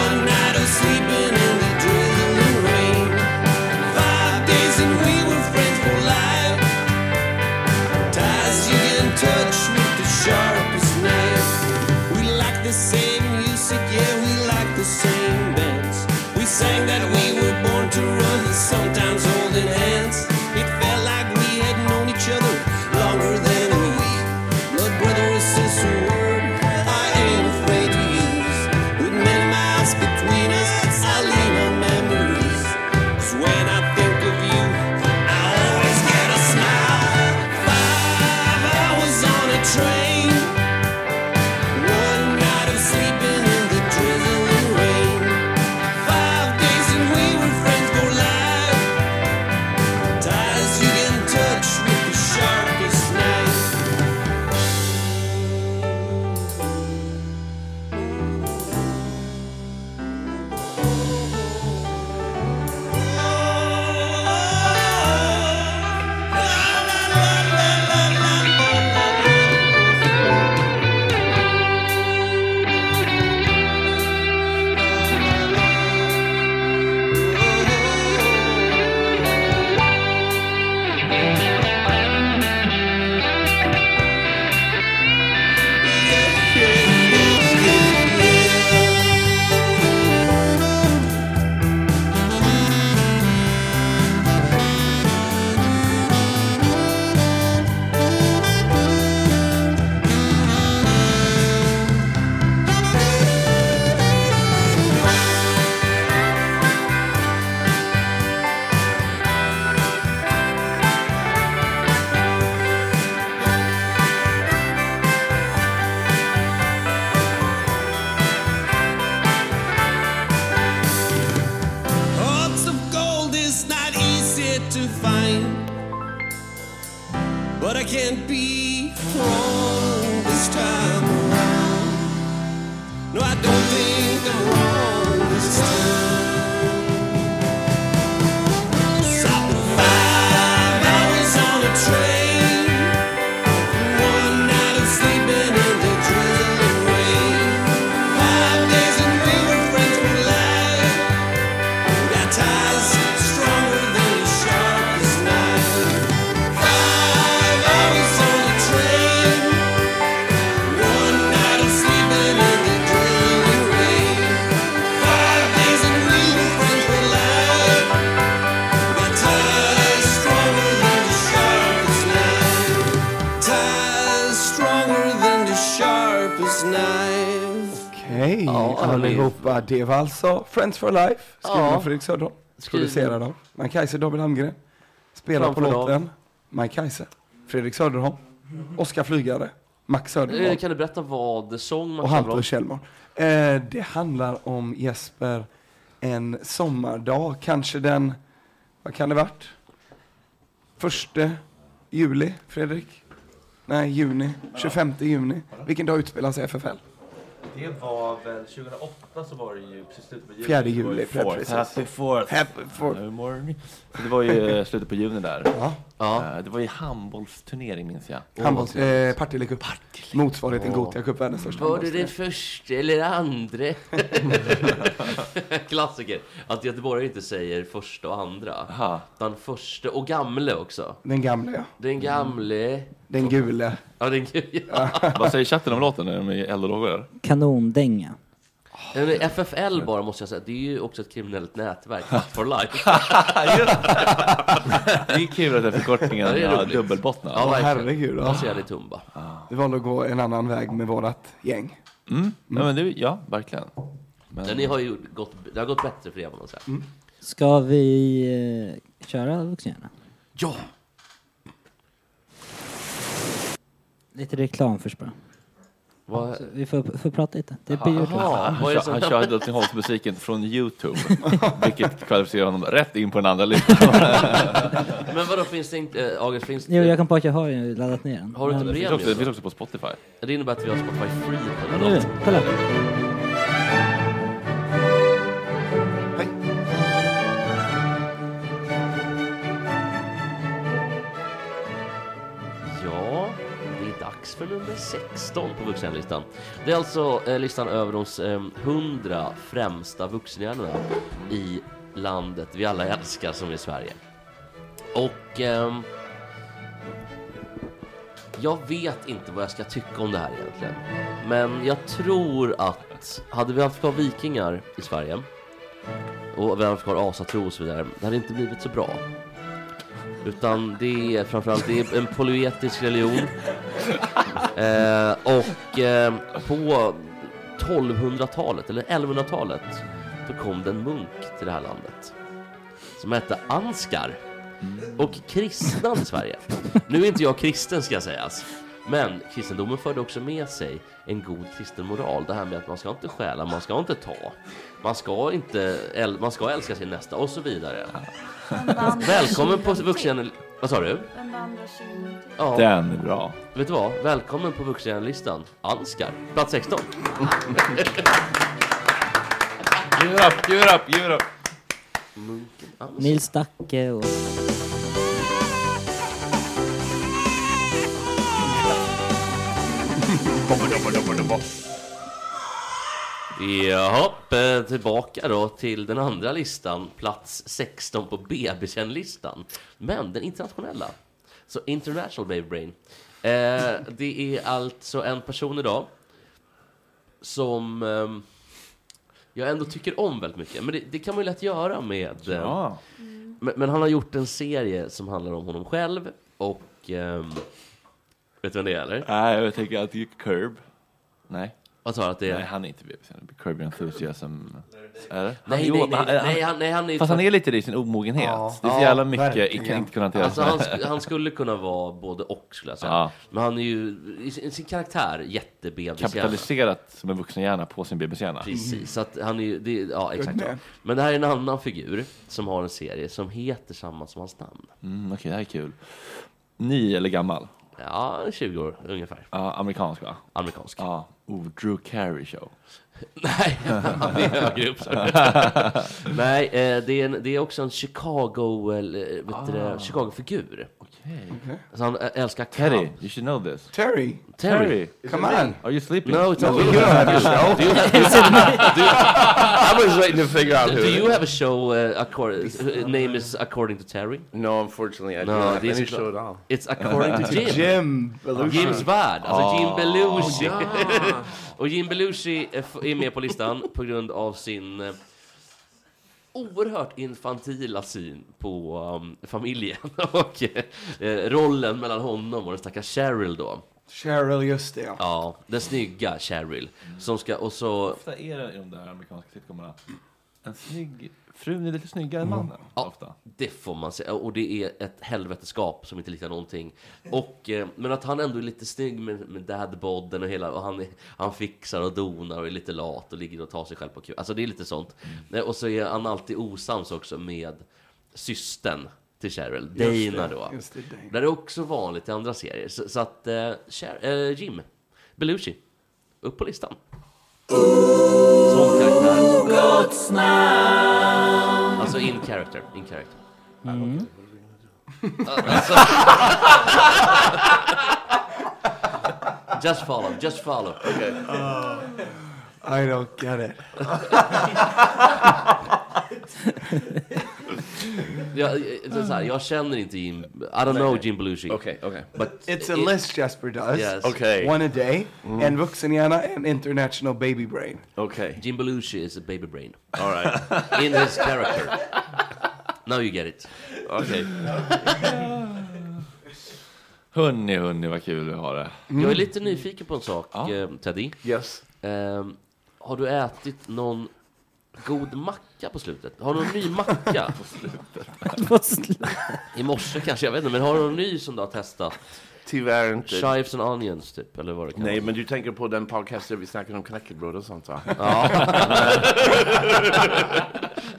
[SPEAKER 9] One night of sleeping in the drizzling rain. Five days and we were friends for life. Ties you can touch with the sharpest knife. We liked the same music, yeah, we liked the same bands. We sang that we were born to run, sometimes holding hands. It felt like we had known each other longer than a week. Blood brother or sister word, I ain't afraid to use. With many miles between us, I lean on memories. 'Cause when I think of you, I always get a smile. Five hours on a train. One night of sleeping in the drizzling rain. Five days and we were friends for life. Ties you can touch with the sharpest knife. Hearts of gold is not easy to find. But I can't be wrong this time around. No, I don't think I'm wrong this time. Stop for five hours on a train. One night of sleeping in the drizzling rain. Five days and we were friends for life. Got ties stronger than the sharpest knife. Five hours on a train. One night of sleeping in the drilling rain. Five days and we were friends for life. Got ties stronger than the sharpest knife. Ties stronger than the sharpest knife.
[SPEAKER 4] Okej, allihopa. Det var alltså Friends for Life, skriven
[SPEAKER 9] Ja.
[SPEAKER 4] av Fredrik Söderholm.
[SPEAKER 9] Skriven.
[SPEAKER 4] Producerad av Mike Kaiser, David Almgren. Spelar på
[SPEAKER 12] Framför
[SPEAKER 4] låten Mike Kaiser, Fredrik Söderholm, Oskar Flygare, Max
[SPEAKER 12] Eh,
[SPEAKER 4] Söderholm
[SPEAKER 12] Kan du berätta vad sång man
[SPEAKER 4] och
[SPEAKER 12] kan bra?
[SPEAKER 4] Hampus Kjellman. Eh, det handlar om Jesper en sommardag, kanske den, vad kan det varit? Första juli, Fredrik? Nej, juni. 25 juni. Vilken dag utspelar sig FFL?
[SPEAKER 18] Det var väl 2008 så var det ju precis slutet på juli.
[SPEAKER 4] Fjärde
[SPEAKER 18] Det var ju
[SPEAKER 4] juli,
[SPEAKER 18] fourth.
[SPEAKER 4] precis.
[SPEAKER 18] Happy fourth.
[SPEAKER 4] Happy fourth.
[SPEAKER 18] Nu mår ni. Så det var
[SPEAKER 1] eh,
[SPEAKER 18] ju slutet på juni där. Ja. Eh, Det var ju handbollsturnering minns jag.
[SPEAKER 4] Handbolls, eh, Partille Cup. Motsvarigheten
[SPEAKER 18] Åh.
[SPEAKER 4] Gothia Cup, världens största
[SPEAKER 12] Var du
[SPEAKER 4] handbollsturnering.
[SPEAKER 12] den första eller andra? Klassiker. Att göteborgare inte säger första och andra. Utan första och gamle också.
[SPEAKER 4] Den gamla ja.
[SPEAKER 1] Mm.
[SPEAKER 12] Den gamle.
[SPEAKER 4] Den gule.
[SPEAKER 12] Ja, den gud. Ja.
[SPEAKER 1] Vad säger chatten om låten när de är eld och lågor? eller?
[SPEAKER 3] Kanondänga.
[SPEAKER 12] Nej, men FFL bara måste jag säga, det är ju också ett kriminellt nätverk, Fuck for life.
[SPEAKER 1] Det är kul att den förkortningen
[SPEAKER 12] Ja, det är
[SPEAKER 1] har
[SPEAKER 12] roligt.
[SPEAKER 1] dubbelbottnad.
[SPEAKER 12] Ja,
[SPEAKER 4] Åh,
[SPEAKER 12] verkligen.
[SPEAKER 4] herregud.
[SPEAKER 12] Jag ser lite tumba.
[SPEAKER 4] Vi valde att gå en annan väg med vårat gäng.
[SPEAKER 1] Mm. Ja, men det, ja, verkligen. Men...
[SPEAKER 12] Men ni har ju gått, det har gått bättre för er, måste jag säga.
[SPEAKER 1] Mm.
[SPEAKER 3] Ska vi eh, köra vuxenhjärna?
[SPEAKER 12] Ja!
[SPEAKER 3] Lite reklam först bara.
[SPEAKER 12] Vad-
[SPEAKER 3] Så vi får, får prata lite. Det
[SPEAKER 1] Aha,
[SPEAKER 3] blir gjort
[SPEAKER 1] han,
[SPEAKER 3] lite.
[SPEAKER 1] kör- han körde Drottningholmsmusiken från Youtube, vilket kvalificerar honom rätt in på den andra listan. eh,
[SPEAKER 12] Men vadå, finns det inte, äh, August, finns det...
[SPEAKER 3] Jo, jag kom på att jag har ju laddat ner den.
[SPEAKER 12] Har du inte
[SPEAKER 3] Men-
[SPEAKER 12] det?
[SPEAKER 1] finns också- det finns också på Spotify.
[SPEAKER 12] Det innebär att vi har Spotify Free på den här
[SPEAKER 3] Nu,
[SPEAKER 12] datorn.
[SPEAKER 3] kolla.
[SPEAKER 12] Ja, det är dags för nummer 16 på vuxenlistan. Det är alltså eh, listan över de eh, 100 främsta vuxenhjärnorna i landet vi alla älskar som är Sverige. Och ehm, jag vet inte vad jag ska tycka om det här egentligen. Men jag tror att hade vi haft kvar vikingar i Sverige och vi hade haft kvar asatro och så vidare, det hade inte blivit så bra. Utan det är framförallt det är en polyetisk religion. Eh, och eh, på 1200-talet, eller 1100-talet, då kom det en munk till det här landet. Som hette Anskar.
[SPEAKER 1] Mm.
[SPEAKER 12] Och kristnade Sverige. Nu är inte jag kristen ska sägas. Men kristendomen förde också med sig en god kristen moral. Det här med att man ska inte stjäla, man ska inte ta. Man ska, inte äl- man ska älska sin nästa och så vidare. Välkommen på vuxen... Vad sa du?
[SPEAKER 6] Den andra tjuven.
[SPEAKER 12] Ja.
[SPEAKER 1] Den är bra.
[SPEAKER 12] Vet du vad? Välkommen på vuxenlistan. Anskar. Plats 16.
[SPEAKER 1] Give it up, give it up, give it up.
[SPEAKER 3] Nils Dacke och...
[SPEAKER 12] Jaha, eh, tillbaka då till den andra listan, plats 16 på BB-kändlistan. Men den internationella. Så International Baby Brain. Eh, det är alltså en person idag som ehm, jag ändå tycker om väldigt mycket. Men det, det kan man ju lätt göra med... eh,
[SPEAKER 1] Ja.
[SPEAKER 12] men, men han har gjort en serie som handlar om honom själv och... ehm, vet du vem det är eller?
[SPEAKER 1] Nej, jag tänker att det är Curb. Nej.
[SPEAKER 12] Vad sa du att det är?
[SPEAKER 1] Nej, han är inte BBC. Curb Your Enthusiasm. Är det?
[SPEAKER 12] Nej,
[SPEAKER 1] Jo,
[SPEAKER 12] nej,
[SPEAKER 1] men
[SPEAKER 12] nej, nej, han- nej, han är-
[SPEAKER 1] Fast han är lite det i sin omogenhet. det är så jävla mycket, jag kan inte kunna hantera.
[SPEAKER 12] Alltså, han, sk- han skulle kunna vara både och skulle jag säga.
[SPEAKER 1] Ja.
[SPEAKER 12] Men han är ju i sin, i sin karaktär jättebebishjärna.
[SPEAKER 1] Kapitaliserat som en vuxenhjärna på sin BBC-hjärna.
[SPEAKER 12] Precis, så att han är ju, det, ja exakt.
[SPEAKER 1] med.
[SPEAKER 12] Men det här är en annan figur som har en serie som heter samma som hans namn.
[SPEAKER 1] Mm, Okej, det här är kul. Ny eller gammal?
[SPEAKER 12] Ja, 20 år ungefär.
[SPEAKER 1] Ja, amerikansk va?
[SPEAKER 12] Amerikansk.
[SPEAKER 1] Ja. Oh, Drew Carey show.
[SPEAKER 12] Nej, han är högre upp. sa du. Nej, eh, det är, en, det är också en Chicago, eh, eller, vet du
[SPEAKER 1] Ah.
[SPEAKER 12] det, Chicago-figur.
[SPEAKER 1] Okej. Okej.
[SPEAKER 12] Så han ä- älskar
[SPEAKER 1] Terry,
[SPEAKER 12] cab.
[SPEAKER 1] you should know this.
[SPEAKER 4] Terry.
[SPEAKER 12] Terry.
[SPEAKER 4] Come on.
[SPEAKER 1] Are you sleeping?
[SPEAKER 12] No, it's
[SPEAKER 1] No,
[SPEAKER 12] not.
[SPEAKER 1] we don't have a show.
[SPEAKER 12] Do you have, do you, do you, I was waiting to figure out.
[SPEAKER 5] who
[SPEAKER 12] Do
[SPEAKER 5] it
[SPEAKER 12] you have a show? Uh, accord, uh, name is according to Terry.
[SPEAKER 5] No, unfortunately, I
[SPEAKER 12] no,
[SPEAKER 5] don't have
[SPEAKER 12] this
[SPEAKER 5] any
[SPEAKER 12] is
[SPEAKER 5] show
[SPEAKER 12] not-
[SPEAKER 5] at all.
[SPEAKER 12] It's according to
[SPEAKER 5] To
[SPEAKER 12] Jim.
[SPEAKER 5] Jim Belushi.
[SPEAKER 12] Jims värld, alltså Jim
[SPEAKER 5] Ah.
[SPEAKER 12] Belushi.
[SPEAKER 5] Ah.
[SPEAKER 12] Och Jim Belushi är f- är med på listan på grund av sin eh, oerhört infantila syn på um, familjen och eh, rollen mellan honom och den stackars Cheryl då.
[SPEAKER 4] Cheryl, just det ja.
[SPEAKER 12] Ja, den snygga Cheryl. Som ska, och så...
[SPEAKER 1] ofta är det i de där amerikanska sitcomerna. En snygg... Frun är lite snyggare än
[SPEAKER 4] Mm.
[SPEAKER 1] mannen.
[SPEAKER 12] Ja, det får man säga. Och det är ett helveteskap som inte liknar någonting. Och, eh, men att han ändå är lite snygg med, med dadbodden och hela, och han, är, han fixar och donar och är lite lat och ligger och tar sig själv på kul. Alltså det är lite sånt. Eh, Och så är han alltid osams också med systern till Cheryl,
[SPEAKER 18] det,
[SPEAKER 12] Dana då.
[SPEAKER 18] just det, Dana.
[SPEAKER 12] Där är också vanligt i andra serier. Så, så att eh, Cher, eh, Jim Belushi, upp på listan. Sån karaktär.
[SPEAKER 9] Gott snack.
[SPEAKER 12] Alltså in character, in character. Ah,
[SPEAKER 9] Mm.
[SPEAKER 12] Alltså. just follow, just follow. Okay.
[SPEAKER 4] I don't get it.
[SPEAKER 12] jag, eh, så så här, jag känner inte Jim, I don't know Jim Belushi.
[SPEAKER 5] Okay, okay.
[SPEAKER 12] But
[SPEAKER 4] It's a
[SPEAKER 12] it-
[SPEAKER 4] list Jesper does.
[SPEAKER 12] Yes. Okay.
[SPEAKER 4] One a day.
[SPEAKER 12] Mm.
[SPEAKER 4] En vuxen hjärna, en international baby brain.
[SPEAKER 12] Okay. Jim Belushi is a baby brain. All right. In his character. Now you get it.
[SPEAKER 1] Okej. Hörni, hörni, vad kul vi har det.
[SPEAKER 4] Mm.
[SPEAKER 12] Jag är lite nyfiken på en sak, eh, Teddy. Ehm,
[SPEAKER 5] Yes.
[SPEAKER 12] har du ätit någon god macka på slutet? Har du någon ny macka? på slutet?
[SPEAKER 3] på slutet?
[SPEAKER 12] I morse kanske, jag vet inte. Men har du någon ny som du har testat?
[SPEAKER 5] Tyvärr inte.
[SPEAKER 12] Chives and onions, typ, eller vad det kan
[SPEAKER 5] Nej, men du tänker på den podcasten vi snackade om knäckebröd och sånt va?
[SPEAKER 12] Ja.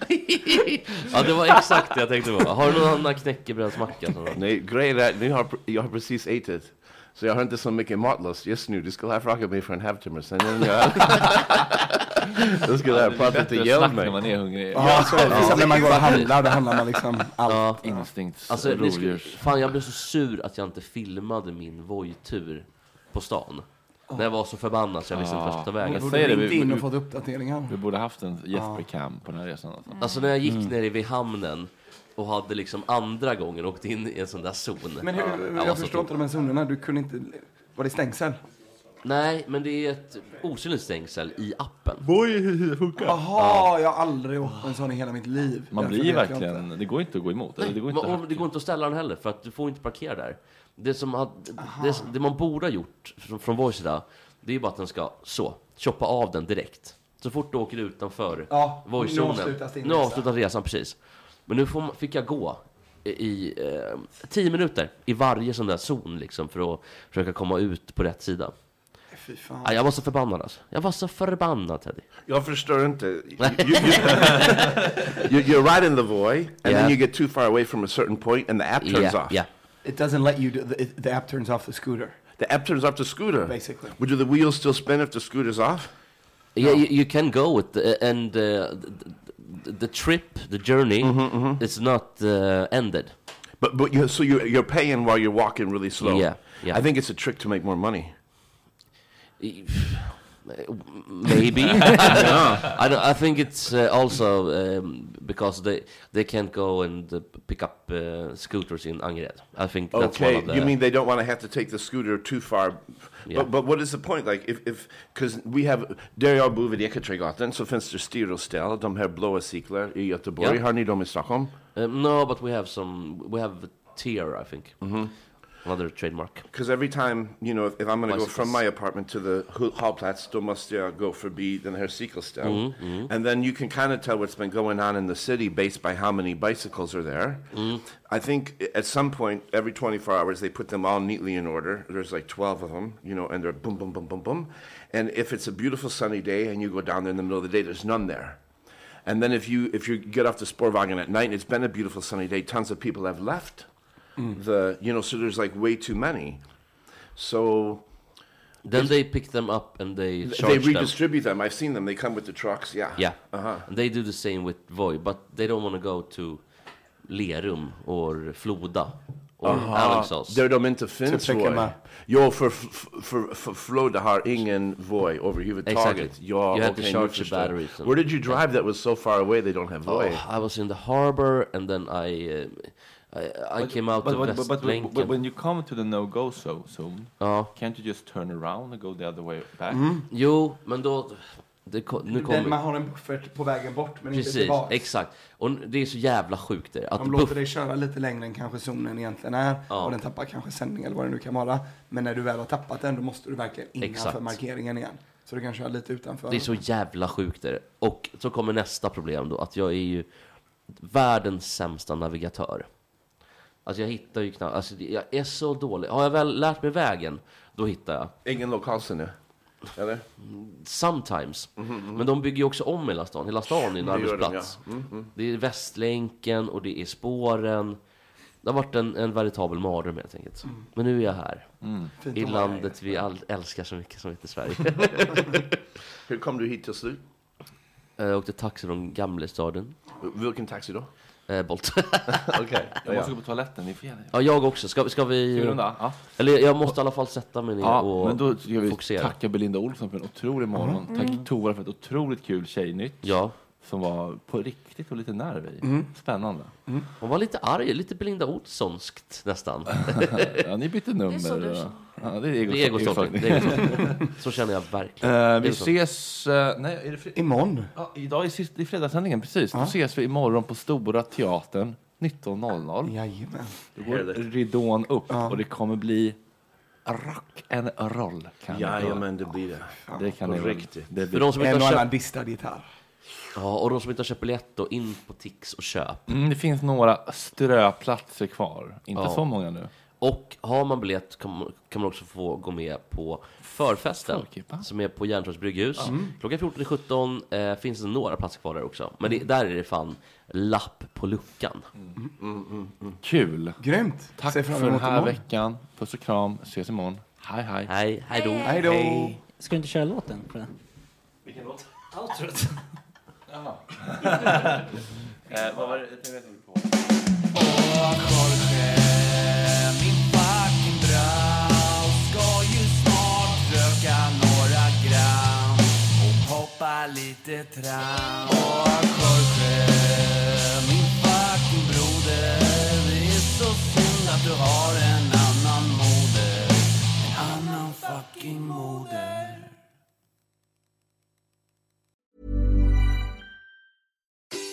[SPEAKER 12] Ja, det var exakt det jag tänkte på. Har du någon annan knäckebrödsmacka? som-
[SPEAKER 5] Nej, grejen är nu har, jag har precis ätit. Så jag har inte så mycket matlust just nu. Du skulle ha frågat mig för en halvtimme sen. innan Jag... Då skulle
[SPEAKER 1] Ja,
[SPEAKER 5] jag
[SPEAKER 1] det
[SPEAKER 5] ha
[SPEAKER 1] är
[SPEAKER 5] pratat
[SPEAKER 1] bättre
[SPEAKER 5] ihjäl
[SPEAKER 1] snack
[SPEAKER 5] mig.
[SPEAKER 1] när man är hungrig.
[SPEAKER 4] Ja, så är det. Precis, när man går och handlar, då handlar man liksom allt.
[SPEAKER 1] Instinkts-
[SPEAKER 12] Alltså, ni skulle,
[SPEAKER 1] rovdjurs.
[SPEAKER 12] fan, jag blev så sur att jag inte filmade min Voi-tur på stan. När jag var så förbannad så jag visste inte vart jag skulle ta vägen.
[SPEAKER 4] Borde ringt in och fått uppdateringar.
[SPEAKER 1] Vi borde haft en
[SPEAKER 4] Ja.
[SPEAKER 1] Jesper Cam på den här resan. Alltså.
[SPEAKER 12] Alltså när jag gick nere vid hamnen och hade liksom andra gången åkt in i en sån där zon.
[SPEAKER 4] Men
[SPEAKER 12] Ja, alltså typ-
[SPEAKER 4] hur,
[SPEAKER 12] var
[SPEAKER 4] jag
[SPEAKER 12] så
[SPEAKER 4] förstår inte de här zonerna. Du kunde inte... Var det stängsel?
[SPEAKER 12] Nej, men det är ett osynligt stängsel i appen.
[SPEAKER 4] Boy, funkar. Jaha, jag har aldrig åkt en sån i hela mitt liv.
[SPEAKER 12] Man
[SPEAKER 4] Därför
[SPEAKER 12] blir
[SPEAKER 4] vet jag
[SPEAKER 12] verkligen-
[SPEAKER 4] inte.
[SPEAKER 1] Det går inte att gå emot.
[SPEAKER 12] Nej,
[SPEAKER 1] Eller det går
[SPEAKER 12] men-
[SPEAKER 1] inte
[SPEAKER 12] och det går inte att ställa den heller för att du får inte parkera där. Det som hade, det, det man borde ha gjort från, från vår sida, det är ju bara att den ska så, choppa av den direkt. Så fort du åker utanför
[SPEAKER 4] Ja, nu
[SPEAKER 12] voice-zonen.
[SPEAKER 4] avslutas din
[SPEAKER 12] Nu
[SPEAKER 4] resa.
[SPEAKER 12] avslutas resan, precis. Men nu får, man- fick jag gå i- i eh, tio minuter i varje sån där zon liksom för att försöka komma ut på rätt sida.
[SPEAKER 4] Fy fan.
[SPEAKER 12] Ah, jag var så förbannad alltså. Jag var så förbannad Teddy.
[SPEAKER 5] Jag förstår inte. You, you, you, you're right in the void, and
[SPEAKER 12] Yeah.
[SPEAKER 5] then you get too far away from a certain point, and the app turns
[SPEAKER 12] Yeah,
[SPEAKER 5] off.
[SPEAKER 12] yeah.
[SPEAKER 4] It doesn't let you... Do, the, it, the app turns off the scooter.
[SPEAKER 5] The app turns off the scooter.
[SPEAKER 4] Basically.
[SPEAKER 5] Would do the wheels still spin if the scooter's off?
[SPEAKER 12] Yeah, you, you can go with the, and uh, the, the trip, the journey,
[SPEAKER 5] Mm-hmm,
[SPEAKER 12] it's not uh, ended.
[SPEAKER 5] But but you so you're you're paying while you're walking really slow.
[SPEAKER 12] Yeah, yeah.
[SPEAKER 5] I think it's a trick to make more money.
[SPEAKER 12] Maybe.
[SPEAKER 5] Yeah.
[SPEAKER 12] I, don't, I think it's uh, also um, because they they can't go and uh, pick up uh, scooters in Angered. I think that's one
[SPEAKER 5] Okay,
[SPEAKER 12] of the.
[SPEAKER 5] you mean they don't want to have to take the scooter too far?
[SPEAKER 12] Yeah.
[SPEAKER 5] But, but what is the point? Like if if because we have där jag bor vid Eketragatan så finns det styroställ, de här blåa cyklar i Göteborg.
[SPEAKER 12] Yeah.
[SPEAKER 5] Har ni dem i Stockholm?
[SPEAKER 12] Um, no, but we have some. We have tier, I think.
[SPEAKER 5] Mhm.
[SPEAKER 12] Another trademark.
[SPEAKER 5] Because every time, you know, if, if I'm going to go from
[SPEAKER 12] Bicycles.
[SPEAKER 5] my apartment to the Hu- Hallplatz, då måste jag gå förbi den här cykelstället.
[SPEAKER 12] Mm, mm.
[SPEAKER 5] And then you can kind of tell what's been going on in the city based by how many bicycles are there. I think i- at some point, every 24 hours, they put them all neatly in order. There's like 12 of them, you know, and they're boom, boom, boom, boom, boom. And if it's a beautiful sunny day and you go down there in the middle of the day, there's none there. And then if you if you get off the Sportwagen at night and it's been a beautiful sunny day, tons of people have left.
[SPEAKER 12] Mm.
[SPEAKER 5] The you know, so there's like way too many. So
[SPEAKER 12] Then
[SPEAKER 5] it's-
[SPEAKER 12] they pick them up and they
[SPEAKER 5] Th-
[SPEAKER 12] charge
[SPEAKER 5] they
[SPEAKER 12] them.
[SPEAKER 5] redistribute them. I've seen them. They come with the trucks. Yeah.
[SPEAKER 12] Yeah.
[SPEAKER 5] Uh-huh.
[SPEAKER 12] And They do the same with Voi, but they don't want to go to Lerum or Floda or Alingsås.
[SPEAKER 5] Där de inte finns
[SPEAKER 12] Typ
[SPEAKER 5] Voi.
[SPEAKER 12] Pekema.
[SPEAKER 5] Jo, för, för, för, för Floda har ingen Voi överhuvudtaget.
[SPEAKER 12] Exactly.
[SPEAKER 5] Ja,
[SPEAKER 12] You had to
[SPEAKER 5] okej, nu
[SPEAKER 12] charge the
[SPEAKER 5] förstår
[SPEAKER 12] batteries
[SPEAKER 5] jag.
[SPEAKER 12] and-
[SPEAKER 5] Where did you drive that was so far away they don't have Voi?
[SPEAKER 12] Oh, I was in the harbor and then I, uh, I, I came out
[SPEAKER 1] but,
[SPEAKER 12] of
[SPEAKER 1] but, but, but, when-
[SPEAKER 12] Västlänken.
[SPEAKER 1] but when you come to the no-go so- zone,
[SPEAKER 12] Ja. Mm.
[SPEAKER 1] can't you just turn around and go the other way back?
[SPEAKER 12] Jo, men då... Det, ko- nu
[SPEAKER 4] Den, man
[SPEAKER 12] kommer...
[SPEAKER 4] har en buffert på vägen bort, men inte
[SPEAKER 12] Precis,
[SPEAKER 4] tillbaka.
[SPEAKER 12] exakt. Och det är så jävla sjukt det. Att
[SPEAKER 4] De
[SPEAKER 12] buff-
[SPEAKER 4] låter dig köra lite längre än kanske zonen egentligen är.
[SPEAKER 12] Ja.
[SPEAKER 4] Och den tappar kanske sändning eller vad det nu kan vara. Men när du väl har tappat den, då måste du verkligen innanför
[SPEAKER 12] Exakt.
[SPEAKER 4] markeringen igen. Så du kan köra lite utanför.
[SPEAKER 12] Det är så jävla sjukt det. Och så kommer nästa problem då, att jag är ju världens sämsta navigatör. Alltså jag hittar ju knappt, alltså det- jag är så dålig. Har jag väl lärt mig vägen, då hittar jag.
[SPEAKER 5] Ingen lokalsinne? Eller?
[SPEAKER 12] Sometimes. Men de bygger ju också om hela stan. Hela stan är en
[SPEAKER 5] Mhm, Det gör de,
[SPEAKER 12] arbetsplats.
[SPEAKER 5] ja. Mm, mm.
[SPEAKER 12] Det är Västlänken
[SPEAKER 5] Mm.
[SPEAKER 12] och det är spåren. Det har varit en, en veritabel mardröm helt enkelt. Men nu är jag här.
[SPEAKER 19] Fint
[SPEAKER 12] I
[SPEAKER 19] att vara
[SPEAKER 12] landet vi all älskar så mycket som heter Sverige.
[SPEAKER 5] Hur kom du hit till slut?
[SPEAKER 12] Eh, Jag åkte taxi från Gamlestaden.
[SPEAKER 5] Vilken taxi då?
[SPEAKER 12] Eh, Bolt.
[SPEAKER 5] Okej.
[SPEAKER 1] Jag måste gå på toaletten, ni får gärna
[SPEAKER 12] Ja, jag också. Ska, ska vi...
[SPEAKER 1] Ska vi runda? Ja.
[SPEAKER 12] Eller jag måste i alla fall sätta mig ner
[SPEAKER 1] Ja,
[SPEAKER 12] och
[SPEAKER 1] men då ska vi
[SPEAKER 12] fokusera.
[SPEAKER 1] tacka Belinda Olsson för en otrolig morgon.
[SPEAKER 12] Mhm.
[SPEAKER 1] Tack
[SPEAKER 12] Mm.
[SPEAKER 1] Tova för ett otroligt kul tjejnytt.
[SPEAKER 12] Ja.
[SPEAKER 1] Som var på riktigt och lite nerv i.
[SPEAKER 12] Mm.
[SPEAKER 1] Spännande.
[SPEAKER 12] Hon var lite arg, lite Belinda Olssonskt nästan.
[SPEAKER 1] ja, ni bytte nummer.
[SPEAKER 12] så du
[SPEAKER 1] och-
[SPEAKER 12] känner.
[SPEAKER 1] ja, det är
[SPEAKER 12] Det är egosortning.
[SPEAKER 1] egosortning.
[SPEAKER 12] Det är egosortning. Så känner jag verkligen.
[SPEAKER 1] Eh, vi
[SPEAKER 12] Egosortning.
[SPEAKER 1] ses... eh, nej, är det fred-
[SPEAKER 19] Imorgon.
[SPEAKER 1] Ja, idag är sist, det är fredagssändningen, precis. Då ses vi imorgon på Stora Teatern 19.00.
[SPEAKER 19] Jajamän.
[SPEAKER 1] Då går ridån upp och det kommer bli rock and roll. Kan
[SPEAKER 4] Jajamän, det blir det.
[SPEAKER 1] Det kan
[SPEAKER 4] På
[SPEAKER 1] det väl.
[SPEAKER 4] riktigt.
[SPEAKER 1] Det blir.
[SPEAKER 12] För de som inte
[SPEAKER 19] En och
[SPEAKER 12] har
[SPEAKER 19] annan
[SPEAKER 12] köpt...
[SPEAKER 19] distad gitarr.
[SPEAKER 12] Ja, och de som inte har köpt biljett då, in på Tix och köp.
[SPEAKER 1] Mm, det finns några ströplatser kvar. Inte
[SPEAKER 12] Ja.
[SPEAKER 1] så många nu.
[SPEAKER 12] Och har man biljett kan, kan man också få gå med på förfesten som är på Järntorps brygghus.
[SPEAKER 1] Mm.
[SPEAKER 12] Klockan 14.17 eh, finns det några platser kvar där också. Men det,
[SPEAKER 1] Mm.
[SPEAKER 12] där är det fan lapp på luckan.
[SPEAKER 1] Kul!
[SPEAKER 19] Grymt!
[SPEAKER 1] Tack
[SPEAKER 19] Ser
[SPEAKER 1] för
[SPEAKER 19] fram
[SPEAKER 1] den
[SPEAKER 19] emot
[SPEAKER 1] här
[SPEAKER 19] imorgon.
[SPEAKER 1] veckan. Puss och kram. Ses imorgon. Hej, hej.
[SPEAKER 12] Hej, hej då.
[SPEAKER 19] Hej då. Hej.
[SPEAKER 3] Ska du inte köra låten för det?
[SPEAKER 1] Vilken låt?
[SPEAKER 12] Outrot.
[SPEAKER 1] Jaha. eh, vad var det? Jag vet inte på.
[SPEAKER 9] Åh Jorge, min fucking braus ska ju snart röka några gram och hoppa lite tram. Åh Jorge, min fucking broder, det är så synd att du har en annan moder. En annan fucking moder.